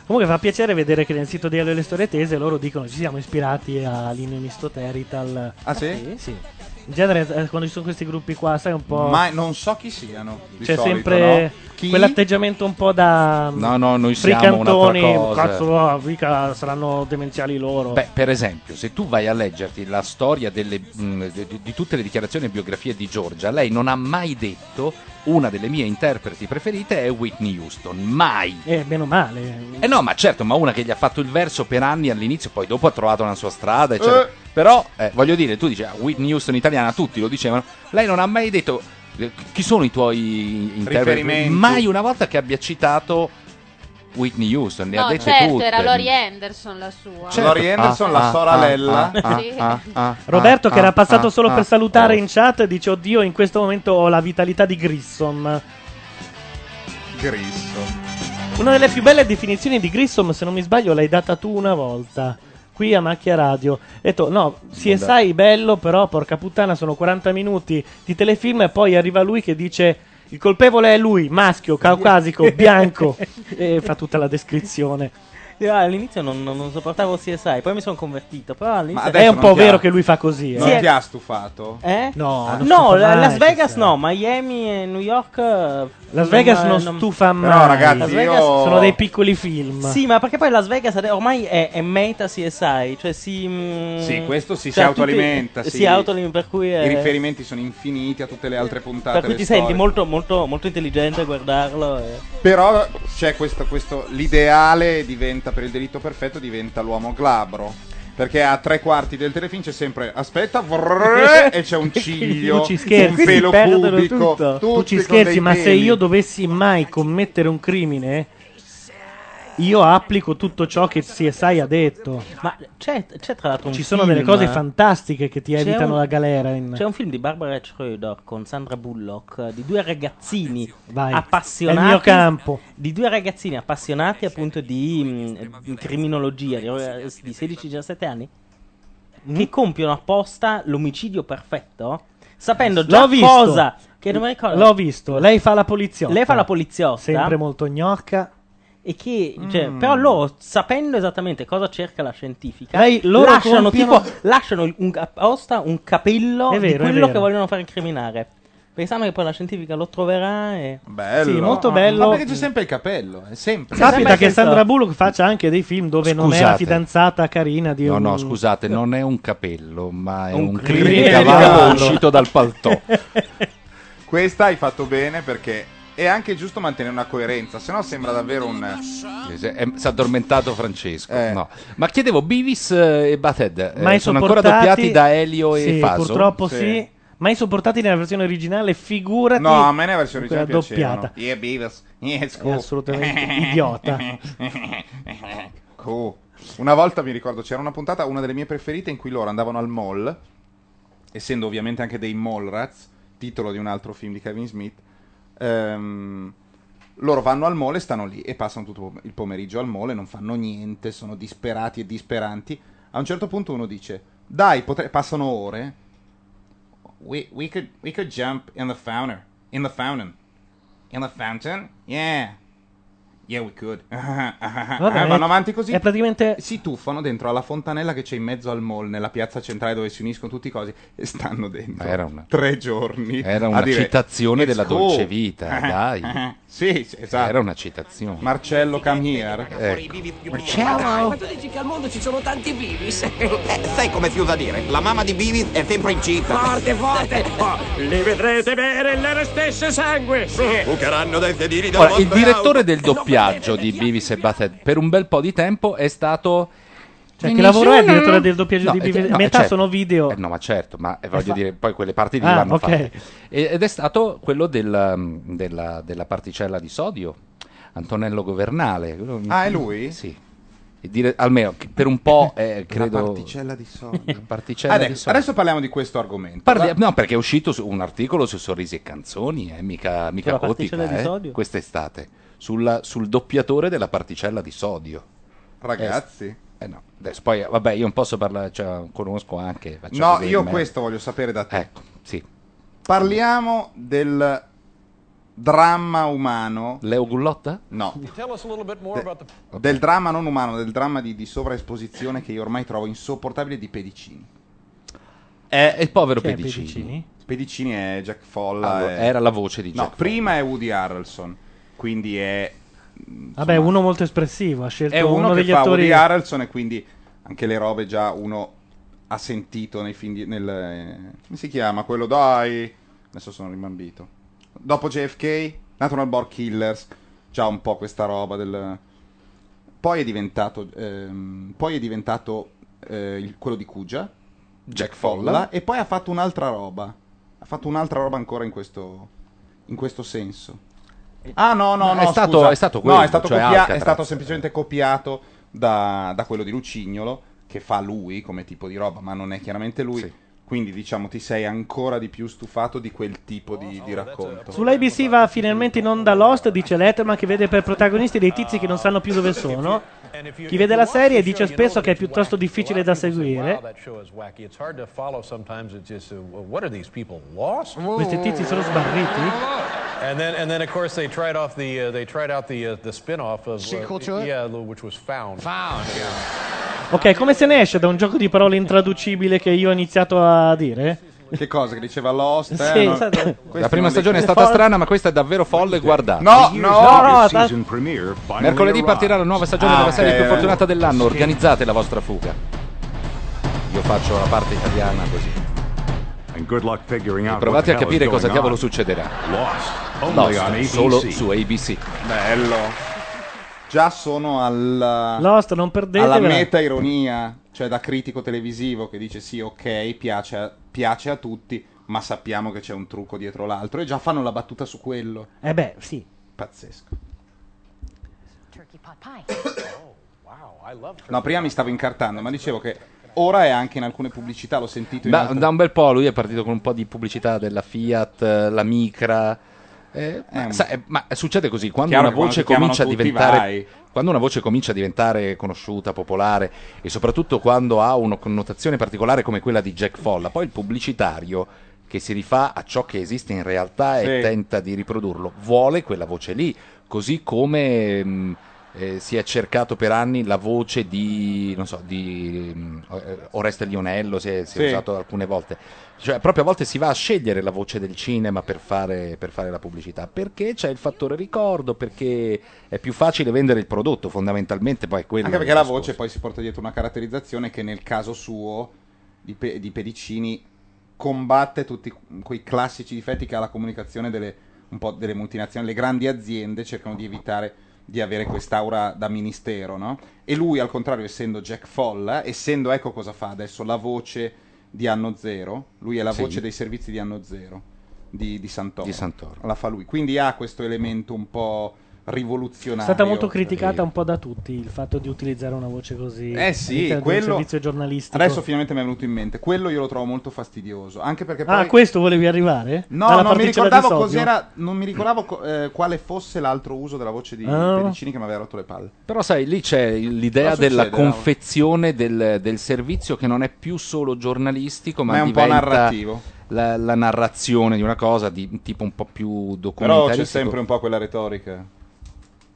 S1: Comunque fa piacere vedere che nel sito di Elio e le storie tese loro dicono ci siamo ispirati a Lino e Misto Terital.
S3: Ah, sì?
S1: Sì. In genere eh, quando ci sono questi gruppi qua, sai un po'...
S3: Ma non so chi siano. Di
S1: C'è
S3: solito,
S1: sempre
S3: no? Chi?
S1: quell'atteggiamento un po' da... mm,
S2: No, no, noi siamo
S1: fricantoni,
S2: un'altra cosa.
S1: Cazzo, ah, mica saranno demenziali loro.
S2: Beh, per esempio, se tu vai a leggerti la storia delle, mh, di, di tutte le dichiarazioni e biografie di Giorgia, lei non ha mai detto una delle mie interpreti preferite è Whitney Houston. Mai.
S1: Eh, meno male.
S2: Eh no, ma certo, ma una che gli ha fatto il verso per anni all'inizio, poi dopo ha trovato una sua strada, eccetera.
S1: Eh.
S2: Però, eh, voglio dire, tu dici ah, Whitney Houston italiana, tutti lo dicevano. Lei non ha mai detto eh, chi sono i tuoi interpreti.
S3: Riferimenti.
S2: Mai una volta che abbia citato Whitney Houston, ne ha
S22: No,
S2: dette
S22: certo,
S2: tutte.
S22: era Lori Anderson la sua.
S2: Certo.
S3: Cioè, Lori Anderson, la soralella.
S22: Sì.
S1: Roberto, che era passato
S2: ah,
S1: solo
S2: ah,
S1: per salutare in chat, dice: Oddio, in questo momento ho la vitalità di Grissom.
S3: Grisso.
S1: Una delle più belle definizioni di Grissom, se non mi sbaglio, l'hai data tu una volta. Qui a Macchia Radio. Ho detto, no, si sai bello, però, porca puttana, sono 40 minuti di telefilm e poi arriva lui che dice... Il colpevole è lui, maschio, caucasico, bianco. e fa tutta la descrizione.
S5: Io all'inizio non, non, non sopportavo CSI, poi mi sono convertito. Però all'inizio
S1: adesso È un non po' ti ha- vero che lui fa così, eh.
S3: Non
S5: Sì,
S3: ti
S5: è-
S3: ha stufato?
S5: Eh?
S1: No,
S3: Ah,
S1: non
S5: No,
S1: stufa
S5: la-
S1: mai,
S5: Las Vegas no, Miami e New York. eh,
S1: Las Vegas non, stufa mai. Las Vegas sono dei piccoli film.
S5: Sì, ma perché poi Las Vegas ade- ormai è, è meta CSI, cioè si... mm,
S3: Sì, questo si, si
S5: cioè tutti-
S3: autoalimenta.
S5: Si autoalimenta, per cui... è-
S3: I riferimenti sono infiniti a tutte le altre puntate.
S5: per cui
S3: le
S5: ti senti
S3: storie.
S5: molto, molto, molto intelligente a guardarlo. e-
S3: Però c'è questo, questo- l'ideale diventa per il delitto perfetto diventa l'uomo glabro. Perché a tre quarti del telefilm c'è sempre aspetta vrrr, e c'è un ciglio,
S1: tu ci scherzi,
S3: un pelo
S1: perdono
S3: cubico,
S1: tutto. tu
S3: tutti
S1: ci
S3: con
S1: scherzi,
S3: dei
S1: ma se
S3: peli.
S1: io dovessi mai commettere un crimine, io applico tutto ciò che CSI ha detto.
S5: Ma c'è, c'è tra l'altro un
S1: Ci sono
S5: film- eh.
S1: delle cose fantastiche che ti
S5: C'è
S1: evitano
S5: un-
S1: la galera. in-
S5: C'è un film di Barbara Schroeder con Sandra Bullock eh, di due ragazzini
S1: Vai.
S5: appassionati.
S1: È il mio campo.
S5: Di due ragazzini appassionati appunto di mm, criminologia di, eh, di 16-17 anni
S1: Mm?
S5: che compiono apposta l'omicidio perfetto sapendo già
S1: L'ho visto.
S5: cosa che non mi ricordo.
S1: L'ho visto. Lei fa la poliziotta.
S5: Lei fa la poliziotta.
S1: Sempre molto gnocca.
S5: E che, cioè,
S1: Mm.
S5: però loro, sapendo esattamente cosa cerca la scientifica,
S1: Lei- loro
S5: lasciano,
S1: compiono-
S5: tipo, lasciano il- un, apposta un capello
S1: È vero, è
S5: di quello
S1: vero.
S5: che vogliono far incriminare. Pensando che poi la scientifica lo troverà e... Ah,
S3: Bello. Ma perché c'è sempre il capello? È sempre.
S1: Capita che Sandra Bullock faccia anche dei film dove non è la
S2: Scusate.
S1: fidanzata carina di
S2: No,
S1: un...
S2: no, scusate, non è un capello, ma è
S1: Un
S2: un,
S1: crini
S2: crini
S1: di
S2: di cavallo
S1: cavallo.
S2: uscito dal paltò.
S3: Eh. Questa hai fatto bene perché è anche giusto mantenere una coerenza, se no sembra davvero un.
S2: Si è addormentato Francesco. Eh, no. Ma chiedevo Beavis eh, e Bathead. eh,
S1: Ma i
S2: sono ancora
S1: sopportati-
S2: doppiati da Elio e
S1: Sì,
S2: Faso.
S1: purtroppo sì. Ma i sopportati nella versione originale, figurati.
S3: No, a me nella versione
S1: quella
S3: originale piacevano.
S1: doppiata.
S3: Yeah, Beavis. Yeah, it's
S1: È
S3: cool.
S1: assolutamente idiota.
S3: Cool. Oh. Una volta mi ricordo c'era una puntata, una delle mie preferite, in cui loro andavano al mall, essendo ovviamente anche dei Mallrats, titolo di un altro film di Kevin Smith. ehm, loro vanno al mall e stanno lì e passano tutto il pomeriggio al mall e non fanno niente, sono disperati e disperanti. A un certo punto uno dice: Dai, potre- passano ore. We, we, could, we could jump in the fountain. In the fountain. In the fountain? Yeah. Yeah, we could.
S1: Vabbè,
S3: Eh, vanno avanti così.
S1: è praticamente-
S3: Si tuffano dentro alla fontanella che c'è in mezzo al mall, nella piazza centrale dove si uniscono tutti i cosi. E stanno dentro.
S2: Era una-
S3: Tre giorni.
S2: Era
S3: a
S2: una
S3: dire,
S2: citazione
S3: "Let's
S2: della
S3: go".
S2: dolce vita, dai.
S3: sì, sì, esatto.
S2: Era una citazione.
S3: Marcello Come here.
S32: Dai, Ma tu dici che al mondo ci sono tanti Beavis?
S25: Eh, sai come chiusa dire? La mamma di Bibi è sempre incinta.
S32: Forte, forte! Oh, li vedrete bere il loro stesso sangue!
S25: Bucheranno dai sedili
S2: Ora, il direttore del
S3: eh,
S2: doppiaggio di Beavis e Butthead per un bel po' di tempo è stato.
S1: Cioè, che lavoro è il
S2: Nessuno.
S1: direttore del doppiaggio di
S2: eh,
S1: Beavis?
S2: no, eh,
S1: Metà
S2: certo.
S1: sono video.
S2: Eh, no, ma certo, ma eh, voglio
S1: fa-
S2: dire, poi quelle parti lì
S1: Ah,
S2: vanno
S1: ok.
S2: fatte. E- Ed è stato quello del, mm, della, della particella di sodio, Antonello Governale. Quello-
S3: Ah, è lui?
S2: Sì. Il dire- almeno che per un po' eh, credo.
S3: La particella di sodio.
S2: particella
S3: adesso,
S2: di sodio.
S3: adesso parliamo di questo argomento.
S2: Parli-
S3: Va-
S2: no, perché è uscito su- un articolo su Sorrisi e Canzoni, eh, mica, mica
S3: Sulla
S2: gotica,
S3: particella di
S2: eh,
S3: sodio?
S2: quest'estate, sulla- sul doppiatore della particella di sodio.
S3: Ragazzi.
S2: Eh, no, adesso poi, vabbè, io non posso parlare, cioè, conosco anche... faccio
S3: No,
S2: così,
S3: io
S2: ma-
S3: questo voglio sapere da te.
S2: Ecco, sì.
S3: Parliamo del dramma umano.
S2: Leo Gullotta?
S3: No.
S33: Tell us a little bit more about the
S3: Del dramma non umano, del dramma di, di sovraesposizione che io ormai trovo insopportabile di Pedicini.
S2: È il povero
S3: Chi è
S2: Pedicini.
S3: Pedicini? Pedicini è Jack Folla.
S2: Allora,
S3: è-
S2: era la voce di
S3: No,
S2: Jack
S3: prima è Woody Harrelson, quindi è...
S1: Vabbè, uno molto espressivo. Ha scelto
S3: è uno, che
S1: degli
S3: fa
S1: attori.
S3: Woody Harrelson e quindi anche le robe già uno ha sentito nei film di, nel eh, come si chiama quello dai adesso sono rimambito dopo JFK Natural Born Killers già un po' questa roba del poi è diventato ehm, poi è diventato eh, il- quello di Cugia Jack Folla e poi ha fatto un'altra roba ha fatto un'altra roba ancora in questo in questo senso Ah no, no,
S2: No,
S3: no,
S2: è stato-
S3: scusa.
S2: è stato quello,
S3: no, è stato,
S2: cioè
S3: copia-
S2: Alcatraz.
S3: è stato semplicemente copiato da, da quello di Lucignolo che fa lui come tipo di roba, ma non è chiaramente lui. Quindi diciamo ti sei ancora di più stufato di quel tipo di, di
S34: eh,
S3: racconto.
S1: Sull'ABC va finalmente in onda Lost, dice Letterman, che vede per protagonisti dei tizi che non sanno più dove sono. Chi vede la serie dice spesso che è piuttosto difficile da seguire.
S26: That show is wacky. It's hard to follow sometimes. It's just, uh, what are these people lost?
S1: Questi tizi sono sbarriti.
S26: And then, and then, of course, they tried off the, uh, they tried out the, uh, the spin-off of uh,
S1: Sequel to it?
S26: yeah, which was Found. Found.
S1: Ok, come se ne esce da un gioco di parole intraducibile che io ho iniziato a dire?
S3: Che cosa che diceva Lost? eh,
S1: Sì,
S3: no?
S1: esatto. La
S3: Questi
S2: La prima
S3: non li-
S2: stagione è stata
S3: Ah,
S2: strana, ma questa è davvero folle, guardate.
S3: No, no, no, sta-
S2: Mercoledì partirà la nuova stagione
S3: Ah,
S2: della serie
S3: ok,
S2: più
S3: era-
S2: fortunata dell'anno. Organizzate la vostra fuga. Io faccio la parte italiana così.
S34: And good luck figuring out what
S2: Provate
S34: the
S2: a
S34: hell is
S2: capire cosa
S34: going
S2: diavolo
S34: on.
S2: succederà.
S34: Lost.
S2: Oh
S34: Only on
S2: Lost,
S34: ABC.
S2: solo su ABC.
S3: Bello. Già sono alla
S1: Lost, non perdetevela.
S3: alla meta ironia, cioè da critico televisivo che dice sì, ok, piace a, piace a tutti, ma sappiamo che c'è un trucco dietro l'altro e già fanno la battuta su quello.
S1: Eh beh, sì.
S3: Pazzesco.
S32: Turkey pot pie.
S26: Oh,
S3: No, prima mi stavo incartando, ma dicevo che ora è anche in alcune pubblicità, l'ho sentito in
S2: Da,
S3: altre-
S2: da un bel po' lui è partito con un po' di pubblicità della Fiat, eh, la Micra. eh, ma,
S3: un-
S2: sa- eh, ma succede così quando
S3: Chiaro
S2: una
S3: che quando
S2: voce
S3: ti chiamano
S2: comincia a
S3: tutti,
S2: diventare
S3: vai.
S2: quando una voce comincia a diventare conosciuta, popolare e soprattutto quando ha una connotazione particolare come quella di Jack Folla, poi il pubblicitario che si rifà a ciò che esiste in realtà e
S3: Sì.
S2: tenta di riprodurlo, vuole quella voce lì, così come mh, eh, si è cercato per anni la voce di, non so, di mm, eh, Oreste Lionello, si è, si è
S35: Sì.
S2: usato alcune volte. Cioè, proprio a volte si va a scegliere la voce del cinema per fare, per fare la pubblicità, perché c'è il fattore ricordo, perché è più facile vendere il prodotto, fondamentalmente poi è quello.
S3: Anche perché la
S2: il discorso.
S3: voce poi si porta dietro una caratterizzazione che nel caso suo di, Pe- di Pedicini combatte tutti quei classici difetti che ha la comunicazione delle, un po' delle multinazionali. Le grandi aziende cercano di evitare di avere quest'aura da ministero, no? E lui, al contrario, essendo Jack Folla, essendo ecco cosa fa adesso, la voce di Anno Zero, lui è la
S2: Sì.
S3: voce dei servizi di Anno Zero, di, di Santoro.
S2: Di Santoro.
S3: La fa lui. Quindi ha questo elemento un po'
S1: È
S3: rivoluzionario.
S1: stata molto criticata un po' da tutti il fatto di utilizzare una voce così
S3: Eh sì,
S1: all'interno di un
S3: quello...
S1: servizio giornalistico.
S3: Adesso finalmente mi è venuto in mente. Quello io lo trovo molto fastidioso. Anche perché poi...
S1: Ah, a questo volevi arrivare?
S3: No,
S1: Dalla
S3: non mi
S1: particella di
S3: ricordavo
S1: Sofio?
S3: cos'era... Non mi ricordavo co- eh, quale fosse l'altro uso della voce di
S2: Ah.
S3: Pedicini che mi aveva rotto le palle.
S2: Però sai, lì c'è l'idea
S3: Cosa
S2: della
S3: succede, Laura?
S2: confezione del, del servizio che non è più solo giornalistico, ma,
S3: Ma è un po'
S2: diventa
S3: narrativo.
S2: La, la narrazione di una cosa di tipo un po' più
S3: Però
S2: documentaristica.
S3: c'è sempre un po' quella retorica.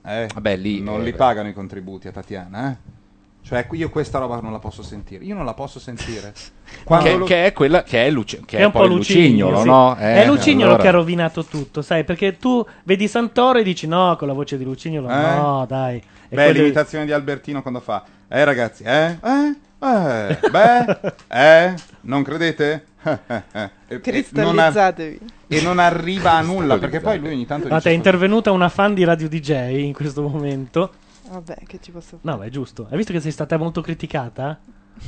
S3: Eh,
S2: Vabbè, lì
S3: non
S2: eh,
S3: li pagano i contributi a Tatiana, eh? Cioè, io questa roba non la posso sentire. Io non la posso sentire. Quando
S2: che,
S3: lo-
S2: che è quella che è, Luci- che
S3: È
S2: è
S3: un
S2: poi
S3: po'
S2: Lucignolo,
S1: sì.
S2: no? Eh,
S1: è Lucignolo
S2: allora.
S1: che ha rovinato tutto, sai? Perché tu vedi Santoro e dici no, con la voce di Lucignolo,
S3: Eh?
S1: Certo. no, dai. E
S3: Beh,
S1: quello-
S3: l'imitazione di Albertino quando fa Eh ragazzi, eh? Eh? Eh? Beh? eh? Non credete? Eh, eh, eh. E- e
S36: Cristallizzatevi.
S3: non ar- E non arriva a nulla, perché poi lui ogni tanto
S1: Guarda,
S3: dice...
S1: è intervenuta una fan di Radio DJ in questo momento.
S36: Vabbè, che ci posso fare?
S1: No, ma è giusto. Hai visto che sei stata molto criticata?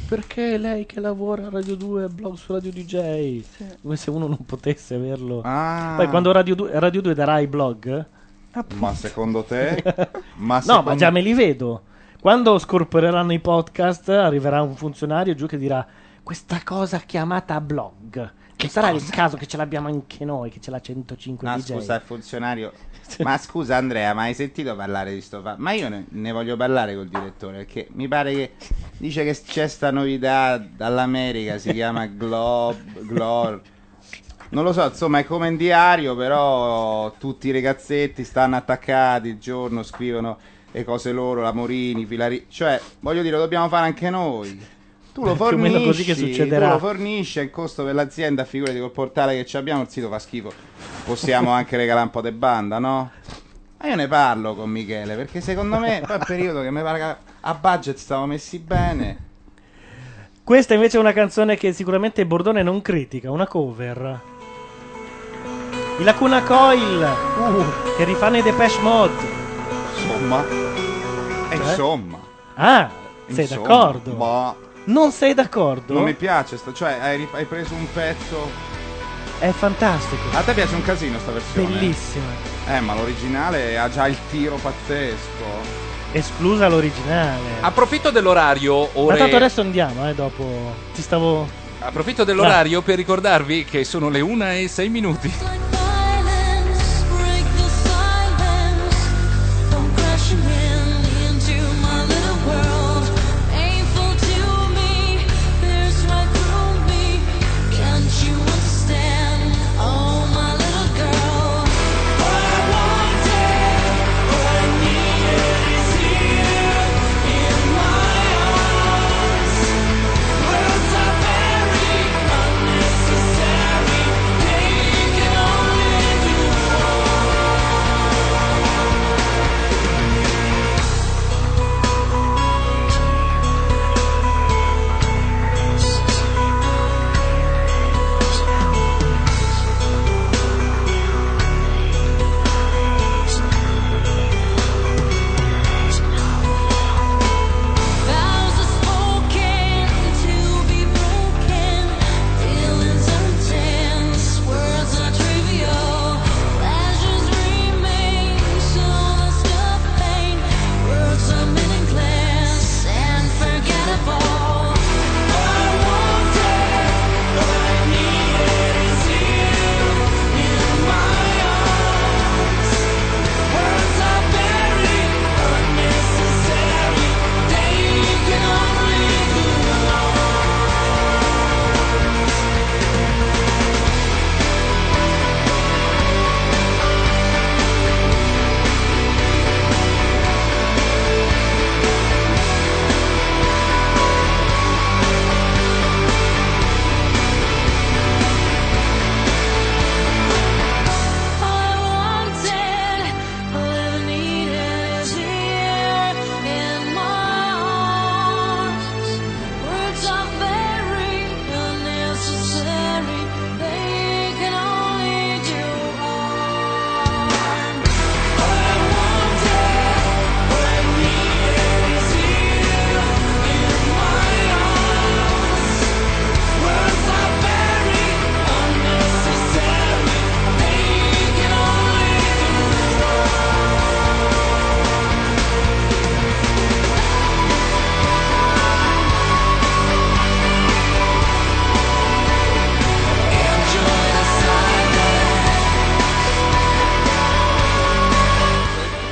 S1: Perché lei che lavora a Radio 2 e blog su Radio DJ? Come se uno non potesse averlo. Poi quando Radio 2, Radio 2 darà i blog?
S3: Ah. Ma secondo te? Ma
S1: No,
S3: secondo-
S1: ma già me li vedo. Quando scorporeranno i podcast, arriverà un funzionario giù che dirà questa cosa chiamata blog. Che sarà il caso che ce l'abbiamo anche noi, che ce l'ha 105
S3: No,
S1: DJ.
S3: Ah, scusa, il funzionario. Ma scusa, Andrea, ma hai sentito parlare di sto fa- Ma io ne, ne voglio parlare col direttore perché mi pare che dice che c'è sta novità dall'America. Si chiama Glob. Glor. Non lo so, insomma, è come in diario, però tutti i ragazzetti stanno attaccati il giorno, scrivono le cose loro, la Morini, Filari. Cioè, voglio dire, lo dobbiamo fare anche noi. Tu lo
S1: Più o
S3: fornisci,
S1: meno così che succederà.
S3: tu lo fornisci, è il costo per l'azienda, figurati col portale che abbiamo, il sito fa schifo. Possiamo anche regalare un po' di banda, no? Ma io ne parlo con Michele, perché secondo me poi è un periodo che mi pare che a budget stavo messi bene.
S1: Questa invece è una canzone che sicuramente Bordone non critica, una cover. I Lacuna Coil, uh, che rifanno i Depeche Mode.
S3: Insomma. E
S1: Cioè?
S3: insomma.
S1: Ah, sei
S3: Insomma,
S1: d'accordo?
S3: boh.
S1: Non sei d'accordo?
S3: Non mi piace, sta- cioè hai, ri- hai preso un pezzo...
S1: È fantastico.
S3: A te piace un casino sta versione?
S1: Bellissima.
S3: Eh, ma l'originale ha già il tiro pazzesco.
S1: Esclusa l'originale.
S2: Approfitto dell'orario,
S1: Ma tanto
S2: ore...
S1: adesso andiamo, eh, dopo. Ti stavo...
S2: approfitto dell'orario per ricordarvi che sono le 1 e 6 minuti.
S11: Break the silence. Come crashing in into my little world. Painful to me, there's right through me. Can't you understand? Oh, my little girl. What I wanted, what I needed is here in my arms. Words I buried, unnecessary pain can only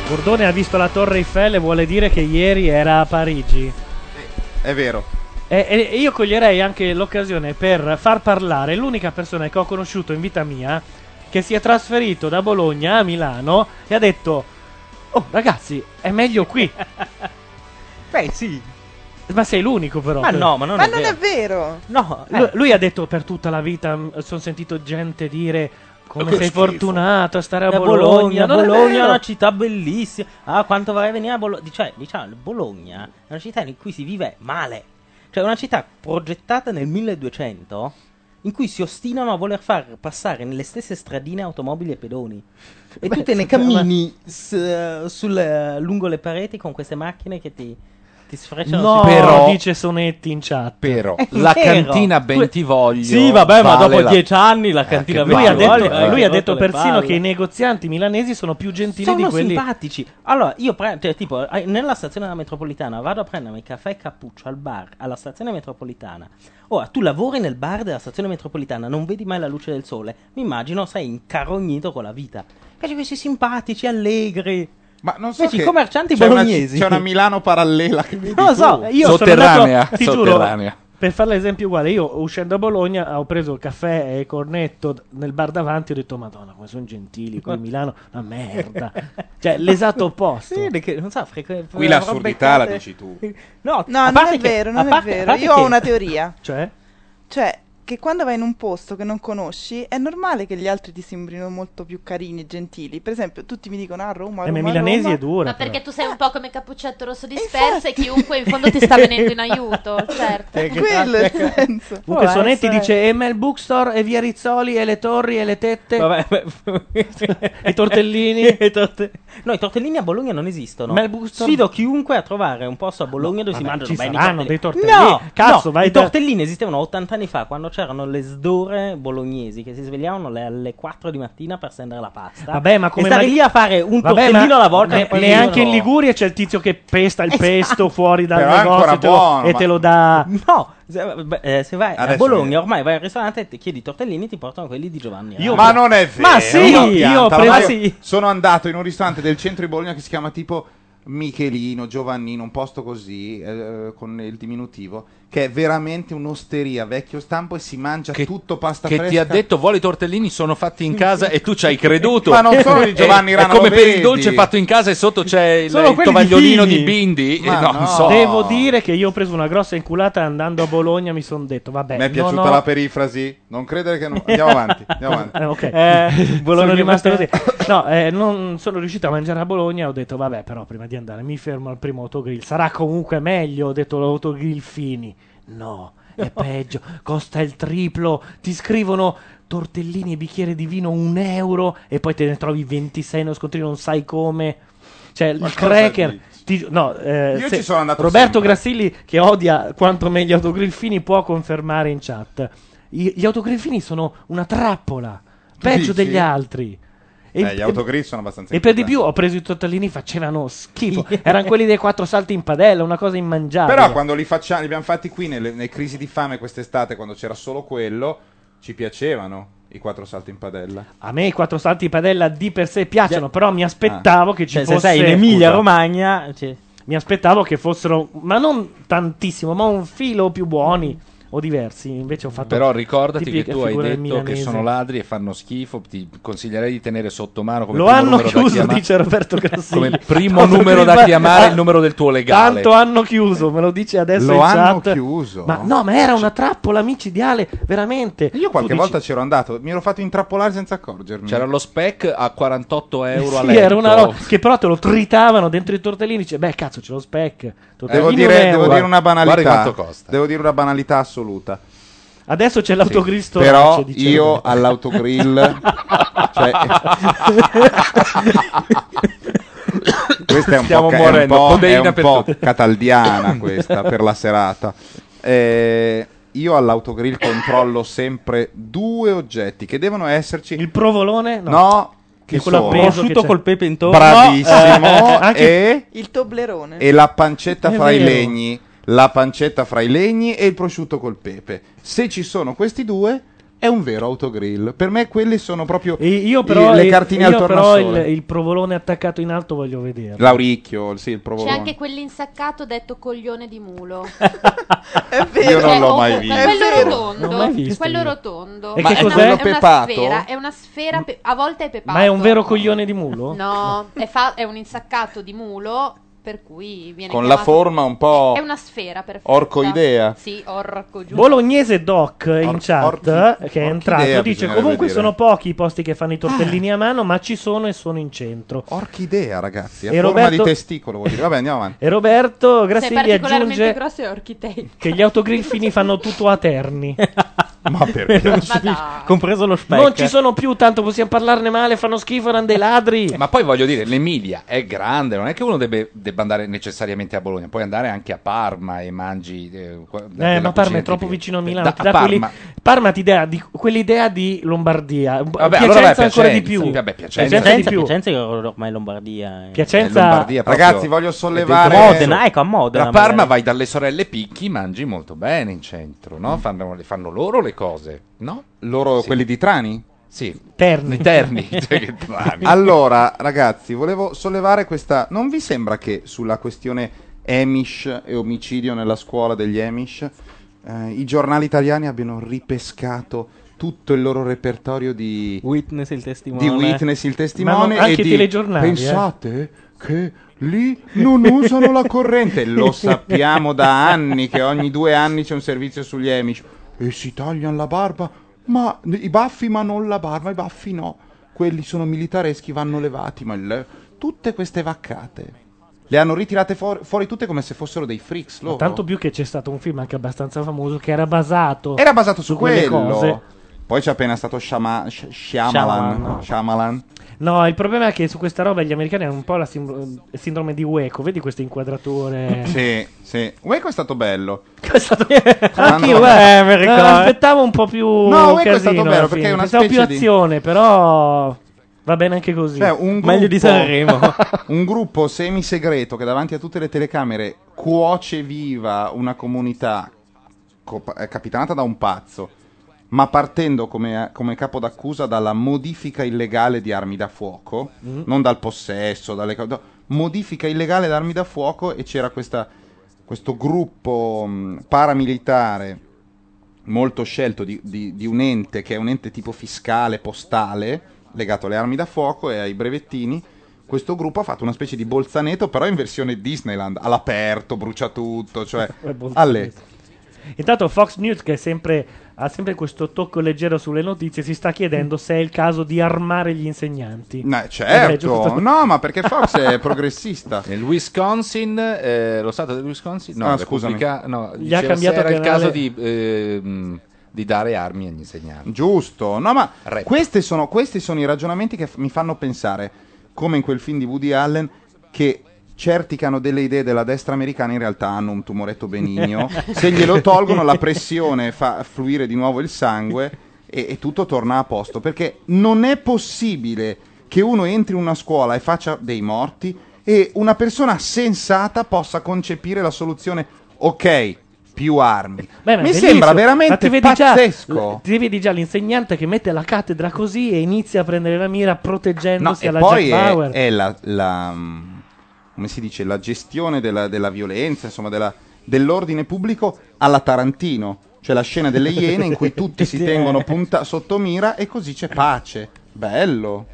S1: Burdone ha visto la Torre Eiffel e vuole dire che ieri era a Parigi.
S3: È vero.
S1: E, e- e io coglierei anche l'occasione per far parlare l'unica persona che ho conosciuto in vita mia che si è trasferito da Bologna a Milano e ha detto: Oh, ragazzi, è meglio qui.
S5: Beh, sì.
S1: Ma sei l'unico, però.
S5: Ma no, ma non
S4: Ma
S5: è
S4: non è
S5: vero.
S4: vero.
S5: No,
S1: Lu- Lui, ha detto per tutta la vita: Sono sentito gente dire come
S5: Che
S1: sei
S5: schifo.
S1: fortunato a stare a
S5: Da Bologna,
S1: Bologna. Non è
S5: Bologna è,
S1: vero.
S5: una città bellissima. Ah, quanto vorrei venire a Bologna. Cioè, diciamo, Bologna è una città in cui si vive male. Cioè, è una città progettata nel 1200 in cui si ostinano a voler far passare nelle stesse stradine automobili e pedoni. E tu te ne cammini s- sul- lungo le pareti con queste macchine che ti, ti sfrecciano.
S1: No,
S5: sui-
S1: però, dice Sonetti in chat.
S15: Però
S5: È
S15: la
S5: vero.
S15: cantina Bentivoglio.
S5: Sì, vabbè, ma
S15: vale
S5: dopo
S15: la-
S5: dieci anni la cantina
S15: che
S1: Lui ha
S15: palle,
S1: detto,
S15: eh.
S1: lui ha
S5: Rotto
S1: detto
S5: le
S1: persino
S5: palle.
S1: che i negozianti milanesi sono più gentili
S5: sono
S1: di quelli.
S5: simpatici. Allora, io pre- cioè, tipo, eh, nella stazione della metropolitana vado a prendermi il caffè e cappuccio al bar, alla stazione metropolitana. Ora, tu lavori nel bar della stazione metropolitana, non vedi mai la luce del sole. Mi immagino sei incarognito con la vita. Invece questi simpatici, allegri.
S3: Ma non
S5: so Invece i
S3: che
S5: commercianti
S3: c'è una-
S5: bolognesi.
S3: c'è una Milano parallela che vedi
S5: Non lo
S3: tu.
S5: so,
S1: Io sono
S15: Sotterranea,
S1: andato- ti giuro,
S15: sotterranea.
S1: per fare l'esempio uguale, io uscendo a Bologna ho preso il caffè e il cornetto d- nel bar davanti e ho detto Madonna, come sono gentili qui a Milano, una merda. cioè, l'esatto opposto.
S5: Sì, perché non so, frequ-
S1: Qui l'assurdità
S5: robe-
S1: la dici tu.
S5: No,
S4: No,
S5: a
S4: non
S5: parte
S4: è
S5: che-
S4: vero,
S5: a
S4: non è
S5: parte- a
S4: vero.
S5: parte
S4: Io
S5: che-
S4: ho una teoria.
S1: Cioè?
S4: Cioè, che quando vai in un posto che non conosci, è normale che gli altri ti sembrino molto più carini e gentili. Per esempio, tutti mi dicono a Roma,
S1: Eh, ma i
S4: Roma,
S1: milanesi
S4: Roma.
S1: è dura,
S22: Ma perché tu sei un po' come Cappuccetto Rosso disperso e chiunque in fondo ti sta venendo in aiuto,
S3: Cioè,
S22: certo.
S4: Quello è il senso.
S1: ecco. Comunque
S5: Può
S1: Sonetti
S5: essere.
S1: dice e me il bookstore e via Rizzoli e le torri e le tette.
S5: Vabbè,
S1: I tortellini.
S5: I torte- No, i tortellini a Bologna non esistono.
S1: Ma il busto-
S5: Sfido chiunque a trovare un posto a Bologna dove si
S1: vabbè,
S5: mangiano
S1: ci
S5: bene
S1: saranno
S5: i
S1: dei
S5: tortellini.
S1: tortellini.
S5: No,
S1: Cazzo,
S5: no,
S1: vai
S5: i
S1: da-
S5: tortellini esistevano 80 anni fa quando c'erano le sdore bolognesi che si svegliavano le- alle 4 di mattina per stendere la pasta.
S1: Vabbè, ma come
S5: e stare
S1: Mari-
S5: lì a fare un
S1: Vabbè,
S5: tortellino
S1: ma
S5: alla volta
S1: ne-
S5: e poi
S1: neanche
S5: uno-
S1: in Liguria c'è il tizio che pesta il
S5: Esatto.
S1: pesto fuori dal
S5: Però è ancora
S1: negozio e te lo-
S5: buono,
S1: e
S5: ma-
S1: te lo dà.
S5: No, se, beh, eh, se vai a
S1: Adesso
S5: Bologna, ormai vai al ristorante e ti chiedi i tortellini, ti portano quelli di Giovanni. Rao.
S3: ma non è vero.
S5: Ma sì,
S3: no,
S5: io ho
S3: pianta,
S5: preso.
S3: ormai Sono andato in un ristorante del centro di Bologna che si chiama tipo Michelino, Giovannino, un posto così eh, con il diminutivo, che è veramente un'osteria vecchio stampo e si mangia tutto pasta
S15: Che
S3: fresca.
S15: ti ha detto vuole i tortellini, sono fatti in casa e tu ci hai creduto.
S3: Ma non sono di
S15: È-
S3: Giovanni
S15: È
S3: Rano,
S15: come
S3: lo
S15: per il
S3: vedi?
S15: dolce fatto in casa e sotto c'è il,
S1: Sono
S15: il
S1: quelli di
S15: tovagliolino di,
S1: Fini.
S15: Bindi.
S1: Ma
S15: Eh, no, non so.
S1: Devo dire che io ho preso una grossa inculata andando a Bologna. Mi sono detto, vabbè.
S3: Mi è piaciuta
S1: non ho-
S3: la perifrasi, non credere che non... Andiamo avanti, andiamo avanti.
S1: Eh, ok.
S3: Eh,
S1: sono
S3: Bologna
S1: rimasto così.
S3: Matera-
S1: No, eh, non sono riuscito a mangiare a Bologna. Ho detto, vabbè, però prima di andare mi fermo al primo autogrill. Sarà comunque meglio. Ho detto l'autogrill Fini. No, è peggio. Costa il triplo. Ti scrivono tortellini e bicchiere di vino un euro e poi te ne trovi 26 in uno scontrino, non sai come. Cioè, il
S3: cosa
S1: cracker. ti- no, eh,
S3: Io
S1: se-
S3: ci sono andato
S1: Roberto
S3: sempre.
S1: Grassilli, che odia quanto me gli autogriffini, può confermare in chat. I- gli autogriffini sono una trappola,
S3: dici?
S1: peggio degli altri.
S3: Eh, gli autogrill sono abbastanza
S1: E per di più ho preso i tortellini, facevano schifo. Erano quelli dei quattro salti in padella, una cosa immangiabile.
S3: Però quando li, facciamo, li abbiamo fatti qui nelle, nelle crisi di fame quest'estate, quando c'era solo quello, ci piacevano i quattro salti in padella.
S1: A me i quattro salti in padella di per sé piacciono, però mi aspettavo
S3: Ah.
S1: che ci
S5: Cioè, se
S1: fosse...
S5: sei in Emilia-Romagna. cioè,
S1: Mi aspettavo che fossero, ma non tantissimo, ma un filo più buoni o diversi. Invece ho fatto...
S15: Però ricordati che
S1: tipiche
S15: tu hai
S1: figure del
S15: detto che
S1: milanese.
S15: sono ladri e fanno schifo. Ti consiglierei di tenere sotto mano come
S1: Lo
S15: primo
S1: hanno
S15: numero da
S1: chiuso,
S15: chiamare-
S1: dice Roberto Grassilli.
S15: Come primo numero da chiamare, il numero del tuo legale.
S1: Ah, Tanto hanno chiuso, me lo dice adesso
S3: Lo
S1: in
S3: hanno
S1: chat.
S3: chiuso?
S1: Ma no, ma era una trappola micidiale, veramente.
S3: Io qualche
S1: Tu dici-
S3: volta c'ero andato, mi ero fatto intrappolare senza accorgermi.
S15: C'era lo spec a 48 euro
S1: Sì,
S15: a letto.
S1: era una roba che però te lo tritavano dentro i tortellini. Dice, beh, cazzo, c'è lo spec. Tortellino
S3: Devo dire,
S1: un
S3: devo
S1: euro.
S3: dire una banalità.
S15: Guarda quanto costa.
S3: eh. Devo dire una banalità assoluta.
S1: Adesso c'è l'autogrill
S3: Sì,
S1: storace,
S3: Però
S1: dice
S3: io
S1: Roberto.
S3: all'autogrill. cioè, questa è un
S15: Stiamo
S3: po', ca- è un
S15: morendo,
S3: po',
S15: proteina
S3: è un
S15: per
S3: po'
S15: tutti.
S3: cataldiana questa per la serata. Eh, io all'autogrill controllo sempre due oggetti che devono esserci. Il
S1: provolone?
S3: No.
S1: No.
S3: che
S1: È quello
S3: sono?
S1: appeso che c'è.
S3: Bravissimo.
S1: Eh, anche-
S3: e
S4: Il toblerone.
S3: e la pancetta
S4: È
S3: fra i
S4: vero.
S3: legni, la pancetta fra i legni e il prosciutto col pepe. Se ci sono questi due, è un vero autogrill. Per me quelle sono proprio
S1: Io
S3: i-
S1: però,
S3: le
S1: il-
S3: cartine
S1: io
S3: al
S1: però
S3: tornasole.
S1: il, il provolone attaccato in alto voglio vedere.
S3: L'auricchio, il- sì, il
S22: C'è
S3: provolone.
S22: anche quell'insaccato detto coglione di mulo.
S3: Io non l'ho
S22: o-
S3: mai
S22: ma
S3: visto.
S22: Quello
S3: È vero.
S22: rotondo,
S3: Non l'ho mai visto
S22: quello
S3: io.
S22: rotondo.
S1: E
S22: Ma
S1: che
S22: è una-
S1: cos'è?
S22: È una
S1: Pepato?
S22: sfera, è una sfera, pe- a volte è pepato.
S1: Ma è un vero coglione di mulo?
S22: No, è, fa- è un insaccato di mulo, per cui viene
S3: Con la
S22: chiamato-
S3: forma un po'
S22: È una sfera, perfetta.
S3: orcoidea.
S22: Sì, orco giù.
S1: Bolognese Doc in chat eh, che è entrato dice
S3: bisogna
S1: comunque
S3: vedere."
S1: sono pochi i posti che fanno i tortellini a mano ma ci sono e sono in centro.
S3: Orchidea ragazzi, è
S1: E
S3: forma
S1: Roberto-
S3: di testicolo vuol dire. Vabbè, andiamo avanti.
S1: E Roberto
S22: Se è
S1: Grassigli
S22: particolarmente
S1: aggiunge
S22: grosso è orchitei.
S1: che gli autogrill fini fanno tutto a Terni.
S3: ma
S22: Ma dai.
S1: Compreso lo
S15: Speck.
S1: Non ci sono più, tanto possiamo parlarne male, fanno schifo, erano dei ladri.
S15: Ma poi voglio dire, l'Emilia è grande, non è che uno debbe- debba andare necessariamente a Bologna, puoi andare anche a Parma e mangi. Eh, qua- della
S1: Eh, ma Parma
S15: cucina
S1: è troppo
S15: tipica.
S1: vicino a Milano.
S15: Da-
S1: ti
S15: a
S1: dà quelli-
S15: Parma. eh,
S1: Parma ti dà di- quell'idea di Lombardia.
S15: Vabbè,
S1: Piacenza
S15: allora vai a
S1: ancora di
S15: Piacenza.
S1: più.
S15: Sì, vabbè,
S1: Piacenza di più.
S5: Piacenza è ormai Lombardia. eh.
S1: Piacenza- È Lombardia
S15: proprio-
S3: Ragazzi, voglio sollevare
S5: Modena, ecco, a Modena.
S15: Da Parma
S5: magari.
S15: vai dalle sorelle Picchi, mangi molto bene in centro,
S1: Mm.
S15: no? Fanno, le fanno loro le cose, no?
S3: Loro quelli di Trani?
S15: Sì.
S1: Terni.
S15: Terni. cioè, che Trani.
S3: Allora, ragazzi, volevo sollevare questa. Non vi sembra che sulla questione Amish e omicidio nella scuola degli Amish eh, i giornali italiani abbiano ripescato tutto il loro repertorio di
S5: Witness il testimone.
S3: di Witness il testimone
S5: Ma anche
S3: e di
S5: i telegiornali, eh.
S3: pensate che lì non usano la corrente lo sappiamo da anni che ogni due anni c'è un servizio sugli Amish e si tagliano la barba ma i baffi ma non la barba i baffi no quelli sono militareschi vanno levati ma il- tutte queste vaccate le hanno ritirate fuor- fuori tutte come se fossero dei freaks
S1: Ma
S3: loro.
S1: tanto più che c'è stato un film anche abbastanza famoso che era basato
S3: Era basato su,
S1: quelle
S3: quello.
S1: cose.
S3: Poi c'è appena stato Shama- Sh- Shyamalan.
S1: Shyamalan.
S3: Shyamalan.
S1: No, il problema è che su questa roba gli americani hanno un po' la sim- sindrome di Hueco. Vedi queste inquadrature?
S3: Sì, sì. Waco è stato bello.
S1: Anche Ah,
S3: Quando-
S1: io,
S3: Eh,
S1: guarda, aspettavo un po' più
S3: No, Waco è
S1: casino
S3: stato
S1: alla
S3: bello
S1: fine.
S3: perché è una
S1: Pensavo
S3: specie
S1: più
S3: di-
S1: azione, però va bene anche così.
S3: Cioè, un gruppo,
S1: Meglio di Sanremo.
S3: un gruppo semisegreto che davanti a tutte le telecamere cuoce viva una comunità cop- eh, capitanata da un pazzo, ma partendo come, eh, come capo d'accusa dalla modifica illegale di armi da fuoco,
S6: Mm.
S3: non dal possesso, dalle co- no, modifica illegale di armi da fuoco e c'era questa- questo gruppo mm, mh, paramilitare molto scelto di, di- di un ente che è un ente tipo fiscale, postale, legato alle armi da fuoco e ai brevettini. Questo gruppo ha fatto una specie di bolzaneto, però in versione Disneyland, all'aperto, brucia tutto, cioè...
S1: È Bolzaneto.
S3: alle-
S1: Intanto Fox News, che è sempre- ha sempre questo tocco leggero sulle notizie, si sta chiedendo se è il caso di armare gli insegnanti.
S3: No,
S1: Vabbè,
S3: certo,
S1: giusto.
S3: no, ma perché Fox è progressista.
S15: Nel Wisconsin, eh, lo stato del Wisconsin, no,
S3: Ah,
S15: scusami.
S3: scusami.
S15: no
S3: Gli
S15: diceva
S3: ha cambiato
S15: se era il
S3: canale.
S15: caso di, eh, mh, di dare armi agli insegnanti.
S3: Giusto, no, ma queste sono, questi sono i ragionamenti che f- mi fanno pensare, come in quel film di Woody Allen, che certi che hanno delle idee della destra americana in realtà hanno un tumoretto benigno. Se glielo tolgono, la pressione fa fluire di nuovo il sangue e, e tutto torna a posto. Perché non è possibile che uno entri in una scuola e faccia dei morti e una persona sensata possa concepire la soluzione, ok, più armi.
S1: Beh, ma
S3: mi
S1: è
S3: sembra
S1: bellissimo. Ma ti
S3: veramente
S1: vedi già-
S3: pazzesco.
S1: ti vedi già l'insegnante che mette la cattedra così e inizia a prendere la mira
S3: No,
S1: proteggendosi
S3: e
S1: alla
S3: poi
S1: Jack
S3: è,
S1: Bauer.
S3: è la, la, mm, come si dice, la gestione della, della violenza, insomma, della- dell'ordine pubblico alla Tarantino. C'è la scena delle iene in cui tutti si tengono punta- sotto mira e così c'è pace. Bello.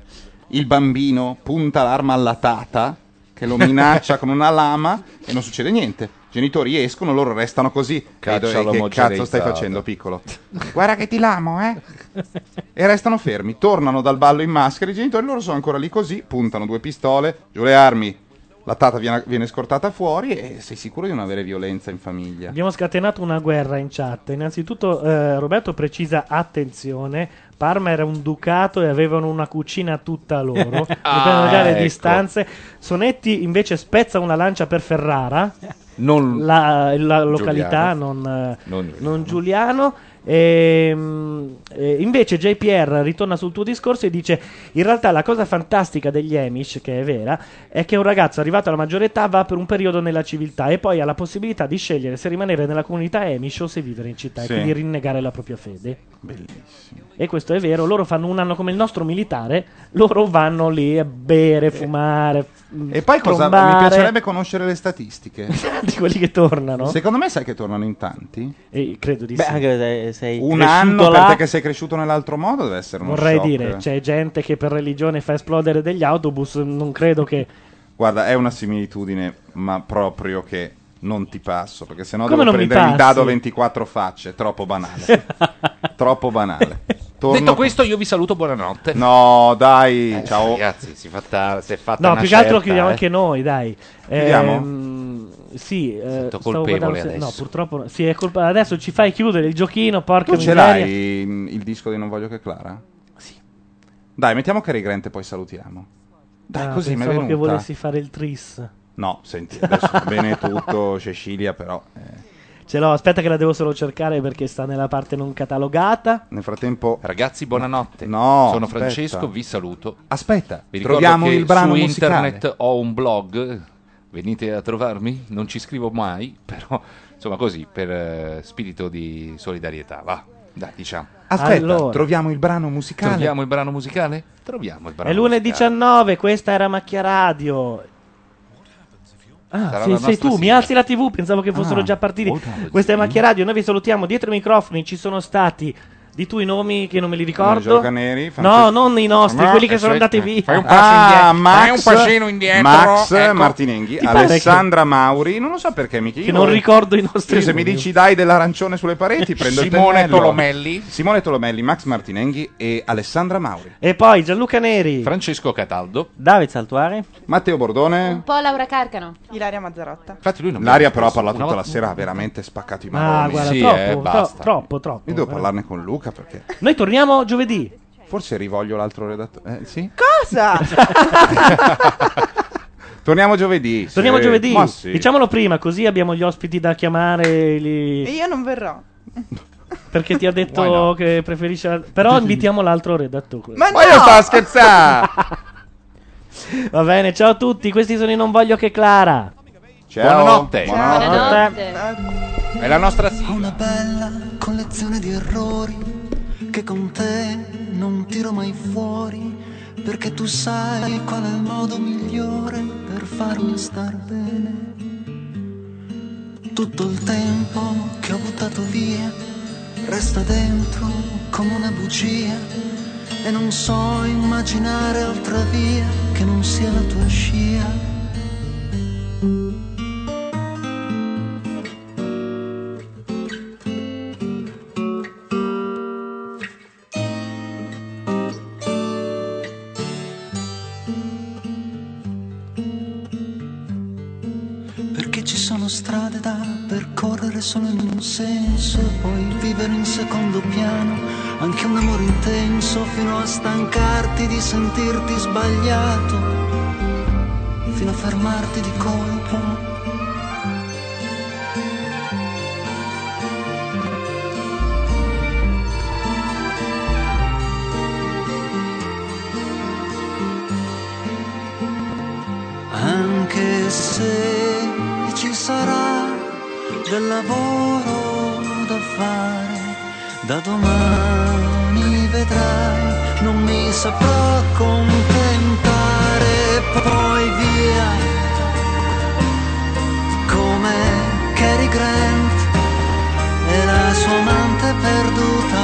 S3: Il bambino punta l'arma alla tata che lo minaccia con una lama e non succede niente. I genitori escono, loro restano così.
S15: Caccia
S3: E do- e che
S15: l'omogeneizzato.
S3: cazzo stai facendo, piccolo? Guarda che ti l'amo, eh. e restano fermi. Tornano dal ballo in maschera. I genitori loro sono ancora lì così. Puntano due pistole, giù le armi. La tata viene, viene scortata fuori e sei sicuro di non avere violenza in famiglia.
S1: Abbiamo scatenato una guerra in chat. Innanzitutto, eh, Roberto precisa: attenzione, Parma era un ducato e avevano una cucina tutta loro. Non
S15: Ah,
S1: potevano vedere le
S15: ecco.
S1: distanze. Sonetti invece spezza una lancia per Ferrara,
S15: Non
S1: la, la
S15: Giuliano.
S1: località, non, eh,
S15: Non
S1: non Giuliano. Ehm, eh, invece JPR ritorna sul tuo discorso e dice in realtà la cosa fantastica degli Amish, che è vera, è che un ragazzo arrivato alla maggiore età va per un periodo nella civiltà e poi ha la possibilità di scegliere se rimanere nella comunità Amish o se vivere in città
S3: Sì.
S1: e quindi rinnegare la propria fede. E questo è vero, loro fanno un anno come il nostro militare, loro vanno lì a bere, fumare.
S3: E poi cosa? Mi piacerebbe conoscere le statistiche.
S1: di quelli che tornano.
S3: Secondo me sai che tornano in tanti?
S1: Eh, credo di
S3: Beh,
S1: sì.
S3: anche
S37: sei
S3: Un
S1: cresciuto
S3: anno
S1: là-
S3: perché sei cresciuto nell'altro modo deve essere uno
S1: Vorrei
S3: shock.
S1: dire, cioè- c'è gente che per religione fa esplodere degli autobus, non credo che...
S3: Guarda, è una similitudine, ma proprio che non ti passo, perché sennò
S1: Come
S3: devo
S1: non mi
S3: prendere il
S1: passi?
S3: dado a 24 facce, troppo banale. troppo banale. Torno-
S2: Detto questo, io vi saluto, buonanotte.
S3: No, dai,
S2: Eh,
S3: ciao.
S2: Ragazzi, si, è fatta, si è fatta
S1: No,
S2: una
S1: più che altro
S2: scelta,
S1: chiudiamo
S2: eh.
S1: anche noi, dai.
S2: Chiudiamo?
S1: Ehm, sì, eh, stavo
S2: colpevole
S1: guardando se- No,
S2: adesso.
S1: purtroppo no. Sì, è colpa... Adesso ci fai chiudere il giochino, porca
S3: Tu ce
S1: miseria.
S3: l'hai mm, il disco di Non voglio che Clara? Sì. Dai, mettiamo Cary Grant e poi salutiamo. Dai,
S1: Ah,
S3: così mi è
S1: pensavo che
S3: venuta.
S1: volessi fare il tris.
S3: No, senti, adesso va bene tutto, Cecilia, però eh,
S1: Ce l'ho, aspetta che la devo solo cercare perché sta nella parte non catalogata.
S3: nel frattempo
S2: Ragazzi, buonanotte.
S3: No,
S2: Sono
S3: aspetta.
S2: Francesco, vi saluto.
S3: Aspetta,
S2: vi ricordo
S3: troviamo
S2: che
S3: il brano
S2: su
S3: musicale.
S2: internet ho un blog. Venite a trovarmi, non ci scrivo mai, però insomma così per eh, spirito di solidarietà, va. Dai, diciamo.
S3: Aspetta, troviamo il brano musicale.
S2: Troviamo il brano musicale? Troviamo il brano.
S1: È lunedì 19, questa era Macchia Radio. Ah,
S2: Sarà
S1: sì,
S2: la
S1: sei
S2: nostra
S1: tu, mi alzi la TV, pensavo che fossero
S2: Ah,
S1: già partiti.
S2: what happens?
S1: Questa è Macchia Radio, noi vi salutiamo. Dietro i microfoni ci sono stati di tu i nomi che non me li ricordo.
S3: Angelo Caneri,
S1: no,
S3: Francesco-
S1: non i nostri,
S3: No,
S1: quelli che
S3: eh,
S1: sono
S3: sì,
S1: andati
S3: eh.
S1: via. Ah,
S3: Fai un passo indietro. Fai un passino indietro, Max
S1: ecco.
S3: Martinenghi,
S1: Ti pare che-
S3: Alessandra Mauri, non lo so perché mi chiedo.
S1: Che non ricordo i nostri
S3: Io se mi
S1: nomi.
S3: dici dai dell'arancione sulle pareti, prendo
S1: Simone
S3: il tonnello.
S2: Tolomelli.
S3: Simone Tolomelli, Max Martinenghi e Alessandra Mauri.
S1: E poi Gianluca Neri,
S2: Francesco Cataldo,
S37: David Saltuari,
S3: Matteo Bordone.
S22: Un po' Laura Carcano.
S11: Ilaria Mazzarotta.
S2: Infatti lui non
S3: L'aria
S2: mi ha
S3: però ha
S2: risposto.
S3: parlato
S2: Una
S3: tutta la
S2: volta-
S3: sera, ha veramente spaccato i
S1: Ma
S3: maroni.
S1: Ah, guarda, Sì, troppo, eh, tro- basta. troppo, troppo.
S3: Io devo parlarne con Luca perché
S1: Noi torniamo giovedì.
S3: forse rivoglio l'altro redattore. Eh, sì?
S11: Cosa?
S3: Torniamo giovedì. sì.
S1: Torniamo giovedì.
S3: Eh, Ma sì.
S1: Diciamolo prima, così abbiamo gli ospiti da chiamare. li-
S11: E io non verrò.
S1: Perché ti ha detto
S11: Why not?
S1: che preferisce. la- Però invitiamo l'altro redattore.
S11: Ma Ma io no! sto a scherzare!
S1: Va bene, ciao a tutti. Questi sono i Non voglio che Clara.
S2: Buonanotte.
S1: Buonanotte.
S2: È la nostra
S15: Ho una bella collezione di errori che con te non tiro mai fuori perché tu sai qual è il modo migliore per farmi star bene. Tutto il tempo che ho buttato via resta dentro come una bugia e non so immaginare altra via che non sia la tua scia. Perché ci sono strade da percorrere solo in un senso e poi vivere in secondo piano anche un amore intenso fino a stancarti di sentirti sbagliato, fino a fermarti di colpo. Anche se ci sarà del lavoro da fare, da domani vedrai, non mi saprò contentare, poi via. Come Cary Grant e la sua amante perduta,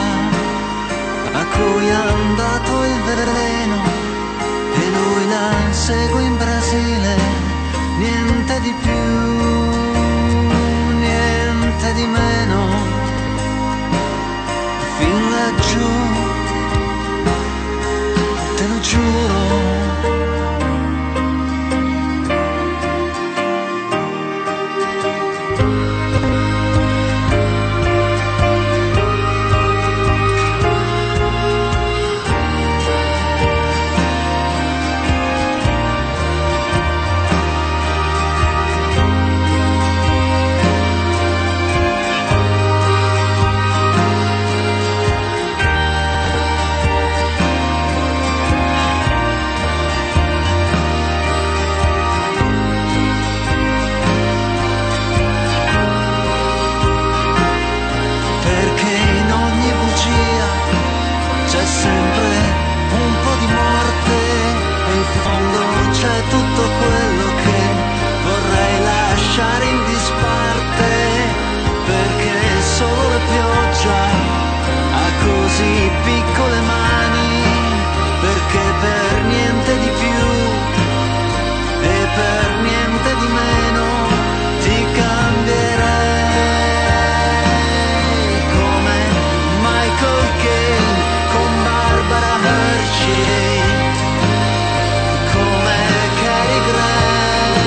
S15: a cui hanno dato il veleno e lui la segue in Brasile, niente di più, niente di meno, fin laggiù, te lo giuro. piccole mani, perché per niente di più e per niente di meno ti cambierei come Michael Caine con Barbara Hershey, come Cary